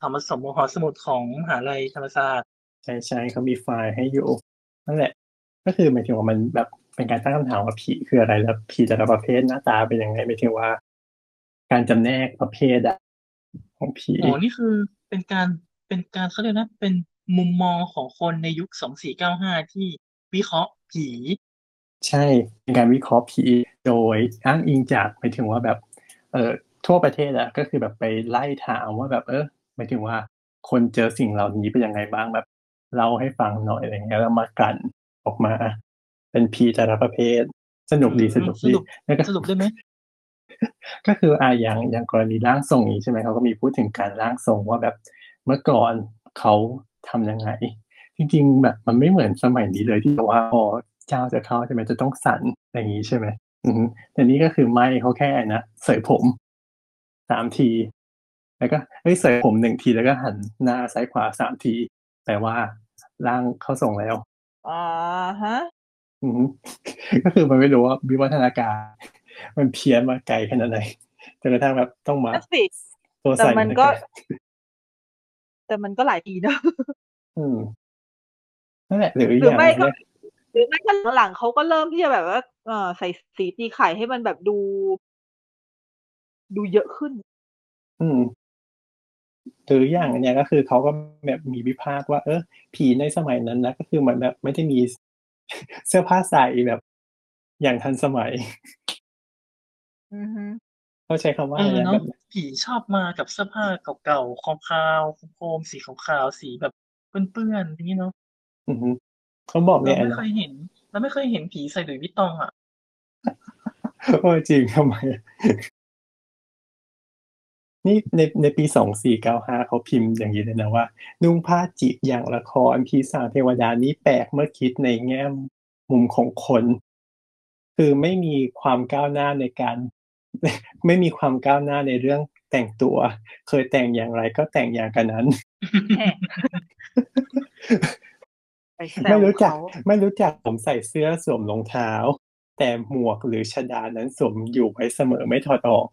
Speaker 2: ธรรมสมหอสมุดของมหาลัยธรรมศาสตร์
Speaker 3: ใช่ใช่เขามีไฟล์ให้อยู่นั่นแหละ ก็คือหมายถึงว่ามันแบบเป็นการตั้งคำถามว่าผีคืออะไรแล้วผีแต่ละประเภทหน้าตาเป็นยังไงหมายถึงว่า การจำแนกประเภทอะของผี
Speaker 2: โอ้นี่คือเป็นการเป็นการเขาเรียกนะ เป็นมุมมองของคนในยุคสองสี่เก้าห้าที่วิเคราะห์ผี
Speaker 3: ใช่เป็นการวิเคราะห์ผีโดยอ้างอิงจากหมายถึงว่าแบบเอ่อทั่วประเทศอะก็คือแบบไปไล่ถามว่าแบบเออหมายถึงว่า คนเจอสิ่งเหล่านี้เป็นยังไงบ้างแบบเล่าให้ฟังหน่อยอะไรเงี้ยแล้วมากลั่นออกมา เป็นผีแต่ละประเภท สนุกดี
Speaker 2: อืม
Speaker 3: สนุก
Speaker 2: ส
Speaker 3: ดี
Speaker 2: นุก
Speaker 3: แล้วก็
Speaker 2: สรุปได้ไหม
Speaker 3: ก็คืออ่าอย่างอย่างกรณีร่างทรงนี้ใช่ไหมเขาก็มีพูดถึงการร่างทรงว่าแบบเมื่อก่อนเขาทำยังไง จริงๆแบบมันไม่เหมือนสมัยนี้เลยที่แบบว่าพอเจ้าจะเข้าใช่ไหมจะต้องสั่นอย่างนี้ใช่ไหมอืมแต่นี่ก็คือไม่เขาแค่นะเสยผมสามที แล้วก็เฮ้ยเสยผมหนึ่งทีแล้วก็หันหน้าซ้ายขวาสามทีแปลว่าร่างเข้าทรงแล้ว
Speaker 4: อ่าฮะ
Speaker 3: อืม ก็คือมันไม่รู้ว่าวิวัฒนาการ มันเพี้ยนมาไกลขนาดไหนจนกระทั่งแบบต้องมา
Speaker 4: นั่นสิ
Speaker 3: ตัว
Speaker 4: แต่
Speaker 3: ใส่
Speaker 4: มัน
Speaker 3: น
Speaker 4: ก็
Speaker 3: ก็
Speaker 4: แต่มันก็หลายปี เนอะ
Speaker 3: อืมนั่นแหละหรืออีก
Speaker 4: ห
Speaker 3: อ
Speaker 4: รือย่าง ไม่ก็
Speaker 3: นะ
Speaker 4: หรือไม่ก็หลังๆเขาก็เริ่มที่จะแบบว่าเออใส่สีตีไข่ให้มันแบบดู ดูเยอะขึ้น
Speaker 3: อืมหรืออย่างเนี้ยก็คือเขาก็แบบมีวิพากษ์ว่า เออผีในสมัยนั้นนะก็คือเหมือนแบบไม่ได้มี เสื้อผ้าใส่แบบ อย่างทันสมัย
Speaker 4: อือฮึ
Speaker 3: เขาใช้คำว่า
Speaker 2: เอ
Speaker 3: อะไร
Speaker 2: อ
Speaker 3: นะ
Speaker 2: เนาะ
Speaker 3: แบบ
Speaker 2: ผีชอบมากับเสื้อผ้าเก่าๆคอมคาวโคมๆสีขาวๆสีแบบเปื้อนๆอย่างนี้เนาะ
Speaker 3: อือฮึเขาบอก
Speaker 2: เรา
Speaker 3: เนี่ย
Speaker 2: ไม่
Speaker 3: นะ
Speaker 2: เคยเห็น เราไม่เคยเห็นผีใส่หลุยส์วิตตอง อ่ะ
Speaker 3: โอ้ยจริงทำไม นี่ในในปีสองสี่เก้าห้าเขาพิมพ์อย่างนี้เลยนะว่า นุ่งผ้าจิกอย่างละครพีสางเทวดานี้แปลกเมื่อคิดในแง่มุมของคน คือไม่มีความก้าวหน้าในการ ไม่มีความก้าวหน้าในเรื่องแต่งตัว เคยแต่งอย่างไรก็แต่งอย่างกันนั้น
Speaker 4: แหมไปแซ
Speaker 3: ไม่
Speaker 4: ว
Speaker 3: รู้จัก
Speaker 4: เขา
Speaker 3: ไม่รู้จักผมใส่เสื้อสวมรองเท้า แต่หมวกหรือชดานั้นสวมอยู่ไว้เสมอไม่ถอดออก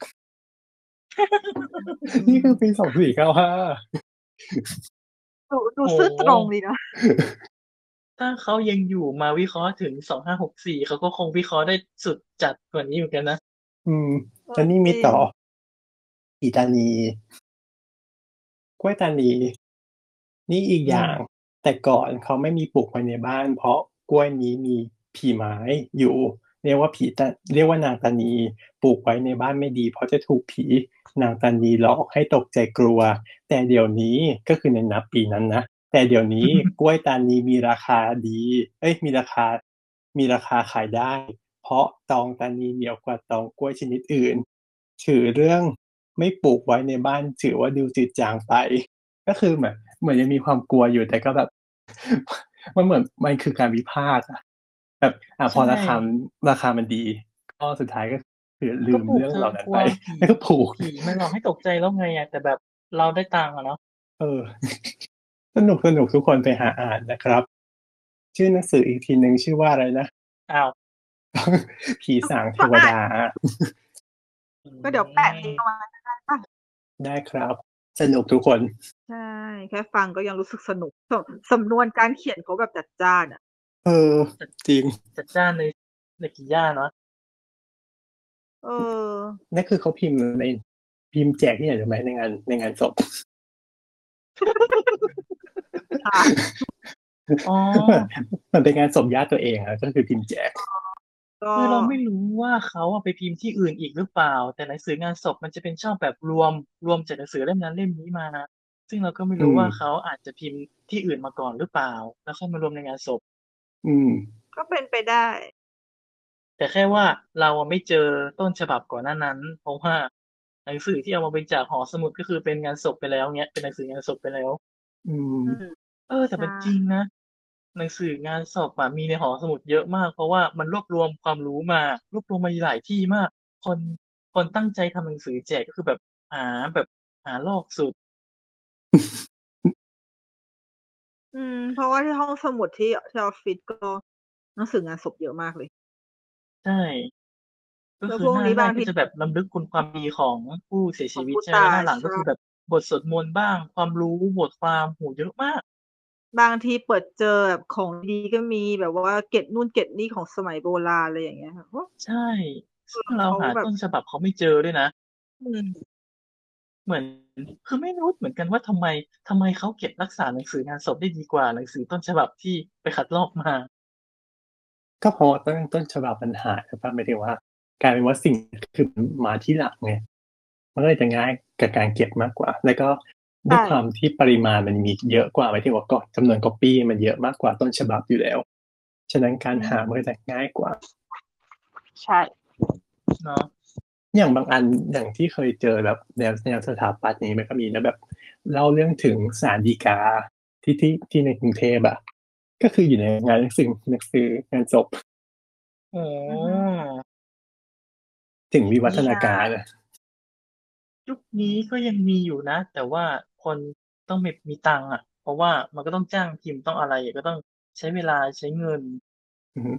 Speaker 3: นี่คือปีสองสี่เก้าห้า
Speaker 4: ดูดูซื่อตรงดีนะ
Speaker 2: ถ้าเขายังอยู่มาวิเคราะห์ถึงสองห้าหกสี่เขาก็คงวิเคราะห์ได้สุดจัดกว่านี้เหมือนกันนะ
Speaker 3: อืมแล้วนี่มีต่อ อีตานีกล้วยตานี นี่อีกอย่าง แต่ก่อนเขาไม่มีปลูกไว้ในบ้าน เพราะกล้วยนี้มีผีไม้อยู่ เรียกว่าผีตาเรียกว่านางตานีปลูกไว้ในบ้านไม่ดี เพราะจะถูกผีนางตานีหลอกให้ตกใจกลัว แต่เดี๋ยวนี้ก็คือในนับปีนั้นนะแต่เดี๋ยวนี้ กล้วยตานีมีราคาดี เอ้ยมีราคา มีราคาขายได้ เพราะตองตานีเหนียวกว่าตองกล้วยชนิดอื่น ถือเรื่องไม่ปลูกไว้ในบ้านถือว่าดูจืดจางไป ก็คือเหมือนเหมือนยังมีความกลัวอยู่แต่ก็แบบ มันเหมือนมันคือการวิพากษ์อะแบบอ่ะพอ
Speaker 2: ใช่
Speaker 3: ราคาราคามันดี ก็สุดท้ายก็คือลืมเรื่องเหล่านั้นไป
Speaker 2: แล้
Speaker 3: แล้ว ว
Speaker 2: ก็
Speaker 3: ก็
Speaker 2: ป
Speaker 3: ป
Speaker 2: ลู
Speaker 3: ลู
Speaker 2: ก
Speaker 3: ก
Speaker 2: ผีผีมันหลอกให้ตกใจแล้วไงอ่ะแต่แบบเราได้ตังค์อะเนาะ
Speaker 3: เออ สนุกสนุกทุกคนไปหาอ่านนะครับ ชื่อหนังสืออีกทีหนึ่งชื่อว่าอะไรนะ
Speaker 2: อ้าว
Speaker 3: ผีสางเทวดา
Speaker 4: ก็เดี๋ยวแปะลิงก์เอาไว้
Speaker 3: ได้ครับ สนุกทุกคน
Speaker 4: ใช่ แค่ฟังก็ยังรู้สึกสนุกสำสำนวนการเขียนเขาแบบจัดจ้านอะ
Speaker 3: เออ จริง
Speaker 2: จัดจ้านในในกิย่าเนาะ
Speaker 4: เออ
Speaker 3: นั่นคือเขาพิมพ์ในพิมพ์แจกที่ไหนรู้ไหมในงานในงานศพ
Speaker 2: อ๋อ
Speaker 3: มันเป็นงานศพญาติตัวเองอะก็คือพิมพ์แจก
Speaker 4: ก็
Speaker 2: คือเราไม่รู้ว่าเขาอะไปพิมพ์ที่อื่นอีกหรือเปล่า แต่หนังสืองานศพมันจะเป็นช่องแบบรวมรวมจากหนังสือเล่มนั้นเล่มนี้มา ซึ่งเราก็ไม่รู้
Speaker 3: อืม
Speaker 2: ว่าเขาอาจจะพิมพ์ที่อื่นมาก่อนหรือเปล่า แล้วค่อยมารวมในงานศพ
Speaker 3: อืม
Speaker 4: ก็เป็นไปได้
Speaker 2: แต่แค่ว่าเราอะไม่เจอต้นฉบับก่อนหน้านั้น เพราะว่าหนังสือที่เอามาเป็นจากหอสมุดก็คือเป็นงานศพไปแล้วเนี้ยเป็นหนังสืองานศพไปแล้ว
Speaker 3: อืม
Speaker 2: เออแต่มัน
Speaker 4: ใช่
Speaker 2: จริงนะหนังสืองานสอบอะมีในหอสมุดเยอะมาก เพราะว่ามันรวบรวมความรู้มารวบรวมมาหลายที่มาก คนคนตั้งใจทำหนังสือแจกก็คือแบบหาแบบหาลอกสุด
Speaker 4: อืม เพราะว่าที่ห้องสมุดที่ที่ออฟฟิศก็หนังสืองานศพเยอะมากเลย
Speaker 2: ใช่ ก็
Speaker 4: แล้ว
Speaker 2: คือ
Speaker 4: พวก
Speaker 2: หน้า
Speaker 4: นี้
Speaker 2: แร
Speaker 4: บาง
Speaker 2: ก
Speaker 4: ที
Speaker 2: ก็จะแบบรำลึกคุณความดีของผู้เสียชีวิต
Speaker 4: ของผู้
Speaker 2: ใช่ไหม
Speaker 4: ตาย
Speaker 2: หน้าหลัง
Speaker 4: ใช่
Speaker 2: ก็คือแบบบทสวดมนต์บ้าง ความรู้บทความโหเยอะมาก
Speaker 4: บางทีเปิดเจอแบบของดีก็มีแบบว่าเก็ดนู่นเก็ดนี่ของสมัยโบราณอะไรอย่างเงี้ยค่ะโอ้
Speaker 2: ใช่ซึ่งเราหา
Speaker 4: เขาแบบ
Speaker 2: ต้นฉบับเขาไม่เจอด้วยนะ
Speaker 4: อืม
Speaker 2: เหมือนคือไม่รู้เหมือนกันว่าทำไมทำไมเขาเก็บรักษาหนังสืองานศพได้ดีกว่าหนังสือต้นฉบับที่ไปขัดลอกมา
Speaker 3: ก็เพอต้นต้นฉบับมันหายไปหมายถึงว่ากลายเป็นว่าสิ่งคือมาที่หลังไงมันก็เลยจะง่ายกับการเก็บมากกว่า แล้วก็ด้วย
Speaker 4: ใช่
Speaker 3: ความที่ปริมาณมันมีเยอะกว่าหมายถึงว่าก็จำนวนก๊อปปี้มันเยอะมากกว่าต้นฉบับอยู่แล้ว ฉะนั้นการหามันก็จะง่ายกว่า
Speaker 5: ใช่
Speaker 2: เนาะ
Speaker 3: อย่างบางอันอย่างที่เคยเจอแบบแนวแนวสถาปัตย์นี้มันก็มีนะแบบเล่าเรื่องถึงศาลฎีกาที่ที่ที่ในกรุงเทพอะก็คืออยู่ในงานหนังสือหนังสืองานศพ
Speaker 2: โอ้
Speaker 3: ถึงวิวัฒนาการอะ
Speaker 2: ยุคนี้ก็ยังมีอยู่นะ แต่ว่าคนต้องมีมีตังค์อ่ะ เพราะว่ามันก็ต้องจ้างพิมพ์ต้องอะไรก็ต้องใช้เวลาใช้เงิน
Speaker 3: อืม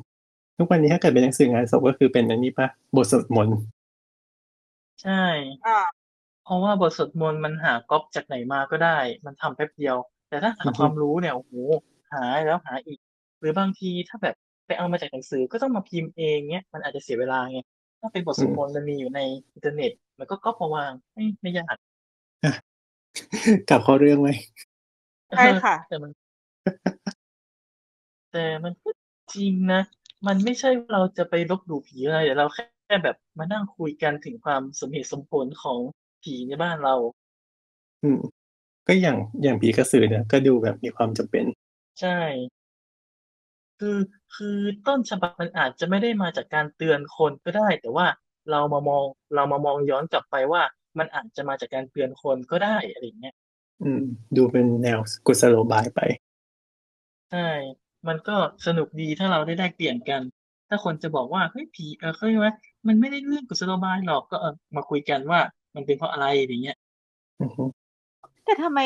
Speaker 3: ทุกวันนี้ถ้าเกิดเป็นหนังสืองานศพก็คือเป็นอันนี้ปะบทสวดมนต์
Speaker 2: ใช่
Speaker 4: อ่า
Speaker 2: เพราะว่าบทสวดมนต์มันหาก๊อปจากไหนมาก็ได้ มันทำแป๊บเดียว แต่ถ้าหาความรู้เนี่ยโอ้โหหาแล้วหาอีก หรือบางทีถ้าแบบไปเอามาจากหนังสือก็ต้องมาพิมพ์เองเนี่ยมันอาจจะเสียเวลาไงถ้าเป็นบทสวดมนต์มันมีอยู่ในอินเทอร์เน็ต มันก็ก๊อปมาวางไม่ไม่ยาก
Speaker 3: กลับเข้าเรื่องไหม
Speaker 4: ใช่ค่ะ
Speaker 2: แต่มัน แต่มันก็จริงนะ มันไม่ใช่ว่าเราจะไปลบหลู่ผีอะไรแต่เราแค่แบบมานั่งคุยกันถึงความสมเหตุสมผลของผีในบ้านเรา
Speaker 3: อืม ก็อย่างอย่างผีกระสือเนี่ยก็ดูแบบมีความจำเป็น
Speaker 2: ใช่ คือคือต้นฉบับมันอาจจะไม่ได้มาจากการเตือนคนก็ได้ แต่ว่าเรามามองเรามามองย้อนกลับไปว่า มันอาจจะมาจากการเตือนคนก็ได้อะไรอย่างเงี้ย
Speaker 3: อืม ดูเป็นแนวกุศโลบายไป
Speaker 2: ใช่ มันก็สนุกดีถ้าเราได้แลกเปลี่ยนกัน ถ้าคนจะบอกว่าเฮ้ยผีเออเขาเรียกว่ามันไม่ได้เรื่องกุศโลบายหรอกก็เออมาคุยกันว่า มันเป็นเพราะอะไรอย่างเงี้ย
Speaker 3: อือฮึ
Speaker 4: แต่ทำไม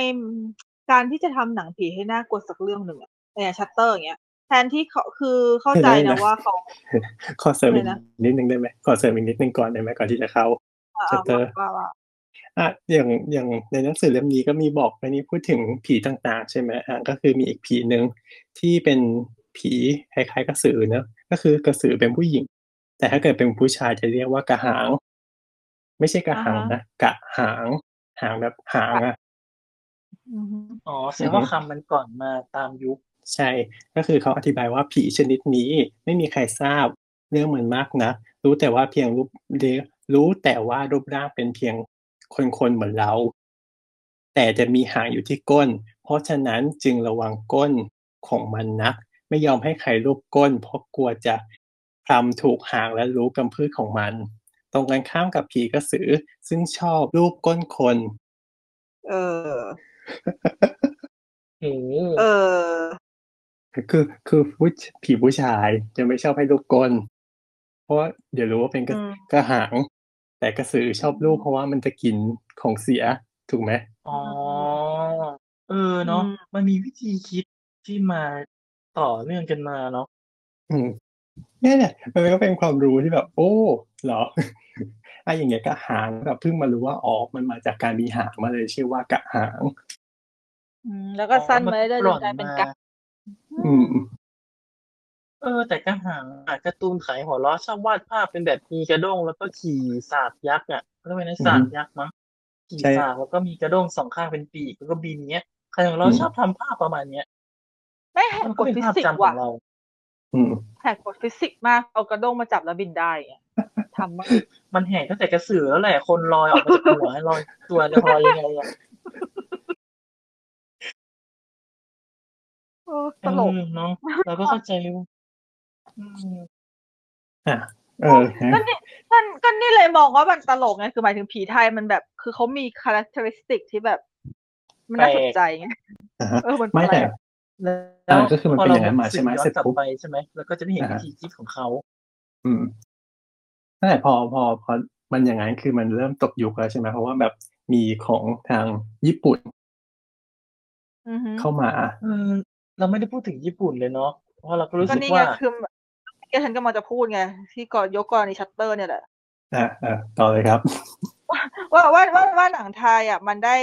Speaker 4: การที่จะทำหนังผีให้น่ากลัวสักเรื่องหนึ่งอะเนี่ยชัตเตอร์อย่างเงี้ยแทนที่เขาคือเข้าใจนะว่าเขา
Speaker 3: ขอเสริมอีก
Speaker 4: อะไรนะ
Speaker 3: นิดนึงได้ไหมขอเสริมอีกนิดนึงก่อนได้ไหมก่อนที่จะเข้า
Speaker 4: เอ่อ
Speaker 3: Shutter
Speaker 4: ว่าว่า
Speaker 3: อ่ะอย่างอย่างในหนังสือเล่มนี้ก็มีบอกอันนี้พูดถึงผีต่างๆ ใช่ไหมอ่ะก็คือมีอีกผีหนึ่งที่เป็นผีคล้ายๆกระสือเนอะก็คือกระสือเป็นผู้หญิง แต่ถ้าเกิดเป็นผู้ชายจะเรียกว่ากระหาง ไม่ใช่กระหางนะกระหางหางแบบหางอ่ะ
Speaker 4: อือฮึ
Speaker 2: อ๋อแสดงว่าคำมันก่อนมาตามยุค
Speaker 3: ใช่ ก็คือเขาอธิบายว่าผีชนิดนี้ไม่มีใครทราบเรื่องมันมากนะ รู้แต่ว่าเพียงรูปเดรู้แต่ว่ารูปร่างเป็นเพียงคนๆเหมือนเรา แต่จะมีหางอยู่ที่ก้น เพราะฉะนั้นจึงระวังก้นของมันนัก ไม่ยอมให้ใครลูบก้น เพราะกลัวจะพรำถูกหางและรู้กำพืชของมัน ตรงกันข้ามกับผีกระสือ ซึ่งชอบรูปก้นคน
Speaker 7: เออ
Speaker 2: โอ้โห
Speaker 7: เออ
Speaker 3: คือคือผู้ชผีผู้ชายจะไม่ชอบให้รูปกลเพราะเดี๋ยวรู้ว่าเป็นกระ
Speaker 7: อืม
Speaker 3: กระหัง แต่กระสือชอบรูปเพราะว่ามันจะกินของเสียถูกไหม
Speaker 2: อ๋อ เออเนาะ
Speaker 7: อืม
Speaker 2: มันมีวิธีคิดที่มาต่อเนื่องกันมาเนาะ
Speaker 3: อืมเนี่ยแหละมันก็เป็นความรู้ที่แบบ โอ้เหรอ ไอ้อย่างเงี้ยกระหางแบบเพิ่งมารู้ว่าอ๋อมันมาจากการมีหางมาเลยชื่อว่ากระหาง
Speaker 4: อืมแล้วก็สั้นไปเรื่อย
Speaker 2: อ๋
Speaker 4: ๆจ
Speaker 2: อน
Speaker 4: กลายเป็น
Speaker 2: มั
Speaker 4: กะ
Speaker 2: ล่อม
Speaker 3: อืม
Speaker 2: เออ แต่กระหังอะการ์ตูนขายหัวล้อชอบวาดภาพเป็นแบบมีกระด้งแล้วก็ขี่สาบยักษ์อ่ะเขาเรียกว่าไงนะสาบยักษ์มั้งขี่
Speaker 3: ใช่
Speaker 2: สาบแล้วก็มีกระด้งสองข้างเป็นปีกแล้วก็บินเงี้ยขายหัวล้ออ
Speaker 3: ม
Speaker 2: ชอบทำภาพประมาณเนี้ย
Speaker 4: ไม่แหก
Speaker 2: มัน
Speaker 4: ก
Speaker 2: ก็
Speaker 4: ฎ
Speaker 2: เป็น
Speaker 4: ฟิ
Speaker 2: ภาพ
Speaker 4: สิก
Speaker 2: จำ
Speaker 4: ส์
Speaker 2: ขอ
Speaker 4: ว่ะ
Speaker 2: งเรา
Speaker 3: อืม
Speaker 4: แหกกฎฟิสิกส์มากเอากระด้งมาจับแล้วบินได้อะทำมาก
Speaker 2: มันแห่ตั้งแต่กระสือแล้วแหละคนลอยออกมาจากหัว ลอยตัวจะลอยยังไงอ่ะ
Speaker 4: เออตลก
Speaker 2: เออเนาะเราก็เข้าใจว่าอืม
Speaker 3: อ่ะเออฮะ
Speaker 4: ก็นี่ก็ก็นี่เลยมองว่ามันตลกไงคือหมายถึงผีไทยมันแบบ คือเขามีคุณลักษณะที่แบบ มันน่า
Speaker 2: แป
Speaker 4: ส
Speaker 2: ลก
Speaker 4: นใจไง
Speaker 3: อ่ะฮะ
Speaker 4: เออมัน
Speaker 3: ไม่
Speaker 4: แปล
Speaker 3: แต่
Speaker 4: ก
Speaker 2: แล้
Speaker 3: อ่าว ก็คือมัน
Speaker 2: พอ
Speaker 3: เป็น
Speaker 2: เรา
Speaker 3: อย่างนั้นมาใช่ไหม
Speaker 2: ย้อ
Speaker 3: เสร็จ
Speaker 2: กลับ
Speaker 3: ปุ๊บ
Speaker 2: ไปใช่ไหมแล้วก็จะได้เห็นวิ
Speaker 3: อ่าฮะ
Speaker 2: ธีคิดของเขา
Speaker 3: อืมนั่นแหละพอพอพอมันอย่างนั้นคือมันเริ่มตกยุคแล้วใช่ไหมเพราะว่าแบบมีของทางญี่ปุ่น
Speaker 4: อือฮึ
Speaker 3: เข้ามา
Speaker 2: เออเราไม่ได้พูดถึงญี่ปุ่นเลยเนาะเพราะเราก็รู้
Speaker 4: ก็
Speaker 2: สึก
Speaker 4: นี่ไง
Speaker 2: ว่า
Speaker 4: คือที่ฉันก็มาจะพูดไงที่ก่อนยกกรณีชัตเตอร์เนี่ยแหละ
Speaker 3: อ่าอ่าต่อเลยครับ
Speaker 4: ว่าว่าว่าว่าหนังไทยอ่ะ มันได้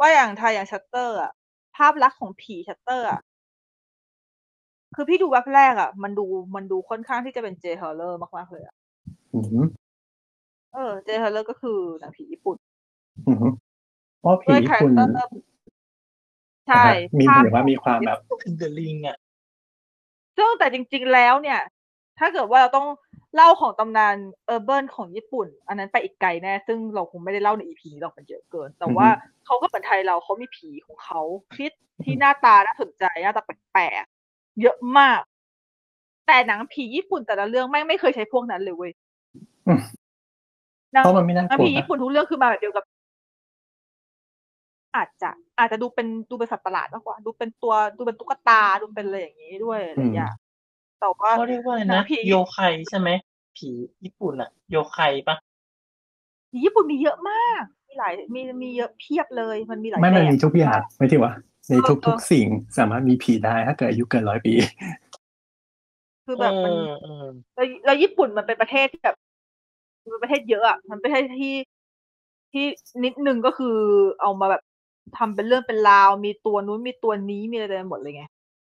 Speaker 4: ว่าอย่างไทยอย่างชัตเตอร์อ่ะภาพลักษณ์ของผีชัตเตอร์อ่ะคือพี่ดูแบบแรกอ่ะ มันดูมันดูค่อนข้างที่จะเป็นเจฮอลเลอร์มากๆเลยอะ
Speaker 3: อืม
Speaker 4: เออเจฮอลเลอร์ก็คือหนังผีญี่ปุ่น
Speaker 3: อืมเพราะผี
Speaker 4: ด้วย
Speaker 3: ญี่
Speaker 4: คาแร
Speaker 3: ปุ่
Speaker 4: คน เตอร์ใช่
Speaker 3: อ่ะมี
Speaker 4: ภาพ
Speaker 3: หรือว่ามีความแบบ
Speaker 2: ถึงเดอะลิงอ่ะ
Speaker 4: ซึ่งแต่จริงๆแล้วเนี่ย ถ้าเกิดว่าเราต้องเล่าของตำนานเออร์เบิร์นของญี่ปุ่น อันนั้นไปอีกไกลแน่ ซึ่งเราคงไม่ได้เล่าในอีพีหรอกมันเยอะเกิน แต่
Speaker 3: อือฮึ
Speaker 4: ว่าเขาก็เหมือนไทยเราเขามีผีของเขาที่ที่หน้าตาน่าสนใจหน้าตาแปลกๆเยอะมาก แต่หนังผีญี่ปุ่นแต่ละเรื่องไม่งไม่เคยใช้พวกนั้นเลยเว้ยหนัง
Speaker 3: เพราะมันไม่น่า
Speaker 4: หนัง
Speaker 3: กลัว
Speaker 4: ผี
Speaker 3: นะ
Speaker 4: ญี่ปุ่นทุกเรื่องคือมาแบบเดียวกับ อาจจะ อาจจะดูเป็นดูเป็นสัตว์ประหลาดมากกว่า ดูเป็นตัวดูเป็นตุ๊กตาดูเป็นอะไรอย่างนี้ด้วยอะไรอย่างแต่ว่า
Speaker 2: เขาเรียกว่าอะไร
Speaker 4: หนั
Speaker 2: นะ
Speaker 4: งผี
Speaker 2: โยไคใช่ไหมผีญี่ปุ่นอ่ะ โยไคปะ
Speaker 4: ผีญี่ปุ่นมีเยอะมาก มีหลาย มีมีเยอะเพียบเลย มันมีหลาย
Speaker 3: ไม่
Speaker 4: แบ
Speaker 3: มัน
Speaker 4: บ
Speaker 3: มีทุกอย่างไม่ที่ว่า ใน
Speaker 4: เออเอ
Speaker 3: ทุ
Speaker 4: อ
Speaker 3: กๆสิ่งสามารถมีผีได้ถ้าเกิดอายุเกินร้อยปี
Speaker 4: คือแบบมัน
Speaker 2: เออเออ
Speaker 4: แล้วแล้วญี่ปุ่นมันเป็นประเทศที่แบบมันเป็นประเทศเยอะอะมันเป็นประเทศที่ที่นิดนึงก็คือเอามาแบบทำเป็นเรื่องเป็นราว มีตัวนู้นมีตัวนี้มีอะไรเต็มไปหมดเลยไง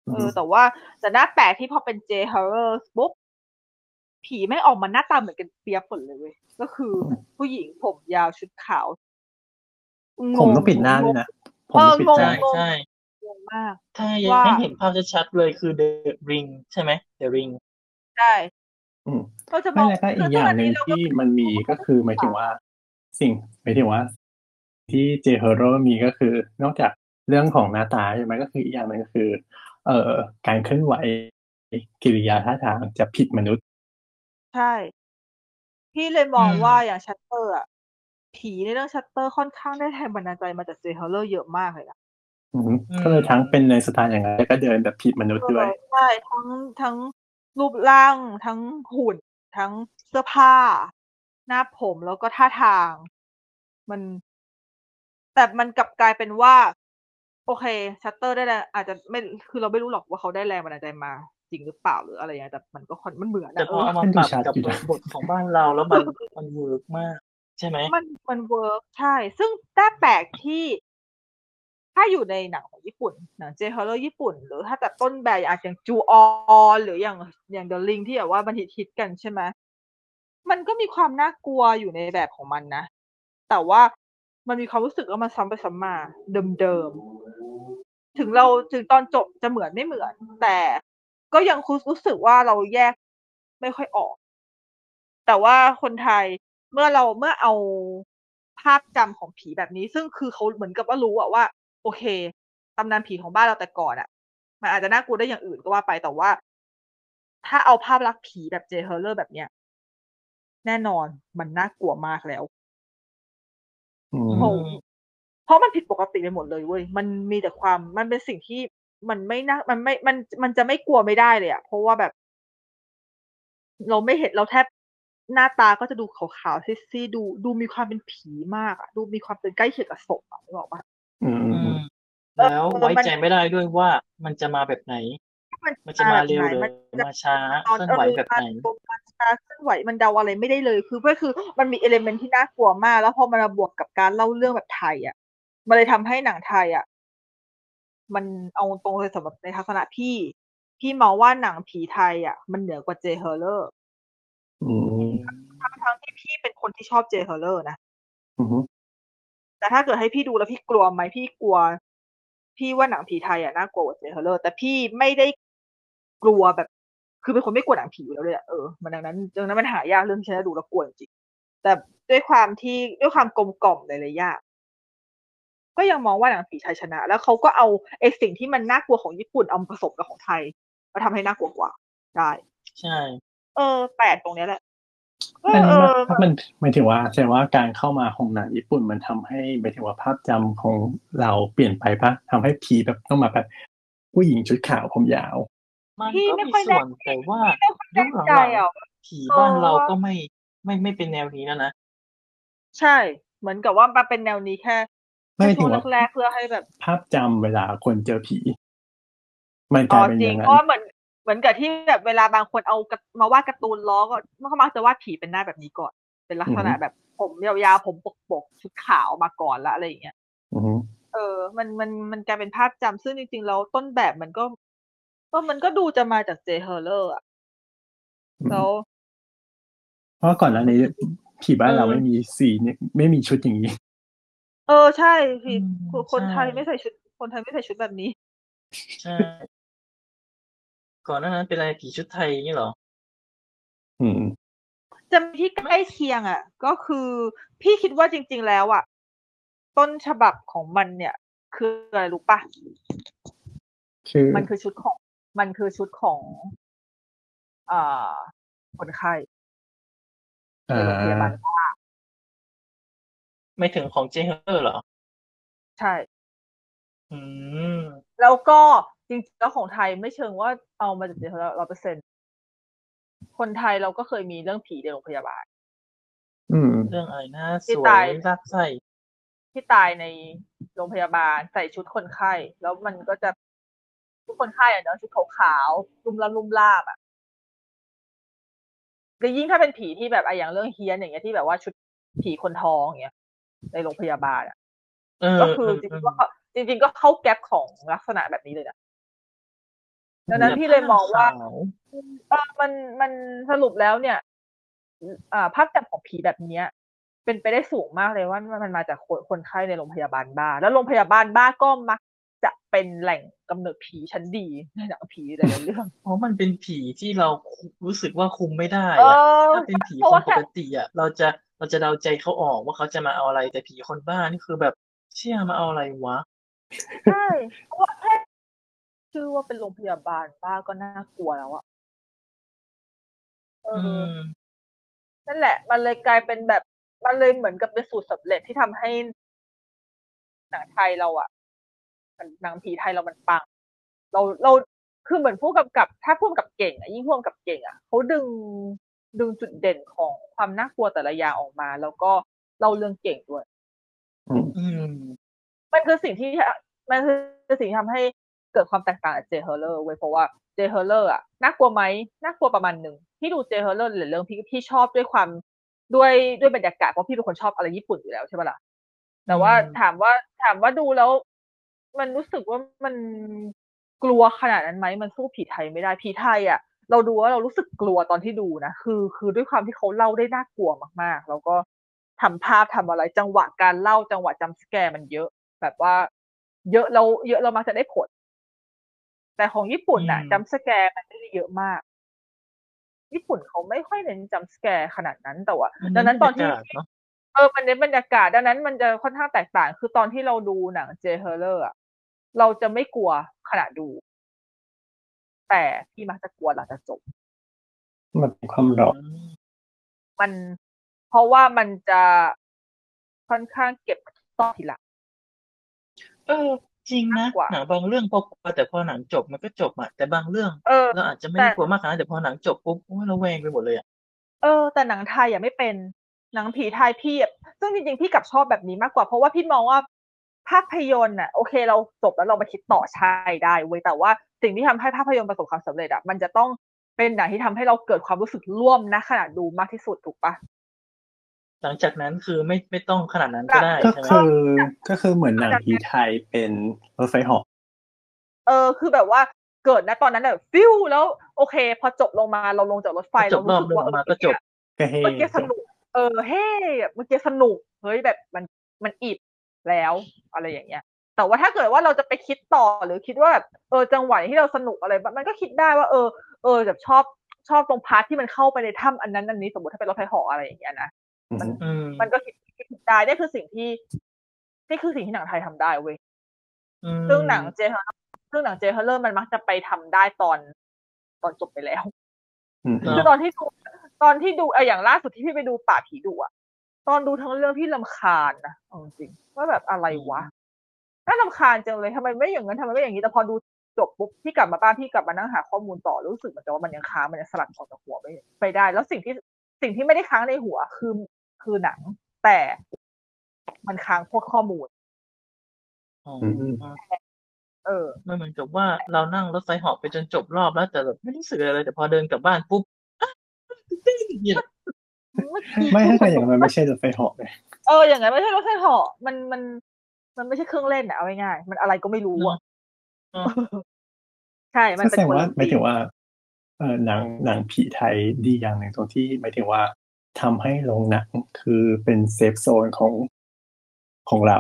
Speaker 4: เออ แต่ว่าแต่หน้าแปลกที่พอเป็นเจฮอ r เ o อร์ปุ๊บผีไม่งออกมาหน้าตาเหมือนกันเปียบหมดเลยเว้ยก็คือผู้หญิงผมยาวชุดขาวง
Speaker 3: ผมต้องปิดหน้าด้วยนะ ผมต้องปิด
Speaker 4: เอองง
Speaker 3: หน้า
Speaker 4: งงมาก
Speaker 2: ใช่ใช่ถ้าอยาก
Speaker 4: ว่า
Speaker 2: ให้เห็นภาพชัดๆเลยคือเดอะริงใช่ไหมเดอะริง
Speaker 4: ใช่
Speaker 3: อืม
Speaker 4: เราจะม
Speaker 3: ไม่
Speaker 4: อง
Speaker 3: แล้วก็อีกอย่างหนึ่ง
Speaker 4: ซึ่
Speaker 3: ที่มันมีก็คือหมายถึงว่า สิ่งหมายถึงว่า ที่เจเฮโร่มีก็คือ นอกจากเรื่องของหน้าตาใช่ไหมก็คืออีกอย่างหนึ่งก็คือ เอ่อการเคลื่อนไหวกิริยาท่าทางจะผิดมนุษย์
Speaker 4: ใช่ พี่เลยมองว่าอย่างชัตเตอร์อะผีในเรื่องชัตเตอร์ค่อนข้างได้แรงบันดาลใจมาจากเซฮอลเลอร์เยอะมากเลยนะ
Speaker 3: อืมก็เลยทั้งเป็นในสไตล์อย่างนั้นแล้วก็เดินแบบผิดมนุษย์ด้วย
Speaker 4: ใช่ทั้งทั้งรูปร่างทั้งหุ่น ทั้งเสื้อผ้า หน้าผมแล้วก็ท่าทาง มัน แต่มันกลับกลายเป็นว่า โอเค ชัตเตอร์ได้แรงอาจจะไม่คือเราไม่รู้หรอกว่าเขาได้แรงบันดาลใจมา จริงหรือเปล่าหรืออะไรอย่างเงี้ยแต่มันก็ค่อนมันเหมือน
Speaker 2: แต่
Speaker 4: นะ
Speaker 2: พ
Speaker 4: เอ
Speaker 2: อ
Speaker 4: อ
Speaker 2: เอามา
Speaker 3: มันดู
Speaker 2: ปรับ
Speaker 3: ชัด
Speaker 2: กับ
Speaker 3: อยู่นะ
Speaker 2: บทของบ้านเราแล้วมันมันเวิร์กมาก ใช่ไหม
Speaker 4: มันมันเวิร์กใช่ ซึ่งแต่แปลกที่ถ้าอยู่ในหนังของญี่ปุ่น หนังเจฮอลเลอร์ญี่ปุ่น หรือถ้าแต่ต้นแบบอย่างอย่างจูออนหรืออย่างอย่างเดอะลิงที่แบบว่ามันฮิตฮิตๆกันใช่ไหมมันก็มีความน่ากลัวอยู่ในแบบของมันนะ แต่ว่ามันมีความรู้สึกว่ามันซ้ำไปซ้ำมาเดิมๆ ถึงเราถึงตอนจบจะเหมือนไม่เหมือน แต่ก็ยังรู้สึกว่าเราแยกไม่ค่อยออก แต่ว่าคนไทย เมื่อเราเมื่อเอาภาพจำของผีแบบนี้ ซึ่งคือเขาเหมือนกับว่ารู้อะว่า โอเคตำนานผีของบ้านเราแต่ก่อนอะมันอาจจะน่ากลัวได้อย่างอื่นก็ว่าไปแต่ว่า ถ้าเอาภาพลักษณ์ผีแบบเจเฮอร์เลอร์แบบเนี้ย แน่นอนมันน่ากลัวมากแล้ว
Speaker 3: อืม
Speaker 4: โหเพราะมันผิดปกติไปหมดเลยเว้ย มันมีแต่ความ มันเป็นสิ่งที่มันไม่น่า มันไม่ มัน มันจะไม่กลัวไม่ได้เลยอะเพราะว่าแบบ เราไม่เห็น เราแทบหน้าตาก็จะดูขาวๆซีดๆดู ดูมีความเป็นผีมากอะดูมีความเป็นใกล้เคียงกับศพอะนึกออกปะ
Speaker 3: อืมอืม
Speaker 2: อืม
Speaker 3: อืม
Speaker 2: แล้ว
Speaker 4: เออ
Speaker 2: ไว้
Speaker 4: มัน
Speaker 2: ใจไม่ได้ด้วยว่ามันจะมาแบบไหน มันจะมาเร็วหรือ
Speaker 4: มันจะ
Speaker 2: มาช้า
Speaker 4: ตอน
Speaker 2: เคลื่อนไหวแบบไหน
Speaker 4: เออมาช้าเคลื่อนไหวมันเดาอะไรไม่ได้เลย คือก็คือมันมีเอลเมนที่น่ากลัวมาก แล้วพอมันมาบวกกับการเล่าเรื่องแบบไทยอ่ะ มันเลยทำให้หนังไทยอ่ะ มันเอาตรงเลยสำหรับในทัศนะพี่ พี่มองว่าหนังผีไทยอ่ะ มันเหนือกว่าเจเฮอร์เลอร์
Speaker 3: อืม
Speaker 4: ทั้งๆที่พี่เป็นคนที่ชอบเจเฮอร์เลอร์นะ
Speaker 3: อืม
Speaker 4: แต่ถ้าเกิดให้พี่ดูแล้วพี่กลัวไหมพี่กลัว พี่ว่าหนังผีไทยอ่ะน่ากลัวกว่าเจเฮอร์เลอร์แต่พี่ไม่ได้กลัวแบบ คือเป็นคนไม่กลัวหนังผีอยู่แล้วเลยอะเออมันดังนั้นดังนั้นมันหายากเรื่องที่ฉันจะดูแล้วกลัวจริงแต่ด้วยความที่ด้วยความกลมกล่อมหลายๆอย่างก็ยังมองว่าหนังผีไทยชนะ แล้วเขาก็เอาไอ้สิ่งที่มันน่ากลัวของญี่ปุ่นเอามาผสมกับของไทยมาทำให้น่ากลัวกว่าได้
Speaker 2: ใช่
Speaker 4: เออแปลกตรงเนี้ยแหละเอ
Speaker 3: อัน
Speaker 4: อเอ
Speaker 3: นี้
Speaker 4: อ
Speaker 3: มันมันหมายถึงว่าแสดงว่าการเข้ามาของหนังญี่ปุ่นมันทำให้หมายถึงว่าภาพจำของเราเปลี่ยนไปปะทำให้ผีแบบต้องมาแบบผู้หญิงชุดขาวผมยาว
Speaker 2: มัน
Speaker 4: พี่
Speaker 2: ก็
Speaker 4: ไม่
Speaker 2: มี
Speaker 4: ค่อยได้
Speaker 2: ส่วนแต่ว่า
Speaker 4: ไม่ค่อยได้ใจอ่ะ
Speaker 2: ผีบ้านเราก็ไม่ไม่ไม่เป็นแนวนี้แล้วนะ
Speaker 4: ใช่ เหมือนกับว่ามาเป็นแนวนี้แค่
Speaker 3: ไม่ถึ
Speaker 4: ช่ว
Speaker 3: ง
Speaker 4: ง
Speaker 3: ว่า
Speaker 4: แรกๆเพื่อให้แบบ
Speaker 3: ภาพจำเวลาคนเจอผี มันก
Speaker 4: อ๋
Speaker 3: ลา
Speaker 4: อย
Speaker 3: เป็น
Speaker 4: จริ
Speaker 3: อ
Speaker 4: ง
Speaker 3: ย่า
Speaker 4: เพ
Speaker 3: งนั้น
Speaker 4: ราะว่าเหมือนเหมือนกับที่แบบเวลาบางคนเอากระมาวาดการ์ตูนล้อก็มันก็มักจะวาดผีเป็นหน้าแบบนี้ก่อน เป็นลักษณะ
Speaker 3: อืม
Speaker 4: แบบผมยาวๆผมปกๆชุดขาวมาก่อนละอะไรอย่างเงี้ย
Speaker 3: อือฮึ
Speaker 4: เออ มันมันมันกลายเป็นภาพจำซึ่งจริงๆแล้วต้นแบบมันก็ก็มันก็ดูจะมาจากเจเฮอร์เลอร์อะแล้ว
Speaker 3: เพราะก่อนหน้านี้ผีบ้านเรา
Speaker 4: เออ
Speaker 3: ไม่มีสีเนี่ยไม่มีชุดอย่างนี้
Speaker 4: เออใช่ผี
Speaker 2: อืม
Speaker 4: คนไทย
Speaker 2: ใช่
Speaker 4: ไม่ใส่ชุด คนไทยไม่ใส่ชุดแบบนี้
Speaker 2: ใช่ ก่อนหน้านั้นเป็นอะไรผีชุดไทยอย่างนี้เหรอ
Speaker 3: อืม
Speaker 4: จะมีที่ใกล้เคียงอ่ะ ก็คือพี่คิดว่าจริง ๆ แล้วอ่ะ ต้นฉบับของมันเนี่ย คืออะไรรู้ปะ
Speaker 3: คือ
Speaker 4: มันคือชุดของ มันคือชุดของอ่าคนไข้ใน
Speaker 3: อ่า
Speaker 4: โรงพยาบาล
Speaker 2: ไม่ถึงของเจเฮอร์เหรอ
Speaker 4: ใช่
Speaker 2: อืม
Speaker 4: แล้วก็จริงๆแล้วของไทยไม่เชิงว่าเอามาจากเดียวร้อยเปอร์เซ็นคนไทยเราก็เคยมีเรื่องผีในโรงพยาบาล
Speaker 3: อืม
Speaker 2: เรื่องอะไรนะ
Speaker 4: ที่
Speaker 2: สว
Speaker 4: ตาย
Speaker 2: ยรักไส้
Speaker 4: ที่ตายในโรงพยาบาลใส่ชุดคนไข้ แล้วมันก็จะทุกคนไข้อะเนาะชุดขาวๆลุมละลุมลาบอะหรือยิ่งถ้าเป็นผีที่แบบไอะอย่างเรื่องเฮียนอย่างเงี้ยที่แบบว่าชุดผีคนท้องอย่างเงี้ย ในโรงพยาบาลอะ
Speaker 2: เออ
Speaker 4: ก็คือจ
Speaker 2: เ
Speaker 4: ริงๆก็จริง ๆ ก็เข้าแก๊ปของลักษณะแบบนี้เลยนะดังนั้นพี่เลยมองว่า
Speaker 2: ขว
Speaker 4: เออมันมันสรุปแล้วเนี่ยอ่าภาพจำของผีแบบเนี้ย เป็นไปได้สูงมากเลยว่ามันมันมาจากคนคนไข้ในโรงพยาบาลบ้า แล้วโรงพยาบาลบ้าก็มักจะเป็นแหล่งกำเนิดผีชั้นดีในหนังผีหลายๆเรื่อง
Speaker 2: เพราะมันเป็นผีที่เรารู้สึกว่าคุมไม่ได้
Speaker 4: เอ
Speaker 2: อะ
Speaker 4: อ
Speaker 2: ถ้าเป็นผี
Speaker 4: เพราะ
Speaker 2: คน
Speaker 4: ว่า
Speaker 2: ปกติอ่ะ เราจะเราจะเดาใจเขาออกว่าเขาจะมาเอาอะไร แต่ผีคนบ้านี่คือแบบ เชี่ยมาเอาอะไรวะ
Speaker 4: ใช่เพราะว่าแค่ชื่อว่าเป็นโรงพยาบาลบ้าก็น่ากลัวแล้วอะเอ
Speaker 2: อื
Speaker 4: ออ
Speaker 2: ม
Speaker 4: นั่นแหละ มันเลยกลายเป็นแบบ มันเลยเหมือนกับเป็นสูตรสำเร็จที่ทำให้หนังไทยเราอะมันหนังผีไทยเรามันปัง เราเราคือเหมือนพูดกับกับ ถ้าพูดกับเก่งอะยิ่งพูดกับเก่งอะเขาดึงดึงจุดเด่นของความน่ากลัวแต่ละอย่างออกมา แล้วก็เล่าเรื่องเก่งด้วย
Speaker 2: อืม
Speaker 4: มันคือสิ่งที่มันคือสิ่งที่ทำให้เกิดความแตกต่างจากเจเฮอร์เลอร์เว้ยเพราะว่าเจเฮอร์เลอร์อะน่ากลัวไหมน่ากลัวประมาณหนึ่งที่ดูเจเฮอร์เลอร์หลายเรื่องพี่พี่ชอบด้วยความ ด้วยด้วยบรรยากาศเพราะพี่เป็นคนชอบอะไรญี่ปุ่นอยู่แล้วใช่ปะล่ะแต่ว่าถามว่าถามว่าดูแล้ว มันรู้สึกว่ามันกลัวขนาดนั้นไหมมันสู้ผีไทยไม่ได้ผีไทยอ่ะ เราดูว่าเรารู้สึกกลัวตอนที่ดูนะคือคือด้วยความที่เขาเล่าได้น่ากลัวมากๆ แล้วก็ทำภาพทำอะไรจังหวะการเล่าจังหวะจำสแกร์มันเยอะ แบบว่า เยอะเราเยอะเรามักจะได้ผล แต่ของญี่ปุ่นน่ะ
Speaker 2: อืม
Speaker 4: จำสแกร์มันไม่ได้เยอะมาก ญี่ปุ่นเขาไม่ค่อยเน้นจำสแกร์ขนาดนั้นแต่ว่าดังนั้นตอนที่
Speaker 2: บรรยากาศเนาะ
Speaker 4: เออมันในนบรรยากาศดังนั้นมันจะค่อนข้างแตกต่าง คือตอนที่เราดูหนังเจเฮอร์เลอร์อะเราจะไม่กลัวขณะดู แต่พี่มักจะกลัวหลังจากจบ
Speaker 3: มันเป็นความหลอน
Speaker 2: อืม
Speaker 4: มันเพราะว่ามันจะค่อนข้างเก็บต่อทีหลัง
Speaker 2: เออ จริงนะ
Speaker 4: มากกว่า
Speaker 2: หนังบางเรื่องพอกลัวแต่พอหนังจบมันก็จบอะแต่บางเรื่อง
Speaker 4: เออ
Speaker 2: เราอาจจะไม่
Speaker 4: แต่
Speaker 2: ได้กลัวมากขนาดนั้นแต่พอหนังจบปุ๊บโอ้ยระแวงไปหมดเลยอะ
Speaker 4: เออแต่หนังไทยอ่ะไม่เป็นหนังผีไทยพี่อะซึ่งจริงๆ พี่กลับชอบแบบนี้มากกว่า เพราะว่าพี่มองว่าภาพยนตร์อ่ะโอเคเราจบแล้วเรามาคิดต่อใช่ได้เว้ยแต่ว่าสิ่งที่ทำให้ภาพยนตร์ประสบความสำเร็จอ่ะมันจะต้องเป็นหนังที่ทำให้เราเกิดความรู้สึกร่วมนะขณะดูมากที่สุดถูกปะ
Speaker 2: หลังจากนั้นคือไม่ไม่ต้องขนาดนั้นก็ได้
Speaker 3: ก็
Speaker 2: ใช่ไหม
Speaker 3: คือก็คือเหมือนหนังผีไทยเป็นรถไฟเหาะ
Speaker 4: เออคือแบบว่าเกิดนะตอนนั้นแบบฟิวแล้วโอเค พอจบลงมาเราลงจากรถไฟ
Speaker 2: จ
Speaker 4: เรา
Speaker 2: บร
Speaker 4: รู้สึก
Speaker 2: อบนึง
Speaker 4: ว่าเอ
Speaker 2: ออก
Speaker 4: อ
Speaker 2: มาก็จบ
Speaker 3: ก็เฮ้
Speaker 4: เมื่อกี้สนุกเออเฮ้เมื่อกี้สนุกเฮ้ยแบบมันมันอิบแล้วอะไรอย่างเงี้ย แต่ว่าถ้าเกิดว่าเราจะไปคิดต่อหรือคิดว่าแบบเออจังหวะที่เราสนุกอะไรบ้างมันก็คิดได้ว่า เออเออแบบชอบชอบตรงพาร์ทที่มันเข้าไปในถ้ำอันนั้นอันนี้สมมติถ้าเป็นรถไฟเหออะไรอย่างเงี้ยนะ
Speaker 3: อืม
Speaker 2: อืม
Speaker 4: มันก็คิดคิดได้นี่คือสิ่งที่นี่คือสิ่งที่หนังไทยทำได้เว้ย
Speaker 2: อืม
Speaker 4: ซึ่งหนังเจเฮอร์ซึ่งหนังเจเฮอร์เลอร์มันมักจะไปทำได้ตอนตอนจบไปแล้ว
Speaker 3: อืม
Speaker 4: คือตอนที่ดูตอนที่ดูเอออย่างล่าสุดที่พี่ไปดูป่าผีดุอะตอนดูทั้งเรื่องพี่ลำคาญนะเอาจริงว่าแบบอะไรวะน่าลำคาญจังเลยทำไมไม่อย่างนั้นทำไมไม่อย่างนี้แต่พอดูจบปุ๊บพี่กลับมาบ้านพี่กลับมานั่งหาข้อมูลต่อรู้สึกเหมือนกับว่ามันยังค้างมันยังสลัดออกจากหัวไปไปได้ แล้วสิ่งที่สิ่งที่ไม่ได้ค้างในหัวคือคือหนัง แต่มันค้างพวกข้อมูล
Speaker 2: อ๋อ
Speaker 3: อืม
Speaker 4: เออ
Speaker 2: มันเหมือนกับว่าเรานั่งรถไฟเหาะไปจนจบรอบแล้วแต่แบบไม่รู้สึกอะไรเลยแต่พอเดินกลับบ้านปุ๊บอ่ะตื่นเต้นอย่างเงี้ย
Speaker 3: ไม่ ถ้าอย่างนั้นมันไม่ใช่รถไฟเหาะไง
Speaker 4: เอออย่างนั้นไม่ใช่รถไฟเหาะมันมันมันไม่ใช่เครื่องเล่นอะเอาง่ายๆมันอะไรก็ไม่รู้อะใช่ มัน
Speaker 3: ก็
Speaker 4: เป็น
Speaker 3: แสดง
Speaker 4: คน
Speaker 3: ว่า
Speaker 4: ละ
Speaker 3: หมายถึงว่าเออหนังหนังผีไทยดีอย่างหนึ่งตรงที่หมายถึงว่าทำให้โรงหนังคือเป็นเซฟโซนของของเรา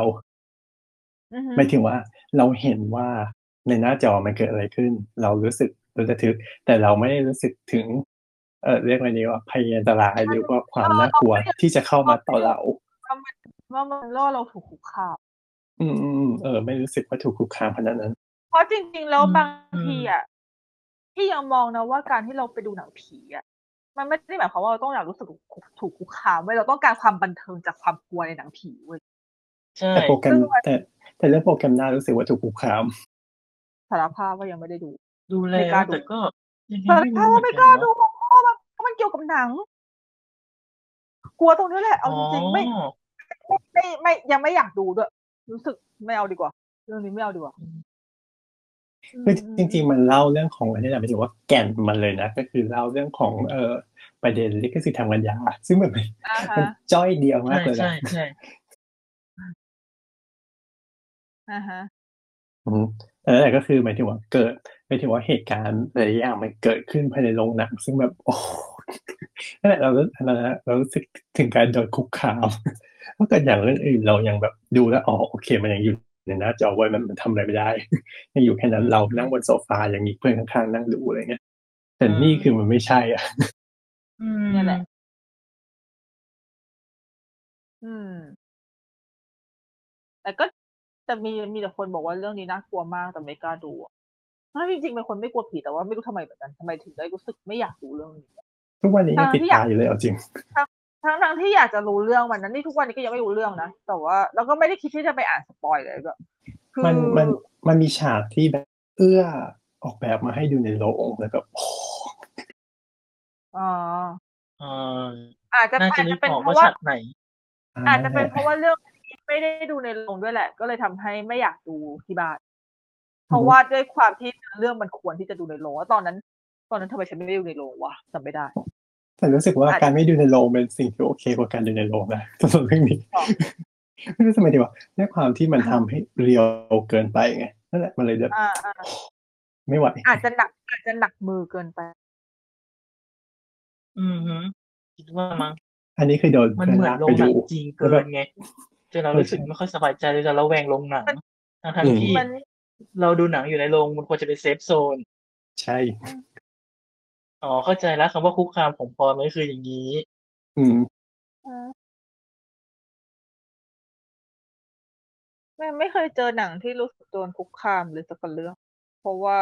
Speaker 4: อือฮึ
Speaker 3: หมายถึงว่าเราเห็นว่าในหน้าจอมันเกิดอะไรขึ้น เรารู้สึกระทึก แต่เราไม่ได้รู้สึกถึง เออเรียกอะไรดีว่าภัยอันตรายหรือว่าความน่ากลัวที่จะเข้ามาต่อเรา
Speaker 4: ว่ามันล่อเราถูกคุกคาม
Speaker 3: อืมอืมอืมเออ ไม่รู้สึกว่าถูกคุกคามขนาดนั้น
Speaker 4: เพราะจริง ๆ แล้วบางทีอะที่ยังมองนะว่าการที่เราไปดูหนังผีอะมันไม่ได้หมายความว่าเราต้องอยากรู้สึกถูกคุกคามเว้ยเราต้องการความบันเทิงจากความกลัวในหนังผีเว้ย
Speaker 2: ใช่
Speaker 3: แต่โปรแกรม
Speaker 4: ซึ่งมัน
Speaker 3: แต่แต่เรื่องโปรแกรมหน้ารู้สึกว่าถูกคุกคาม
Speaker 4: สารภาพว่ายังไม่ได้ดู
Speaker 2: ดูแล
Speaker 4: ไม่กล้าดู
Speaker 2: แต่ก็ยังไง
Speaker 4: สาร
Speaker 2: ไม่
Speaker 4: ภาพ
Speaker 2: รู้
Speaker 4: ว่า
Speaker 2: เห
Speaker 4: ไม่กล้าน ดูเพราะ
Speaker 2: มือนกัเนาะ
Speaker 4: ว่ามันเพราะมันเกี่ยวกับหนัง กลัวตรงนี้แหละเอาจริงๆไม่
Speaker 2: อ๋อ
Speaker 4: ไม่ไม่ไม่ยังไม่อยากดูด้วย รู้สึกไม่เอาดีกว่า เรื่องนี้ไม่เอาดีกว่า
Speaker 3: คือจริง ๆ มันเล่าเรื่องของอันนี้แหละหมายถึงว่าแก่นมันเลยนะ ก็คือเล่าเรื่องของเออประเด็นลิขสิทธิ์ทางปัญญา ซึ่งมันเป็น
Speaker 4: อ่าฮะ
Speaker 3: มันจ้อยเดียวมากเลย
Speaker 2: ใช่
Speaker 3: นะ
Speaker 2: ใช่ใช่
Speaker 4: อ่าฮะ
Speaker 3: อืมแต่นั่นแหละก็คือหมายถึงว่าเกิดหมายถึงว่าเหตุการณ์หลายๆอย่างมันเกิดขึ้นภายในโรงหนัง ซึ่งแบบโอ้โหนั่นแหละเรารู้อันนั้นนะเรารู้สึกถึงการโดนคุกคามถ้าเกิดอย่างเรื่องอื่นเรายังแบบดูแล้วอ๋อโอเค มันยังอยู่ในหน้าจอไว้มันมันทำอะไรไม่ได้ ยังอยู่แค่นั้นเรานั่งบนโซฟายังมีเพื่อนข้างๆนั่งดูอะไรเงี้ยแต่นี่คือมันไม่ใช่อ่ะ
Speaker 2: อืม
Speaker 4: เนี่ยแหละ อืม แต่ก็แต่มีมีแต่คนบอกว่าเรื่องนี้น่ากลัวมากแต่ไม่กล้าดูอะเพราะจริงๆเป็นคนไม่กลัวผีแต่ว่าไม่รู้ทำไมเหมือนกันทำไมถึงได้รู้สึกไม่อยากดูเรื่องนี้
Speaker 3: ทุกวันนี้ยังติดตาอยู่เลยเอาจริง
Speaker 4: ทั้งๆที่อยากจะรู้เรื่องมันนั้นนี่ทุกวันนี้ก็ยังไม่รู้เรื่องนะแต่ว่าเราก็ไม่ได้คิดที่จะไปอ่านสปอยเลยก็คือ
Speaker 3: มันมันมันมีฉากที่แบบเอื้อออกแบบมาให้ดูในโรงแล้วก็โอ้โห
Speaker 4: อ๋อ
Speaker 2: เออ
Speaker 4: อาจจะ
Speaker 2: น่าจะ
Speaker 4: อาจ
Speaker 2: นึ
Speaker 4: จะ
Speaker 2: ก
Speaker 4: เป็น
Speaker 2: ออก
Speaker 4: เพ
Speaker 2: ว่า
Speaker 4: ราะว่า
Speaker 2: ฉากไหน
Speaker 4: อาจจะเป็นเพราะว่าเรื่องนี้ไม่ได้ดูในโรงด้วยแหละ ก็เลยทำให้ไม่อยากดูที่บ้านเพราะว่าด้วยความที่เรื่องมันควรที่จะดูในโรงว่าตอนนั้น ตอนนั้นทำไมฉันไม่ได้ดูในโรงวะจำไม่ได้
Speaker 3: แต่รู้สึกว่าการไม่ดูในโรงเป็นสิ่งที่โอเคกว่าการดูในโรงนะ สำหรับเรื่องนี้ ไม่รู้ทำไมดีวะด้วยความที่มันทำให้เรียวเกินไปไงนั่นแหละมันเลยแบบ
Speaker 4: อ่าอ่า
Speaker 3: ไม่ไหว
Speaker 4: อาจจะหนักอาจจะหนักมือเกินไป
Speaker 2: อืมฮึคิดว่ามั้ง
Speaker 3: อันนี้คือโดน
Speaker 2: มันเหมือน
Speaker 3: ลาก
Speaker 2: โร
Speaker 3: ไป
Speaker 2: งหนั
Speaker 3: ดู
Speaker 2: งจริงเกินไงจนเรารู้สึกไม่ค่อยสบายใจเลยจะระแวงโรงหนังทั้งๆที่
Speaker 4: มัน
Speaker 2: เราดูหนังอยู่ในโรงมันควรจะเป็นเซฟโซน
Speaker 3: ใช่
Speaker 2: อ๋อเข้าใจแล้วคำว่าคุกคามของพรมันก็คืออย่างนี้
Speaker 3: อืม
Speaker 4: ไม่ไม่เคยเจอหนังที่รู้สึกโดนคุกคามเลยสักเรื่อง เพราะว่า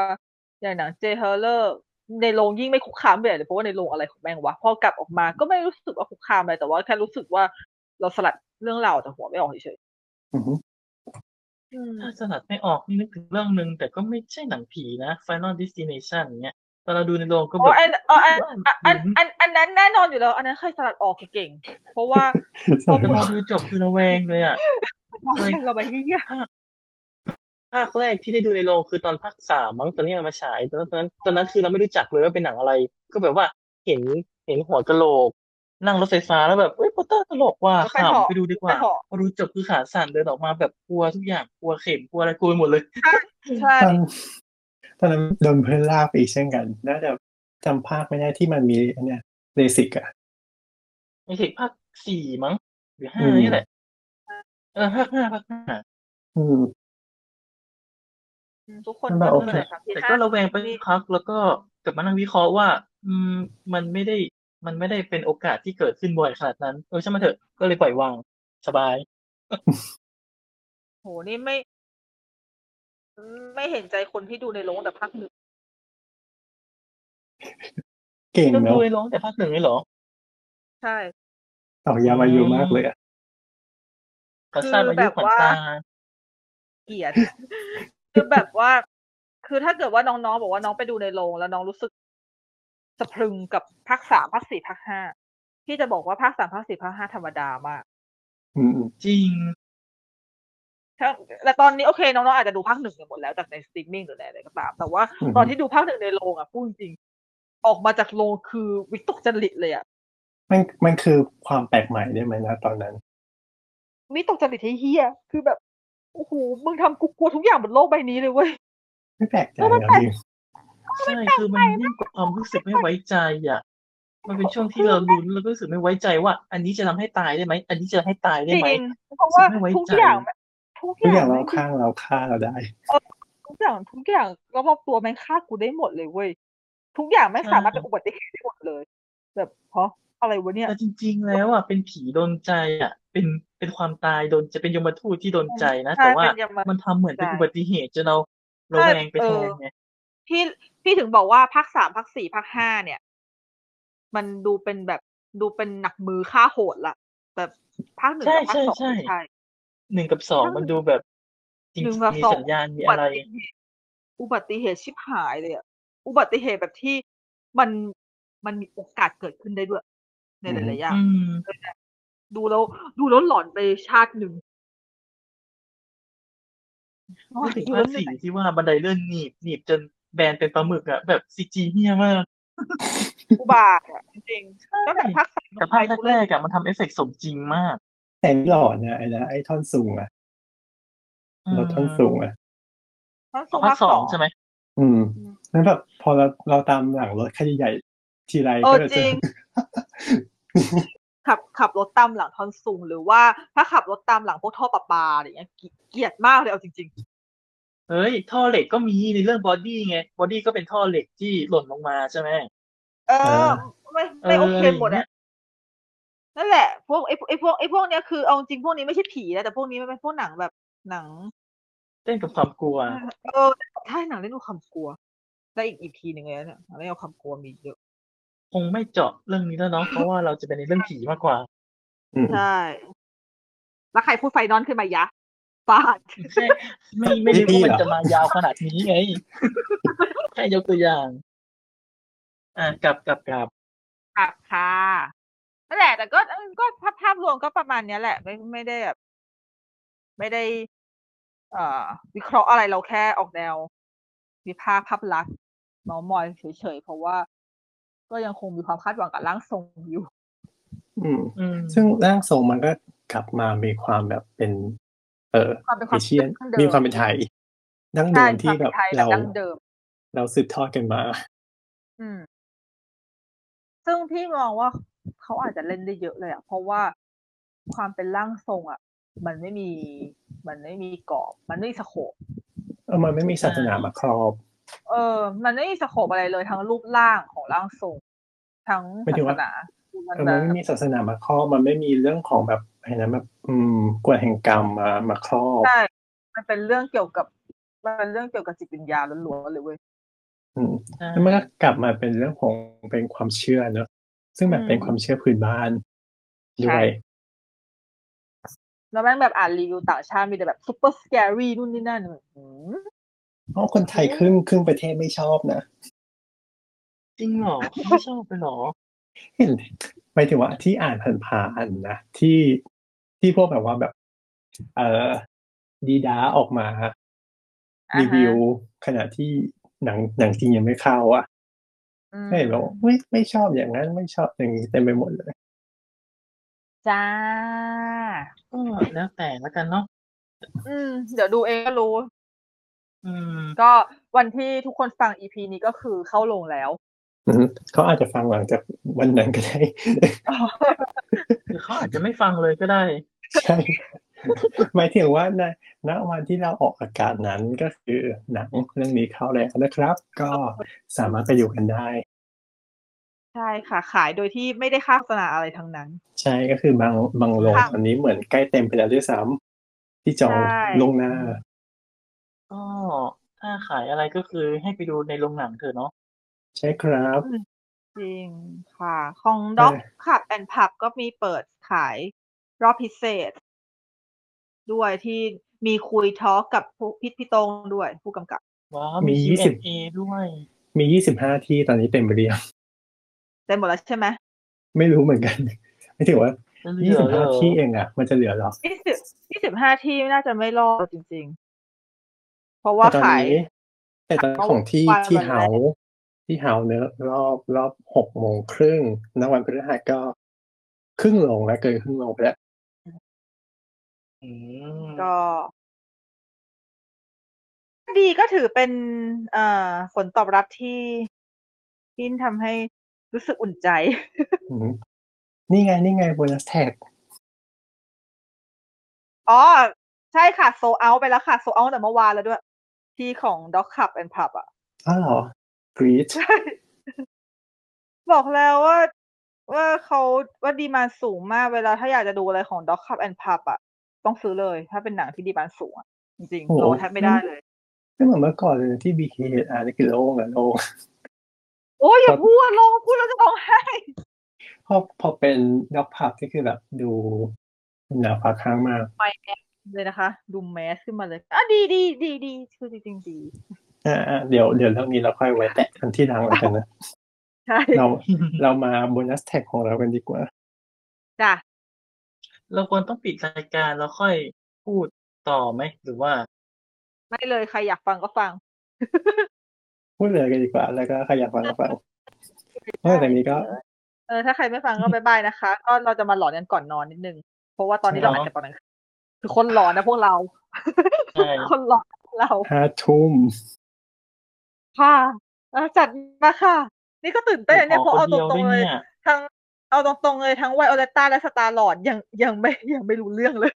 Speaker 4: อย่างหนังเจเฮเลอร์ ในโรงยิ่งไม่คุกคามไปไหนเลยเพราะว่าในโรงอะไรของแม่งวะพอกลับออกมาก็ไม่รู้สึกว่าคุกคามอะไรแต่ว่าแค่รู้สึกว่าเราสลัดเรื่องราวแต่หัวไม่ออกเฉย
Speaker 3: อืม
Speaker 4: ๆอืม
Speaker 2: ถ้าสลัดไม่ออกนี่นึกถึงเรื่องหนึ่งแต่ก็ไม่ใช่หนังผีนะ Final Destination เนี้ยตอนเราดูในโรงก็แบ
Speaker 4: อ๋อบ อันอ๋ออันอันอันอันอันนั้นแน่นอนอยู่แล้ว อันนั้นใครสลัดออกคือเก่ง เพราะว่า
Speaker 3: ส
Speaker 2: แต่พ
Speaker 3: นุ
Speaker 2: อก ดูจบคือระแวงเลยอ่ะ เฮ้ย
Speaker 4: เราไปที่เหี้ย
Speaker 2: ภาคแรกที่ได้ดูในโรงคือตอนภาคสามมั้งตอนนี้มันมาฉายตอนนั้นตอนนั้นคือเราไม่รู้จักเลยว่าเป็นหนังอะไร ก็แบบว่าเห็นเห็นหัวกะโหลก นั่งรถไฟฟ้าแล้วแบบเอ้ยโปสเตอร์ตลกว่ะ
Speaker 4: แล้วไป
Speaker 2: ข่าว
Speaker 4: เถาะ
Speaker 2: ไปดูดีก
Speaker 4: ไป
Speaker 2: ว่า
Speaker 4: เถาะ
Speaker 2: พอดูจบคือขาสั่นเดินออกมาแบบกลัวทุกอย่างกลัวเข็มกลัวอะไรกลัวไปหมดเลย
Speaker 4: ใช่
Speaker 3: ตอนตอนนั้นโดนเพื่อนลากไปอีกเช่นกัน น่าจะจำภาคไม่ได้ที่มันมีอันเนี้ยเลสิกอะ
Speaker 2: ไม่ใช่ภาคสี่มั้งหรือห้า
Speaker 3: อืม
Speaker 2: นี่แหละเออภาคห้าภาคห้า
Speaker 3: อืม
Speaker 4: ทุกคน
Speaker 3: มันแบบ
Speaker 4: ก็
Speaker 3: โอ
Speaker 4: เห
Speaker 3: เค
Speaker 4: นื่อยครับที่
Speaker 2: แต่
Speaker 4: ห้า
Speaker 2: ก็ระแวงไปสักพักแล้วก็กลับมานั่งวิเคราะห์ว่า อืม มันไม่ได้ มันไม่ได้เป็นโอกาสที่เกิดขึ้นบ่อยขนาดนั้นเออช่างมันเถอะก็เลยปล่อยวางสบาย
Speaker 4: โห นี่ไม่ ไม่เห็นใจคนที่ดูในโรงแต่ภาคหนึ่ง
Speaker 3: เก่ง
Speaker 2: ก็
Speaker 3: เนาะ
Speaker 2: ดูในโรงแต่ภาคหนึ่งเลยเหรอ
Speaker 4: ใช่
Speaker 3: ต่อยาวอายุมากเลยอะ
Speaker 2: ขอทราบอายุขวัญตา
Speaker 4: เกลียด คือแบบว่า คือถ้าเกิดว่าน้องๆบอกว่าน้องไปดูในโรงแล้วน้องรู้สึกสะพรึงกับภาคสามภาคสี่ภาคห้าพี่จะบอกว่าภาคสามภาคสี่ภาคห้าธรรมดามาก
Speaker 3: อืมอืม
Speaker 2: จริง
Speaker 4: ถ้าแต่ตอนนี้โอเคน้องๆอาจจะดูภาคหนึ่งกันหมดแล้วจากในสตรีมมิ่งหรืออะไรก็ตาม แต่ว่าตอนที่ดูภาคหนึ่งในโรงอ่ะพูดจริงๆออกมาจากโรงคือวิตกจริตเลยอ่ะ
Speaker 3: มันมันคือความแปลกใหม่ได้ไหมนะตอนนั้น
Speaker 4: วิตกจริตที่เฮียคือแบบโอ้โหมึงทำกูกลัวทุกอย่างบนโลกใบนี้เลยเว้ย
Speaker 3: ไม่แปลกใจ
Speaker 4: แล้วมัน
Speaker 3: นะพี่
Speaker 2: ใช่คือมันยิ่งกว่าความรู้สึกไม่ไว้ใจอ่ะ มันเป็นช่วงที่เราลุ้นแล้วก็รู้สึกไม่ไว้ใจว่า อันนี้จะทำให้ตายได้ไหมอันนี้จะให้ตายได้
Speaker 4: จริ
Speaker 2: ไหม
Speaker 4: งเพราะว่า
Speaker 2: ไม่ไว้
Speaker 4: ทุก
Speaker 2: ใจ
Speaker 4: อย่างมันทุก
Speaker 3: ทุกอย่
Speaker 4: อา
Speaker 3: ย่าง งเรา
Speaker 4: แม่ง
Speaker 3: ข้างเราฆ่าเราได้
Speaker 4: ทุกอย่างทุกอย่างรอบๆตัวแม่งฆ่ากูได้หมดเลยเว้ยทุกอย่างแม่งสามารถเป็นอุบัติเหตุได้หมดเลย แบบเพราะอะไรวะเนี่ย
Speaker 2: แต่จริง ๆ แล้วอ่ะเป็นผีโดนใจอ่ะ เป็นเป็นความตายโดนจะเป็นยมทูตที่โดนใจนะ
Speaker 4: ใช่
Speaker 2: แต่ว่า
Speaker 4: เป็นยมทูต
Speaker 2: มันทำเหมือนเป็น
Speaker 4: ใช่
Speaker 2: อุบัติเหตุจนเราเรา
Speaker 4: ใช่
Speaker 2: แวงไป
Speaker 4: เอ
Speaker 2: แท
Speaker 4: อ
Speaker 2: นไง
Speaker 4: พี่พี่ถึงบอกว่าภาคสามภาคสี่ภาคห้าเนี่ย มันดูเป็นแบบดูเป็นหนักมือฆ่าโหดละแต่ภาคหนึ่งกับภาคสองไม่ใช่
Speaker 2: หนึ่งกับสอง
Speaker 4: ถ้ามั
Speaker 2: มันดูแบบจริง
Speaker 4: หนึ่งกับ
Speaker 2: ๆมี
Speaker 4: สอง
Speaker 2: สัญญาณมี
Speaker 4: อุบั
Speaker 2: อะไร
Speaker 4: ติเหตุอุบัติเหตุชิบหายเลยอะอุบัติเหตุแบบที่มันมันมีโอกาสเกิดขึ้นได้ด้วย ในหลายๆอย่าง
Speaker 2: อืม
Speaker 4: ดูแล้วดูแล้วหลอนไปชาติหนึ่ง
Speaker 2: พูดถึง
Speaker 4: ดู
Speaker 2: ภา
Speaker 4: แล้
Speaker 2: คว
Speaker 4: เห
Speaker 2: สี่
Speaker 4: นื่อย
Speaker 2: ที่ว่าบันไดเลื่อนหนีบหนีบจนแบนเป็นปลาหมึกอะแบบซีจีเฮี้ยมาก
Speaker 4: อุบาทอะจริงๆตั้งแต่ภาคสาม
Speaker 2: แต่ภาคแรกๆอะมันทำเอฟเฟกต์สมจริงมาก
Speaker 3: แต่ไม่หลอนนะไอ้นะไอ้ท่อนสูงอะ
Speaker 2: อืม
Speaker 3: เราท่อนสูงอะ
Speaker 4: ทั้งส
Speaker 2: อ๋
Speaker 4: อ
Speaker 2: อง ภา
Speaker 4: ภา
Speaker 2: ค
Speaker 4: ค
Speaker 2: ส
Speaker 4: ส
Speaker 2: อ
Speaker 4: อง ง
Speaker 2: ใช่ไหม
Speaker 3: อืมนั้นแบบพอเราเราตามหลังรถคันใหญ่ๆทีไร
Speaker 4: เออ
Speaker 3: ก็จะเจ
Speaker 4: จริ
Speaker 3: อง
Speaker 4: ขับขับรถตามหลังทอนสูงหรือว่าถ้าขับรถตามหลังพวกท่อประปาอะไรอย่างเงี้ยเกลียดเกลียดมากเลยเอาจริง
Speaker 2: เฮ้ย ท่อเหล็กก็มีในเรื่องบอดี้ไงบอดี้ก็เป็นท่อเหล็กที่หล่นลงมาใช่ไหม
Speaker 4: ๆ เออ ไม่ไม่โอเคหมดอะนั่นแหละ พวกไอ้ไอ้พวกไอ้พวกเนี้ยคือเอาจริงพวกนี้ไม่ใช่ผีนะแต่พวกนี้มันเป็นพวกหนังแบบหนัง
Speaker 2: เต้นกับความกลัว
Speaker 4: เออใช่หนังเล่นกับความกลัวได้อีกอีพีหนึ่งเลยนะเนี่ยหนังเล่นกับความกลัวมีเยอะ
Speaker 2: คงไม่เจาะเรื่องนี้แล้วเนาะเพราะว่าเราจะเป็นในเรื่องผี มากกว่า
Speaker 3: อืม
Speaker 4: ใช่ แล้วใครพูดไฟนอนขึ้นมายะปาด
Speaker 2: แค่ไม่ไม่รู้ว่ามันจะมายาวขนาดนี้ไง แค่ยกตัวอย่าง อ่ากลับกลับกลับ
Speaker 4: ครับค่ะนั่นแหละ แต่ก็เออก็ภาพภาพรวมก็ประมาณเนี้ยแหละ ไม่ไม่ได้แบบไม่ได้ เอ่อ วิเคราะห์อะไรเราแค่ออกแนว วิพากษ์ภาพลักษณ์เมามอยเฉยๆเพราะว่า ก็ยังคงมีความคาดหวังกับร่างทรงอยู่
Speaker 3: อืม
Speaker 2: อืม
Speaker 3: ซึ่งร่างทรงมันก็กลับมามีความแบบเป็น เออ
Speaker 4: ความเป็นค
Speaker 3: เอ
Speaker 4: วาม
Speaker 3: เชียน
Speaker 4: ดั้งเดิม
Speaker 3: มีความเป็นไทยดั้งเดิ
Speaker 4: ใช่
Speaker 3: มที่
Speaker 4: ความ
Speaker 3: แบ
Speaker 4: เป็น
Speaker 3: บ
Speaker 4: ไทยแบ
Speaker 3: เรา
Speaker 4: บดั้งเดิม
Speaker 3: เราสืบทอดกันมา
Speaker 4: อืม ซึ่งพี่มองว่าเขาอาจจะเล่นได้เยอะเลยอะเพราะว่าความเป็นร่างทรงอะมันไม่มี มันไม่มีกรอบ มันไม่มีสโคป
Speaker 3: เออมันไม่มีศาสนามาครอบ
Speaker 4: เออ มันไม่มีสโคปอะไรเลยทั้งรูปร่างของร่างทรง ทั้งศาสนา
Speaker 3: เออมันไม่มีศาสนามาครอบมันไม่มีเรื่องของแบบอะไรนะแบบอืมกฎแห่งกรรมมามาครอบ
Speaker 4: ใช่ มันเป็นเรื่องเกี่ยวกับ มันเป็นเรื่องเกี่ยวกับจิตวิญญาณล้วนๆเลยเว้ย
Speaker 3: อืม แล้วมันก็กลับมาเป็นเรื่องของเป็นความเชื่อเนอะซึ่งแบบ
Speaker 4: อืม
Speaker 3: เป็นความเชื่อพื้นบ้านด้วย
Speaker 4: แล้วแม่งแบบอ่านรีวิวต่างชาติมีแต่แบบซุปเปอร์สแกรี่นู่นนี่นั่นอืม
Speaker 3: เพราะคนไทยครึ่งครึ่งประเทศไม่ชอบนะ
Speaker 2: จริงเหรอ ไม่ชอบไปเหรอ
Speaker 3: เห็นหมายถึงว่าที่อ่านผ่านๆนะที่ที่พวกแบบว่าแบบ เอ่อดีด้าออกมา
Speaker 4: อ่า
Speaker 3: รี
Speaker 4: ฮะ
Speaker 3: วิวขณะที่หนังหนังจริงยังไม่เข้าอ่ะ
Speaker 4: อืม
Speaker 3: ไม่แบบว่าไม่ไม่ชอบอย่างนั้นไม่ชอบอย่างนี้เต็มไปหมดเลย
Speaker 4: จ้า
Speaker 2: ก็แล้วแต่ละกันเนาะ
Speaker 4: อืม เดี๋ยวดูเองก็รู้
Speaker 2: อืม
Speaker 4: ก็วันที่ทุกคนฟัง EP นี้ก็คือเข้าลงแล้ว
Speaker 3: อืมเขาอาจจะฟังหลังจากวันนั้นก็ได้
Speaker 2: คือเขาอาจจะไม่ฟังเลยก็ได้
Speaker 3: ใช่ หมายถึงว่าในณวันที่เราออกอากาศนั้นก็คือหนังเรื่องนี้เข้าแล้วนะครับ ก็สามารถไปอยู่กันได้
Speaker 4: ใช่ค่ะ ขายโดยที่ไม่ได้ค่าโฆษณาอะไรทั้งนั้น
Speaker 3: ใช่ก็คือบางบางโรง
Speaker 4: ค่ะ
Speaker 3: อันนี้เหมือนใกล้เต็มไปแล้วด้วยซ้ำที่จอง
Speaker 4: ใช่
Speaker 3: ลวงหน้า
Speaker 2: ก็ถ้าขายอะไรก็คือให้ไปดูในโรงหนังเถอะเนาะ
Speaker 3: ใช่ครับ
Speaker 4: จริงค่ะ ของด็อกขับแอนพับก็มีเปิดขายรอบพิเศษ ด้วยที่มีคุยทอล์กกับพิษพี่โตงด้วยผู้กำกับ
Speaker 2: ว้าว
Speaker 3: มี
Speaker 2: มี
Speaker 3: ยี่สิบ
Speaker 2: Q&A ด้วย
Speaker 3: มี 25 ที่ตอนนี้เต็มไปเรียง
Speaker 4: เต็มหมดแล้วใช่ไหม
Speaker 3: ไม่รู้เหมือนกัน ไม่ถือว่า
Speaker 2: แล้วเหลือเหรอ
Speaker 3: 25 ที่เองอ่ะ มันจะเหลือเหรอ
Speaker 4: ยี่สิบยี่สิบห้าที่น่าจะไม่รอดจริง ๆ เพราะว่า
Speaker 3: แต่ตอน
Speaker 4: ขาย
Speaker 3: นี้ แต่ตอน
Speaker 4: ขาย
Speaker 3: ของที่
Speaker 4: วัน
Speaker 3: ที่
Speaker 4: วันแรก
Speaker 3: เฮาที่เฮาเนื้อะรอบรอบหกโมงครึ่งณวันพฤหัสก็ ครึ่งลงแล้วเกินครึ่งลงไปแล้ว
Speaker 2: อืม
Speaker 4: ก็ดีก็ถือเป็นเอ่อผลตอบรับที่ที่ทำให้รู้สึกอุ่นใจ
Speaker 3: อืมนี่ไง นี่ไงโบนัสแท็ก
Speaker 4: อ๋อ ใช่ค่ะโซเอาไปแล้วค่ะโซเอาแต่เมื่อวานแล้วด้วย ที่ของ Doc Club and Pub อ่ะ
Speaker 3: อ้าวเหรอ กรีด
Speaker 4: บอกแล้วว่า ว่าเขาว่าดีมานสูงมากเวลาถ้าอยากจะดูอะไรของ Doc Club and Pub อ่ะ ต้องซื้อเลย ถ้าเป็นหนังที่ดีมานสูงอะจริงๆรอแทบไม่ได้เลย
Speaker 3: ไม่เหมือนเมื่อก่อนเลยที่บีเคอ่านกิโลงอะโลง
Speaker 4: โอ้ยอย่าพูดลงพูดแล้วจะร้องไห้
Speaker 3: พอพอเป็นด็อกพับที่คือแบบดูหนาฟ้าค้างมาก
Speaker 4: เลยนะคะ ดูแมสขึ้นมาเลยอ่ะดีดีดีดีคือจริงๆดี
Speaker 3: อ่าอ่าเดี๋ยวเดี๋ยวเรื่องนี้เราค่อยไว้แตะกันที่หลังแล้วกันนะ
Speaker 4: ใช่
Speaker 3: เราเรามาโบนัสแท็กของเรากันดีกว่า
Speaker 4: จ้ะ
Speaker 2: เราควรต้องปิดรายการแล้วค่อยพูดต่อไหม หรือว่า
Speaker 4: ไม่เลยใครอยากฟังก็ฟัง
Speaker 3: พูดเลยกันดีกว่า แล้วก็ใครอยากฟังก็ฟังนอกจากนี้ก็
Speaker 4: เออถ้าใครไม่ฟังก็บายบายนะคะ ก็เราจะมาหลอนกันก่อนนอนนิดนึง เพราะว่าตอนนี้
Speaker 2: ใช่
Speaker 4: เราอาจจะตอนนั้นคือคนหลอนนะพวกเรา
Speaker 2: ใช่
Speaker 4: คนหลอนพวกเรา
Speaker 3: ห้าทุ่ม
Speaker 4: ค่ะเออจัดมาค่ะ นี่ก็ตื่นเต้นอันเนี่ยเพ
Speaker 2: ข
Speaker 4: ราะ
Speaker 2: ค
Speaker 4: เอา
Speaker 2: น
Speaker 4: ต
Speaker 2: เดียว
Speaker 4: ร
Speaker 2: ด้ว
Speaker 4: ง
Speaker 2: ย
Speaker 4: ๆเลย
Speaker 2: เนี่ย
Speaker 4: ทั้งเอาตรงๆเลยทั้งไวโอเลต้าและสตาร์หลอดยังยังไม่ยังไม่รู้เรื่องเลย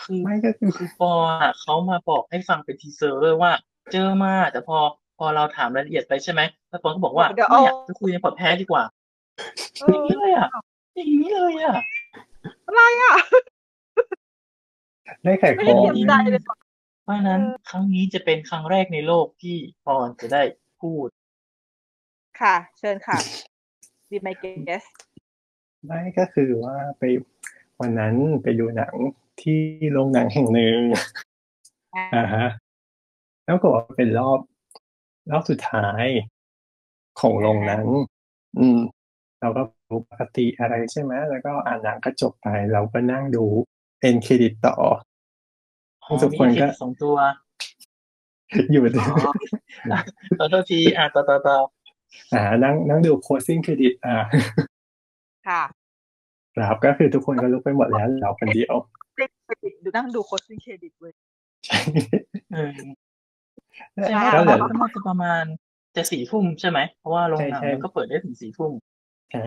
Speaker 2: คือ
Speaker 3: ไม่ก็คือ
Speaker 2: คือปออะเขามาบอกให้ฟังเป็นทีเซอร์เลยว่า เจอมาแต่พอพอเราถามรายละเอียดไปใช่ไหมแล้วปอนก็บอกว่า
Speaker 4: เดี๋ยวเอา
Speaker 2: ไม่อยากจะคุยในพอดแคสต์ดีกว่า
Speaker 4: เอ
Speaker 2: อ
Speaker 4: อ
Speaker 2: ย่างนี้เลยอ่ะอย่างนี้เลยอ่ะ
Speaker 4: อะไรอ่ะ
Speaker 3: ได้ขาย
Speaker 4: ไม่
Speaker 3: ข
Speaker 4: ได้
Speaker 3: อง
Speaker 4: เตรียมใจเลย
Speaker 2: เพราะฉะนั้นครั้งนี้จะเป็นครั้งแรกในโลกที่ปอนจะได้พูด
Speaker 4: ค่ะ เชิญค่ะดีไมเกส
Speaker 3: ไม่ก็คือว่าไปวันนั้นไปดูหนังที่โรงหนังแห่งหนึ่งอ่าฮะ แล้วก็บอกว่าเป็นรอบรอบสุดท้ายของโรงนั้น อืม เราก็ดูปกติอะไรใช่ไหมแล้วก็อ่านหนังก็จบไป เราก็นั่งดูเอ็นเครดิตต่อ
Speaker 2: อ๋อ
Speaker 3: ทุกคน
Speaker 2: มี
Speaker 3: ก็
Speaker 2: เอสองตัว
Speaker 3: อยู่
Speaker 2: ขอโทษที อ่ะต่อต่อต่อ
Speaker 3: อ่านั่งนั่งดูโพสซิ่งเครดิตอ่า
Speaker 5: ค่ะ
Speaker 3: ครับก็คือทุกคนก็ลุกไปหมดแล้วเราคนเดียว
Speaker 4: ติดติดดูนั่งดูโคสติ้งเครดิตเว้ย
Speaker 2: เออ
Speaker 5: ใช่
Speaker 2: แล้
Speaker 5: แล้วว
Speaker 2: เดี๋ยว
Speaker 5: ก็
Speaker 2: ก็จะประมาณจะสี่ทุ่มใช่ไหม เพราะว่าโรงหนัง
Speaker 3: ใช่ใช่
Speaker 2: มันก็เปิดได้ถึงสี่ทุ่ม
Speaker 3: ใช่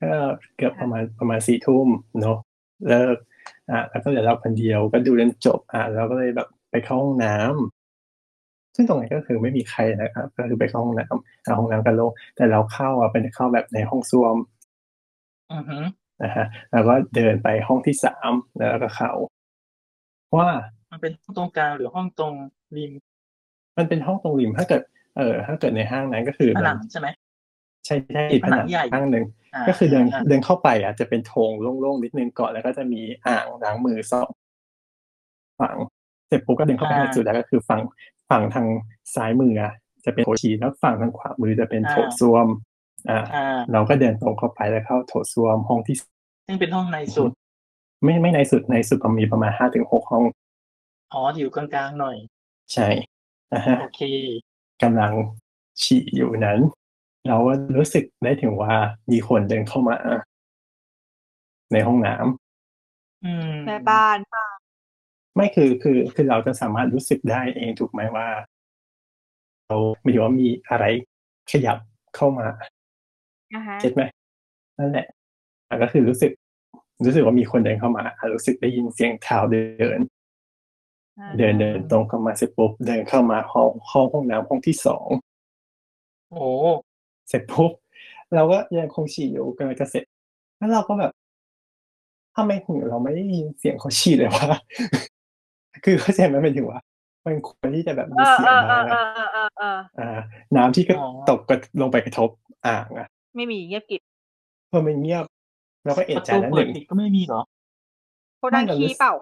Speaker 3: ก็เกือบประมาณประมาณสี่ทุ่มเนาะเลิกอ่ะแล้วก็เหลือเราคนเดียวก็ดูจนจบอ่ะเราก็เลยแบบไปเข้าห้องน้ำซึ่งตรงนั้นก็คือไม่มีใครนะครับก็คือไปเข้าห้องน้ำอ่ะห้องน้ำกันโลงแต่เราเข้าอ่ะเป็นเข้าแบบในห้องส้วม
Speaker 2: อือฮึ
Speaker 3: นะฮะแล้วก็เดินไปห้องที่สามแล้วก็เข้าว่า
Speaker 2: มันเป็นห้องตรงกลางหรือห้องตรงริม
Speaker 3: มันเป็นห้องตรงริมถ้าเกิดเออถ้าเกิดในห้างนั้นก็คือ
Speaker 2: ผ
Speaker 3: มัน
Speaker 2: นังใช่ไหม
Speaker 3: ใช่ใช่ผ
Speaker 2: ผ
Speaker 3: นั
Speaker 2: นั
Speaker 3: ง
Speaker 2: งใหญ่
Speaker 3: ห้างหนึ่ง
Speaker 2: อ่า
Speaker 3: ก็คือเดิน
Speaker 2: อ่า
Speaker 3: เดินเข้าไปอ่ะจะเป็นโถงโล่งๆนิดนึงก่อนแล้วก็จะมีอ่างล้างมือสองฝั่งเสร็จปุ๊บก็เดินเข้าไปในสุดแล้วก็คือฝั่งฝั่งทางซ้ายมืออ่ะจะเป็นโถชีแล้วฝั่งทางขวามือจะเป็นโถส้วมอ่า
Speaker 2: อ่า
Speaker 3: เราก็เดินตรงเข้าไปแล้วเข้าโถส้วมห้องที่
Speaker 2: ซึ่งเป็นห้องในสุด
Speaker 3: ไม่ไม่ในสุดในสุดมันมีประมาณห้าถึงหกห้อง
Speaker 2: อ๋ออยู่กลางๆหน่อย
Speaker 3: ใช่นะฮะ
Speaker 2: โอเค
Speaker 3: กำลังฉี่อยู่นั้น เราก็รู้สึกได้ถึงว่ามีคนเดินเข้ามา ในห้องน้ำ
Speaker 2: อืม
Speaker 4: แม่บ้านป่ะ
Speaker 3: ไม่คือคือคือเราจะสามารถรู้สึกได้เองถูกไหมว่า เราไม่ถือว่ามีอะไรขยับเข้ามา
Speaker 4: นะฮะ
Speaker 3: เก็ตไหมนั่นแหละแล้วก็คือรู้สึก รู้สึกว่ามีคนเดินเข้ามาอ่ะรู้สึกได้ยินเสียงเท้าเดิน เดินเดินตรงเข้ามาเสร็จปุ๊บเดินเข้ามาห้องห้องห้องน้ำห้องที่สอง
Speaker 2: โอ้
Speaker 3: เสร็จปุ๊บเราก็ยังคงฉี่อยู่กำลังจะเสร็จ แล้วเราก็แบบทำไมถึงเราไม่ได้ยินเสียงเขาฉี่เลยวะ คือเข้าใจไหมหมันถึงว่า มันควรที่จะแบบ
Speaker 5: เอ
Speaker 3: มี
Speaker 5: อ
Speaker 3: เสีย
Speaker 5: เอง อเอ
Speaker 3: บ้าง
Speaker 5: อเออ
Speaker 3: อะ
Speaker 5: เออเออเออ
Speaker 3: อ่า น้ำที่ก็ตกกระลงไปกระทบอ่างอ่ะ
Speaker 5: ไม่มีเงียบกริบ
Speaker 3: พอมันเงียบเราก็เอะ
Speaker 2: ประ
Speaker 3: ใจ
Speaker 2: ตู
Speaker 3: แล้วห
Speaker 2: เปิด
Speaker 3: นึ่ง
Speaker 2: ปิดก็ไม่มีเหรอ
Speaker 5: เขานั่ง
Speaker 3: นั่นน่ะ
Speaker 5: ขี้
Speaker 3: สิ
Speaker 5: เปล่า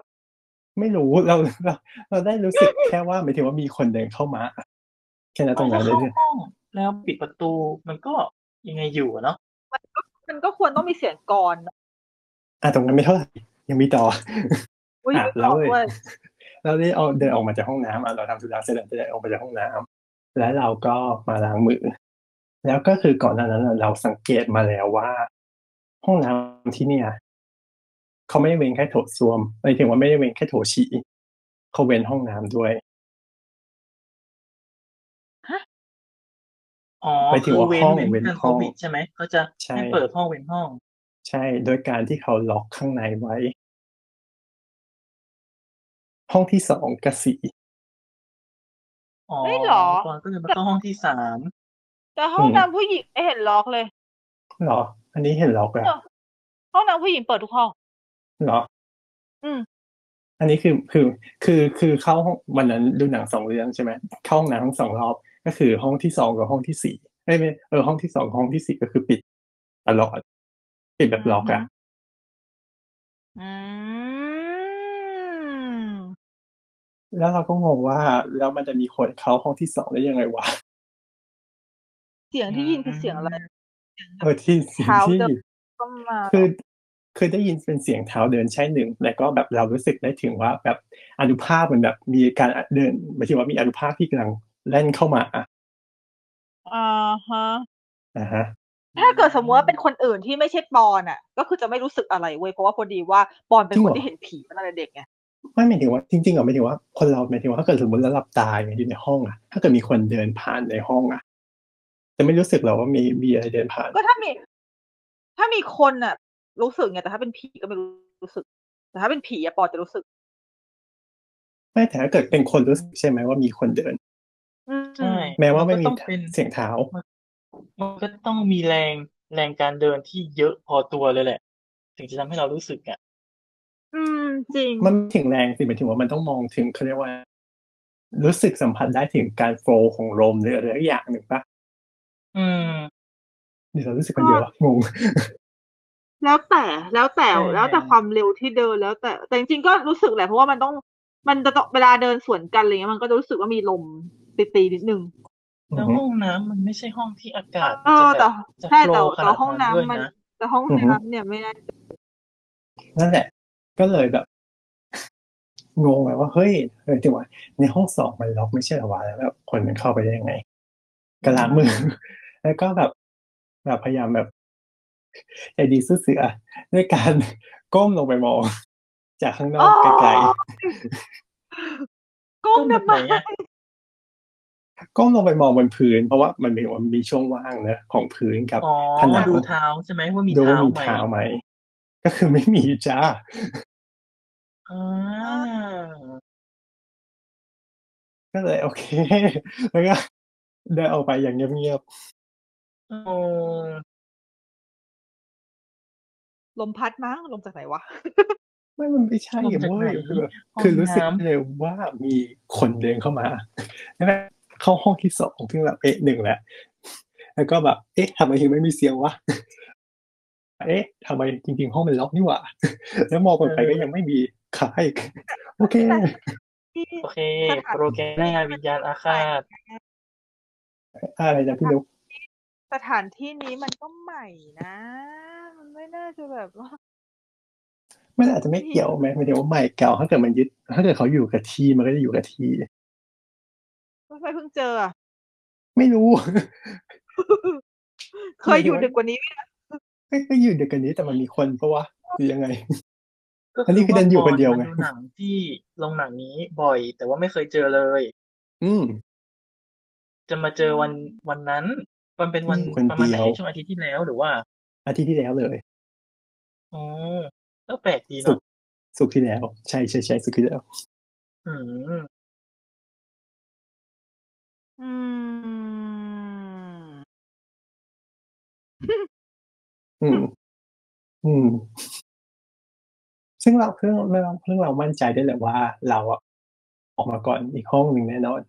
Speaker 3: ไม่รู้เราเราเราได้รู้สึกแค่ว่าหมายถึงว่ามีคนเดินเข้ามาอะแค่นั้นตรงนั้นเลย
Speaker 2: เข้าห้องแล้วปิดประตูมันก็ยังไงอยู่อะเนาะ
Speaker 5: มันก็มันก็ควรต้องมีเสียงกลอน
Speaker 3: อ่ะตรงนั้นไม่เท่าไหร่ยังมีต่อ
Speaker 5: อุ้ย
Speaker 3: อ่ะ
Speaker 5: ไม่
Speaker 3: แล้
Speaker 5: บ
Speaker 3: ว
Speaker 5: อก
Speaker 3: เลย
Speaker 5: ด้วย
Speaker 3: เราได้เอาเดินออกมาจากห้องน้ำอ่ะเราทำธุระเสร็จแล้วจะได้ออกมาจากห้องน้ำแล้วเราก็มาล้างมือ แล้วก็คือก่อนหน้านั้นน่ะเราสังเกตมาแล้วว่า ห้องน้ำที่เนี่ยเขาไม่ได้เว้นแค่โถส้วมหมายถึงว่าไม่ได้เว้นแค่โถฉี่เขาเว้นห้องน้ำด้วย
Speaker 2: อ๋อ
Speaker 3: หมายถึงว่า
Speaker 2: คือ
Speaker 3: ห้อง
Speaker 2: เว้น
Speaker 3: เว้น
Speaker 2: การ
Speaker 3: ห้
Speaker 2: โค
Speaker 3: อง
Speaker 2: วิดใช่ไหมเขาจะ
Speaker 3: ใช่
Speaker 2: ให้เปิดห้องเว้นห้อง
Speaker 3: ใช่ โดยการที่เขาล็อกข้างในไว้ ห้องที่สองกับสี่
Speaker 2: อ๋อ
Speaker 5: ไม่หรอ
Speaker 2: ก่อนก็เลยมาเข้าห้องที่สาม
Speaker 5: แต่ห้องน้ำผู้หญิงไม่เห็นล็อกเลย
Speaker 3: เหรอ อันนี้เห็นล็อกแล้ว
Speaker 5: ห้องน้ำผู้หญิงเปิดทุกห้อง
Speaker 3: เหรอ
Speaker 5: อืม
Speaker 3: อันนี้คือคือคือคือเข้าห้องวันนั้นดูหนังสองเรื่องใช่ไหมเข้าห้องน้ำทั้งสองรอบก็คือห้องที่สองกับห้องที่สี่เอ้ยไม่เออห้องที่สองกับห้องที่สี่ก็คือปิดตลอดปิดแบบล็อกอะ
Speaker 5: อืม
Speaker 3: แล้วเราก็งงว่าแล้วมันจะมีคนเข้าห้องที่สองได้ยังไงวะ
Speaker 5: เสียงที่ยินคือเสียงอะไร
Speaker 3: เออที่เสียง
Speaker 5: เท้า
Speaker 3: ที่
Speaker 5: เดิน ก็มา
Speaker 3: คือคือได้ยินเป็นเสียงเท้าเดินใช่หนึ่งแล้วก็แบบเรารู้สึกได้ถึงว่าแบบอนุภาพมันแบบมีการเดินหมายถึงว่ามีอนุภาพที่กำลังแล่นเข้ามาอะ
Speaker 5: อ่าฮะ
Speaker 3: นะฮะ
Speaker 5: ถ้าเกิดสมมติว่าเป็นคนอื่นที่ไม่ใช่ปอนอ่ะ ก็คือจะไม่รู้สึกอะไรเว้ยเพราะว่าพอดีว่าปอนเป็น
Speaker 3: จริง
Speaker 5: คน
Speaker 3: เหรอ
Speaker 5: ที่เห็นผีมาตั้งแต่เด็กไง
Speaker 3: ไม่หมายถึงว่าจริงๆอ่ะหมายถึงว่าคนเราหมายถึงว่าถ้าเกิดสมมติเราหลับตาอยู่ในห้องอ่ะ ถ้าเกิดมีคนเดินผ่านในห้องอ่ะจะไม่รู้สึกหรอว่ามีมีอะไรเดินผ่าน
Speaker 5: ก็ถ้ามี ถ้ามีคนอ่ะ รู้สึกไงแต่ถ้าเป็นผีก็ไม่รู้สึก แต่ถ้าเป็นผีอะปอนจะรู้สึก
Speaker 3: แม้แต่ถ้าเกิดเป็นคนรู้สึกใช่ไหมว่ามีคนเดิน
Speaker 5: อืม
Speaker 2: ใช่
Speaker 3: แม้ว่าไม่มี
Speaker 2: นก็ต้องเป็น
Speaker 3: เสียงเท้า
Speaker 2: มันก็ต้องมีแรงแรงการเดินที่เยอะพอตัวเลยแหละ ถึงจะทำให้เรารู้สึกอ่ะ
Speaker 5: อืมจริง
Speaker 3: มันไม่ถึงแรงสิหมายถึงว่ามันต้องมองถึงเขาเรียกว่า รู้สึกสัมผัสได้ถึงการโฟลว์ของลมหรืออะไรสักอย่างหนึ่งปะ
Speaker 2: อืม
Speaker 3: เดี๋ยวเรารู้สึกคนเดียววะงง
Speaker 5: แล้วแต่แล้วแต่
Speaker 2: ใช่
Speaker 5: แล้วแต่ความเร็วที่เดินแล้วแต่แต่จริงๆก็รู้สึกแหละเพราะว่ามันต้องมันจะต้องเวลาเดินสวนกันอะไรเงี้ยมันก็จะรู้สึกว่ามีลมตีตีๆนิดนึง
Speaker 2: แล้วห้องน้ำมันไม่ใช่ห้องที่อากาศ
Speaker 5: เออ
Speaker 2: จะแบบ
Speaker 5: แต่ใช่
Speaker 2: จะโฟล
Speaker 5: แต่
Speaker 2: ว์ข
Speaker 5: แต่
Speaker 2: นาด
Speaker 5: ห้อง
Speaker 2: นั้นด้วย
Speaker 5: น้ำมัน
Speaker 2: นะ
Speaker 5: แต่ห้อง
Speaker 3: อือฮึ
Speaker 5: น้ำเนี่ยไม่ได้
Speaker 3: นั่นแหละ ก็เลยแบบ งงไงว่าเฮ้ยเฮ้ยจริงวะในห้องสองมันล็อกไม่ใช่เหรอวะแล้วแบบคนมันเข้าไปได้ยังไงกระลางมือ แล้วก็แบบแบบพยายามแบบใจดีสู้เสือด้วยการ ก้มลงไปมอง จากข้างนอกไกล
Speaker 4: ก้ม
Speaker 2: แบ
Speaker 4: ทำ
Speaker 2: บ
Speaker 4: ไม
Speaker 2: ไหนอะ
Speaker 3: ๆก้มลงไปมองบนพื้น เพราะว่ามันมีมันมีช่วงว่างนะของพื้นกับ
Speaker 2: อ๋อ
Speaker 3: ผนัง
Speaker 2: ดูเท้าใช่ไหมว่ามี
Speaker 3: ดู
Speaker 2: เท้า
Speaker 3: มี
Speaker 2: ไหม
Speaker 3: เท้าไหม ก็คือไม่มีจ้า
Speaker 2: อ่า
Speaker 3: ก็เลย โอเค แล้วก็เดินออกไปอย่างเงียบ
Speaker 2: โอ้
Speaker 4: ลมพัดมั้งลมจากไหนวะ
Speaker 3: ๆไม่มันไม่ใช่
Speaker 2: ลงจาก
Speaker 3: เว้
Speaker 2: ไหน
Speaker 3: ยคือแบบ
Speaker 2: ห้ง
Speaker 3: คือรู้สึก
Speaker 2: น้ำ
Speaker 3: เลยว่ามีคนเดินเข้ามา แล้วก็เข้าห้องที่สองที่แบบเอ๊ะหนึ่งแหละ แล้วก็แบบเอ๊ะทำไมถึงไม่มีเสียงวะ เอ๊ะทำไมจริง ๆ ห้องมันล็อกนี่หว่า แล้วมองกลับไป
Speaker 2: เออ
Speaker 3: ก็ยังไม่มีใคร โอเค
Speaker 4: ที่
Speaker 2: โอเค
Speaker 4: สถาน
Speaker 2: โปรแกรมแน่วิญญาณอาฆาต
Speaker 3: อะไรนะพี่นุ๊ก
Speaker 4: สถานที่นี้มันก็ใหม่นะ มันไม่น่าจะ แบบว่า
Speaker 3: มันอาจจะไม่เกี่ยวไหมหมายถึงว่าใหม่เก่าถ้าเกิดมันยึดถ้าเกิดเขาอยู่กับที่มันก็จะอยู่กับที่
Speaker 4: ไม่ค่อยเพิ่งเจออะ
Speaker 3: ไม่รู้
Speaker 4: เคยอยู่ดึกกว่านี้ไหม
Speaker 3: เอ้ยก็อยู่เดียวกันนี้แต่มันมีคนเพราะว่าหรือยังไง
Speaker 2: ก็
Speaker 3: อันนี้คือเดินอยู่คนเดียวไง
Speaker 2: มาดูหนังที่โรงหนังนี้บ่อย แต่ว่าไม่เคยเจอเลย
Speaker 3: อืม
Speaker 2: จะมาเจอวันวันนั้น มันเป็นวัน
Speaker 3: อืมคน
Speaker 2: ประมาณไหน
Speaker 3: เดียว
Speaker 2: ช่วงอาทิตย์ที่แล้วหรือว่า
Speaker 3: อาทิตย์ที่แล้วเลย
Speaker 2: อ๋อก็แปลกดี
Speaker 3: สุ
Speaker 2: เนาะ
Speaker 3: กร์สุกร์ที่แล้ว ใช่ใช่ใช่สุกร์ที่แล้ว
Speaker 2: อืม
Speaker 4: อืม
Speaker 3: อืม อืม ซึ่งเราเรื่องเรื่องเรื่องเรามั่นใจได้เลยว่า เราอะออกมาก่อนอีกห้องหนึ่งแน่นอน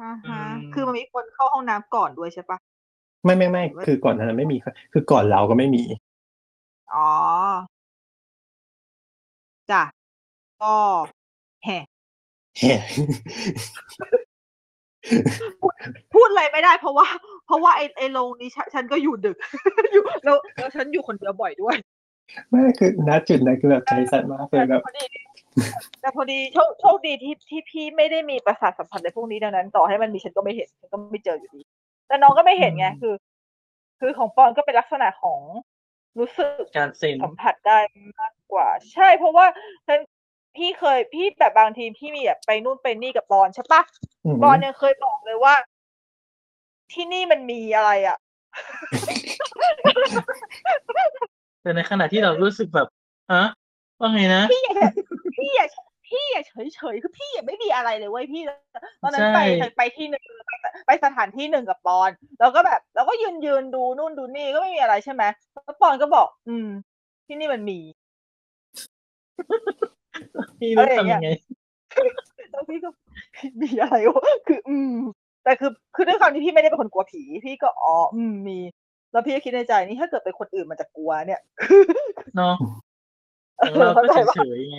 Speaker 4: อ่าฮะ คือมันมีคนเข้าห้องน้ำก่อนด้วยใช่ปะ
Speaker 3: ไม่ไม่ไม่คือก่อนหนานั้นไม่มีคือก่อนเราก็ไม่มี
Speaker 4: อ๋อ จ้ะ ก็แห
Speaker 3: แห่
Speaker 4: พูดอะไรไม่ได้เพราะว่า เพราะว่าไอ้ไอ้โรงนี้ฉันฉันก็อยู่ดึก อยู่แล้วแล้วฉันอยู่คนเดียวบ่อยด้วย
Speaker 3: ไม่คือณจุดนั้นคือแบบใจสั่นมากเลยแบบ
Speaker 4: พอดีแต่พอดีโชคโชคดีที่ที่พี่ไม่ได้มีประสาทสัมผัสในพวกนี้ดังนั้น ต่อให้มันมีฉันก็ไม่เห็นฉันก็ไม่เจออยู่ดี แต่น้องก็ไม่เห็นไงคือ คือของปอนก็เป็นลักษณะของรู้สึก
Speaker 2: การเซ็น
Speaker 4: สัมผัสได้มากกว่า ใช่ เพราะว่าฉันพี่เคยพี่แบบบางทีพี่มีแบบไปนู่นไปนี่กับปอนใช่ปะ
Speaker 3: อืม
Speaker 4: ปอนยังเคยบอกเลยว่า ที่นี่มันมีอะไรอ่ะ
Speaker 2: แต่ในขณะที่เรารู้สึกแบบฮะว่าไงนะ
Speaker 4: พี่อย่าแบบพี่อย่าพี่อย่าเฉยเฉยๆคือพี่อย่าไม่มีอะไรเลยเว้ยพี่ตอนนั้
Speaker 2: ใช่
Speaker 4: นไปไปที่หนึ่งไปสถานที่หนึ่งกับปอน แล้วก็แบบเราก็ยืนยืนดูนู่นดูนี่ก็ไม่มีอะไรใช่ไหมแล้วปอนก็บอก อืม ที่นี่มันมี
Speaker 2: พี่รู้ทำยังไง
Speaker 4: แล้วพี่ก็ มีอะไรวะคือ อืม แต่คือคือด้วยความที่พี่ไม่ได้เป็นคนกลัวผี พี่ก็อ๋ออืมมี แล้วพี่ก็คิดในใจนี่ถ้าเกิดเป็นคนอื่นมันจะกลัวเนี่ย
Speaker 2: เนาะ
Speaker 4: เอ
Speaker 2: ของเรา
Speaker 4: อ
Speaker 2: ก็
Speaker 4: เข้าใจว่า
Speaker 2: เฉยๆไง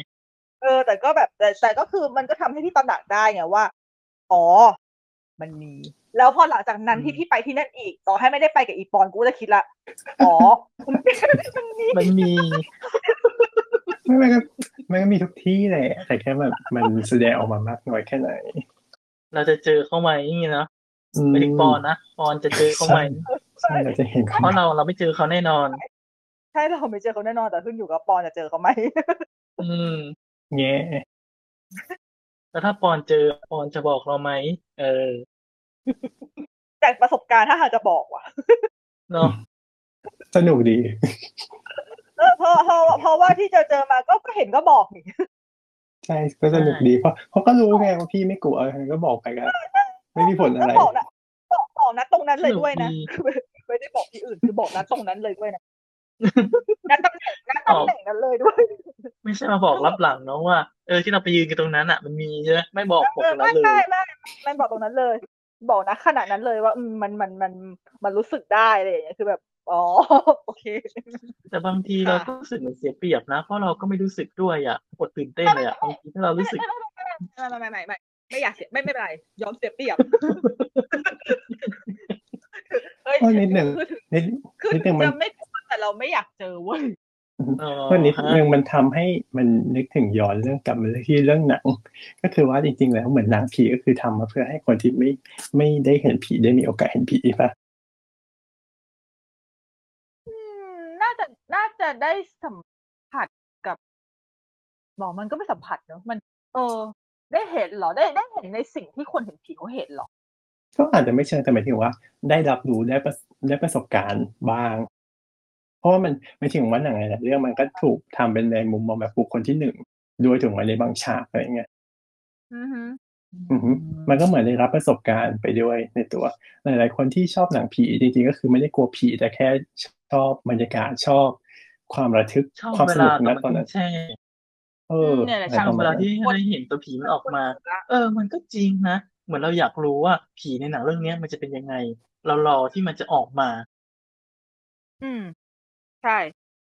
Speaker 4: เออ แต่ก็แบบแต่แต่ก็คือมันก็ทำให้พี่ตระหนักได้ไงว่า อ๋อ มันมี แล้วพอหลังจากนั้นที่พี่ไปที่นั่นอีก ต่อให้ไม่ได้ไปกับอีปอนกูก็จะคิดละอ๋อมันมี
Speaker 2: มันมี
Speaker 3: ไม่ไม่ก็ไม่ก็มีทุกที่แหละแต่แค่แบบมันแสดงออกมามากน้อยแค่ไหน
Speaker 2: เราจะเจอเข้ามาอย่างนี้เนาะ
Speaker 3: ม
Speaker 2: ไม่ถึงปอนนะปอนจะเจอเข้ามา
Speaker 3: ใช่เราจะเห็น
Speaker 2: เพราะเราเราไม่เจอเขาแน่นอน
Speaker 4: ใช่เราไม่เจอเขาแน่นอนแต่ขึ้นอยู่กับปอนจะเจอเขาไหม
Speaker 2: อืม
Speaker 3: แง่
Speaker 2: แล้วถ้าปอนเจอปอนจะบอกเราไหมเออ
Speaker 4: จากประสบการณ์ถ้าหากจะบอกว่ะ
Speaker 2: เนาะ
Speaker 3: สนุกดี
Speaker 4: เออเพราะเพราะเพราะว่าที่เจอเจอมาก็ก็เห็นก็บอกนี่
Speaker 3: ใช่ก็สนุกดีเพราะเขาก็รู้ไงว่าพี่ไม่กลัวอะไรก็บอกไปกันไม่มีผลอะไร
Speaker 4: ก็บอกนะบอกบอกนะตรงนั้นเลยด้วยนะ คือไม่ไม่ได้บอกที่อื่นคือบอกนะตรงนั้นเลยด้วยนะ นัดตำแหน่งนัดตำแหน่งนั้นเลยด้วย
Speaker 2: ไม่ใช่มาบอกรับหลังเนาะว่าเออที่เราไปยืนกันตรงนั้นอ่ะ มันมีใช่ไหมไม่บอกบอก
Speaker 4: เออ
Speaker 2: เรา
Speaker 4: ไม่
Speaker 2: เล
Speaker 4: ไม่
Speaker 2: ย
Speaker 4: ไม่ไม่บอกตรงนั้นเลย บอกนะขนาดนั้นเลยว่าอืมมันมันมันมันรู้สึกได้อะไรอย่างเลยคือแบบอ๋อ โอเค
Speaker 2: แต่บางที
Speaker 4: ค่ะ
Speaker 2: เราก็รู้สึกเหมือนเสียเปรียบนะเพราะเราก็ไม่รู้สึกด้วยอ่ะอดตื่นเต้นเลยอ่ะบางทีถ้าเรารู้สึก
Speaker 4: ไม่ไม่ไม่ไม่ไม่ไม่ไม่อยากเสียไม่ไม่เป็นไรยอมเสียเปรียบ เฮ้ย
Speaker 3: โอ้ยนิดหนึ่ง
Speaker 4: คือถึงคือ
Speaker 3: นิดนิดนึงมัน
Speaker 4: จะไม่แต่เราไม่อยากเจอเว้ย
Speaker 2: เออ
Speaker 3: วันนิด
Speaker 2: ฮะ
Speaker 3: นึงมันทำให้มันนึกถึงย้อนเรื่องกลับมาที่เรื่องหนัง ก็คือว่าจริงๆแล้วเหมือนหนังผีก็คือทำมาเพื่อให้คนที่ไม่ไม่ได้เห็นผีได้มีโอกาสเห็นผีป่ะ
Speaker 5: อืมน่าจะน่าจะได้สัมผัสกับหมอมันก็ไม่สัมผัสเนอะมัน เออ ได้เห็นเหรอได้ได้เห็นในสิ่งที่คนเห็นผีเขาเห็นเหรอ
Speaker 3: ก็อาจจะไม่เชิงแต่หมายถึงว่าได้รับรู้ได้ประสได้ประสบการณ์บ้าง เพราะว่ามันไม่ถึงว่าหนังอะไรเรื่องมันก็ถูกทำเป็นในมุมมองแบบบุคคลที่หนึ่งด้วยถึงมาในบางฉากอะไรเงี้ย
Speaker 5: อือฮึ
Speaker 3: อือฮึมันก็เหมือนได้รับประสบการณ์ไปด้วยในตัว หลายๆ คนที่ชอบหนังผีจริงๆ ก็คือไม่ได้กลัวผีแต่แค่ชอบบรรยากาศชอบ ความระทึก
Speaker 2: ชอบ
Speaker 3: ความ
Speaker 2: เว
Speaker 3: สนุ
Speaker 2: ลาก
Speaker 3: นะต
Speaker 2: ต
Speaker 3: อ
Speaker 2: อนน
Speaker 3: นั้น
Speaker 2: ใช่
Speaker 3: เออ
Speaker 5: เนี่ยแหละ
Speaker 3: อะไร
Speaker 5: ช่าง
Speaker 3: ประ
Speaker 2: เว
Speaker 3: มาณ
Speaker 2: ลา
Speaker 3: นั้น
Speaker 2: ที่ได้เห็นตัวผีมันออกมา เออ มันก็จริงนะ เหมือนเราอยากรู้ว่าผีในหนังเรื่องเนี้ยมันจะเป็นยังไง เรารอที่มันจะออกมา
Speaker 5: อืม
Speaker 4: ใช่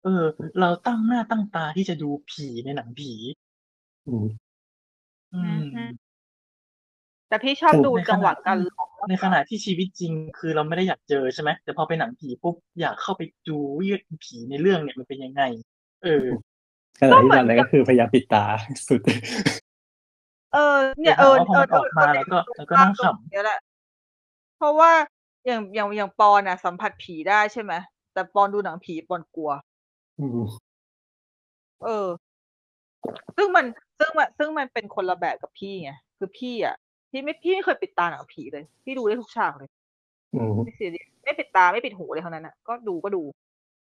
Speaker 2: เออ เราตั้งหน้าตั้งตาที่จะดูผีในหนังผี
Speaker 3: อืม
Speaker 2: อืม
Speaker 4: แต่พี่ชอบ
Speaker 3: ถูก
Speaker 4: ดูจังหวะการหลอก
Speaker 2: ในขณะที่ชีวิตจริงคือเราไม่ได้อยากเจอใช่ไหมแต่พอไปหนังผีปุ๊บอยากเข้าไปดูว่าผีในเรื่องเนี่ยมันเป็นยังไง เออ
Speaker 3: ขณะที่ตอนนั้นก็คือพยายามปิดตาสุด
Speaker 4: เออ เนี่ย
Speaker 2: แต่
Speaker 4: เออ
Speaker 2: ว่าพอ
Speaker 4: เออน
Speaker 2: มัออกมาแล้วก็แล้วก็นั่งขำ
Speaker 4: เดี๋ยวแหละเพราะว่าอย่างอย่างอย่างปอนอะสัมผัสผีได้ใช่ไหมแต่ปอนดูหนังผีปอนกลัว
Speaker 3: อืม
Speaker 4: เออ ซึ่งมันซึ่งมันซึ่งมันเป็นคนละแบบกับพี่ไง คือพี่อ่ะ พี่ไม่พี่ไม่เคยปิดตาหนังผีเลย พี่ดูได้ทุกฉากเลย
Speaker 3: อืม
Speaker 4: ไม่ซีเรียสไม่ปิดตาไม่ปิดหูเลยเท่านั้นอ่ะ ก็ดูก็ดู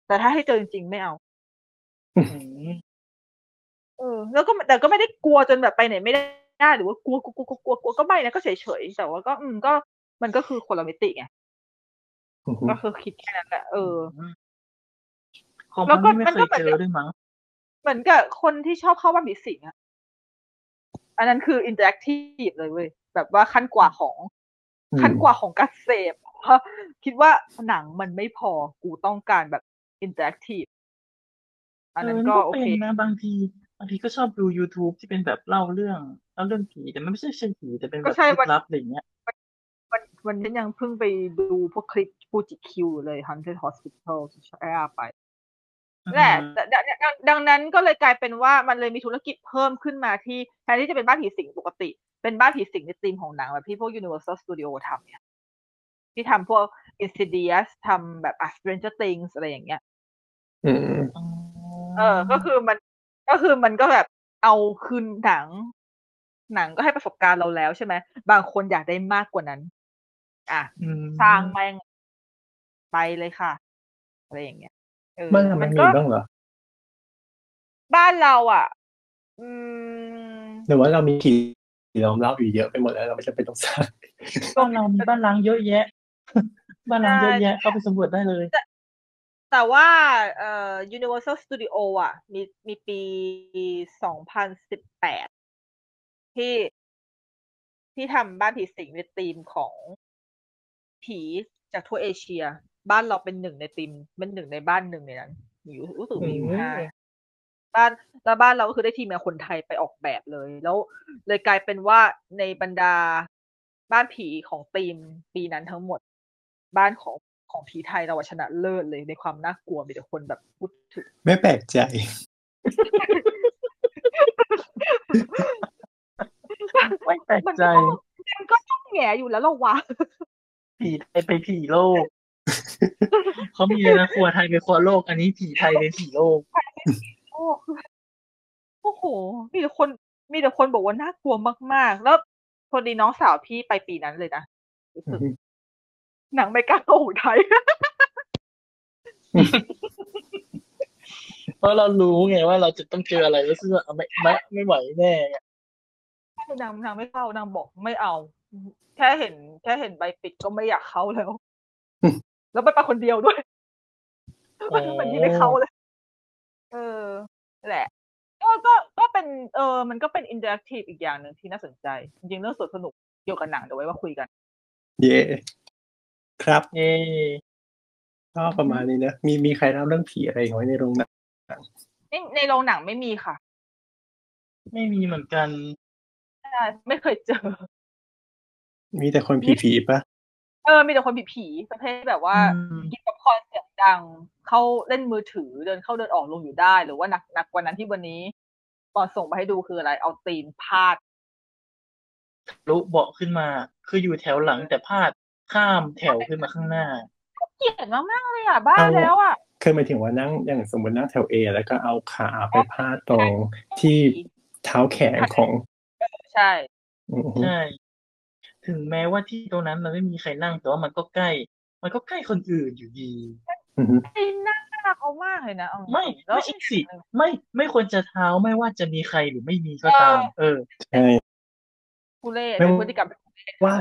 Speaker 4: แต่ถ้าให้เจอจริงๆไม่เอา
Speaker 2: อืม
Speaker 4: เออ แล้วก็แต่ก็ไม่ได้กลัวจนแบบไปไหนไม่ได้หรือว่ากลัวกลัวกลัวกลัวกลัวก็ไม่นะก็เฉยเฉยๆแต่ว่าก็อืมก็มันก็คือคนละมิติไง
Speaker 3: อืม
Speaker 4: ก็คือคิดแค่นั้นแหละเออ
Speaker 2: ของ
Speaker 4: แล้วก็
Speaker 2: มันไม่
Speaker 4: มัน
Speaker 2: เค
Speaker 4: ก็
Speaker 2: ย
Speaker 4: เหมือน
Speaker 2: เจอด้วยมั้ง
Speaker 4: เหมือนกับคนที่ชอบเข้าบ้านผีสิงอ่ะ อันนั้นคืออินเตอร์แอคทีฟเลยเว้ย แบบว่าขั้นกว่าของ
Speaker 3: อืม
Speaker 4: ขั้นกว่าของการเสพเพราะคิดว่าหนังมันไม่พอกูต้องการแบบอินเตอร์แอคทีฟอันนั้นก็โอเค
Speaker 2: ป็นนะบางทีบางทีก็ชอบดู YouTube ที่เป็นแบบเล่าเรื่องเล่าเรื่องผีแต่มันไม่ใช่เชิงผีแต่เป็นแบ
Speaker 4: ก็
Speaker 2: บ
Speaker 4: ใช่
Speaker 2: ลึ
Speaker 4: วัน
Speaker 2: กลับอะไรอย่างเงี้ย
Speaker 4: วันวันนี้ยังเพิ่งไปดูพวกคลิปฟูจิคิวเลย Haunted Hospital ที่ชอาไปนั่นแหละ
Speaker 2: อืม
Speaker 4: แต่ดังดังดังนั้นก็เลยกลายเป็นว่ามันเลยมีธุรกิจเพิ่มขึ้นมาที่แทนที่จะเป็นบ้านผีสิงปกติ เป็นบ้านผีสิงในธีมของหนังแบบที่พวก Universal Studio ทำเนี่ยที่ทำพวก Insidious ทำแบบ A Stranger Things อะไรอย่างเงี้ย
Speaker 3: อืม
Speaker 4: เออ ก็คือมัน ก็คือมันก็แบบเอาคืนหนัง หนังก็ให้ประสบการณ์เราแล้วใช่ไหม บางคนอยากได้มากกว่านั้น อ่ะ
Speaker 2: ม
Speaker 4: สร้างแม่งไปเลยค่ะ อะไรอย่างเงี้ยเออ
Speaker 3: มากมันมี
Speaker 4: ก็
Speaker 3: บ้างเหรอ
Speaker 4: บ้านเราอ่ะ อืม
Speaker 3: หรือว่าเรามีผีล้อมรอบอยู่เยอะไปหมดแล้วเราไม่จำเป็นต้องสร้าง
Speaker 2: บ้านเรามีบ้านล้างเยอะแยะ บ้านล้างเยอะแยะเข้าไปสำรวจได้เลย
Speaker 4: แต่ว่าเอ่อ Universal Studio อ่ะ มีมีปี 2018 ที่ที่ทำบ้านผีสิงในธีมของผีจากทั่วเอเชีย บ้านเราเป็นหนึ่งในธีมเป็นหนึ่งในบ้านหนึ่งในนั้นอยู่รู้สึกมีอยู่ห้าบ้านแล้วบ้านเราก็คือได้ทีมงานคนไทยไปออกแบบเลย แล้วเลยกลายเป็นว่าในบรรดาบ้านผีของธีมปีนั้นทั้งหมด บ้านของของผีไทยเราอะชนะเลิศเลยในความน่ากลัวมีแต่คนแบบพูดถึง
Speaker 3: ไม่แปลกใจ
Speaker 2: ไม่แปลกใจ
Speaker 4: มันก็ต้องแหงอยู่แล้วเราวะ
Speaker 2: ผีไทยไปผีโลก เขามีเลยนะครัวไทยไปครัวโลก อันนี้ผีไทยไปผีโลก
Speaker 4: โอ้โอ้โห มีแต่คนมีแต่คนบอกว่าน่ากลัวมากๆ แล้วพอดีน้องสาวพี่ไปปีนั้นเลยนะรู้สึก
Speaker 3: อือฮึ
Speaker 4: หนังไม่กล้าเข้าหูไทย
Speaker 2: เพราะเรารู้ไงว่าเราจะต้องเจออะไรแล้วซึ่งแบบไม่ไม่ไม่ไหวแน่ไง
Speaker 4: น างนางไม่เข้านางบอกไม่เอา แค่เห็น แค่เห็นใบปิดก็ไม่อยากเข้าแล้ว
Speaker 3: อืม
Speaker 4: แล้วไปไปคนเดียวด้วย มันมันยิ่งไม่เข้าเลย เออ แหละ ก็ก็ก็เป็น เออ มันก็เป็นอินเ r อร์แอคทีฟอีกอย่างหนึ่งที่น่าสนใจ จริงๆเรื่องสวนสนุกเกี่ยวกับหนังเดี๋ยวไว้มาคุยกัน
Speaker 3: เย่ครับ
Speaker 2: เย่
Speaker 3: ก็ประมาณนี้นะมีมีใครเล่าเรื่องผีอะไรของไว้ในโรงหนัง
Speaker 4: ในในโรงหนังไม่มีค่ะ
Speaker 2: ไม่มีเหมือนกัน
Speaker 4: ใช่ไม่เคยเจอ
Speaker 3: มีแต่คนผีผีๆปะ
Speaker 4: เออ มีแต่คนผีผีๆประเภทแบบว่า
Speaker 2: อืม
Speaker 4: กินกับ คอนเสียงดัง เข้าเล่นมือถือเดินเข้าเดินออกลงอยู่ได้ หรือว่าหนักหนักกว่านั้นที่วันนี้ปอนส่งไปให้ดูคืออะไร เอาตีนพาด
Speaker 2: ลุเบาะขึ้นมา คืออยู่แถวหลังแต่พาดข้ามแถวขึ้นมาข้างหน้า
Speaker 4: เกลียดมากมากๆเลยอ่ะ บ้า
Speaker 3: เอาอะ
Speaker 4: แล้วอ่ะ
Speaker 3: คือหมายถึงว่านั่งอย่างสมมตินั่งแถวเอแล้วก็เอาขาไปพาดตรงที่เท้าแขนของ
Speaker 4: ใช่
Speaker 3: อืม
Speaker 2: ใช่ ถึงแม้ว่าที่ตรงนั้นมันไม่มีใครนั่งแต่ว่ามันก็ใกล้ มันก็ใกล้คนอื่นอยู่ดี
Speaker 3: อืม
Speaker 4: ตีนหน้าเขามากเลยนะเอา
Speaker 2: ไม่
Speaker 4: แล้ว
Speaker 2: ไม่ใช่สิ ไม่ไม่ควรจะเท้าไม่ว่าจะมีใครหรือไม่มีก็ตาม เออ
Speaker 3: ใช่
Speaker 4: กูเล่
Speaker 3: ไม่
Speaker 4: เป็นพฤติกรรม
Speaker 3: ว่า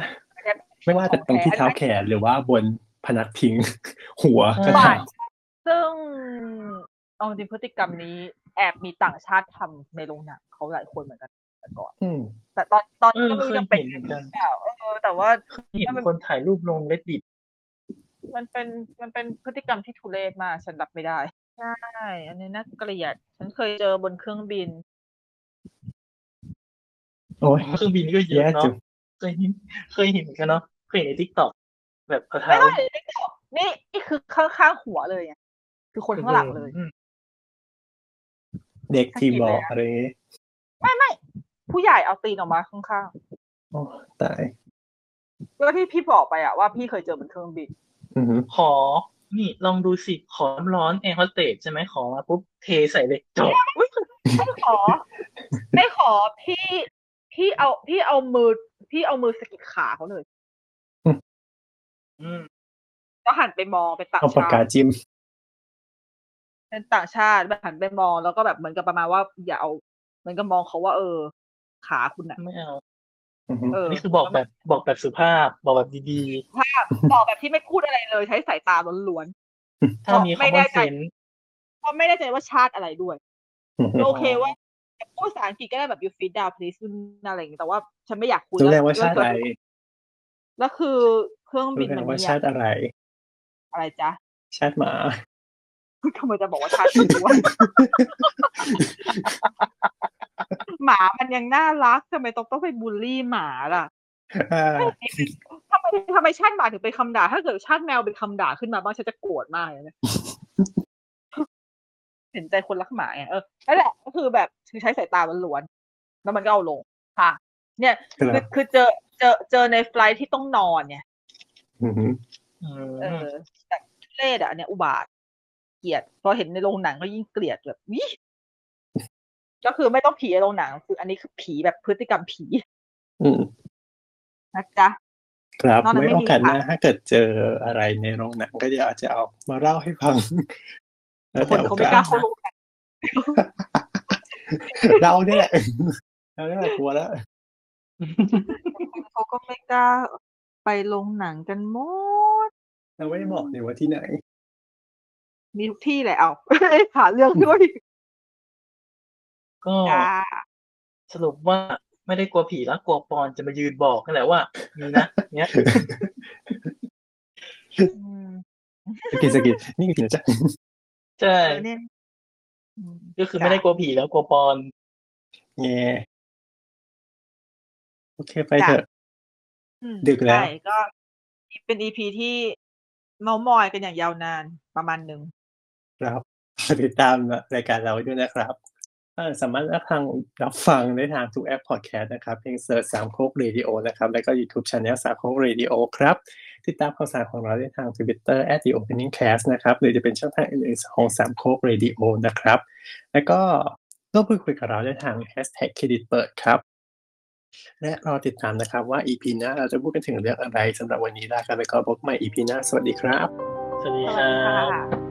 Speaker 3: ไม่ว่าจะตรงที่เท้าแขนหรือว่าบนพนักพิง หัวก็
Speaker 4: บา
Speaker 3: ตา
Speaker 4: ด
Speaker 3: ม
Speaker 4: ซึ่งเอาจริงพฤติกรรมนี้แอบมีต่างชาติทำในโรงหนังเขาหลายคนเหมือนกันแต่ก่อน
Speaker 3: อืม
Speaker 4: แต่ตอนตอนนี้ก็
Speaker 2: เออ
Speaker 4: ไม่รู้
Speaker 2: เคย
Speaker 4: ยังเป็น
Speaker 2: เห็นเหมือนกัน
Speaker 4: เปล่าเออแต่ว่า
Speaker 2: เห็นคนถ่ายรูปลงเลดดิต
Speaker 4: มันเป็นมันเป็นพฤติกรรมที่ทุเรศมากฉันรับไม่ได้ ใช่ อันนี้น่าเกลียด ฉันเคยเจอบนเครื่องบิน
Speaker 3: โอ้ย
Speaker 2: เครื่องบินนี่ก็เย
Speaker 3: แย่
Speaker 2: อะ
Speaker 3: จั
Speaker 2: เนาะ
Speaker 3: ง
Speaker 2: เคยเห็น เคยเห็นเหมือนกันเนาะเคยเห็นในทิกตอกแบบเขา
Speaker 4: ไม่
Speaker 2: เท้า
Speaker 4: ได้ไม่ได้นี่นี่คือข้างๆหัวเลยไงคือคนข้างหลังเลย
Speaker 2: อืม
Speaker 3: เด็กทีมบอกอะไรอย่างงี้
Speaker 4: ไม่ไม่ผู้ใหญ่เอาตีนออกมาข้าง
Speaker 3: โอ้ตาย
Speaker 4: ๆแล้วที่พี่บอกไปอะว่าพี่เคยเจอบนเครื่องบิน
Speaker 3: อืม
Speaker 2: ขอ นี่ลองดูสิขอน้ำร้อนแอร์โฮสเตสใช่ไหมขอมาปุ๊บเทใส่เลยจบ
Speaker 4: ไม่ข อ ไม่ขอพี่พี่เอาพี่เอามือพี่เอามือสะกิดขาเขาเลย
Speaker 2: อืม
Speaker 4: แล้วหันไปมองเป็นต่าง
Speaker 3: เอาปา
Speaker 4: ชาก
Speaker 3: กา
Speaker 4: ติ
Speaker 3: จิ้ม
Speaker 4: เป็นต่างชาติแบบหันไปมองแล้วก็แบบเหมือนกับประมาณว่า อย่าเอาเหมือนกับมองเขาว่า เออ ขาคุณน่ะ
Speaker 2: ไม่เอา
Speaker 3: อืม
Speaker 4: เออ
Speaker 2: นี่คือบอกแบบบอกแบบสุภาพ บอกแบบดี
Speaker 4: ถ้าบอกแบบที่ไม่พูดอะไรเลย ใช้สายตาล้วน
Speaker 2: ๆ ถ้ามี
Speaker 4: ไม่
Speaker 2: คำ
Speaker 4: แน่
Speaker 2: ว่า
Speaker 4: ใจ
Speaker 2: เซน
Speaker 4: ๆเพราะไม่แน่ใจว่าชาติอะไรด้วย
Speaker 3: อืม
Speaker 4: โอเคว่าจะพูดภาษาอังกฤษก็ได้แบบ you fit down please อะไรอย่างเงี้ยแต่ว่าฉันไม่อยากคุย
Speaker 3: รู้แล้วว่าชาติอะไร
Speaker 4: แล้วคือเครื่องบิ
Speaker 3: รู้
Speaker 4: น
Speaker 3: แล้
Speaker 4: มั
Speaker 3: วน ว่า
Speaker 4: เนี่
Speaker 3: ชาย ติอะไร
Speaker 4: อะไรจ๊ะ
Speaker 3: ชาติหมา
Speaker 4: คุณกำลังจะบอกว่าชาติหรือว่า หมามันยังน่ารักทำไมต้องต้องไปบูลลี่หมาล่ะ
Speaker 3: อ่า
Speaker 4: ทำไมทำไมชาติหมาถึงเป็นคำด่า ถ้าเกิดชาติแมวเป็นคำด่าขึ้นมาบ้างฉันจะโกรธมากเลยนะ เห็นใจคนรักหมาไงเออนั่นแหละก็คือแบบคือใช้สายตาล้วนๆแล้วมันก็เอาลงค่ะ เนี่ย
Speaker 3: คือ
Speaker 4: คือคือเจอเจอเจอในไฟลท์ที่ต้องนอนเนี่ย
Speaker 3: อืม
Speaker 2: อืม
Speaker 4: เออแต่ทุเล่อะอันเนี้ยอุบาท เกลียดพอเห็นในโรงหนังก็ยิ่งเกลียดแบบวิก็คือไม่ต้องผีในโรงหนัง คืออันนี้คือผีแบบพฤติกรรมผี
Speaker 3: อืม
Speaker 4: นะจ๊ะ
Speaker 3: ครับ
Speaker 4: นอกนั้น
Speaker 3: ไว้
Speaker 4: ไม่มี
Speaker 3: โอกาสหน้า
Speaker 4: ค่ะ
Speaker 3: ถ้าเกิดเจออะไรในโรงหนังก็เดี๋ยวอาจจะเอามาเล่าให้ฟังแล้ว
Speaker 4: คน
Speaker 3: แต่โอ
Speaker 4: เขาไม่ก
Speaker 3: กาส
Speaker 4: ล้าเข้าโรงหนัง
Speaker 3: เราเนี่ยแหละเราเนี่ยแหละกลัวแล้ว
Speaker 4: เขาก็ไม่กล้าไปโรงหนังกันหมด
Speaker 3: เราไม่ได้บอกเนี่ยว่าที่ไหน
Speaker 4: มีทุกที่แหละเอา หาเรื่องด้วย
Speaker 2: ก็
Speaker 4: จ้า
Speaker 2: สรุปว่าไม่ได้กลัวผีแล้วกลัวปอนจะมายืนบอกนั่นแหละว่ามีนะเนี้ย
Speaker 4: อืม
Speaker 3: สกินสกินนี่กินจ้ะ
Speaker 2: ใช่
Speaker 4: เออเนี่ยอืม
Speaker 2: ก็คือไม่ได้กลัวผีแล้วกลัวปอน
Speaker 3: แง่โอเคไปเถอะ
Speaker 4: อืม
Speaker 3: ดึกแล้ว
Speaker 4: ใช่ก็เป็นอีพีที่เมามอยกันอย่างยาวนานประมาณหนึ่ง
Speaker 3: ครับ ติดตามรายการเราด้วยนะครับเอ่อสามารถรับฟังรับฟังได้ทางทุกแอปพอดแคสต์นะครับเพียงเสิร์ชสามโคกเรดิโอนะครับ แล้วก็ YouTube Channel สามโคกเรดิโอครับ ติดตามข่าวสารของเราได้ทาง Twitter at the opening cast นะครับ หรือจะเป็นช่องทางอื่นๆของสามโคกเรดิโอนะครับ แล้วก็ร่วมพูดคุยกับเราได้ทาง hashtag เครดิตเปิดครับ และรอติดตามนะครับว่า EP หน้าเราจะพูดกันถึงเรื่องอะไรสำหรับวันนี้ลากันไปก่อนพบใหม่ EP หน้าสวัสดีครับ
Speaker 2: สวัสดี
Speaker 4: สวัสดีค
Speaker 2: ครับ
Speaker 4: ่ะ